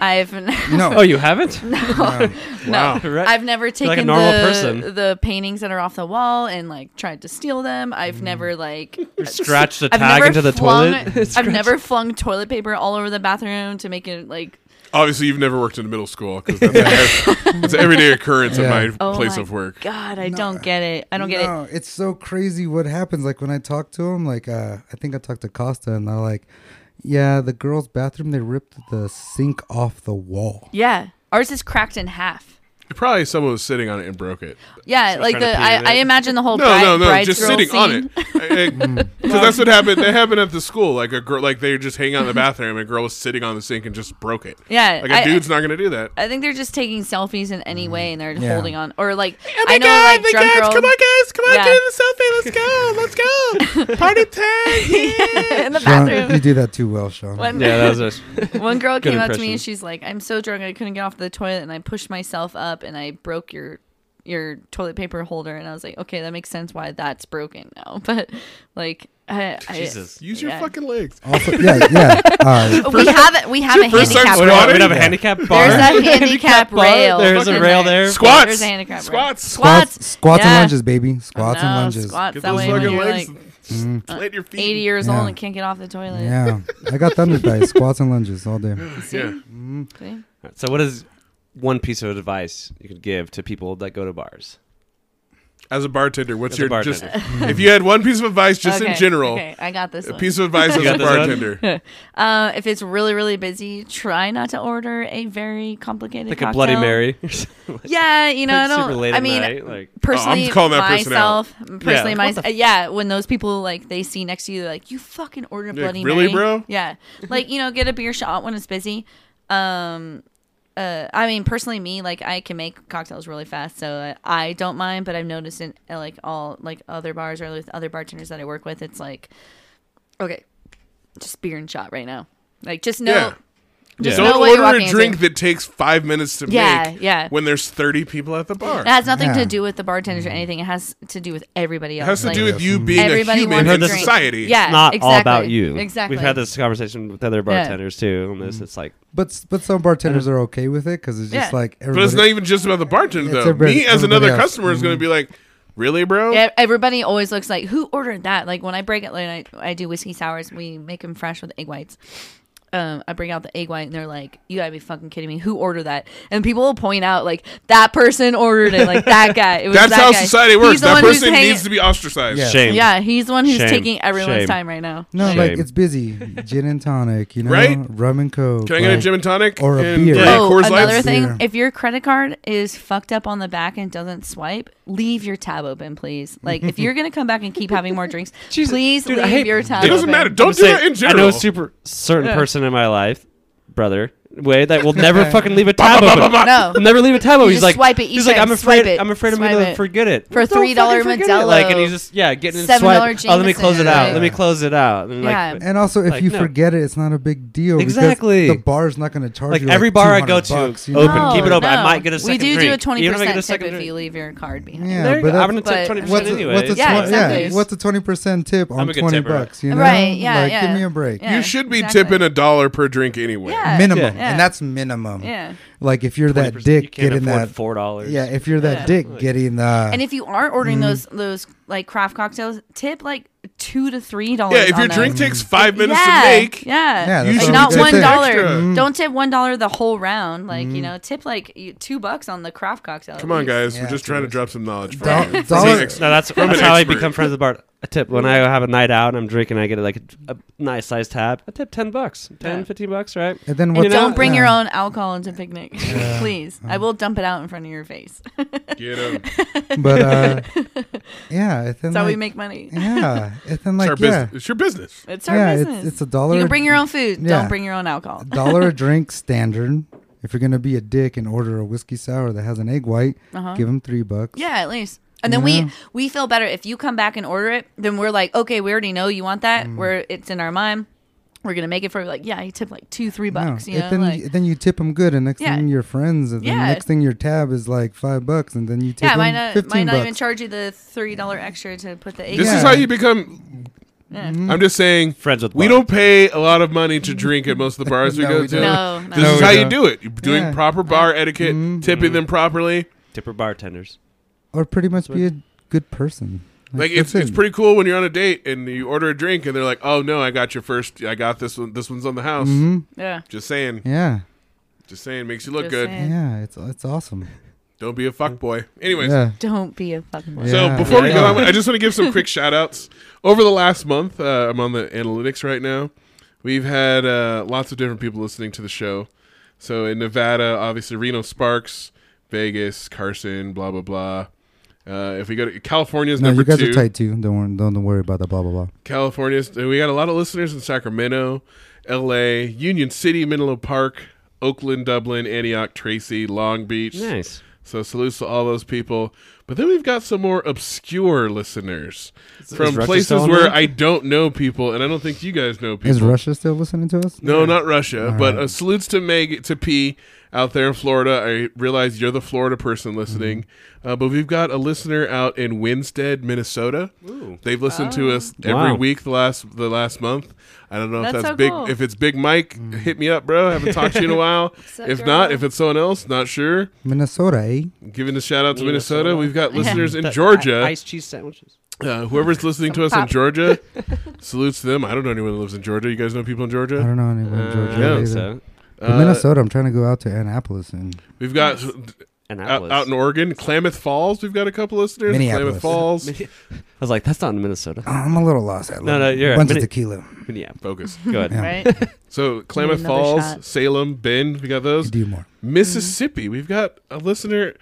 [SPEAKER 4] I've
[SPEAKER 2] No,
[SPEAKER 3] Oh, you haven't?
[SPEAKER 1] Wow.
[SPEAKER 4] No,
[SPEAKER 3] Right.
[SPEAKER 4] I've never taken
[SPEAKER 3] like a normal
[SPEAKER 4] the,
[SPEAKER 3] person.
[SPEAKER 4] the paintings that are off the wall and like tried to steal them. I've
[SPEAKER 2] Mm.
[SPEAKER 4] never like uh,
[SPEAKER 3] Scratch the
[SPEAKER 4] I've
[SPEAKER 3] tag
[SPEAKER 4] never
[SPEAKER 3] into the
[SPEAKER 4] flung,
[SPEAKER 3] toilet.
[SPEAKER 4] I've never flung toilet paper all over the bathroom to make it like
[SPEAKER 1] Obviously, you've never worked in middle school because that's, a- that's an everyday occurrence
[SPEAKER 2] Yeah.
[SPEAKER 1] in my
[SPEAKER 4] oh
[SPEAKER 1] place
[SPEAKER 4] my
[SPEAKER 1] of work.
[SPEAKER 4] God, I don't get it. I don't get it.
[SPEAKER 2] no, it's so crazy what happens. Like when I talk to them, like uh, I think I talked to Costa, and they're like, "Yeah, the girls' bathroom. They ripped the sink off the wall."
[SPEAKER 4] Yeah, ours is cracked in half.
[SPEAKER 1] Probably someone was sitting on it and broke it.
[SPEAKER 4] Yeah, like
[SPEAKER 3] trying to
[SPEAKER 4] the
[SPEAKER 3] pee in
[SPEAKER 4] I, I
[SPEAKER 3] it.
[SPEAKER 4] imagine the whole
[SPEAKER 1] No,
[SPEAKER 4] bride,
[SPEAKER 1] no, no,
[SPEAKER 4] bride's
[SPEAKER 1] just
[SPEAKER 4] girl
[SPEAKER 1] sitting on
[SPEAKER 4] Oh, scene.
[SPEAKER 1] it. Because that's what happened. That happened at the school. Like a girl, like they just hang out in the bathroom, and a girl was sitting on the sink and just broke it.
[SPEAKER 4] Yeah,
[SPEAKER 1] like a
[SPEAKER 4] I-
[SPEAKER 1] dude's Mm-hmm. not gonna do that.
[SPEAKER 4] I think they're just taking selfies in any way and they're
[SPEAKER 2] Yeah.
[SPEAKER 4] holding on or like
[SPEAKER 1] Oh my
[SPEAKER 4] I know
[SPEAKER 1] God,
[SPEAKER 4] like
[SPEAKER 1] my
[SPEAKER 4] drunk
[SPEAKER 1] guys,
[SPEAKER 4] girls.
[SPEAKER 1] Come on, guys! Come on,
[SPEAKER 4] Yeah.
[SPEAKER 1] get in the selfie. Let's go! Let's go! Party time! Yeah.
[SPEAKER 4] in the
[SPEAKER 2] Sean,
[SPEAKER 4] bathroom.
[SPEAKER 2] you do that too well, Sean.
[SPEAKER 4] One-
[SPEAKER 3] yeah, that was just.
[SPEAKER 4] One girl
[SPEAKER 3] Good
[SPEAKER 4] came up to me
[SPEAKER 3] impression.
[SPEAKER 4] and she's like, "I'm so drunk, I couldn't get off the toilet, and I pushed myself up, and I broke your your toilet paper holder." And I was like, "Okay, that makes sense why that's broken now." But like, I, I,
[SPEAKER 3] Jesus.
[SPEAKER 1] Use your
[SPEAKER 4] Yeah.
[SPEAKER 1] fucking legs.
[SPEAKER 2] Also, yeah, yeah. Uh,
[SPEAKER 4] we have a, we have a
[SPEAKER 1] first time
[SPEAKER 4] handicap
[SPEAKER 1] squatting?
[SPEAKER 4] rail.
[SPEAKER 3] We'd have a handicap bar.
[SPEAKER 4] There's a handicap
[SPEAKER 3] bar.
[SPEAKER 4] rail.
[SPEAKER 3] There's a
[SPEAKER 4] in
[SPEAKER 3] rail there.
[SPEAKER 1] Squats.
[SPEAKER 4] There's a handicap rail.
[SPEAKER 1] Squats.
[SPEAKER 2] squats, squats,
[SPEAKER 4] yeah.
[SPEAKER 2] and lunges, baby. Squats
[SPEAKER 4] No,
[SPEAKER 2] and lunges.
[SPEAKER 4] Squats.
[SPEAKER 1] Get
[SPEAKER 4] that
[SPEAKER 1] those
[SPEAKER 4] way, when
[SPEAKER 1] fucking
[SPEAKER 4] you're
[SPEAKER 1] legs.
[SPEAKER 4] like
[SPEAKER 1] Just plant your feet.
[SPEAKER 4] 80 years
[SPEAKER 2] Yeah.
[SPEAKER 4] old and can't get off the toilet.
[SPEAKER 2] Yeah, I got thunder thighs, squats and lunges all day.
[SPEAKER 1] Yeah.
[SPEAKER 4] See?
[SPEAKER 3] So, what is one piece of advice you could give to people that go to bars?
[SPEAKER 1] As a bartender, what's
[SPEAKER 3] As a
[SPEAKER 1] your
[SPEAKER 3] bartender.
[SPEAKER 1] just? If you had one piece of advice, just in
[SPEAKER 4] Okay,
[SPEAKER 1] general,
[SPEAKER 4] Okay, I got this.
[SPEAKER 1] a
[SPEAKER 4] one.
[SPEAKER 1] piece of advice as
[SPEAKER 3] got
[SPEAKER 1] a
[SPEAKER 3] this one?
[SPEAKER 1] bartender.
[SPEAKER 4] Uh, if it's really, really busy, try not to order a very complicated
[SPEAKER 3] Like a
[SPEAKER 4] cocktail.
[SPEAKER 3] Bloody Mary.
[SPEAKER 4] Yeah, you know, I
[SPEAKER 3] Like,
[SPEAKER 4] don't.
[SPEAKER 3] super late
[SPEAKER 4] I
[SPEAKER 3] at
[SPEAKER 4] mean,
[SPEAKER 3] night, like-
[SPEAKER 1] Oh,
[SPEAKER 4] personally,
[SPEAKER 1] I'm calling that person out.
[SPEAKER 4] myself, personally,
[SPEAKER 3] Yeah.
[SPEAKER 4] myself. yeah, when those people like they see next to you, they're like, "You fucking ordered a
[SPEAKER 1] You're like,
[SPEAKER 4] Bloody
[SPEAKER 1] "Really,
[SPEAKER 4] Mary,
[SPEAKER 1] bro?"
[SPEAKER 4] Yeah, like you know, get a beer shot when it's busy. Um, uh, I mean, personally, me like I can make cocktails really fast, so I, I don't mind. But I've noticed in uh, like all like other bars or with other bartenders that I work with, it's like, okay, just beer and shot right now. Like just know,
[SPEAKER 1] Yeah.
[SPEAKER 4] just
[SPEAKER 3] Yeah.
[SPEAKER 4] know
[SPEAKER 1] Don't
[SPEAKER 4] what you're
[SPEAKER 1] order
[SPEAKER 4] walking
[SPEAKER 1] a drink
[SPEAKER 4] into.
[SPEAKER 1] that takes five minutes to
[SPEAKER 4] Yeah,
[SPEAKER 1] make.
[SPEAKER 4] yeah.
[SPEAKER 1] When there's thirty people at the bar,
[SPEAKER 4] It has nothing
[SPEAKER 2] Yeah.
[SPEAKER 4] to do with the bartenders or
[SPEAKER 3] Mm.
[SPEAKER 4] anything. It has to do with everybody
[SPEAKER 1] it
[SPEAKER 4] else.
[SPEAKER 1] has to
[SPEAKER 4] Like,
[SPEAKER 1] do with you being a
[SPEAKER 4] everybody
[SPEAKER 1] human
[SPEAKER 4] wants
[SPEAKER 1] in
[SPEAKER 3] a drink.
[SPEAKER 1] society.
[SPEAKER 4] Yeah,
[SPEAKER 3] It's not
[SPEAKER 4] exactly.
[SPEAKER 3] all about you.
[SPEAKER 4] Exactly.
[SPEAKER 3] We've had this conversation with other bartenders too. On
[SPEAKER 2] Mm.
[SPEAKER 3] this, it's like
[SPEAKER 2] But s- but some bartenders
[SPEAKER 3] Uh-huh.
[SPEAKER 2] are okay with it because it's just
[SPEAKER 4] Yeah.
[SPEAKER 2] like
[SPEAKER 1] But
[SPEAKER 2] everybody.
[SPEAKER 1] it's not even just about the bartender
[SPEAKER 2] It's
[SPEAKER 1] though.
[SPEAKER 2] everybody-
[SPEAKER 1] Me as another
[SPEAKER 2] everybody else.
[SPEAKER 1] customer is going to be like, "Really, bro?
[SPEAKER 4] Yeah, E-, everybody always looks like who ordered that. Like when I break it, like I, I do whiskey sours. We make them fresh with egg whites. um, I bring out the egg white, and they're like, "You gotta be fucking kidding me! Who ordered that?" And people will point out like that person ordered it, like that guy. It was
[SPEAKER 8] That's
[SPEAKER 4] that
[SPEAKER 8] how
[SPEAKER 4] guy.
[SPEAKER 8] society
[SPEAKER 4] He's
[SPEAKER 8] works.
[SPEAKER 4] the
[SPEAKER 8] That
[SPEAKER 4] one who's
[SPEAKER 8] person
[SPEAKER 4] hanging-
[SPEAKER 8] needs to be ostracized.
[SPEAKER 2] Yeah.
[SPEAKER 3] Shame.
[SPEAKER 4] Yeah, he's the one who's
[SPEAKER 3] Shame.
[SPEAKER 4] taking everyone's
[SPEAKER 3] Shame.
[SPEAKER 4] time right now.
[SPEAKER 2] No,
[SPEAKER 3] Shame.
[SPEAKER 2] like it's busy. Gin and tonic, you know,
[SPEAKER 1] Right?
[SPEAKER 2] rum and coke.
[SPEAKER 1] Can I get a
[SPEAKER 2] like-
[SPEAKER 1] gin and tonic
[SPEAKER 2] Or a
[SPEAKER 1] and
[SPEAKER 2] beer.
[SPEAKER 1] like,
[SPEAKER 2] Yeah,
[SPEAKER 4] oh,
[SPEAKER 1] Coors
[SPEAKER 4] another
[SPEAKER 1] Lights?
[SPEAKER 4] thing:
[SPEAKER 2] Yeah.
[SPEAKER 4] if your credit card is fucked up on the back and doesn't swipe, leave your tab open, please. Like, if you're gonna come back and keep having more drinks,
[SPEAKER 3] Jesus.
[SPEAKER 4] please
[SPEAKER 3] Dude, I
[SPEAKER 4] leave
[SPEAKER 3] hate-
[SPEAKER 4] your tab.
[SPEAKER 1] It doesn't
[SPEAKER 4] open.
[SPEAKER 1] matter.
[SPEAKER 3] I'm
[SPEAKER 1] Don't do
[SPEAKER 3] saying,
[SPEAKER 1] that in
[SPEAKER 3] I know
[SPEAKER 1] general.
[SPEAKER 3] a super certain
[SPEAKER 4] Yeah.
[SPEAKER 3] person in my life, brother, way that will never fucking leave a tab open.
[SPEAKER 4] No.
[SPEAKER 3] Will never leave a tab open.
[SPEAKER 4] You
[SPEAKER 3] He's
[SPEAKER 4] just
[SPEAKER 3] like,
[SPEAKER 4] swipe it
[SPEAKER 3] he's
[SPEAKER 4] each
[SPEAKER 3] like,
[SPEAKER 4] time.
[SPEAKER 3] I'm afraid,
[SPEAKER 4] Swipe it.
[SPEAKER 3] I'm afraid I'm
[SPEAKER 4] Swipe
[SPEAKER 3] gonna
[SPEAKER 4] it.
[SPEAKER 3] forget it
[SPEAKER 4] For a
[SPEAKER 3] Don't fucking
[SPEAKER 4] $3
[SPEAKER 3] forget it.
[SPEAKER 4] Modelo.
[SPEAKER 3] Like, and he's just yeah, getting in
[SPEAKER 4] $7
[SPEAKER 3] swipe. Oh, let me close it out.
[SPEAKER 4] Jameson,
[SPEAKER 3] Let me
[SPEAKER 2] right?
[SPEAKER 3] close it out. And
[SPEAKER 4] Yeah.
[SPEAKER 3] like,
[SPEAKER 2] And also, if
[SPEAKER 3] Like,
[SPEAKER 2] you
[SPEAKER 3] no.
[SPEAKER 2] forget it, it's not a big deal. because
[SPEAKER 3] Exactly.
[SPEAKER 2] The bar's not going to charge
[SPEAKER 3] Like,
[SPEAKER 2] you.
[SPEAKER 3] every bar I go
[SPEAKER 2] 200
[SPEAKER 3] to,
[SPEAKER 2] bucks, you
[SPEAKER 3] open.
[SPEAKER 2] know?
[SPEAKER 3] Keep it open. I
[SPEAKER 4] no.
[SPEAKER 3] might get a
[SPEAKER 4] We
[SPEAKER 3] second
[SPEAKER 4] do do a
[SPEAKER 3] drink.
[SPEAKER 4] twenty
[SPEAKER 3] Even if I get a
[SPEAKER 4] percent tip
[SPEAKER 3] second
[SPEAKER 4] if
[SPEAKER 3] drink.
[SPEAKER 4] you leave your card behind.
[SPEAKER 2] Yeah,
[SPEAKER 3] there you
[SPEAKER 2] but
[SPEAKER 3] go. I'm
[SPEAKER 2] that's-
[SPEAKER 3] gonna take
[SPEAKER 4] but-
[SPEAKER 3] twenty percent
[SPEAKER 2] What's a,
[SPEAKER 3] anyway.
[SPEAKER 2] what's a
[SPEAKER 4] Yeah,
[SPEAKER 2] twen-
[SPEAKER 4] exactly.
[SPEAKER 2] What's a twenty percent tip on
[SPEAKER 3] I'm a good
[SPEAKER 2] twenty
[SPEAKER 3] tipper.
[SPEAKER 2] bucks? You know,
[SPEAKER 4] Right, yeah,
[SPEAKER 2] Like,
[SPEAKER 4] yeah.
[SPEAKER 2] Give me a break.
[SPEAKER 4] Yeah,
[SPEAKER 1] You should be
[SPEAKER 4] exactly.
[SPEAKER 1] tipping a dollar per drink anyway.
[SPEAKER 4] Yeah.
[SPEAKER 2] Minimum,
[SPEAKER 4] Yeah.
[SPEAKER 2] and that's minimum.
[SPEAKER 4] Yeah.
[SPEAKER 2] Like if you're that
[SPEAKER 3] 20%, you
[SPEAKER 2] dick,
[SPEAKER 3] can't
[SPEAKER 2] getting
[SPEAKER 3] afford
[SPEAKER 2] that.
[SPEAKER 3] four dollars.
[SPEAKER 2] Yeah, if you're that dick, getting uh, the.
[SPEAKER 4] And if you aren't ordering those those like craft cocktails, tip like two to three dollars.
[SPEAKER 1] Yeah, if
[SPEAKER 4] on
[SPEAKER 1] your
[SPEAKER 4] those.
[SPEAKER 1] drink takes five minutes
[SPEAKER 4] yeah,
[SPEAKER 1] to make,
[SPEAKER 4] yeah,
[SPEAKER 2] Yeah,
[SPEAKER 1] you
[SPEAKER 2] that's
[SPEAKER 4] like
[SPEAKER 1] should
[SPEAKER 2] what
[SPEAKER 4] not
[SPEAKER 2] we did
[SPEAKER 4] one
[SPEAKER 1] tip
[SPEAKER 2] there.
[SPEAKER 4] dollar.
[SPEAKER 1] extra.
[SPEAKER 4] Don't tip one dollar the whole round. Like you know, tip like you- two bucks on the craft cocktail. at
[SPEAKER 1] Come on,
[SPEAKER 4] least.
[SPEAKER 1] guys.
[SPEAKER 2] Yeah,
[SPEAKER 1] We're just trying to drop some knowledge. For
[SPEAKER 2] Doll-
[SPEAKER 1] you. From
[SPEAKER 2] dollar-
[SPEAKER 1] an ex-
[SPEAKER 3] No, that's,
[SPEAKER 1] From
[SPEAKER 3] that's
[SPEAKER 1] an
[SPEAKER 3] how I
[SPEAKER 1] expert.
[SPEAKER 3] become friends with the bar. I tip when I have a night out and I'm drinking. I get like a, a nice sized tab. I tip ten bucks, 10,
[SPEAKER 4] Yeah.
[SPEAKER 3] 15 bucks, right?
[SPEAKER 2] And then
[SPEAKER 3] You
[SPEAKER 2] what's
[SPEAKER 3] know-
[SPEAKER 4] Don't bring
[SPEAKER 2] yeah.
[SPEAKER 4] your own alcohol into picnic, please. I will dump it out in front of your face.
[SPEAKER 1] Get 'em.
[SPEAKER 2] But uh, yeah, it's
[SPEAKER 4] That's how we make money.
[SPEAKER 2] Yeah, it's
[SPEAKER 1] It's
[SPEAKER 2] then like
[SPEAKER 1] our
[SPEAKER 2] yeah,
[SPEAKER 1] business. It's your business.
[SPEAKER 4] It's our
[SPEAKER 2] yeah,
[SPEAKER 4] business.
[SPEAKER 2] it's it's a dollar.
[SPEAKER 4] you can bring your own food.
[SPEAKER 2] yeah.
[SPEAKER 4] Don't bring your own alcohol.
[SPEAKER 2] dollar a drink standard. If you're gonna be a dick and order a whiskey sour that has an egg white,
[SPEAKER 4] Uh-huh.
[SPEAKER 2] give them three bucks.
[SPEAKER 4] Yeah, at least. And then
[SPEAKER 2] Yeah.
[SPEAKER 4] we we feel better if you come back and order it. Then we're like, okay, we already know you want that.
[SPEAKER 2] Mm.
[SPEAKER 4] We're it's in our mind. We're gonna make it for you. Like, yeah, you tip like two, three
[SPEAKER 2] No,
[SPEAKER 4] bucks. You
[SPEAKER 2] it-
[SPEAKER 4] know,
[SPEAKER 2] then,
[SPEAKER 4] like,
[SPEAKER 2] you, then you tip them good, and next
[SPEAKER 4] Yeah.
[SPEAKER 2] thing you're friends. And then
[SPEAKER 4] Yeah.
[SPEAKER 2] next thing your tab is like five bucks, and then you tip
[SPEAKER 4] yeah,
[SPEAKER 2] 'em
[SPEAKER 4] might not might
[SPEAKER 2] fifteen
[SPEAKER 4] not
[SPEAKER 2] bucks.
[SPEAKER 4] even charge you the three dollar extra to put the egg.
[SPEAKER 1] This
[SPEAKER 4] in.
[SPEAKER 2] Yeah.
[SPEAKER 1] is how you become. I'm just saying.
[SPEAKER 3] Friends with
[SPEAKER 1] We
[SPEAKER 3] bar.
[SPEAKER 1] don't pay a lot of money to drink at most of the bars we
[SPEAKER 2] No,
[SPEAKER 1] go
[SPEAKER 2] we
[SPEAKER 1] to.
[SPEAKER 2] don't.
[SPEAKER 4] No, no.
[SPEAKER 1] This
[SPEAKER 2] No,
[SPEAKER 1] is
[SPEAKER 2] we
[SPEAKER 1] how you
[SPEAKER 2] don't.
[SPEAKER 1] do it. You're doing
[SPEAKER 2] Yeah. Mm-hmm.
[SPEAKER 1] proper bar etiquette, tipping them properly.
[SPEAKER 3] Tipper bartenders.
[SPEAKER 2] or pretty much be a good person.
[SPEAKER 1] Like
[SPEAKER 2] that's
[SPEAKER 1] it's it's
[SPEAKER 2] it.
[SPEAKER 1] pretty cool when you're on a date and you order a drink and they're like, "Oh no, I got your first. I got this one. This one's on the house."
[SPEAKER 4] yeah.
[SPEAKER 1] Just saying.
[SPEAKER 2] Mm-hmm. Yeah,
[SPEAKER 1] Just saying. Makes you look
[SPEAKER 4] Just
[SPEAKER 1] good.
[SPEAKER 4] saying.
[SPEAKER 2] yeah, it's it's awesome.
[SPEAKER 1] Don't be a fuck boy. Anyways,
[SPEAKER 2] Yeah,
[SPEAKER 4] Don't be a fuckboy.
[SPEAKER 1] So
[SPEAKER 2] Yeah.
[SPEAKER 1] before we
[SPEAKER 3] Yeah.
[SPEAKER 1] go, I wa- I just want to give some quick shout outs. Over the last month, uh, I'm on the analytics right now. We've had uh, lots of different people listening to the show. So in Nevada, obviously Reno Sparks, Vegas, Carson, blah blah blah. Uh, if we go to California's
[SPEAKER 2] no,
[SPEAKER 1] number
[SPEAKER 2] you guys
[SPEAKER 1] two,
[SPEAKER 2] are tight too. Don't worry, don't worry about that. Blah blah blah.
[SPEAKER 1] California's uh, we got a lot of listeners in Sacramento, L.A., Union City, Menlo Park, Oakland, Dublin, Antioch, Tracy, Long Beach.
[SPEAKER 3] Nice.
[SPEAKER 1] So salutes to all those people. But then we've got some more obscure listeners from
[SPEAKER 3] Russia
[SPEAKER 1] places
[SPEAKER 3] still on
[SPEAKER 1] where
[SPEAKER 3] there?
[SPEAKER 1] I don't know people, and I don't think you guys know people.
[SPEAKER 2] Is Russia still listening to us?
[SPEAKER 1] No, not Russia. but uh, salutes to Meg to P out there in Florida. I realize you're the Florida person listening,
[SPEAKER 3] Mm-hmm.
[SPEAKER 1] uh, but we've got a listener out in Winstead, Minnesota. They've listened to us every
[SPEAKER 3] Oh. Wow.
[SPEAKER 1] week the last the last month. I don't know if that's,
[SPEAKER 4] That's so
[SPEAKER 1] big.
[SPEAKER 4] cool.
[SPEAKER 1] If it's Big Mike,
[SPEAKER 3] Mm.
[SPEAKER 1] hit me up, bro. I haven't talked to you in a while. if not, if it's someone else, not sure.
[SPEAKER 2] Minnesota, eh?
[SPEAKER 1] Giving a shout out to Minnesota.
[SPEAKER 3] Minnesota.
[SPEAKER 1] We've got listeners in Georgia.
[SPEAKER 3] Iced cheese sandwiches.
[SPEAKER 1] Uh, whoever's listening to us in Georgia, salutes to them. I don't know anyone that lives in Georgia. You guys know people in Georgia?
[SPEAKER 2] I don't know anyone
[SPEAKER 3] Uh,
[SPEAKER 2] in Georgia.
[SPEAKER 1] yeah,
[SPEAKER 2] either.
[SPEAKER 3] so. uh,
[SPEAKER 2] But Uh, Minnesota, I'm trying to go out to Annapolis and
[SPEAKER 1] We've got out,
[SPEAKER 3] Annapolis.
[SPEAKER 1] out in Oregon, Klamath Falls. We've got a couple listeners. Klamath
[SPEAKER 2] Minneapolis.
[SPEAKER 1] Falls.
[SPEAKER 3] I was like, that's not in Minnesota.
[SPEAKER 2] oh, I'm a little lost. I
[SPEAKER 3] No, no, you're right.
[SPEAKER 2] bunch
[SPEAKER 3] Mini-
[SPEAKER 2] of tequila.
[SPEAKER 3] Minneapolis.
[SPEAKER 1] Focus.
[SPEAKER 3] Go ahead.
[SPEAKER 4] Right?
[SPEAKER 1] So Klamath
[SPEAKER 4] another
[SPEAKER 1] Falls,
[SPEAKER 4] shot.
[SPEAKER 1] Salem, Bend. We got those.
[SPEAKER 2] Do more.
[SPEAKER 1] Mississippi. We've got a listener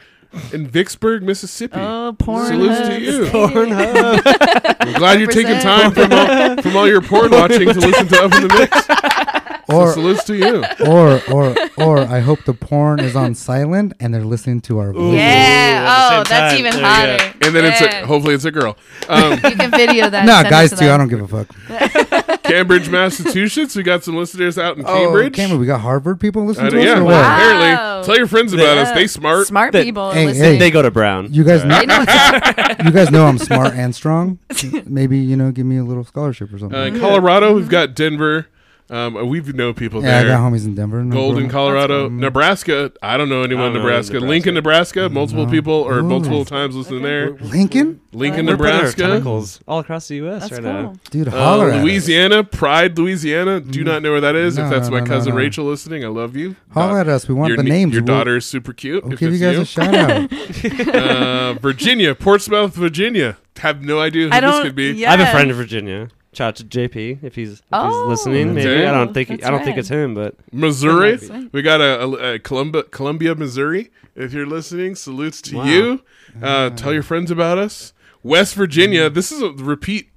[SPEAKER 1] in Vicksburg, Mississippi.
[SPEAKER 4] oh, porn.
[SPEAKER 1] Salutes to
[SPEAKER 4] hubs.
[SPEAKER 1] you.
[SPEAKER 3] Pornhub.
[SPEAKER 1] I'm glad you're taking
[SPEAKER 4] 100%.
[SPEAKER 1] time from all, from all your porn watching to listen to Up in the Mix.
[SPEAKER 2] Or
[SPEAKER 1] Salutes to you.
[SPEAKER 2] or or or I hope the porn is on silent and they're listening to our voice.
[SPEAKER 3] Ooh, at the
[SPEAKER 4] Yeah.
[SPEAKER 3] same
[SPEAKER 4] Oh, that's
[SPEAKER 3] time.
[SPEAKER 4] even
[SPEAKER 3] There you
[SPEAKER 4] hotter.
[SPEAKER 3] go.
[SPEAKER 1] And then it's
[SPEAKER 4] Yeah.
[SPEAKER 1] a, hopefully it's a girl. Um,
[SPEAKER 4] you can video that.
[SPEAKER 2] No,
[SPEAKER 4] and send it
[SPEAKER 2] guys
[SPEAKER 4] to
[SPEAKER 2] too. I don't
[SPEAKER 4] them.
[SPEAKER 2] give a fuck.
[SPEAKER 1] Cambridge, Massachusetts. We got some listeners out in
[SPEAKER 2] Oh, Cambridge,
[SPEAKER 1] Cambridge.
[SPEAKER 2] we got Harvard people
[SPEAKER 1] Oh, Uh,
[SPEAKER 2] listening to
[SPEAKER 1] yeah,
[SPEAKER 2] us. Or what?
[SPEAKER 4] Wow.
[SPEAKER 1] apparently. Tell your friends about us. They smart.
[SPEAKER 4] Smart
[SPEAKER 3] That-
[SPEAKER 4] people.
[SPEAKER 2] Hey,
[SPEAKER 4] listening.
[SPEAKER 3] They go to Brown.
[SPEAKER 2] You guys,
[SPEAKER 4] They know what's
[SPEAKER 2] know, you guys know I'm smart and strong. Maybe you know, give me a little scholarship or something.
[SPEAKER 1] Uh, in Colorado, we've Uh, got Denver. Um, we've known people
[SPEAKER 2] Mm-hmm. Yeah, I
[SPEAKER 1] there.
[SPEAKER 2] got homies in Denver. no
[SPEAKER 1] Golden,
[SPEAKER 2] problem.
[SPEAKER 1] Colorado,
[SPEAKER 2] Mm-hmm.
[SPEAKER 1] Nebraska. I don't know anyone
[SPEAKER 3] I
[SPEAKER 1] in
[SPEAKER 3] don't know
[SPEAKER 1] Nebraska.
[SPEAKER 3] Nebraska.
[SPEAKER 1] Lincoln, Nebraska. Multiple people or
[SPEAKER 2] Ooh.
[SPEAKER 1] multiple times listening there.
[SPEAKER 2] Lincoln,
[SPEAKER 1] Lincoln,
[SPEAKER 3] We're putting our
[SPEAKER 1] Nebraska.
[SPEAKER 3] tentacles all across the U.S.
[SPEAKER 4] That's
[SPEAKER 3] right
[SPEAKER 4] cool.
[SPEAKER 3] now.
[SPEAKER 2] dude,
[SPEAKER 1] Uh,
[SPEAKER 2] holler at us. Mm.
[SPEAKER 1] Louisiana, Pride, Louisiana. Do not know where that is. if
[SPEAKER 2] No,
[SPEAKER 1] that's
[SPEAKER 2] no,
[SPEAKER 1] my
[SPEAKER 2] no, no,
[SPEAKER 1] cousin
[SPEAKER 2] no.
[SPEAKER 1] Rachel listening, I love you.
[SPEAKER 2] Holler
[SPEAKER 1] Uh,
[SPEAKER 2] at us. We want
[SPEAKER 1] your
[SPEAKER 2] the
[SPEAKER 1] ne-
[SPEAKER 2] names.
[SPEAKER 1] Your
[SPEAKER 2] We'll-
[SPEAKER 1] daughter is super cute.
[SPEAKER 2] We'll
[SPEAKER 1] if
[SPEAKER 2] give you
[SPEAKER 1] it's
[SPEAKER 2] guys a shout out.
[SPEAKER 1] uh, Virginia, Portsmouth, Virginia. Have no idea who
[SPEAKER 4] I
[SPEAKER 1] this
[SPEAKER 4] don't.
[SPEAKER 1] could be.
[SPEAKER 3] I have a
[SPEAKER 4] yeah.
[SPEAKER 3] friend in Virginia. Shout out to JP if he's, if
[SPEAKER 4] Oh,
[SPEAKER 3] he's listening. Maybe
[SPEAKER 1] Okay.
[SPEAKER 3] I don't think he,
[SPEAKER 4] That's
[SPEAKER 3] I don't think
[SPEAKER 4] rad.
[SPEAKER 3] it's him, but
[SPEAKER 1] Missouri.
[SPEAKER 4] That's right.
[SPEAKER 1] We got a, a, a Columbia, Columbia, Missouri. If you're listening, salutes to
[SPEAKER 3] Wow.
[SPEAKER 1] you. Uh, tell your friends about us. West Virginia.
[SPEAKER 2] Mm-hmm.
[SPEAKER 1] This is a repeat.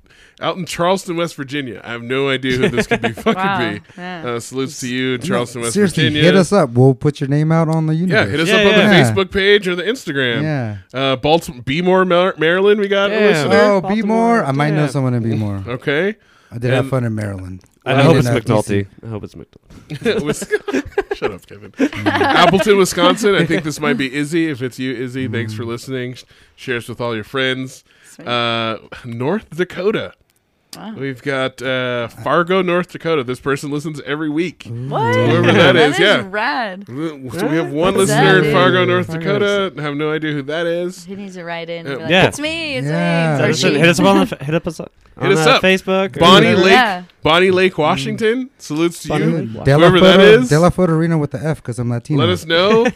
[SPEAKER 1] Out in Charleston, West Virginia. I have no idea who this could be. Fucking
[SPEAKER 4] Wow,
[SPEAKER 1] be.
[SPEAKER 4] yeah.
[SPEAKER 1] Uh, salutes to you, in Charleston, West
[SPEAKER 2] Seriously,
[SPEAKER 1] Virginia.
[SPEAKER 2] hit us up. We'll put your name out on the
[SPEAKER 1] Yeah,
[SPEAKER 2] universe.
[SPEAKER 1] hit us
[SPEAKER 3] Yeah,
[SPEAKER 1] up on
[SPEAKER 2] yeah.
[SPEAKER 1] the Facebook page or the Instagram.
[SPEAKER 2] Yeah.
[SPEAKER 1] Uh, Baltimore, Beemore, Mar- Maryland. We got a
[SPEAKER 3] Damn.
[SPEAKER 1] listener.
[SPEAKER 2] Oh, be
[SPEAKER 3] Baltimore,
[SPEAKER 2] more. I might know
[SPEAKER 3] yeah.
[SPEAKER 2] someone in be more.
[SPEAKER 1] Okay.
[SPEAKER 2] I did have
[SPEAKER 1] And-
[SPEAKER 2] fun in Maryland.
[SPEAKER 3] I,
[SPEAKER 2] Well,
[SPEAKER 3] hope it's
[SPEAKER 2] didn't have DC.
[SPEAKER 3] McNulty. I hope it's McNulty.
[SPEAKER 1] Wis- Shut up, Kevin. Appleton, Wisconsin. I think this might be Izzy. If it's you, Izzy, thanks for listening. Sh- Share us with all your friends.
[SPEAKER 4] Sweet.
[SPEAKER 1] Uh, North Dakota.
[SPEAKER 4] Wow.
[SPEAKER 1] We've got uh, Fargo, North Dakota. This person listens every week.
[SPEAKER 4] What?
[SPEAKER 1] Whoever that is, yeah.
[SPEAKER 4] rad.
[SPEAKER 1] So we have one
[SPEAKER 4] What's
[SPEAKER 1] listener
[SPEAKER 4] that,
[SPEAKER 1] in Fargo,
[SPEAKER 3] dude?
[SPEAKER 1] North
[SPEAKER 3] Fargo.
[SPEAKER 1] Dakota. I have no idea who that is.
[SPEAKER 4] He needs to write in. And be
[SPEAKER 1] Uh,
[SPEAKER 4] like,
[SPEAKER 3] yeah.
[SPEAKER 4] It's me. It's
[SPEAKER 2] Yeah.
[SPEAKER 4] me.
[SPEAKER 2] Or
[SPEAKER 3] Hit
[SPEAKER 4] It's
[SPEAKER 3] us, up-
[SPEAKER 4] me.
[SPEAKER 3] hit us up on the, fa- hit up us on
[SPEAKER 1] Hit us
[SPEAKER 3] uh,
[SPEAKER 1] up.
[SPEAKER 3] Facebook. or
[SPEAKER 1] Bonnie
[SPEAKER 3] whatever.
[SPEAKER 1] Lake,
[SPEAKER 4] Yeah.
[SPEAKER 1] Bonnie Lake, Washington. Salutes to
[SPEAKER 3] Bonnie
[SPEAKER 1] you.
[SPEAKER 3] Lake.
[SPEAKER 2] Della
[SPEAKER 1] Whoever that
[SPEAKER 2] Foto-
[SPEAKER 1] is.
[SPEAKER 2] Della Fotorino with the F because I'm Latino.
[SPEAKER 1] Let us know.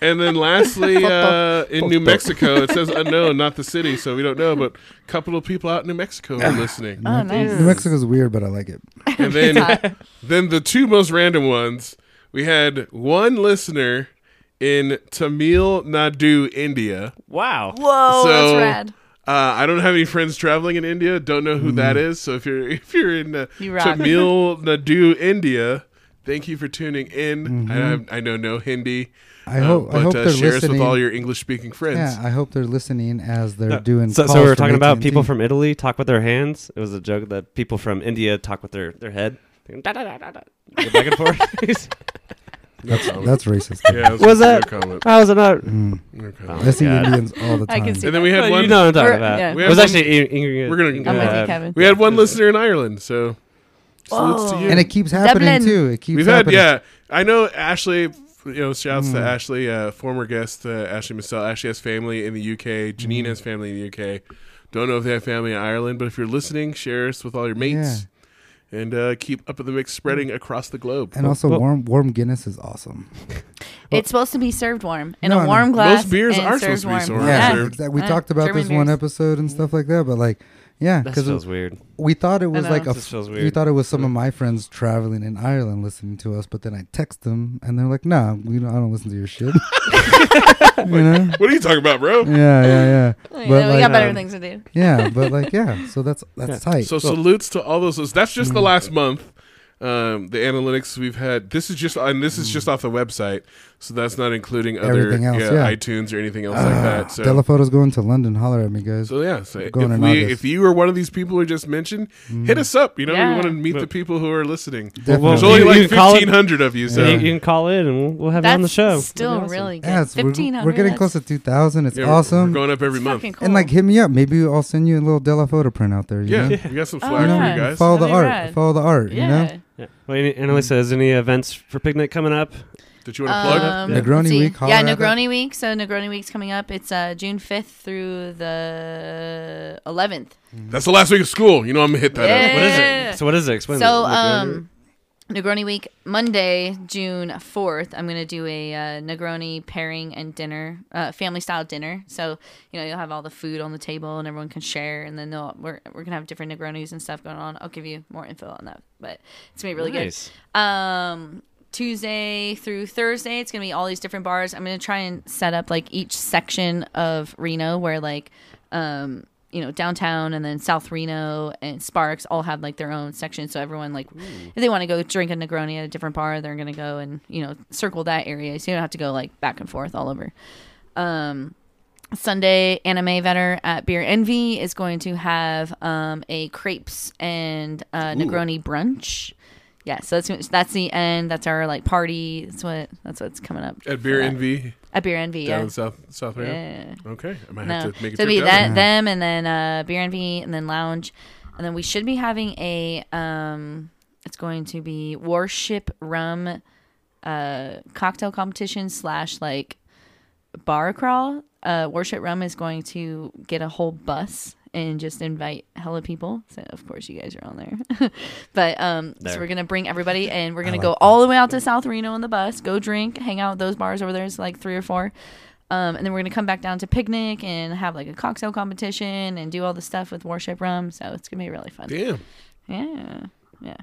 [SPEAKER 1] and then lastly, uh, in New Mexico, it says unknown, not the city, so we don't know, but a couple of people out in New Mexico
[SPEAKER 2] Ah.
[SPEAKER 1] are listening.
[SPEAKER 4] Oh,
[SPEAKER 2] New
[SPEAKER 4] nice.
[SPEAKER 2] Mexico's weird, but I like it.
[SPEAKER 1] And then, then the two most random ones we had one listener in Tamil Nadu, India.
[SPEAKER 3] Wow.
[SPEAKER 4] Whoa,
[SPEAKER 1] So-
[SPEAKER 4] that's rad.
[SPEAKER 1] Uh, I don't have any friends traveling in India. Don't know who
[SPEAKER 2] Mm-hmm.
[SPEAKER 1] that is. So if you're if you're in uh,
[SPEAKER 4] You rock.
[SPEAKER 1] Tamil Nadu, India, thank you for tuning in. I, have- I know no Hindi.
[SPEAKER 2] Mm-hmm. I hope.
[SPEAKER 1] but
[SPEAKER 2] I hope
[SPEAKER 1] uh,
[SPEAKER 2] they're
[SPEAKER 1] share us
[SPEAKER 2] listening.
[SPEAKER 1] with all your English speaking friends.
[SPEAKER 2] yeah, I hope they're listening as they're
[SPEAKER 3] No.
[SPEAKER 2] doing.
[SPEAKER 3] So, so
[SPEAKER 2] calls
[SPEAKER 3] we
[SPEAKER 2] from
[SPEAKER 3] were talking about people
[SPEAKER 2] AT&T.
[SPEAKER 3] from Italy talk with their hands. It was a joke that people from India talk with their, their head. Da, da, da, da, da. Go back and forth.
[SPEAKER 2] That's that's racist.
[SPEAKER 1] Yeah, that
[SPEAKER 3] Was
[SPEAKER 1] a
[SPEAKER 3] that-
[SPEAKER 1] good comment.
[SPEAKER 3] How is it not?
[SPEAKER 2] Mm.
[SPEAKER 1] Okay.
[SPEAKER 3] Oh,
[SPEAKER 2] I see
[SPEAKER 3] God.
[SPEAKER 2] Indians all the
[SPEAKER 4] I
[SPEAKER 2] time.
[SPEAKER 4] can see
[SPEAKER 1] And then we had
[SPEAKER 3] Well,
[SPEAKER 1] one.
[SPEAKER 3] you know what I'm talking
[SPEAKER 4] We're-
[SPEAKER 3] about.
[SPEAKER 4] yeah.
[SPEAKER 1] We
[SPEAKER 3] It
[SPEAKER 1] had
[SPEAKER 3] was
[SPEAKER 1] one-
[SPEAKER 3] actually in- in-
[SPEAKER 1] We're gonna-
[SPEAKER 4] I'm with
[SPEAKER 3] uh,
[SPEAKER 4] you, Kevin.
[SPEAKER 1] we had one listener in Ireland, so salutes to
[SPEAKER 4] Whoa.
[SPEAKER 1] you.
[SPEAKER 2] and it keeps happening
[SPEAKER 4] Dublin.
[SPEAKER 2] too. It keeps.
[SPEAKER 1] We've had
[SPEAKER 2] happening.
[SPEAKER 1] yeah. I know Ashley. You know, shouts
[SPEAKER 3] Mm.
[SPEAKER 1] to Ashley, uh, former guest uh, Ashley Michelle. Ashley has family in the
[SPEAKER 3] Mm.
[SPEAKER 1] UK. Janine has family in the UK. Don't know if they have family in Ireland, but if you're listening, share us with all your mates, and uh, keep up of the mix spreading
[SPEAKER 3] Mm.
[SPEAKER 1] across the globe.
[SPEAKER 2] And also,
[SPEAKER 3] Well-
[SPEAKER 2] warm warm Guinness is awesome.
[SPEAKER 4] It's supposed to be served warm in
[SPEAKER 2] No,
[SPEAKER 4] a
[SPEAKER 2] no.
[SPEAKER 4] warm glass.
[SPEAKER 1] Most beers
[SPEAKER 4] and
[SPEAKER 1] are
[SPEAKER 4] served
[SPEAKER 1] supposed to be
[SPEAKER 4] warm.
[SPEAKER 1] served
[SPEAKER 2] Yeah,
[SPEAKER 1] served.
[SPEAKER 2] exact- we
[SPEAKER 4] Yeah.
[SPEAKER 2] talked about
[SPEAKER 4] German
[SPEAKER 2] this one
[SPEAKER 4] beers.
[SPEAKER 2] episode and stuff like that, but like, yeah,
[SPEAKER 3] That
[SPEAKER 2] because
[SPEAKER 3] feels weird.
[SPEAKER 2] we thought it was
[SPEAKER 4] know.
[SPEAKER 2] like a,
[SPEAKER 3] This feels
[SPEAKER 2] we
[SPEAKER 3] weird.
[SPEAKER 2] thought it was some of my friends traveling in Ireland listening to us, but then I text them and they're like, "Nah, we don't, I don't listen to your shit." you know?
[SPEAKER 1] What are you talking about, bro?
[SPEAKER 2] Yeah, yeah, yeah.
[SPEAKER 4] Oh,
[SPEAKER 2] But
[SPEAKER 4] Yeah, we
[SPEAKER 2] like,
[SPEAKER 4] got better
[SPEAKER 3] um,
[SPEAKER 4] things to do.
[SPEAKER 2] yeah, but like, yeah. So that's that's tight.
[SPEAKER 1] So salutes to all those. That's just
[SPEAKER 2] Mm.
[SPEAKER 1] the last month. Um, the analytics we've had. This is just and this is just off the website, so that's not including other
[SPEAKER 2] Mm. Everything else,
[SPEAKER 1] yeah,
[SPEAKER 2] yeah.
[SPEAKER 1] iTunes or anything else like that. So
[SPEAKER 2] Telefoto's ah, going to London. Holler at me, guys.
[SPEAKER 1] So yeah, so if
[SPEAKER 2] Going in
[SPEAKER 1] we
[SPEAKER 2] August. Mm.
[SPEAKER 1] if you are one of these people we just mentioned, hit us up. You know, we
[SPEAKER 4] Yeah.
[SPEAKER 1] want to meet the people who are listening.
[SPEAKER 2] Definitely.
[SPEAKER 3] well,
[SPEAKER 1] There's only
[SPEAKER 3] You-
[SPEAKER 1] like
[SPEAKER 3] you can call it-
[SPEAKER 1] fifteen hundred of you, so
[SPEAKER 3] You, you can call in and we'll, we'll have you
[SPEAKER 4] That's
[SPEAKER 3] on the show.
[SPEAKER 4] still
[SPEAKER 3] That'd be awesome.
[SPEAKER 4] really good.
[SPEAKER 2] yeah, it's- we're,
[SPEAKER 4] Fifteen hundred.
[SPEAKER 2] we're getting close to two thousand. It's
[SPEAKER 1] yeah, we're-
[SPEAKER 2] awesome.
[SPEAKER 1] We're going up every month.
[SPEAKER 4] Fucking cool.
[SPEAKER 2] And like, hit me up. Maybe I'll send you a little Della Foto print out there. You
[SPEAKER 1] Yeah,
[SPEAKER 2] know?
[SPEAKER 1] we got some
[SPEAKER 4] Oh,
[SPEAKER 1] flack
[SPEAKER 2] You know,
[SPEAKER 1] for
[SPEAKER 4] yeah.
[SPEAKER 1] you guys.
[SPEAKER 2] follow the
[SPEAKER 4] That'd be
[SPEAKER 2] art.
[SPEAKER 4] rad.
[SPEAKER 2] Follow the art. You know.
[SPEAKER 4] yeah.
[SPEAKER 3] Yeah. Well, any, and
[SPEAKER 1] Hmm.
[SPEAKER 3] Elisa, is any events for picnic coming up?
[SPEAKER 1] Did you want to plug?
[SPEAKER 4] Um,
[SPEAKER 2] Negroni
[SPEAKER 4] let's see.
[SPEAKER 2] Week, holler
[SPEAKER 4] Yeah,
[SPEAKER 2] at us.
[SPEAKER 4] Negroni Week. So Negroni Week's coming up. It's uh, June fifth through the eleventh.
[SPEAKER 1] That's the last week of school. You know, I'm gonna hit that. up.
[SPEAKER 4] Yeah.
[SPEAKER 3] What is it? So what is it? Explain. it.
[SPEAKER 4] Eh. So
[SPEAKER 3] Look,
[SPEAKER 4] um, Negroni Week Monday, June fourth. I'm gonna do a uh, Negroni pairing and dinner, uh, family style dinner. So you know you'll have all the food on the table and everyone can share, and then they'll, we're we're gonna have different Negronis and stuff going on. I'll give you more info on that, but it's gonna be really good.
[SPEAKER 3] nice.
[SPEAKER 4] um Tuesday through Thursday. It's gonna be all these different bars. I'm gonna try and set up like each section of Reno where like um you know downtown and then South Reno and Sparks all have like their own section. So everyone like if they want to go drink a Negroni at a different bar, they're gonna go and you know circle that area so you don't have to go like back and forth all over. Um, Sunday, Anime Vetter at Beer Envy is going to have um, a crepes and uh, Negroni brunch. Yeah, so that's that's the end. That's our like party. That's what that's what's coming up
[SPEAKER 1] At Beer
[SPEAKER 4] for that.
[SPEAKER 1] Envy
[SPEAKER 4] At Beer Envy,
[SPEAKER 1] down
[SPEAKER 4] yeah.
[SPEAKER 1] in South South Reno.
[SPEAKER 4] yeah.
[SPEAKER 1] Okay, I might
[SPEAKER 4] No,
[SPEAKER 1] have
[SPEAKER 4] so
[SPEAKER 1] to make a
[SPEAKER 4] it'll be
[SPEAKER 1] trip down
[SPEAKER 4] that
[SPEAKER 1] there.
[SPEAKER 4] them and then uh, Beer Envy and then Lounge, and then we should be having a um It's going to be Warship Rum uh, cocktail competition slash like bar crawl. Uh, Warship Rum is going to get a whole bus and just invite hella people. So of course you guys are on there. but um, so
[SPEAKER 3] There.
[SPEAKER 4] we're gonna bring everybody and we're gonna
[SPEAKER 2] like
[SPEAKER 4] go
[SPEAKER 2] that.
[SPEAKER 4] all the way out to South Reno on the bus, go drink, hang out. Those bars over there is like three or four. Um, and then we're gonna come back down to picnic and have like a cocktail competition and do all the stuff with Warship Rum. So it's gonna be really fun.
[SPEAKER 1] Damn.
[SPEAKER 4] Yeah, yeah.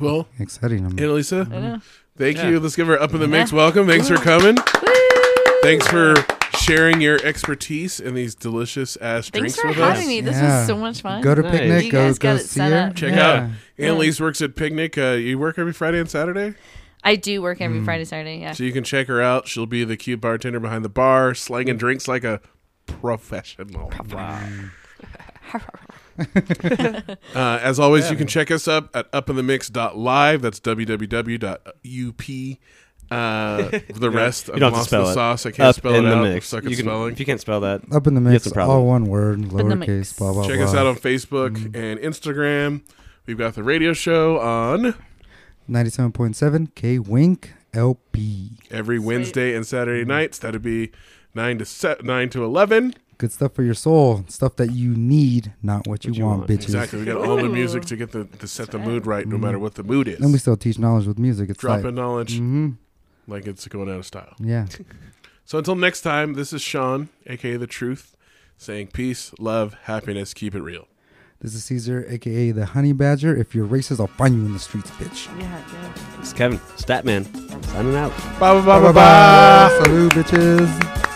[SPEAKER 1] Well,
[SPEAKER 2] Exciting. I'm-
[SPEAKER 1] Annalisa,
[SPEAKER 2] Mm-hmm.
[SPEAKER 1] thank you.
[SPEAKER 3] Yeah.
[SPEAKER 1] Let's give her up in the mix.
[SPEAKER 4] Yeah.
[SPEAKER 1] Welcome. Thanks for coming.
[SPEAKER 4] Woo!
[SPEAKER 1] Thanks for sharing your expertise in these delicious ass
[SPEAKER 4] Thanks
[SPEAKER 1] drinks
[SPEAKER 4] for
[SPEAKER 1] with
[SPEAKER 4] having
[SPEAKER 1] us.
[SPEAKER 4] me. This
[SPEAKER 2] Yeah.
[SPEAKER 4] was so much fun.
[SPEAKER 2] Go to
[SPEAKER 3] Nice.
[SPEAKER 2] picnic.
[SPEAKER 4] You
[SPEAKER 2] Go
[SPEAKER 4] guys
[SPEAKER 2] go
[SPEAKER 4] got it
[SPEAKER 2] see
[SPEAKER 4] set
[SPEAKER 2] her.
[SPEAKER 4] up.
[SPEAKER 1] Check
[SPEAKER 2] Yeah.
[SPEAKER 1] out Annalise works at Picnic. Uh, you work every Friday and Saturday,
[SPEAKER 4] I do work
[SPEAKER 2] Mm.
[SPEAKER 4] every Friday, Saturday. Yeah.
[SPEAKER 1] so you can check her out. She'll be the cute bartender behind the bar, slanging drinks like a professional. Uh, as always, you can check us up at upinthemix.live. That's www.up. Uh, the rest, I've
[SPEAKER 3] You don't have to
[SPEAKER 1] lost
[SPEAKER 3] spell
[SPEAKER 1] the
[SPEAKER 3] it.
[SPEAKER 1] sauce. I can't
[SPEAKER 3] Up
[SPEAKER 1] spell
[SPEAKER 3] in
[SPEAKER 1] it
[SPEAKER 3] the
[SPEAKER 1] out. I'm
[SPEAKER 3] mix.
[SPEAKER 1] stuck at
[SPEAKER 3] you can,
[SPEAKER 1] spelling.
[SPEAKER 3] If you can't spell that,
[SPEAKER 2] Up in the
[SPEAKER 3] That's
[SPEAKER 2] mix,
[SPEAKER 3] the problem.
[SPEAKER 2] all one word, lowercase,
[SPEAKER 4] mix.
[SPEAKER 2] blah blah.
[SPEAKER 1] Check
[SPEAKER 2] blah.
[SPEAKER 1] us out on Facebook
[SPEAKER 3] Mm-hmm.
[SPEAKER 1] and Instagram. We've got the radio show on
[SPEAKER 2] ninety-seven point seven K Wink LP.
[SPEAKER 1] every Wednesday and Saturday
[SPEAKER 3] Mm-hmm.
[SPEAKER 1] nights. That'd be nine to set nine to eleven.
[SPEAKER 2] Good stuff for your soul, stuff that you need, not what you,
[SPEAKER 3] you
[SPEAKER 2] want,
[SPEAKER 3] want.
[SPEAKER 2] bitches.
[SPEAKER 1] Exactly. We got all the
[SPEAKER 4] Ooh.
[SPEAKER 1] music to get the to set the mood right, no matter what the mood is.
[SPEAKER 2] And we still teach knowledge with music. It's
[SPEAKER 1] Drop
[SPEAKER 2] like,
[SPEAKER 1] in knowledge
[SPEAKER 2] hmm
[SPEAKER 1] like it's going out of style.
[SPEAKER 2] yeah.
[SPEAKER 1] So until next time, this is Sean, aka the Truth, saying peace, love, happiness, keep it real.
[SPEAKER 2] This is Caesar, aka the Honey Badger. If you're racist, I'll find you in the streets, bitch.
[SPEAKER 4] yeah, yeah.
[SPEAKER 3] it's Kevin Statman signing out.
[SPEAKER 1] Bye bye bye bye. bye.
[SPEAKER 2] Salute, bitches.